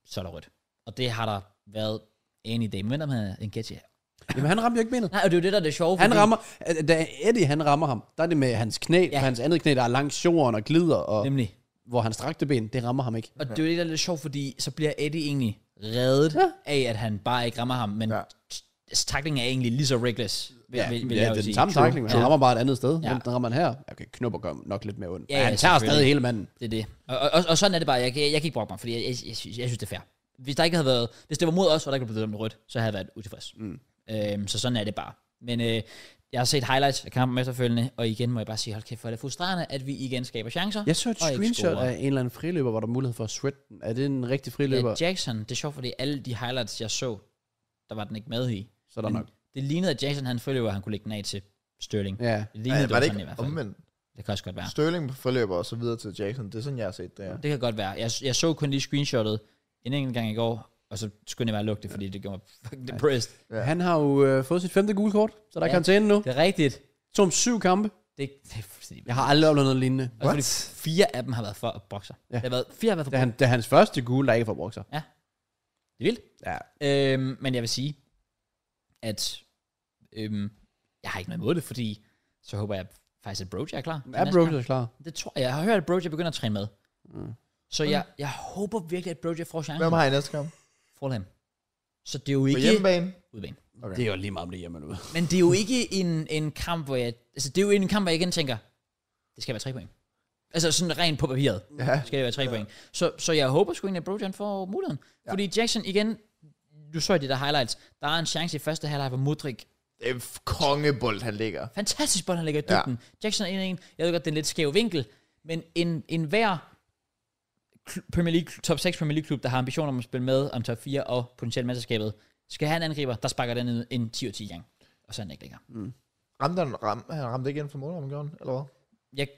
så er der rødt. Og det har der været any day. Men venter med en catch Jamen, han ramte jo ikke benet. Nej, og det er jo det, der er det sjove. Han fordi- rammer, øh, da Eddie han rammer ham, der er det med hans knæ, ja. hans andet knæ, der er langs jorden og glider, og Nemlig. hvor han strakte ben, det rammer ham ikke. Og det er jo det, der er lidt sjovt, fordi så bliver Eddie egentlig reddet ja. af, at han bare ikke rammer ham. Men ja. Ja. taklingen er egentlig lige så reckless, vil, ja, vil, vil ja, jeg jo det er den sige. samme takling, men han rammer bare et andet sted. Ja. Ja. Den rammer han her. Okay, knupper gør nok lidt mere ondt. Ja, Ja, ja, han tager selvfølgelig. stadig hele manden. Det er det. Og, og, og, og sådan er det bare. Jeg, kan- jeg, jeg kan ikke brokke mig, fordi jeg, jeg, jeg, synes, jeg synes, det er fair. Hvis, der ikke havde været, hvis det var mod os, og der ikke blev blevet dømt rødt, så havde jeg været utilfreds. Mm. Øhm, så sådan er det bare. Men øh, jeg har set highlights af kampen efterfølgende, og igen må jeg bare sige, hold kæft, for det er frustrerende, at vi igen skaber chancer. Jeg så et og ikke screenshot scorer. af en eller anden friløber, hvor der er mulighed for at sweat den. Er det en rigtig friløber? Ja, Jackson, det er sjovt, fordi alle de highlights, jeg så, der var den ikke med i. Så er der Men nok. Det lignede, at Jackson han følger, at han kunne lægge den af til Sterling. Ja. Ja. Det Nej, lignede, var det sådan ikke omvendt? Det kan også godt være. Sterling på forløber og så videre til Jackson. Det er sådan, jeg har set det her. Det kan godt være. Jeg, jeg så kun lige screenshottet en enkelt gang i går, og så skulle jeg bare lukke det, fordi det gjorde mig fucking depressed. Ja. Han har jo øh, fået sit femte gule kort, så der er Ja. karantæne nu. Det er rigtigt. To om syv kampe. Det, det er fuldstændig Jeg har aldrig oplevet noget lignende. Også fordi fire af dem har været for at bokse. Ja. Det har været, fire har været for Det er, at han, det er hans første gule, der ikke får brugt sig. Det er vildt. Ja. Øhm, men jeg vil sige, at øhm, jeg har ikke noget imod det, fordi så håber jeg faktisk, at Broja er klar. til Er næste Brogers klar? kamp. Det tror jeg. Jeg har hørt, at Broja begynder at træne med. Mm. Så jeg, jeg håber virkelig, at Broja får chancen. Hvem har I næste kamp? Fulham. Så det er jo På ikke... hjemmebane? Udebane. Okay. Det er jo lige meget om det er hjemme nu. Men det er jo ikke en, en kamp, hvor jeg... Altså, det er jo en kamp, hvor jeg igen tænker, det skal være tre point. Altså, sådan rent på papiret. Ja. skal det være tre ja. point. Så, så jeg håber sgu egentlig, at Brojan får muligheden. Ja. Fordi Jackson igen, du så i de der highlights, der er en chance i første halvleg, hvor Mudrik, Det er en f- kongebold, han ligger. fantastisk bold, han lægger i Ja. dybden. Ja. Jackson er en af en, jeg ved godt, det er en lidt skæv vinkel, men en, en hver kl- Premier League, top 6 Premier League klub, der har ambitioner om at spille med om top 4 og potentielt mesterskabet, skal have en angriber, der sparker den en, en 10 og 10 gang. Og så er den ikke længere. Ramte han, ram, han ramte ikke inden for målrummet, gjorde han, eller hvad? Jeg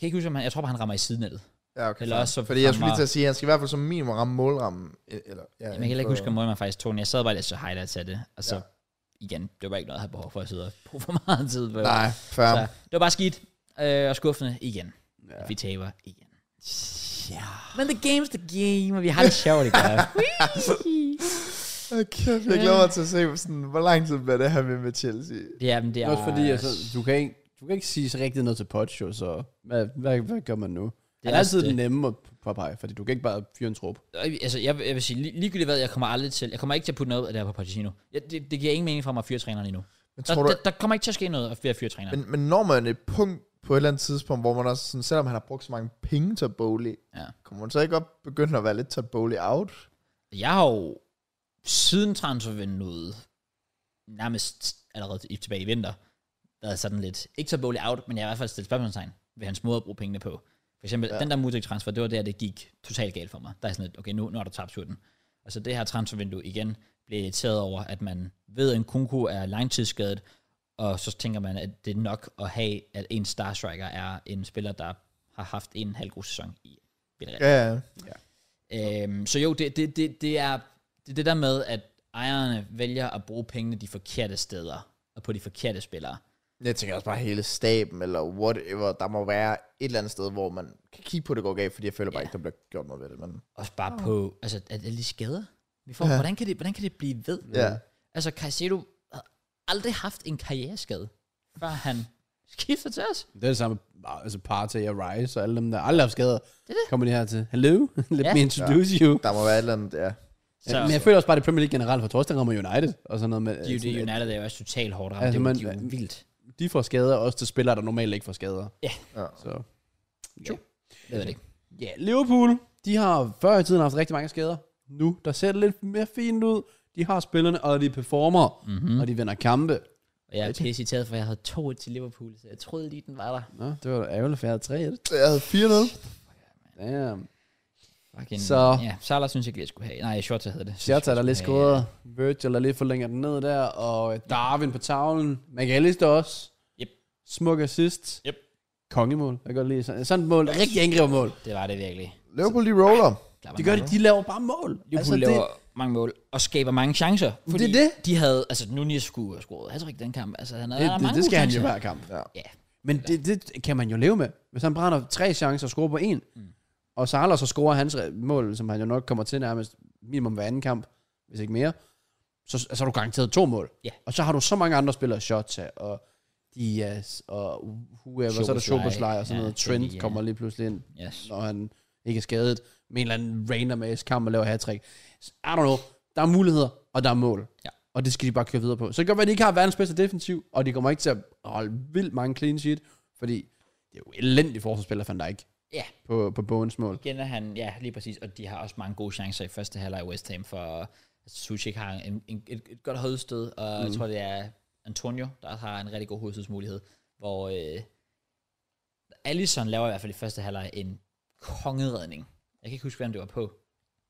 kan ikke huske, om han, jeg tror bare, han rammer i sidenettet. Ja, okay. Eller fair. også så Fordi jeg skulle rammer- lige til at sige, at han skal i hvert fald som minimum ramme målrammen. e- Eller, ja, Jamen, jeg kan heller ikke huske, om man faktisk tog den. Jeg sad bare lidt så highlights af det, og så ja. Ja. igen, det var ikke noget, jeg havde behov for at sidde og bruge for meget tid på. Nej, fair. Så, det var bare skidt øh, og skuffende igen. Ja. Vi taber igen. Ja. Men the game's the game, og vi har det sjovt, ikke? Okay, jeg glæder mig til at se, sådan, hvor lang tid bliver det her med, med Chelsea. ja, men det Det er er også fordi, altså, du, kan ikke, du kan ikke sige så rigtig noget til Pocho, så hvad, hvad, hvad gør man nu? Det er, er er altid også det. den nemme at påpege, fordi du kan ikke bare fyre en trup. altså, jeg, vil- jeg vil sige, lige, ligegyldigt hvad, jeg kommer aldrig til, jeg kommer ikke til at putte noget af det her på Pochettino. Jeg, det, det, giver ingen mening for mig at fyre træneren endnu. Men, Der, tror du, der, der, kommer ikke til at ske noget ved at fyre træneren. men, men når man et punkt på et eller andet tidspunkt, hvor man også, sådan, selvom han har brugt så mange penge til Bowley, Ja. kommer man så ikke godt begynde at være lidt til Bowley out? Jeg har jo siden transfervinduet, nærmest allerede i- tilbage i vinter, været sådan lidt, ikke så bolig out, men jeg har i hvert fald stillet spørgsmålstegn ved hans måde at bruge pengene på. For eksempel, ja. den der Mudrik transfer, det var der, det gik totalt galt for mig. Der er sådan lidt, okay, nu, nu har du tabt skjorten. Og så det her transfervindue igen, bliver jeg irriteret over, at man ved, at en kunku er langtidsskadet, og så tænker man, at det er nok at have, at en star striker er en spiller, der har haft en halv god sæson i Villarreal. Ja, ja. Øhm, så jo, det, det, det, det er det, er det der med, at ejerne vælger at bruge pengene de forkerte steder, og på de forkerte spillere. Jeg tænker også bare hele staben, eller whatever. Der må være et eller andet sted, hvor man kan kigge på, det går galt, fordi jeg føler bare ikke, der bliver gjort noget ved det. Men Også bare oh. på, altså, at alle de skader, vi får. Ja. Hvordan, kan det, hvordan kan det blive ved? Ja. Altså, Caicedo har aldrig haft en karriereskade, før han skifter til os. Det er det samme med, altså Partey og Rice og alle dem, der aldrig har haft skader. Det er det. Kommer de her til, hello, let Ja. me introduce you. der må være et eller andet, ja. Så, Ja, men jeg føler også bare, det er Premier League generelt, for Torsten rammer United og sådan noget med, de, er jo det sådan, at United er jo også totalt hårdt ramt. Altså, det er jo, man- de er jo vildt. de får skader, også til spillere, der normalt ikke får skader. Ja. Ja. Så. Jeg ved det ikke. Ja, Liverpool, de har før i tiden haft rigtig mange skader. Nu, der ser det lidt mere fint ud. De har spillerne, og de performer, Mm. mm-hmm. og de vinder kampe. Mhm. Og jeg er pisse irriteret, for jeg havde 2 til Liverpool, så jeg troede lige, den var der. Nå, det var da ærgerligt, for jeg havde 3-1. Jeg havde 4-0. Damn. Fucking, Så- Ja, Salah synes jeg ikke, jeg skulle have. Nej, Shota hedder det. Sjata, der lige skulle have- scoret. Virgil, der lige forlænger den ned der. Og øh, Darwin på tavlen. McAllister også. Yep. Smuk assist. Yep. Kongemål. Jeg kan godt lide sådan, sådan et mål. Rigtig angribermål. Det var det virkelig. Liverpool, de roller. Der var De gør det, de laver bare mål. Liverpool altså, laver det... mange mål og skaber mange chancer. Fordi det er De havde, altså Nunez skulle have scoret hat den kamp. Altså han havde det, der er det, mange det, skal gode han jo chancer. hver kamp. Ja. Ja. Men det, det, kan man jo leve med. Hvis han brænder tre chancer og scorer på en, mm. og Salah så scorer hans re- mål, som han jo nok kommer til nærmest minimum hver anden kamp, hvis ikke mere, så, så har du garanteret to mål. Ja. Og så har du så mange andre spillere, Shota og Diaz og whoever, så er der Szoboszlai, Soboslej og sådan ja, noget. Kelly, Trent ja. kommer lige pludselig ind, Yes. når han ikke er skadet, med en eller anden random ass kamp og laver hat-trick. I don't know. Der er muligheder, og der er mål. Ja. Og det skal de bare køre videre på. Så det kan godt være, at de ikke har verdens bedste defensiv, og de kommer ikke til at holde vildt mange clean sheet, fordi det er jo elendig forsvarsspiller, fandt der ikke Ja, på, på Bogens mål. igen er han, ja, lige præcis. Og de har også mange gode chancer i første halvleg i West Ham, for Suchik har en, en, et, et godt hovedstød, og mm. jeg tror, det er Antonio, der har en rigtig god hovedstødsmulighed, hvor øh, Allison laver i hvert fald i første halvleg en kongeredning. Jeg kan ikke huske, hvem det var på,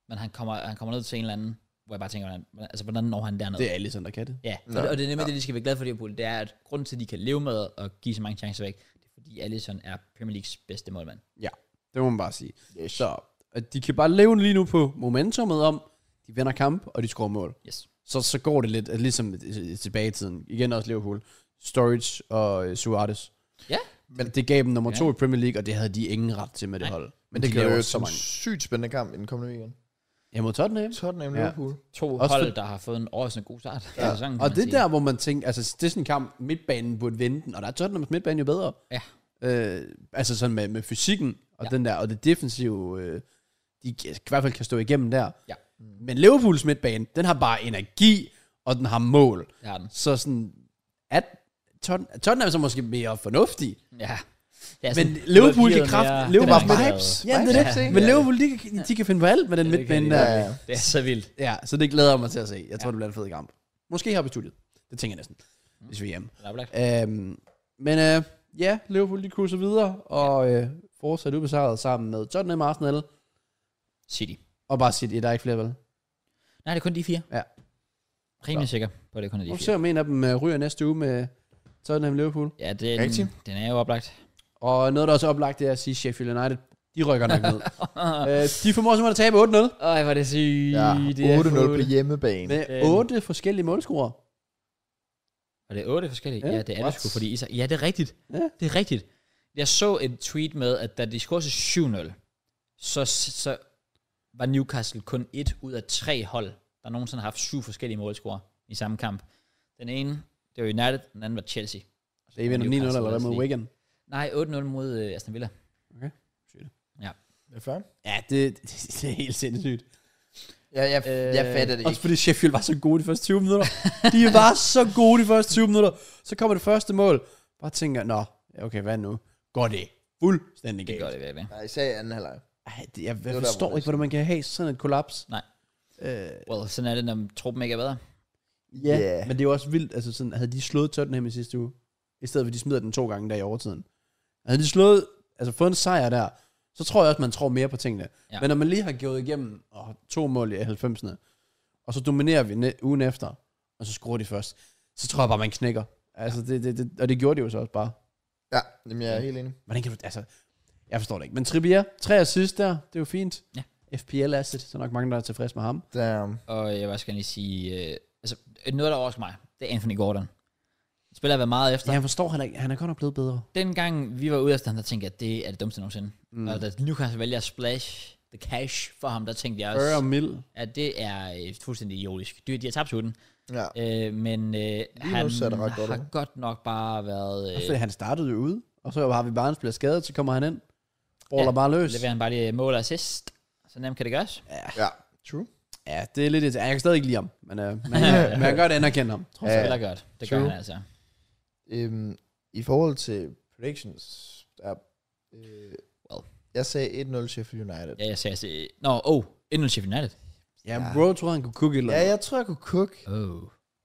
men han kommer, han kommer ned til en eller anden, hvor jeg bare tænker, hvordan, hvordan- altså, hvordan når han derned? Det er Alisson, der kan det. Ja, og, og det er nemlig det, de skal være glade for Liverpool, det er, at grunden til, at de kan leve med at give så mange chancer væk, det er, fordi Allison er Premier Leagues bedste målmand. Ja, det må man bare sige. Yes. Så at de kan bare leve lige nu på momentummet om, de vinder kamp, og de scorer mål. Yes. så, så går det lidt, at ligesom øh, tilbage i tiden, igen også Liverpool, Storage og øh, Suarez. Ja. Men det gav dem nummer Ja. to i Premier League, og det havde de ingen ret til med det Nej. hold. Men Men det det de kan jo laver være så en mange. sygt spændende kamp i den kommende weekend. Ja, mod Tottenham. Tottenham, Ja. Liverpool. To Også Også hold, for- der har fået en overraskende god start. Ja. Sæsonen, kan Og man det sige. der, hvor man tænker, altså det er sådan en kamp, midtbanen burde vinde den, og der er Tottenhams midtbane jo bedre. Ja. Øh, altså sådan med, med fysikken, og Ja. ja. den der, og det defensive, øh, de kan- i hvert fald kan stå igennem der. Ja. Men Liverpools midtbane, den har bare energi, og den har mål. Det har den. Så sådan, at Tottenham, Tottenham er så måske mere fornuftig, Ja. ja Men Liverpool kan kraft- Det Liverpool- var Det er vibes. Ja, det er det. ikke? Men Liverpool, de kan, de kan finde på alt med den det kan midtbane de. der. Ja, ja. Det er så vildt. Ja, så det glæder jeg mig til at se. Jeg tror, det bliver en fed kamp. Måske her på studiet. Det tænker jeg næsten, hvis vi er hjemme. Det er oplagt. Øhm, men øh, ja, Liverpool, de cruiser videre, og øh, fortsat ubesejret sammen med Tottenham Arsenal, City. og bare City, der er ikke flere, vel? Nej, det er kun de fire. Ja. Rimelig sikker på, at det kun er de Nu fire. ser om en af dem øh, ryger næste uge med Tottenham Liverpool. Ja, den, Rigtigt. den er jo oplagt. Og noget, der også er oplagt, det er at sige Sheffield United. De rykker nok ned. øh, de formår simpelthen at tabe 8-0 Øj, hvor er det sygt. Ja, Det er 8-0 på fuldt. hjemmebane. med Den- 8 forskellige målscorer. Og det er otte forskellige. Ja, Ja, det er alle what? sgu, fordi Isak... Ja, det er rigtigt. Ja. Det er rigtigt. Jeg så et tweet med, at da de scorede til 7-0, så, så var Newcastle kun et ud af tre hold, der nogensinde har haft syv forskellige målscorer i samme kamp. Den ene, det var United, den anden var Chelsea. Og så Det er var altså vinder 9-0 Newcastle eller hvad også mod lige- Wigan. Nej, 8-0 mod øh, Aston Villa. Det er fair. Ja, det, det, det er helt sindssygt. Ja, jeg, jeg fatter det Også ikke. fordi Sheffield var så gode de første 20 minutter. De var så gode de første 20 minutter. Så kommer det første mål. Bare tænker, nå, ja, okay, hvad nu? Går det fuldstændig Det galt? gør det virkelig. Nej, især i anden halvleg. Ej, det, jeg, jeg der, forstår hvor det ikke, hvordan man kan have sådan et kollaps. Nej. Øh, ja, Well, sådan er det, når truppen ikke er bedre. yeah. men det er jo også vildt. Altså sådan, havde de slået Tottenham i sidste uge, i stedet for at de smider den to gange der i overtiden. Havde de slået, altså fået en sejr der, så tror jeg også, man tror mere på tingene. Ja. Ja. Men når man lige har gået igennem og to mål i 90'erne, og så dominerer vi næ- ugen efter, og så scorer de først, så tror jeg bare, man knækker. Altså, det, det, det, og det gjorde de jo så også bare. Ja, jamen, jeg er helt enig. Hvordan kan du, altså, jeg forstår det ikke. Men Trippier, tre assist der, det er jo fint. Ja. FPL asset, så er nok mange, der er tilfredse med ham. Damn. Og jeg vil også gerne lige sige, øh, altså noget, der overrasker mig, det er Anthony Gordon. Spiller jeg været meget efter. Ja, jeg forstår heller ikke. Han er godt nok blevet bedre. dengang vi var ude efter ham, der tænkte jeg, at det er det dummeste nogensinde. Mm. Og da Newcastle vælger at splash the cash for ham, der tænkte jeg også, mil. at det er øh, fuldstændig idiotisk. De, de har tabt suten, Ja. øh, men øh, han ser det ret godt har ud. Altså, godt nok bare været... Øh. Han startede jo ude, og så har vi Barnes bliver skadet, så kommer han ind. Baller Ja, ja, bare løs. leverer han bare lige mål og assist. Så nemt kan det gøres. ja. True. Ja, det er lidt... irriterende. Jeg kan stadig ikke lide ham, men, øh, men, men jeg kan godt anerkende ham. Tror øh, jeg, Ja, ja, spiller godt. Det gør true. han altså. Øhm, I forhold til predictions, der, øh, Well. jeg sagde 1-0 Sheffield United. Ja, jeg sagde... altså, Nå, oh, endnu Sheffield United. Ja, bro tror, han kunne kukke eller Ja, ja, ja. jeg tror, jeg kunne cook. Oh,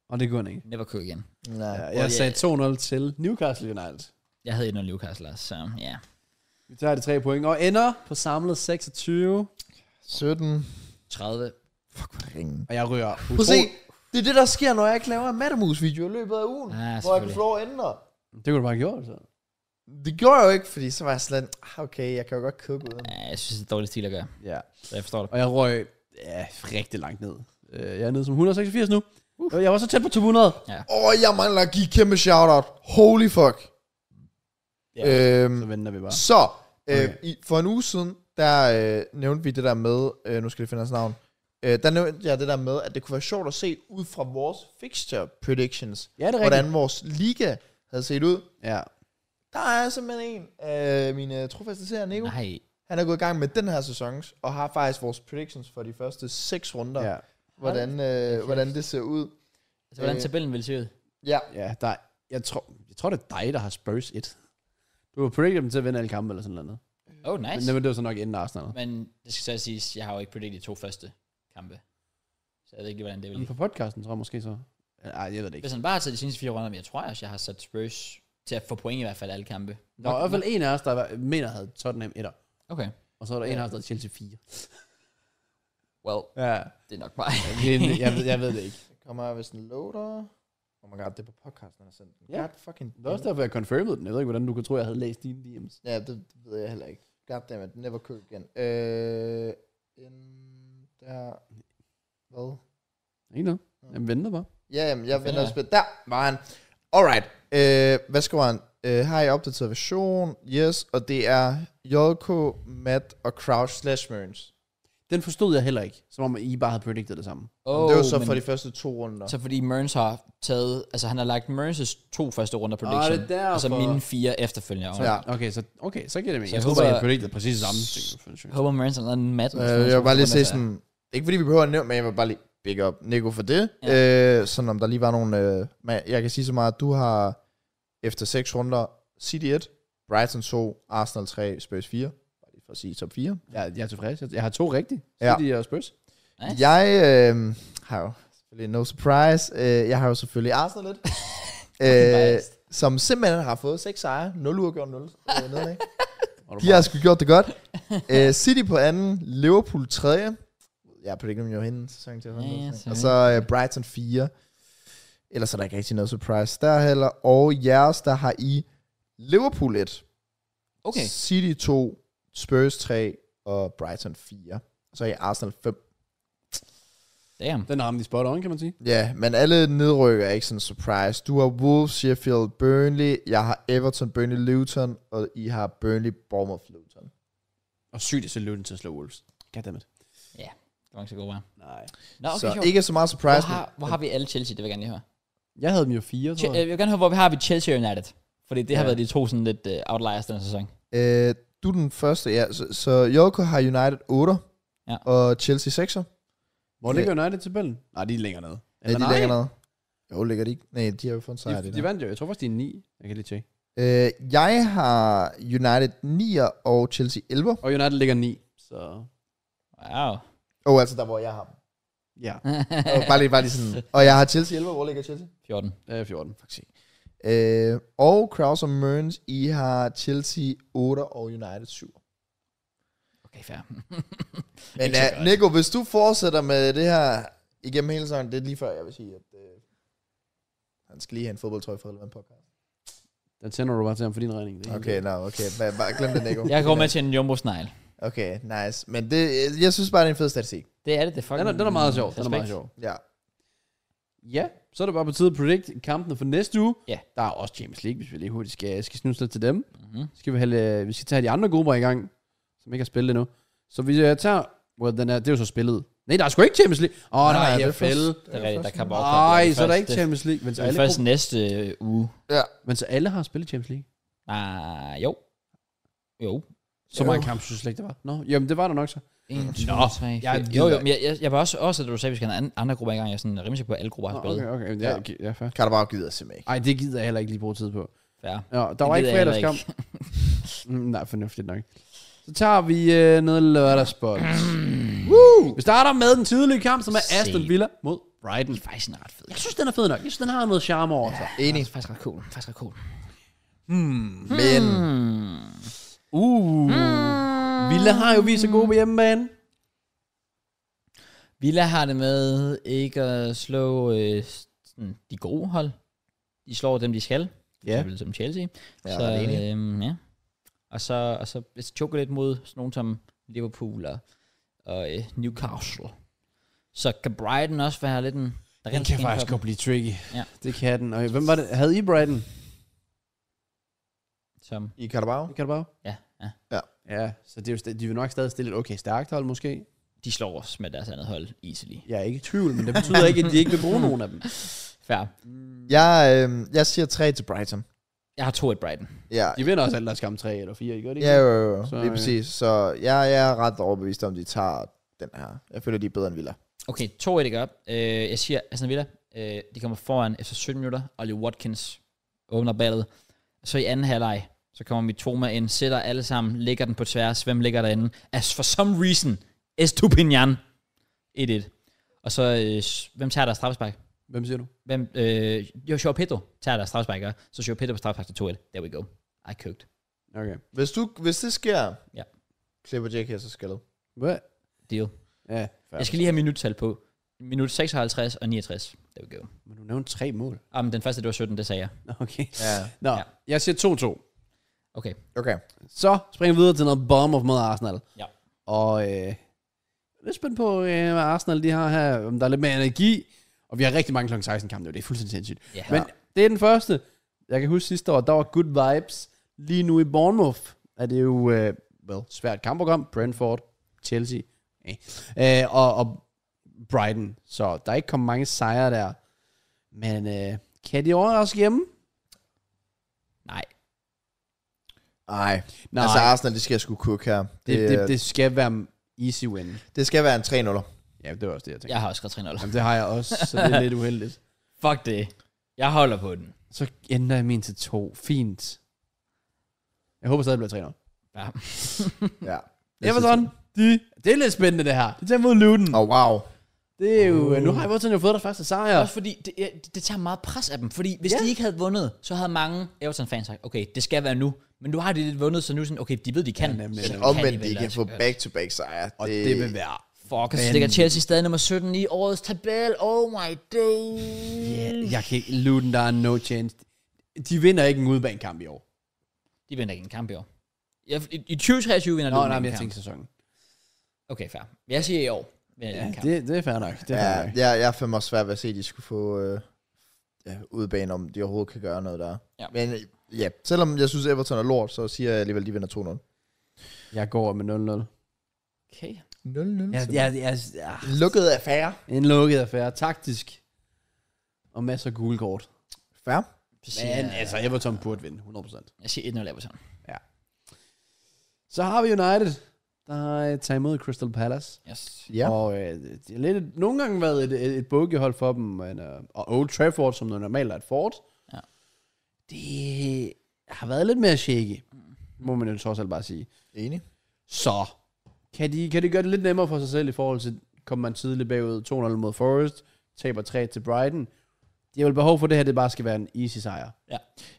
Og det kunne han ikke. never cook igen. Nej. Ja, Ja. jeg ja. sagde 2-0 til Newcastle United. Jeg havde endnu Newcastle også, så ja. Yeah. Vi tager de tre point og ender på samlet 26. 17. 30. Fuck, hvor er det ringe. Og jeg rører Prøv at se. utroligt. Det er det, der sker, når jeg ikke laver en Mattermus-video i løbet af ugen. Ah, hvor jeg selvfølgelig. kan få lov at ændre. Det kunne du bare have gjort, så. Det gjorde jeg jo ikke, fordi så var jeg slet, "Ah, okay, jeg kan jo godt cook uden. Ja, jeg synes, det er dårlig stil at gøre. Ja. Så jeg forstår det. Og jeg røg ja, rigtig langt ned. Øh, Jeg er nede som 186 nu. Uh. Jeg var så tæt på 200. Åh, oh, jeg mangler at give kæmpe shoutout. Holy fuck. Ja. Øhm, Så venter vi bare. så, øh, Okay. i, for en uge siden, der øh, nævnte vi det der med, øh, nu skal jeg finde hans navn, øh, der nævnte jeg det der med, at det kunne være sjovt at se ud fra vores fixture predictions, Ja, det er rigtigt. hvordan vores liga havde set ud. Ja. Der er simpelthen en af mine trofaste seere, Nico. Nej. Nej, Han er gået i gang med den her sæson, og har faktisk vores predictions for de første seks runder, ja. ja. hvordan, øh, hvordan det ser ud. altså hvordan Øh. tabellen ville se ud. Ja, Ja, der, er- jeg, tror, jeg tror, det er dig, der har Spurs 1. Du har predicted dem til at vinde alle kampe eller sådan noget. Oh, Men nice. det var- det var så nok inden Arsenal. Men det skal så siges, jeg har jo ikke predicted de to første kampe. Så jeg ved ikke lige, hvordan det vil Men ligge. på podcasten, tror jeg måske så. Nej, jeg ved det ikke. Hvis han bare har taget de seneste fire runder, men jeg tror også, jeg har sat Spurs til at få point i hvert fald alle kampe. Der var i hvert fald en af os, der var- mener havde Tottenham 1'er. Okay. Og så var der en af os, der havde Chelsea 4. Well, Ja, det er nok mig. det- jeg ved, jeg ved det ikke. det kommer hvis den loader. Oh my god, det er på podcasten, han har sendt den. Ja. God fucking Det var også derfor, jeg confirmede den. Jeg ved ikke, hvordan du kunne tro, jeg havde læst dine DM's. Ja, det ved jeg heller ikke. God damn it, never cook igen. Øh, en der... Hvad? Ikke noget. Jeg venter bare. Ja, jamen, jeg finder vender spil. Der var han. Alright. Øh, hvad skriver han? Øh, har I opdateret version? Yes, og det er JK, Matt og Crouch slash Mørns. Den forstod jeg heller ikke, som om I bare havde predicted det samme. Oh, det var så men- for de første to runder. så fordi Mørns har taget, altså han har lagt Mørns' to første runder prediction, Ah, det er derfor. og så mine fire efterfølgende. Ja. Ja. Okay, så, okay, så giver det mening. Så Jeg jeg troede bare, håber- jeg predicted præcis det samme. Jeg håber, Mørns har lavet en mat. Øh, jeg vil bare lige se sådan... Ikke fordi vi behøver at nævne, men jeg vil bare lige big up Nico for det. Ja. Øh, sådan om der lige var nogle... Øh, men jeg kan sige så meget, at du har efter seks runder City 1, Brighton 2, Arsenal 3, Spurs 4. Bare lige for at sige top 4. Jeg, jeg er tilfreds. Jeg, jeg har to rigtige. Ja. City og Spurs. Nice. Jeg øh, har jo selvfølgelig no surprise. Øh, jeg har jo selvfølgelig Arsenal lidt. øh, Biased. som simpelthen har fået 6 sejre, 0 uger gjort 0 øh, nedad. Og du De har sgu gjort det godt. uh, City på anden, Liverpool tredje. Jeg på det ikke, om jeg var henne sæsonen til. at Ja, ja, ja, så- og så uh, Brighton 4. Ellers er der ikke rigtig noget surprise der heller. Og jeres, der har I Liverpool 1, Okay, City 2, Spurs 3 og Brighton 4. Og så er I Arsenal 5. damn. Den har de spot on, kan man sige. Ja, men alle nedrykker er ikke sådan en surprise. Du har Wolves, Sheffield, Burnley. Jeg har Everton, Burnley, Luton. Og I har Burnley, Bournemouth, Luton. Og sygt, det så Luton til at slå Wolves. Goddammit. Det var ikke så god, var. Nej. Nå, okay, så sjovt. ikke så meget Hvor surprise. har, hvor har vi alle Chelsea? Det vil jeg gerne lige høre. Jeg havde dem jo fire, Che- tror øh, jeg. jeg vil gerne høre, hvor vi har vi Chelsea og United. Fordi det har Ja. været de to sådan lidt øh, outliers den her sæson. Øh, du er den første, ja. Så, så Joko har United 8 Ja. og Chelsea 6'er. Hvor ligger United til bælgen? Nej, de er længere nede. Er de længere nede? Jo, ligger de ikke. Nej, de har jo fået en sejr. De, De, de de vandt jo. Jeg tror faktisk, de er ni. Jeg kan lige tjekke. øh, jeg har United 9'er og Chelsea 11'er. Og United ligger ni. Så Wow. Åh, oh, altså der, hvor jeg har dem. ja, Oh, bare lige, bare lige sådan. Og jeg har Chelsea 11'er. Hvor ligger Chelsea? 14. øh, 14. Fuck se. Øh, og Kraus og Mørns, I har Chelsea 8 og United 7. Okay, fair. Men Ikke så ja, godt. Nico, hvis du fortsætter med det her igennem hele sæsonen, det er lige før, jeg vil sige, at øh, han skal lige have en fodboldtrøje for relevant podcast. Den sender du bare til ham for din regning. Det er helt Okay, nå, no, okay. Bare, bare glem det, Nico. jeg går med til en jumbo-snegl. Okay, nice. Men det, jeg synes bare, det er en fed statistik. Det er det, det er Den fucking... er, den er meget sjov. Den er respekt. meget sjov. Ja. Ja, så er det bare på tide at predict kampene for næste uge. Ja. Der er også Champions League, hvis vi lige hurtigt skal, skal snuse lidt til dem. Mm-hmm. skal vi, have, øh, vi skal tage de andre grupper i gang, som ikke har spillet endnu. Så vi øh, tager... Well, den er, det er jo så spillet. Nej, der er sgu ikke Champions League. Åh, oh, nej, nej, det er FL. først- Det er rigtigt, der først kan nu. bare Nej, så er der ikke Champions Champions League. Men så, Det er alle, først grupper- næste øh, uge. men så alle har spillet Champions League. Ah, jo. Jo. Så mange kampe synes jeg slet ikke, der var. Nå, jamen det var der nok så. 1, 2, 3, Mm, Nå, 4. jeg jo, jo, gider- men jeg, jeg, jeg var også, også, da du sagde, at vi skal have an- andre grupper i gang, jeg er sådan rimelig sikker på, at alle grupper har Nå, spillet. okay, okay. Jamen, det er, ja. ja, fair. Kan der bare gide at se mig ikke. Ej, det gider jeg heller ikke lige bruge tid på. Fair. Ja, der var ikke gider jeg heller fredagskamp. Mm, nej, fornuftigt nok. Så tager vi øh, noget lørdagsspot. Woo! Vi starter med den tidlige kamp, som er Aston Se. Villa mod Brighton. Det er faktisk en ret fed. Jeg synes, den er fed nok. Jeg synes, den har noget charme over sig. Enig. Det er faktisk ret cool. Faktisk ret cool. Hmm. Men Hmm. Uh. Villa har jo vist sig gode på hjemmebane. Villa har det med ikke at slå øh, sådan, de gode hold. De slår dem, de skal. Ja. Ja. Det som Chelsea. Ja, så, ret enig. øhm, ja. Og så, og så hvis choker lidt mod sådan nogen som Liverpool og, og øh, Newcastle. Så kan Brighton også være lidt en... Der rent skal ind for dem. blive tricky. Ja. Det kan den. Og hvem var det? Havde I Brighton? Som, i Carabao? Kan du bare? ja, ja. Ja, så det er jo sta- de vil nok stadig stille et okay stærkt hold måske. De slår os med deres andet hold easily. Jeg er ikke i tvivl, men det betyder ikke, at de ikke vil bruge nogen af dem. Fair. Jeg, øh, jeg siger 3 til Brighton. Jeg har to i Brighton. Ja, De vinder også alle deres kamp 3 eller 4, gør det ikke? ja jo, jo, jo. Så, lige øh, præcis. Så jeg, jeg er ret overbevist om, de tager den her. Jeg føler, de er bedre end Villa. Okay, to i det gør. Øh, jeg siger Aston Villa. Øh, de kommer foran efter 17 minutter. Ollie Watkins åbner ballet. Så i anden halvleg, så kommer Mitoma ind, sætter alle sammen, lægger den på tværs. Hvem ligger derinde? As for some reason, Estupinian. 1-1. Og så, øh, s- hvem tager deres straffespark? Hvem siger du? Hvem, øh, jo, Joao Pedro tager deres straffespark, ikke? så Joao Pedro på straffespark til 2-1. There we go. I cooked. Okay. Hvis, du, hvis det sker, Ja. klipper Jack her så skaldet. Hvad? Deal. Ja, fair. Jeg skal lige have minuttal på. Minut 56 og 69. There we go. Men du nævnte tre mål. Ah, men den første, det var 17, det sagde jeg. Okay. Ja. Nå, Ja. jeg siger 2-2. Okay. Okay. Så springer vi videre til noget bomber mod Arsenal. Ja. Og øh, jeg er lidt spændt på, øh, hvad Arsenal de har her. Om der er lidt mere energi. Og vi har rigtig mange kl. 16 kampe nu. Det er fuldstændig sindssygt. Ja. Men det er den første. Jeg kan huske sidste år, der var good vibes. Lige nu i Bournemouth er det jo øh, well, svært kampprogram. Brentford, Chelsea eh. øh, og, og Brighton. Så der er ikke kommet mange sejre der. Men øh, kan de overraske hjemme? Nej. Nej. Nej, Altså altså, Arsenal, de skal sgu cook her. Det, det, det, det skal være easy win. det skal være en 3-0. Ja, det var også det, jeg tænkte. Jeg har også skrevet 3-0. Jamen, det har jeg også, så det er lidt uheldigt. Fuck det. Jeg holder på den. Så ændrer jeg min til to. Fint. Jeg håber stadig, det bliver 3-0. Ja. Ja. Everton, de, det er lidt spændende det her. Det tager mod Luton. Og oh, wow. Det er jo, øh, nu har Everton jo fået deres første sejr. Også fordi, det, ja, det tager meget pres af dem. Fordi hvis Ja. ja. de ikke havde vundet, så havde mange Everton-fans sagt, okay, det skal være nu. Men nu har de lidt vundet, så nu er sådan, okay, de ved, de kan. Ja, nemlig. så Men kan Omvendt, de vel kan også få gøre back-to-back sejre. Og det vil være. Fuck, og så ligger Chelsea stadig nummer 17 i årets tabel. Oh my days. Yeah, jeg kan ikke, Luton, der er no chance. De vinder ikke en udbanekamp i år. De vinder ikke en kamp i år. Jeg, I i 2023 vinder Nå, Luton nej, ikke men en jeg kamp. tænker sæsonen. Okay, fair. Jeg siger i år. Vinder ja, Ja, en kamp. Det... det, det er fair nok. Det er Ja, fair nok. jeg, jeg er fandme også svært ved at se, at de skulle få øh, ja, udbane, om de overhovedet kan gøre noget der. Ja. Men øh, ja, selvom jeg synes, Everton er lort, så siger jeg alligevel, at de vinder 2-0. Jeg går med 0-0. Okay. 0-0. Jeg, jeg, jeg, jeg, Lukket affære. en lukket affære. Taktisk. Og masser af gule kort. Fair. Så siger, Men jeg, altså, Everton burde vinde, 100%. jeg siger 1-0 Everton. Så har vi United, der øh, tager imod Crystal Palace. Yes. Ja. Og øh, det har lidt, nogle gange været et, et, et bogeyhold for dem, men, øh, og Old Trafford, som der normalt er et fort. Ja. Det har været lidt mere shaky, må man jo trods alt bare sige. Enig. Så kan de, kan de gøre det lidt nemmere for sig selv i forhold til, kommer man tidligt bagud 2-0 mod Forest, taber 3 til Brighton. De har vel behov for det her, det bare skal være en easy sejr.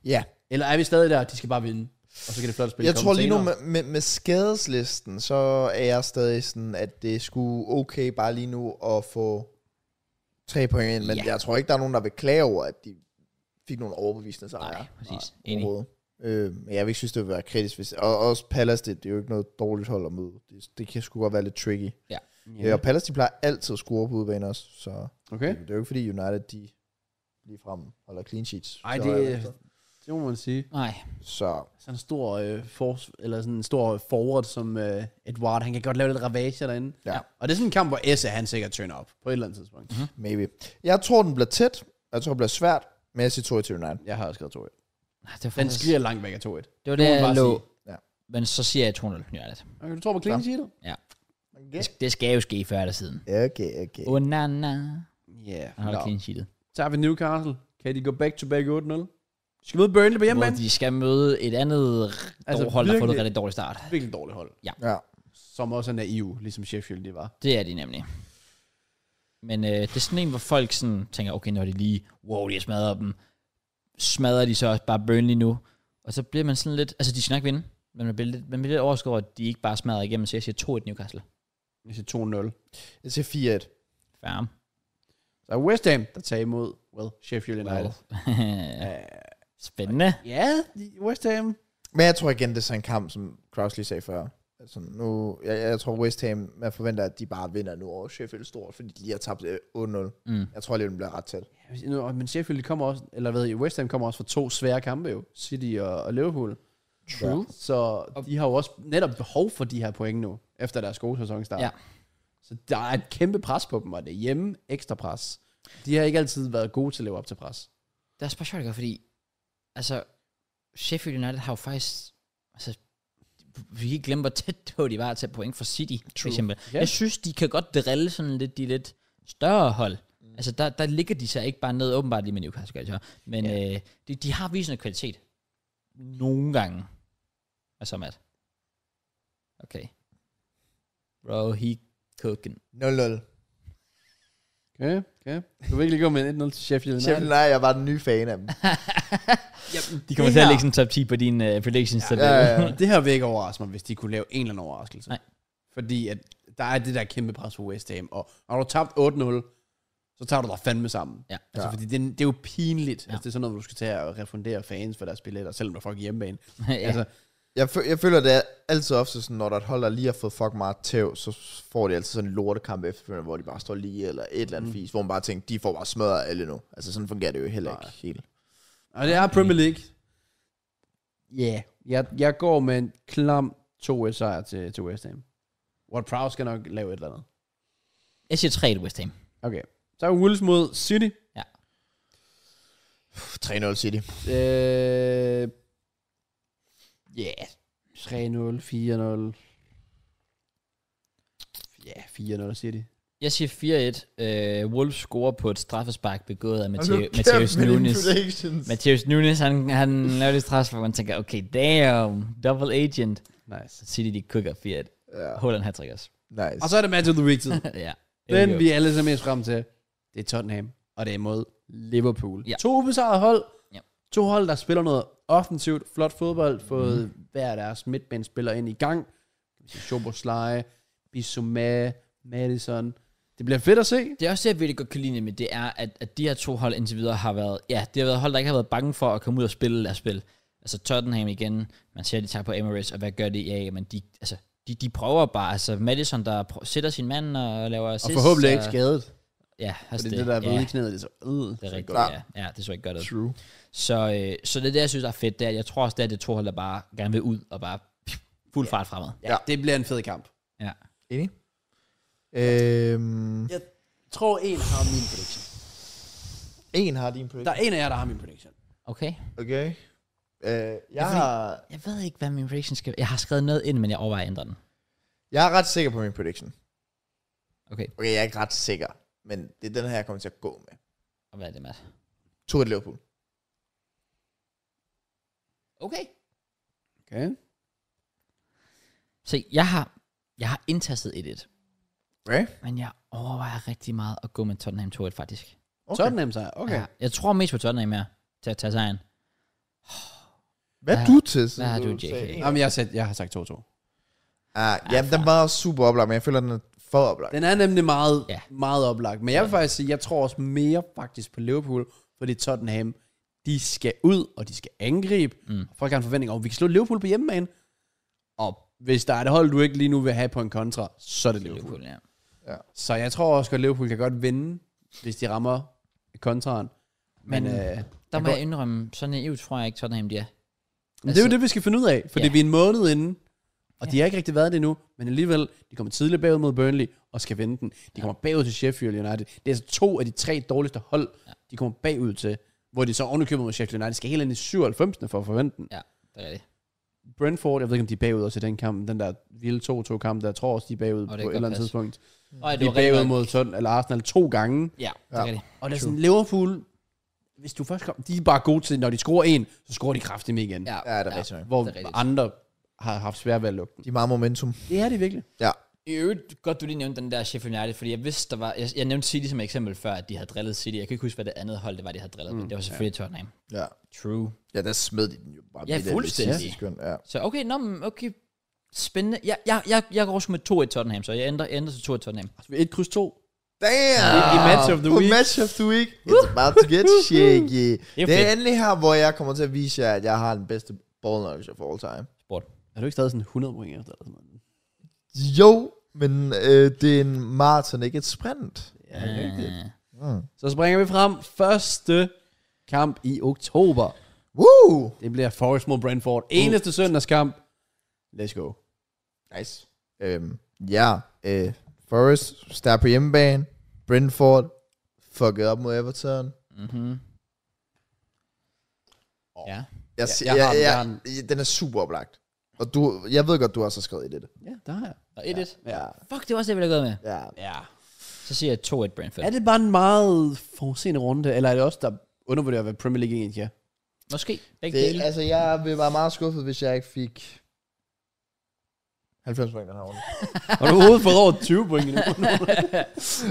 Ja, Eller er vi stadig der, de skal bare vinde, og så kan det flot spille jeg komme tror lige nu senere? med, med, med skadeslisten, så er jeg stadig sådan, at det skulle okay bare lige nu at få tre point ind, men Ja. jeg tror ikke, der er nogen, der vil klage over, at de fik nogle overbevisende sejre. Nej, præcis. Enig. overhovedet. Øh, men jeg vil ikke synes, det vil være kritisk. Hvis, og også Palace, det, det er jo ikke noget dårligt hold at møde. Det, det kan sgu godt være lidt tricky. Ja. Yeah. Øh, og Palace, de plejer altid at score på udebane også, så Okay. det, det er jo ikke fordi United, de lige frem holder clean sheets. Ej, Så det- er altså- Det må man sige. Nej. Så Sådan en stor, øh, for, eller sådan en stor forward som øh, Edward, han kan godt lave lidt ravage derinde. Ja. Og det er sådan en kamp, hvor Esse, han sikkert turner op på et eller andet tidspunkt. Mm-hmm. maybe. Jeg tror, den bliver tæt. Jeg tror, det bliver svært. Men jeg siger 22-9. Jeg har også skrevet 2-1. Nej, det var Den faktisk... skriger langt væk af 2-1. Okay, Det var Du det, må jeg bare lå. sige. Ja. Men så siger jeg 2-0 United. du tror på clean sheetet? Det, det skal jo ske før eller siden. Okay, okay. Oh, na, na. Ja. Han holder Yeah. clean sheetet. Tager vi Newcastle? Kan de gå back-to-back 8-0? De Skal møde Burnley på hjemmebane? Hvor de skal møde et andet altså, hold, der har fået virkelig- et rigtig dårligt start. Virkelig dårligt hold. Ja. Som også er naive, ligesom Sheffield de var. Det er de nemlig. Men øh, det er sådan en, hvor folk sådan tænker, okay, når de lige, wow, de har smadret dem, smadrer de så også bare Burnley nu. Og så bliver man sådan lidt, altså de skal nok vinde, men man bliver lidt, man bliver lidt overrasket over, at de ikke bare smadrer igennem, så jeg siger 2-1 Newcastle. Jeg siger 2-0. Jeg siger 4-1. Færm. Så er West Ham, der tager imod, well, Sheffield United. Well. Øh, Spændende. Ja, de- West Ham. Men jeg tror igen, det er sådan en kamp, som Kraus lige sagde før. Altså nu, jeg, jeg tror West Ham, man forventer, at de bare vinder nu over Sheffield stort, fordi de lige har tabt øh, 8-0. Mm. Jeg tror alligevel, den bliver ret tæt. Ja, nu- og- Men Sheffield de kommer også, eller hvad, West Ham kommer også fra to svære kampe jo, City og, og Liverpool. True. Så de har jo også netop behov for de her point nu, efter deres gode sæsonstart. Ja. Så der er et kæmpe pres på dem, og det er hjemme ekstra pres. De har ikke altid været gode til at leve op til pres. Det er også bare sjovt, ikke? fordi altså, Sheffield United har jo faktisk, altså, vi kan ikke glemme, hvor tæt på de var til point for City, True. for eksempel. Ja. Yeah. Jeg synes, de kan godt drille sådan lidt de lidt større hold. Mm. Altså, der, der ligger de sig ikke bare ned, åbenbart lige med Newcastle, gør de så. men yeah. øh, de, de har vist noget kvalitet. Nogle gange. Altså, Matt. Okay. Bro, he cooking. 0-0. Okay, okay. Du vil ikke lige gå med en 1-0 til Sheffield United. Sheffield, nej, jeg var den nye fan af dem. De kommer Det til at her- lægge sådan en top 10 på din uh, predictions ja, ja, ja, ja. Det her vil ikke overraske mig, hvis de kunne lave en eller anden overraskelse. Nej. Fordi at der er det der kæmpe pres på West Ham, og når du har tabt 8-0, så tager du dig fandme sammen. Ja. Altså, Ja. fordi det, er- det er jo pinligt. Ja. Ja. Altså, det er sådan noget, hvor du skal tage og refundere fans for deres billetter, selvom der er fucking hjemmebane. ja. Altså, Jeg, fø- jeg føler, det er altid ofte sådan, når der er et hold, der lige har fået fuck meget tæv, så får de altid sådan en lortekamp efterfølgende, hvor de bare står lige, eller et eller andet mm. fis, hvor man bare tænker, de får bare smadret alle nu. Altså sådan fungerer det jo heller ikke Nej. helt. og det er Premier League. Ja, yeah. jeg, jeg går med en klam 2-1 sejr til, til West Ham. Ward Prowse skal nok lave et eller andet. Jeg siger 3 til West Ham. Okay. Så er Wolves mod City. Pff, 3-0 City. Øh, Ja. 3-0, 4-0. Ja, 4-0 siger de. Jeg siger 4-1. Øh, Wolves scorer på et straffespark begået af Hold Mathe- nu Altså, kæft Matheus med dine Nunes. predictions. Matheus Nunes, han, han laver det straffespark, og man tænker, okay, damn, double agent. Nice. Så City, de cooker 4-1. Ja, Holland hat også. nice. Og så er det match of the week tid. ja. Den vi alle ser mest frem til. Det er Tottenham, og det er mod Liverpool. Ja. To ubesejrede hold. Ja. To hold, der spiller noget offensivt, flot fodbold, fået Mhm. hver deres midtbanespiller ind i gang. Szoboszlai, Bissouma, Madison. Det bliver fedt at se. Det er også det, jeg virkelig godt kan lide nemlig, det er, at, at de her to hold indtil videre har været, ja, det har været hold, der ikke har været bange for at komme ud og spille deres spil. Altså Tottenham igen, man ser, at de tager på Emirates, og hvad gør de? Ja, men de, altså, de, de prøver bare, altså Madison, der pr- sætter sin mand og laver assist. Og forhåbentlig ikke og- skadet. Ja, For altså det er det, der er ja, ved i knæet. Det er så, øh, det er så rigtigt, godt. ja. ja. det så ikke godt ud. True. Så, øh, så det er det, jeg synes er fedt, det er, at jeg tror også, det er det to hold, der bare gerne vil ud og bare pff, fuld fart fremad. Ja, det bliver en fed kamp. Ja. Enig? Øhm, Jeg tror, en har min prediction. en har din prediction. Der er en af jer, der har min prediction. Okay. Okay. Øh, jeg, fordi- har, Jeg ved ikke, hvad min prediction skal Jeg har skrevet noget ind, men jeg overvejer at ændre den. jeg er ret sikker på min prediction. Okay. Okay, jeg er ikke ret sikker, men det er den her, jeg kommer til at gå med. Og hvad er det, Matt? 2-1 Liverpool. Okay. Okay. Se, jeg har, jeg har indtastet 1-1, Okay? men jeg overvejer rigtig meget at gå med Tottenham 2-1 faktisk. okay. Tottenham sejr. Okay. Ja, jeg tror mest på Tottenham her, til at tage sejren. Hvad er Hvad- du til? siden hvad har du, JK? sagde en? Ja. Jamen, jeg har, sagt, jeg har sagt 2-2. Ah, jamen, den var også super oplagt, men jeg føler, den er for oplagt. Den er nemlig meget, Ja. ja. meget oplagt. Men jeg vil faktisk sige, jeg tror også mere faktisk på Liverpool, fordi Tottenham, de skal ud, og de skal angribe. Mm. Folk har en forventning om, at vi kan slå Liverpool på hjemmebane. Og hvis der er et hold, du ikke lige nu vil have på en kontra, så er det Liverpool. Liverpool, ja. Så jeg tror også, at Liverpool kan godt vinde, hvis de rammer kontraen. Men, Men, Men øh, der må jeg indrømme, sådan en EU tror jeg ikke, Tottenham de er. Men det er jo det, vi skal finde ud af, fordi Ja. yeah. vi er en måned inde, og Ja. de har ikke rigtig været det endnu, men alligevel, de kommer tidligt bagud mod Burnley og skal vinde den. De kommer bagud til Sheffield United. Det er altså to af de tre dårligste hold, de kommer bagud til, hvor de så ovenikøbet mod Sheffield United skal helt ind i 97'erne for at forvente den. Ja, det er det. Brentford, jeg ved ikke, om de er bagud også i den kamp, den der vilde 2-2 kamp, der jeg tror også, de er bagud det på kan et godt eller andet passe. tidspunkt. Og De Mm. er bagud mod Tottenham eller Arsenal to gange. Ja, det er rigtigt. Og der er sådan Liverpool, hvis du først kommer, de er bare gode til, når de scorer en, så scorer de kraftigt med igen. Ja, Ja, det er rigtigt. nok. hvor det er rigtigt. andre har haft svært ved at lukke den. De er meget momentum. Det er det virkelig. Ja. I øvrigt, godt du lige nævnte den der Sheffield United, fordi jeg vidste, der var, jeg, jeg nævnte City som eksempel før, at de havde drillet City. Jeg kan ikke huske, hvad det andet hold, det var, de havde drillet, mm, men det var selvfølgelig ja. Tottenham. Ja. True. Ja, der smed de den jo bare. Ja, midt ind i fuldstændig. sidste sekund, Ja. Så okay, nå, men okay, spændende. Jeg, jeg, jeg, jeg går også med 2-1 Tottenham, så jeg ændrer, jeg ændrer til 2-1 Tottenham. Altså, et kryds to. Damn! I match of the På week. match of the week. It's about to get shaky. er Det er fedt. endelig her, hvor jeg kommer til at vise jer, at jeg har den bedste ball knowledge of all time. Sport. Er du ikke stadig sådan 100 point efter? Eller sådan noget? Jo, men øh, det er en maraton, ikke et sprint. Ja, det er rigtigt. Øh, Så springer vi frem. Første kamp i oktober. Woo! Det bliver Forest mod Brentford. Eneste søndagskamp. Let's go. Nice. Øhm, ja, øh, Forrest starter på hjemmebane. Brentford fuckede op mod Everton. mhm. Ja. Jeg, jeg har den, jeg har den. den er super oplagt. Og du, jeg ved godt, du også har skrevet i det. Ja, der har jeg. Og 1-1. Ja. Fuck, det var også det, jeg ville have gået med. ja. Ja. Så siger jeg 2-1 Brentford. Er det bare en meget forudseende runde, eller er det også der undervurderer, hvad Premier League egentlig er? Måske. Begge dele. Det, altså, jeg vil være meget skuffet, hvis jeg ikke fik 90 point den her runde. Har du overhovedet fået over 20 point nu?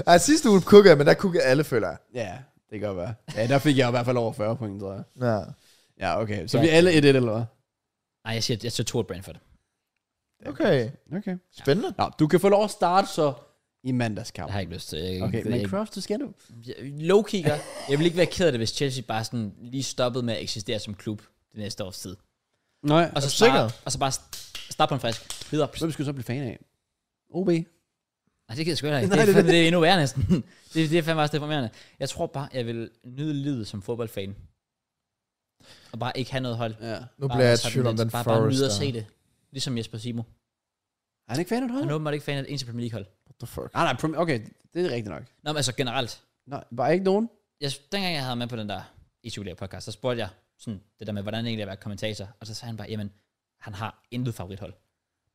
Ej, sidste uge kukkede jeg, men der kukkede alle, føler jeg. ja, det kan godt være. Ja, der fik jeg i hvert fald over 40 point, tror jeg. Ja. Ja, okay. Så vi er alle 1-1, eller hvad? Nej, jeg siger, jeg siger 2-1 Brentford. Okay. Okay. Spændende. Nå, du kan få lov at starte så i mandagskamp. Jeg har ikke lyst til. Jeg, Okay, jeg, men jeg, Crofts, du skal du. low kigger. jeg ville ikke være ked af det, hvis Chelsea bare sådan lige stoppede med at eksistere som klub det næste års tid. Nej. Og så, du starte, sikker? og så bare starte på en frisk. Videre. Hvem skal du så blive fan af? OB. Nej, det gider jeg sgu heller ikke. Nej, Det, er det er fandme- det er endnu værre næsten. det, er- det er fandme også deprimerende. Jeg tror bare, jeg vil nyde livet som fodboldfan. Og bare ikke have noget hold. Ja. Nu Bare bliver jeg i sådan tvivl om lidt. den bare, bare Forrest. nyde at der. se det. Ligesom Jesper Simo. Er han ikke fan af et hold? Han åbenbart ikke fan af et eneste Premier League-hold. What the fuck? Nej, nej, Premier- okay, det er rigtigt nok. Nå, men altså generelt. Nej, bare ikke nogen. Jeg, dengang jeg havde med på den der Etiopia podcast, så spurgte jeg sådan, det der med, hvordan egentlig er at være kommentator. Og så sagde han bare, jamen, han har intet favorithold.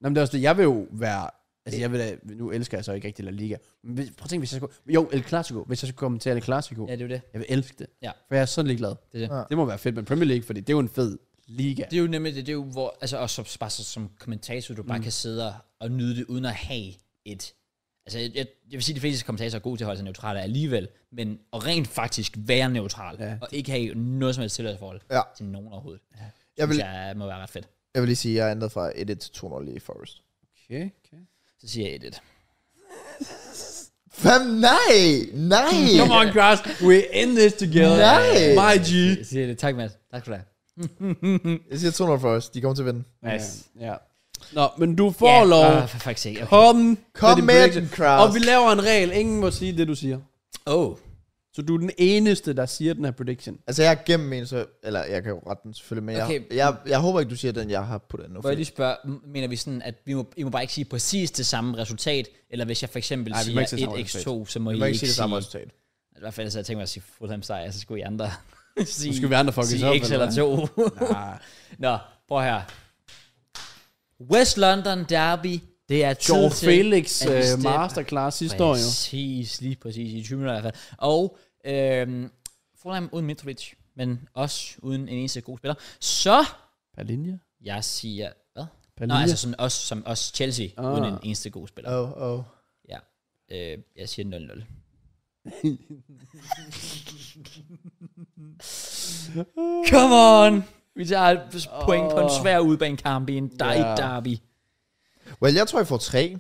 Nå, men det er også det, jeg vil jo være... Altså, jeg vil da, nu elsker jeg så ikke rigtig La Liga. Men hvis, prøv at tænke, hvis jeg skulle... Jo, El Clasico. Hvis jeg skulle komme til El Clasico, Ja, det er jo det. jeg vil elske det. Ja. For jeg er så ligeglad. Det er det. Det må være fedt med Premier League, fordi det er jo en fed liga. Det er jo nemlig det, det er jo hvor, altså også som, bare så, som kommentator, du bare kan sidde og- og nyde det, uden at have et, altså jeg, jeg, jeg vil sige, at de fleste kommentatorer er gode til at holde sig neutrale alligevel, men at rent faktisk være neutral, ja. og ikke have noget som helst tilhørsforhold Ja. til nogen overhovedet, ja. Jeg jeg vil, vil... jeg må være ret fedt. jeg vil lige sige, at jeg er ændret fra 1-1 til 2-0 lige i Forrest. Okay, okay. Så siger jeg 1-1. Fem, nej! Nej! Come on, guys. We're in this together. Nej! My G. Jeg siger det. Tak, Mads. Tak for det. Jeg siger 2-0 Forrest. De kommer til at vinde. Nice. Ja. Ah, Nå, men du får yeah. lov. for faktisk ikke. Okay. Kom, Kom din med prediction. den, Kraus. Og vi laver en regel. Ingen må sige det, du siger. Oh. Så du er den eneste, der siger den her prediction. Altså, jeg er gennem en, så... Eller, jeg kan jo rette den selvfølgelig, men Okay. okay. jeg, jeg, jeg, håber ikke, du siger den, jeg har puttet den nu. Må jeg lige spørge, m- mener vi sådan, at vi må, I må bare ikke sige præcis det samme resultat, eller hvis jeg for eksempel Nej, vi må siger ikke sige det samme 1x2, så må I Altså, Jeg må ikke sige det samme resultat. I hvert fald så jeg tænkt mig at sige Fulham sejr, så skulle I andre sige, skal vi andre fuckes op, sige X eller eller to. Ah, Nå, prøv her. West London Derby, det er tid Joe til, Felix at vi øh, stemmer. masterclass sidste år jo. Præcis, lige præcis, i 20 minutter i hvert fald. Og øhm, Fulham uden Mitrovic, men også uden en eneste god spiller. Så, Per linje? jeg siger, hvad? Per Nå, linje? altså sådan os, som os Chelsea, Ah. uden en eneste god spiller. Oh, oh. Ja. Øh, jeg siger Ah. 0-0. Come on! Vi tager et point på en svær udbanekamp i en dej Ah. Ja. yeah. derby. Well, jeg tror, jeg får 3.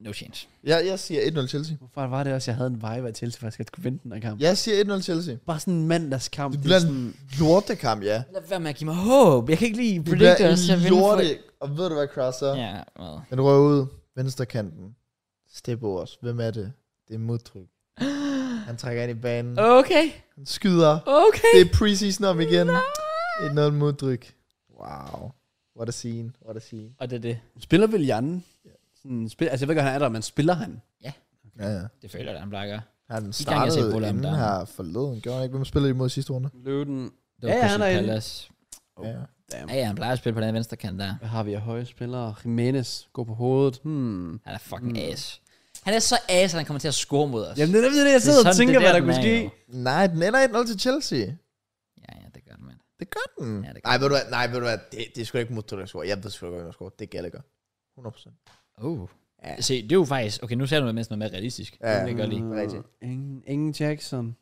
No chance. Jeg, jeg siger 1-0 Chelsea. Hvorfor var det også, jeg havde en vibe af Chelsea, faktisk, at skulle vinde den her kamp? Jeg siger 1-0 Chelsea. Bare sådan en mandagskamp. Det Det bliver er en sådan, lortekamp, ja. Lad være med at give mig håb. Jeg kan ikke lige Det bliver predict os. Jeg en vinder for- lorte... Og ved du hvad, Kraus, så? Ja, well. Den røg ud. Venstre kanten. Step Hvem er det? Det er Mudryk. Han trækker ind i banen. Okay, Han skyder. okay. Det er preseason om igen. Et 0 moddryk. Wow. What a scene. What a scene. Og det er det. Spiller Viljan? Sådan, spil, altså jeg ved ikke, om han er der, men spiller han? Ja, ja. Det føler jeg, at han plejer. Han jeg set startede Bola om inden dagen. her forleden. Gjorde han ikke? Hvem spillede de imod i sidste runde? Løven. Det var Ja, ja, ja, han er inde. Palace. Oh. Ja. Damn. Ja, ja, han plejer at spille på den venstre kant der. Hvad har vi af høje spillere? Jimenez. Gå på hovedet. Hmm. Han er fucking ass. Han er så ass, at han kommer til at score mod os. Jamen det er nemlig det, jeg sidder og sådan, tænker, det hvad der den kunne er ske. jo. Nej, den ender 1-0 til Chelsea. Ja, ja, det gør det, mand. Det gør den. Ja, det gør nej, ved du hvad, nej, ved du hvad, det, det er sgu da ikke Mutto, der scorer. Jeg ved sgu da godt, hvem der scorer. Det er Gallagher. 100%. Oh. Ja. Ja. Se, det er jo faktisk... Okay, nu ser du mindst noget mere realistisk. Ja. Det gør lige. Mm, Rigtigt. Ingen, ingen Jackson.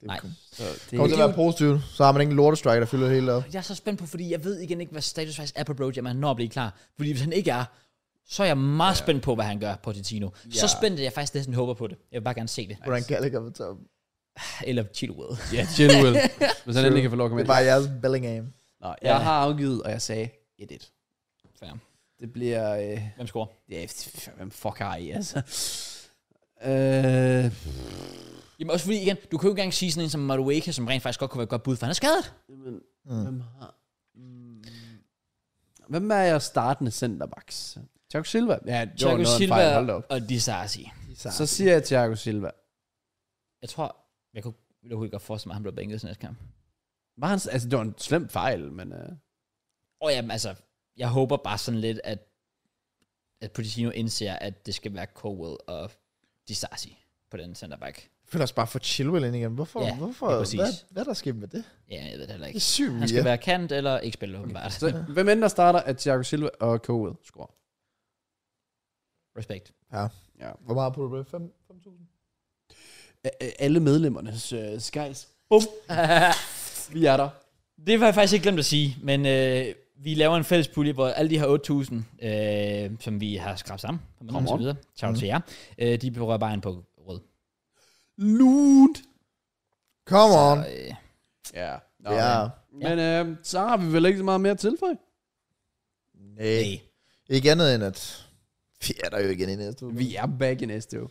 Det Nej. Så det Kommer til at være positivt, så har man ikke en lortestrike, der fylder helt op. Jeg er så spændt på, fordi jeg ved igen ikke, hvad status faktisk er på Broja, men han når at blive klar. Fordi hvis han ikke er, så er jeg meget ja. spændt på, hvad han gør på Titino. Ja. Så Ja. spændt, at jeg faktisk næsten håber på det. Jeg vil bare gerne se det. Hvordan Gallagher vil tage Eller Chilwell. Ja, Chilwell. Hvis han endelig kan få lov at komme Det ind. er bare jeres Bellingham. Nå, jeg har afgivet, og jeg sagde 1-1. Fair. Det bliver... Øh, Hvem scorer? ja, f- hvem fuck har I, altså? Øh, Jamen også fordi igen, du kan jo ikke engang sige sådan en som Madueke, som rent faktisk godt kunne være et godt bud, for han er skadet. jamen, Mm. hvem har... Mm, hvem er jeg startende centerbacks? Thiago Silva? Ja, det var Thiago noget af en Silva fejl. Hold da op. og Di Sarsi. Så siger jeg Thiago Silva. Jeg tror, jeg kunne, jeg kunne godt forestille mig, at han blev bænket til næste kamp. Var han, altså, det var en slem fejl, men... Øh, Og jamen, altså, jeg håber bare sådan lidt, at, at Pochettino indser, at det skal være Cowell og Di Sarsi på den centerback. Jeg føler os bare for Chilwell ind igen. Hvorfor? Ja, hvorfor? ja, præcis. Hvad, hvad er der sket med det? Ja, jeg ved det heller Det ikke. er sygt, Han skal ja. være kant eller ikke spille, åbenbart. så, hvem end der starter, at Thiago Silva og Cowell scorer? Respekt. Hvor meget på det? 5.000? Øh, øh, Alle medlemmernes øh, skies. Bum, vi er der. det var jeg faktisk ikke glemt at sige, men øh, vi laver en fælles pulje, hvor alle de her 8.000, øh, som vi har skrabt sammen, og så on. videre, shout mm. til jer, øh, de berører bare en på rød. Lunt. Come on. Så, øh, Ja. Nå, Ja. Men øh, så har vi vel ikke så meget mere at tilføje. Nej. hey. Ikke andet end at... Vi er der jo igen i næste uge. Vi er back i næste uge.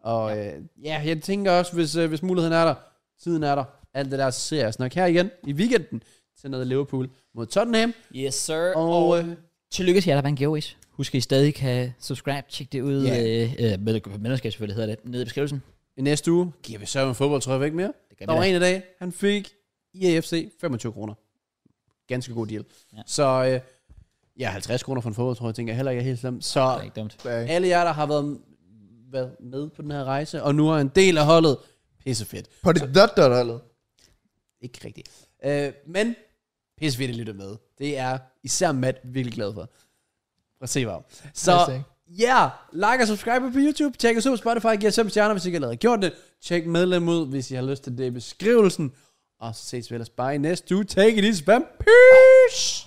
Og ja, øh, ja jeg tænker også, hvis, øh, hvis muligheden er der, tiden er der, alt det der ser jeg nok her igen i weekenden til noget Liverpool mod Tottenham. Yes, sir. Og øh, Tillykke til jer, der vandt giveaways. Husk, at I stadig kan subscribe, tjek det ud. Ja. Yeah. Øh, øh, med- medlemskab selvfølgelig hedder det, nede i beskrivelsen. i næste uge giver vi så en fodboldtrøje væk mere. Det kan Der vi var da. en i dag, han fik IAFC 25 kroner. Ganske god deal. Ja. Ja. Så øh, ja, 50 kroner for en fodboldtrøje, tænker jeg heller ikke er helt slemt. Så Det er ikke dumt. Bag. alle jer, der har været, været med på den her rejse, og nu er en del af holdet, pisse fedt. På det dot dot holdet. Ikke rigtigt. Øh, men pisse fedt at lytte med. Det er især Matt virkelig glad for. Prøv at se, hvad. Så Nice thing. ja, yeah, like og subscribe på YouTube. Tjek os ud på Spotify. Giv os 5 stjerner, hvis I ikke allerede har gjort det. Tjek medlem ud, hvis I har lyst til det i beskrivelsen. Og så ses vi ellers bare i næste uge. Take it easy, fam. Peace!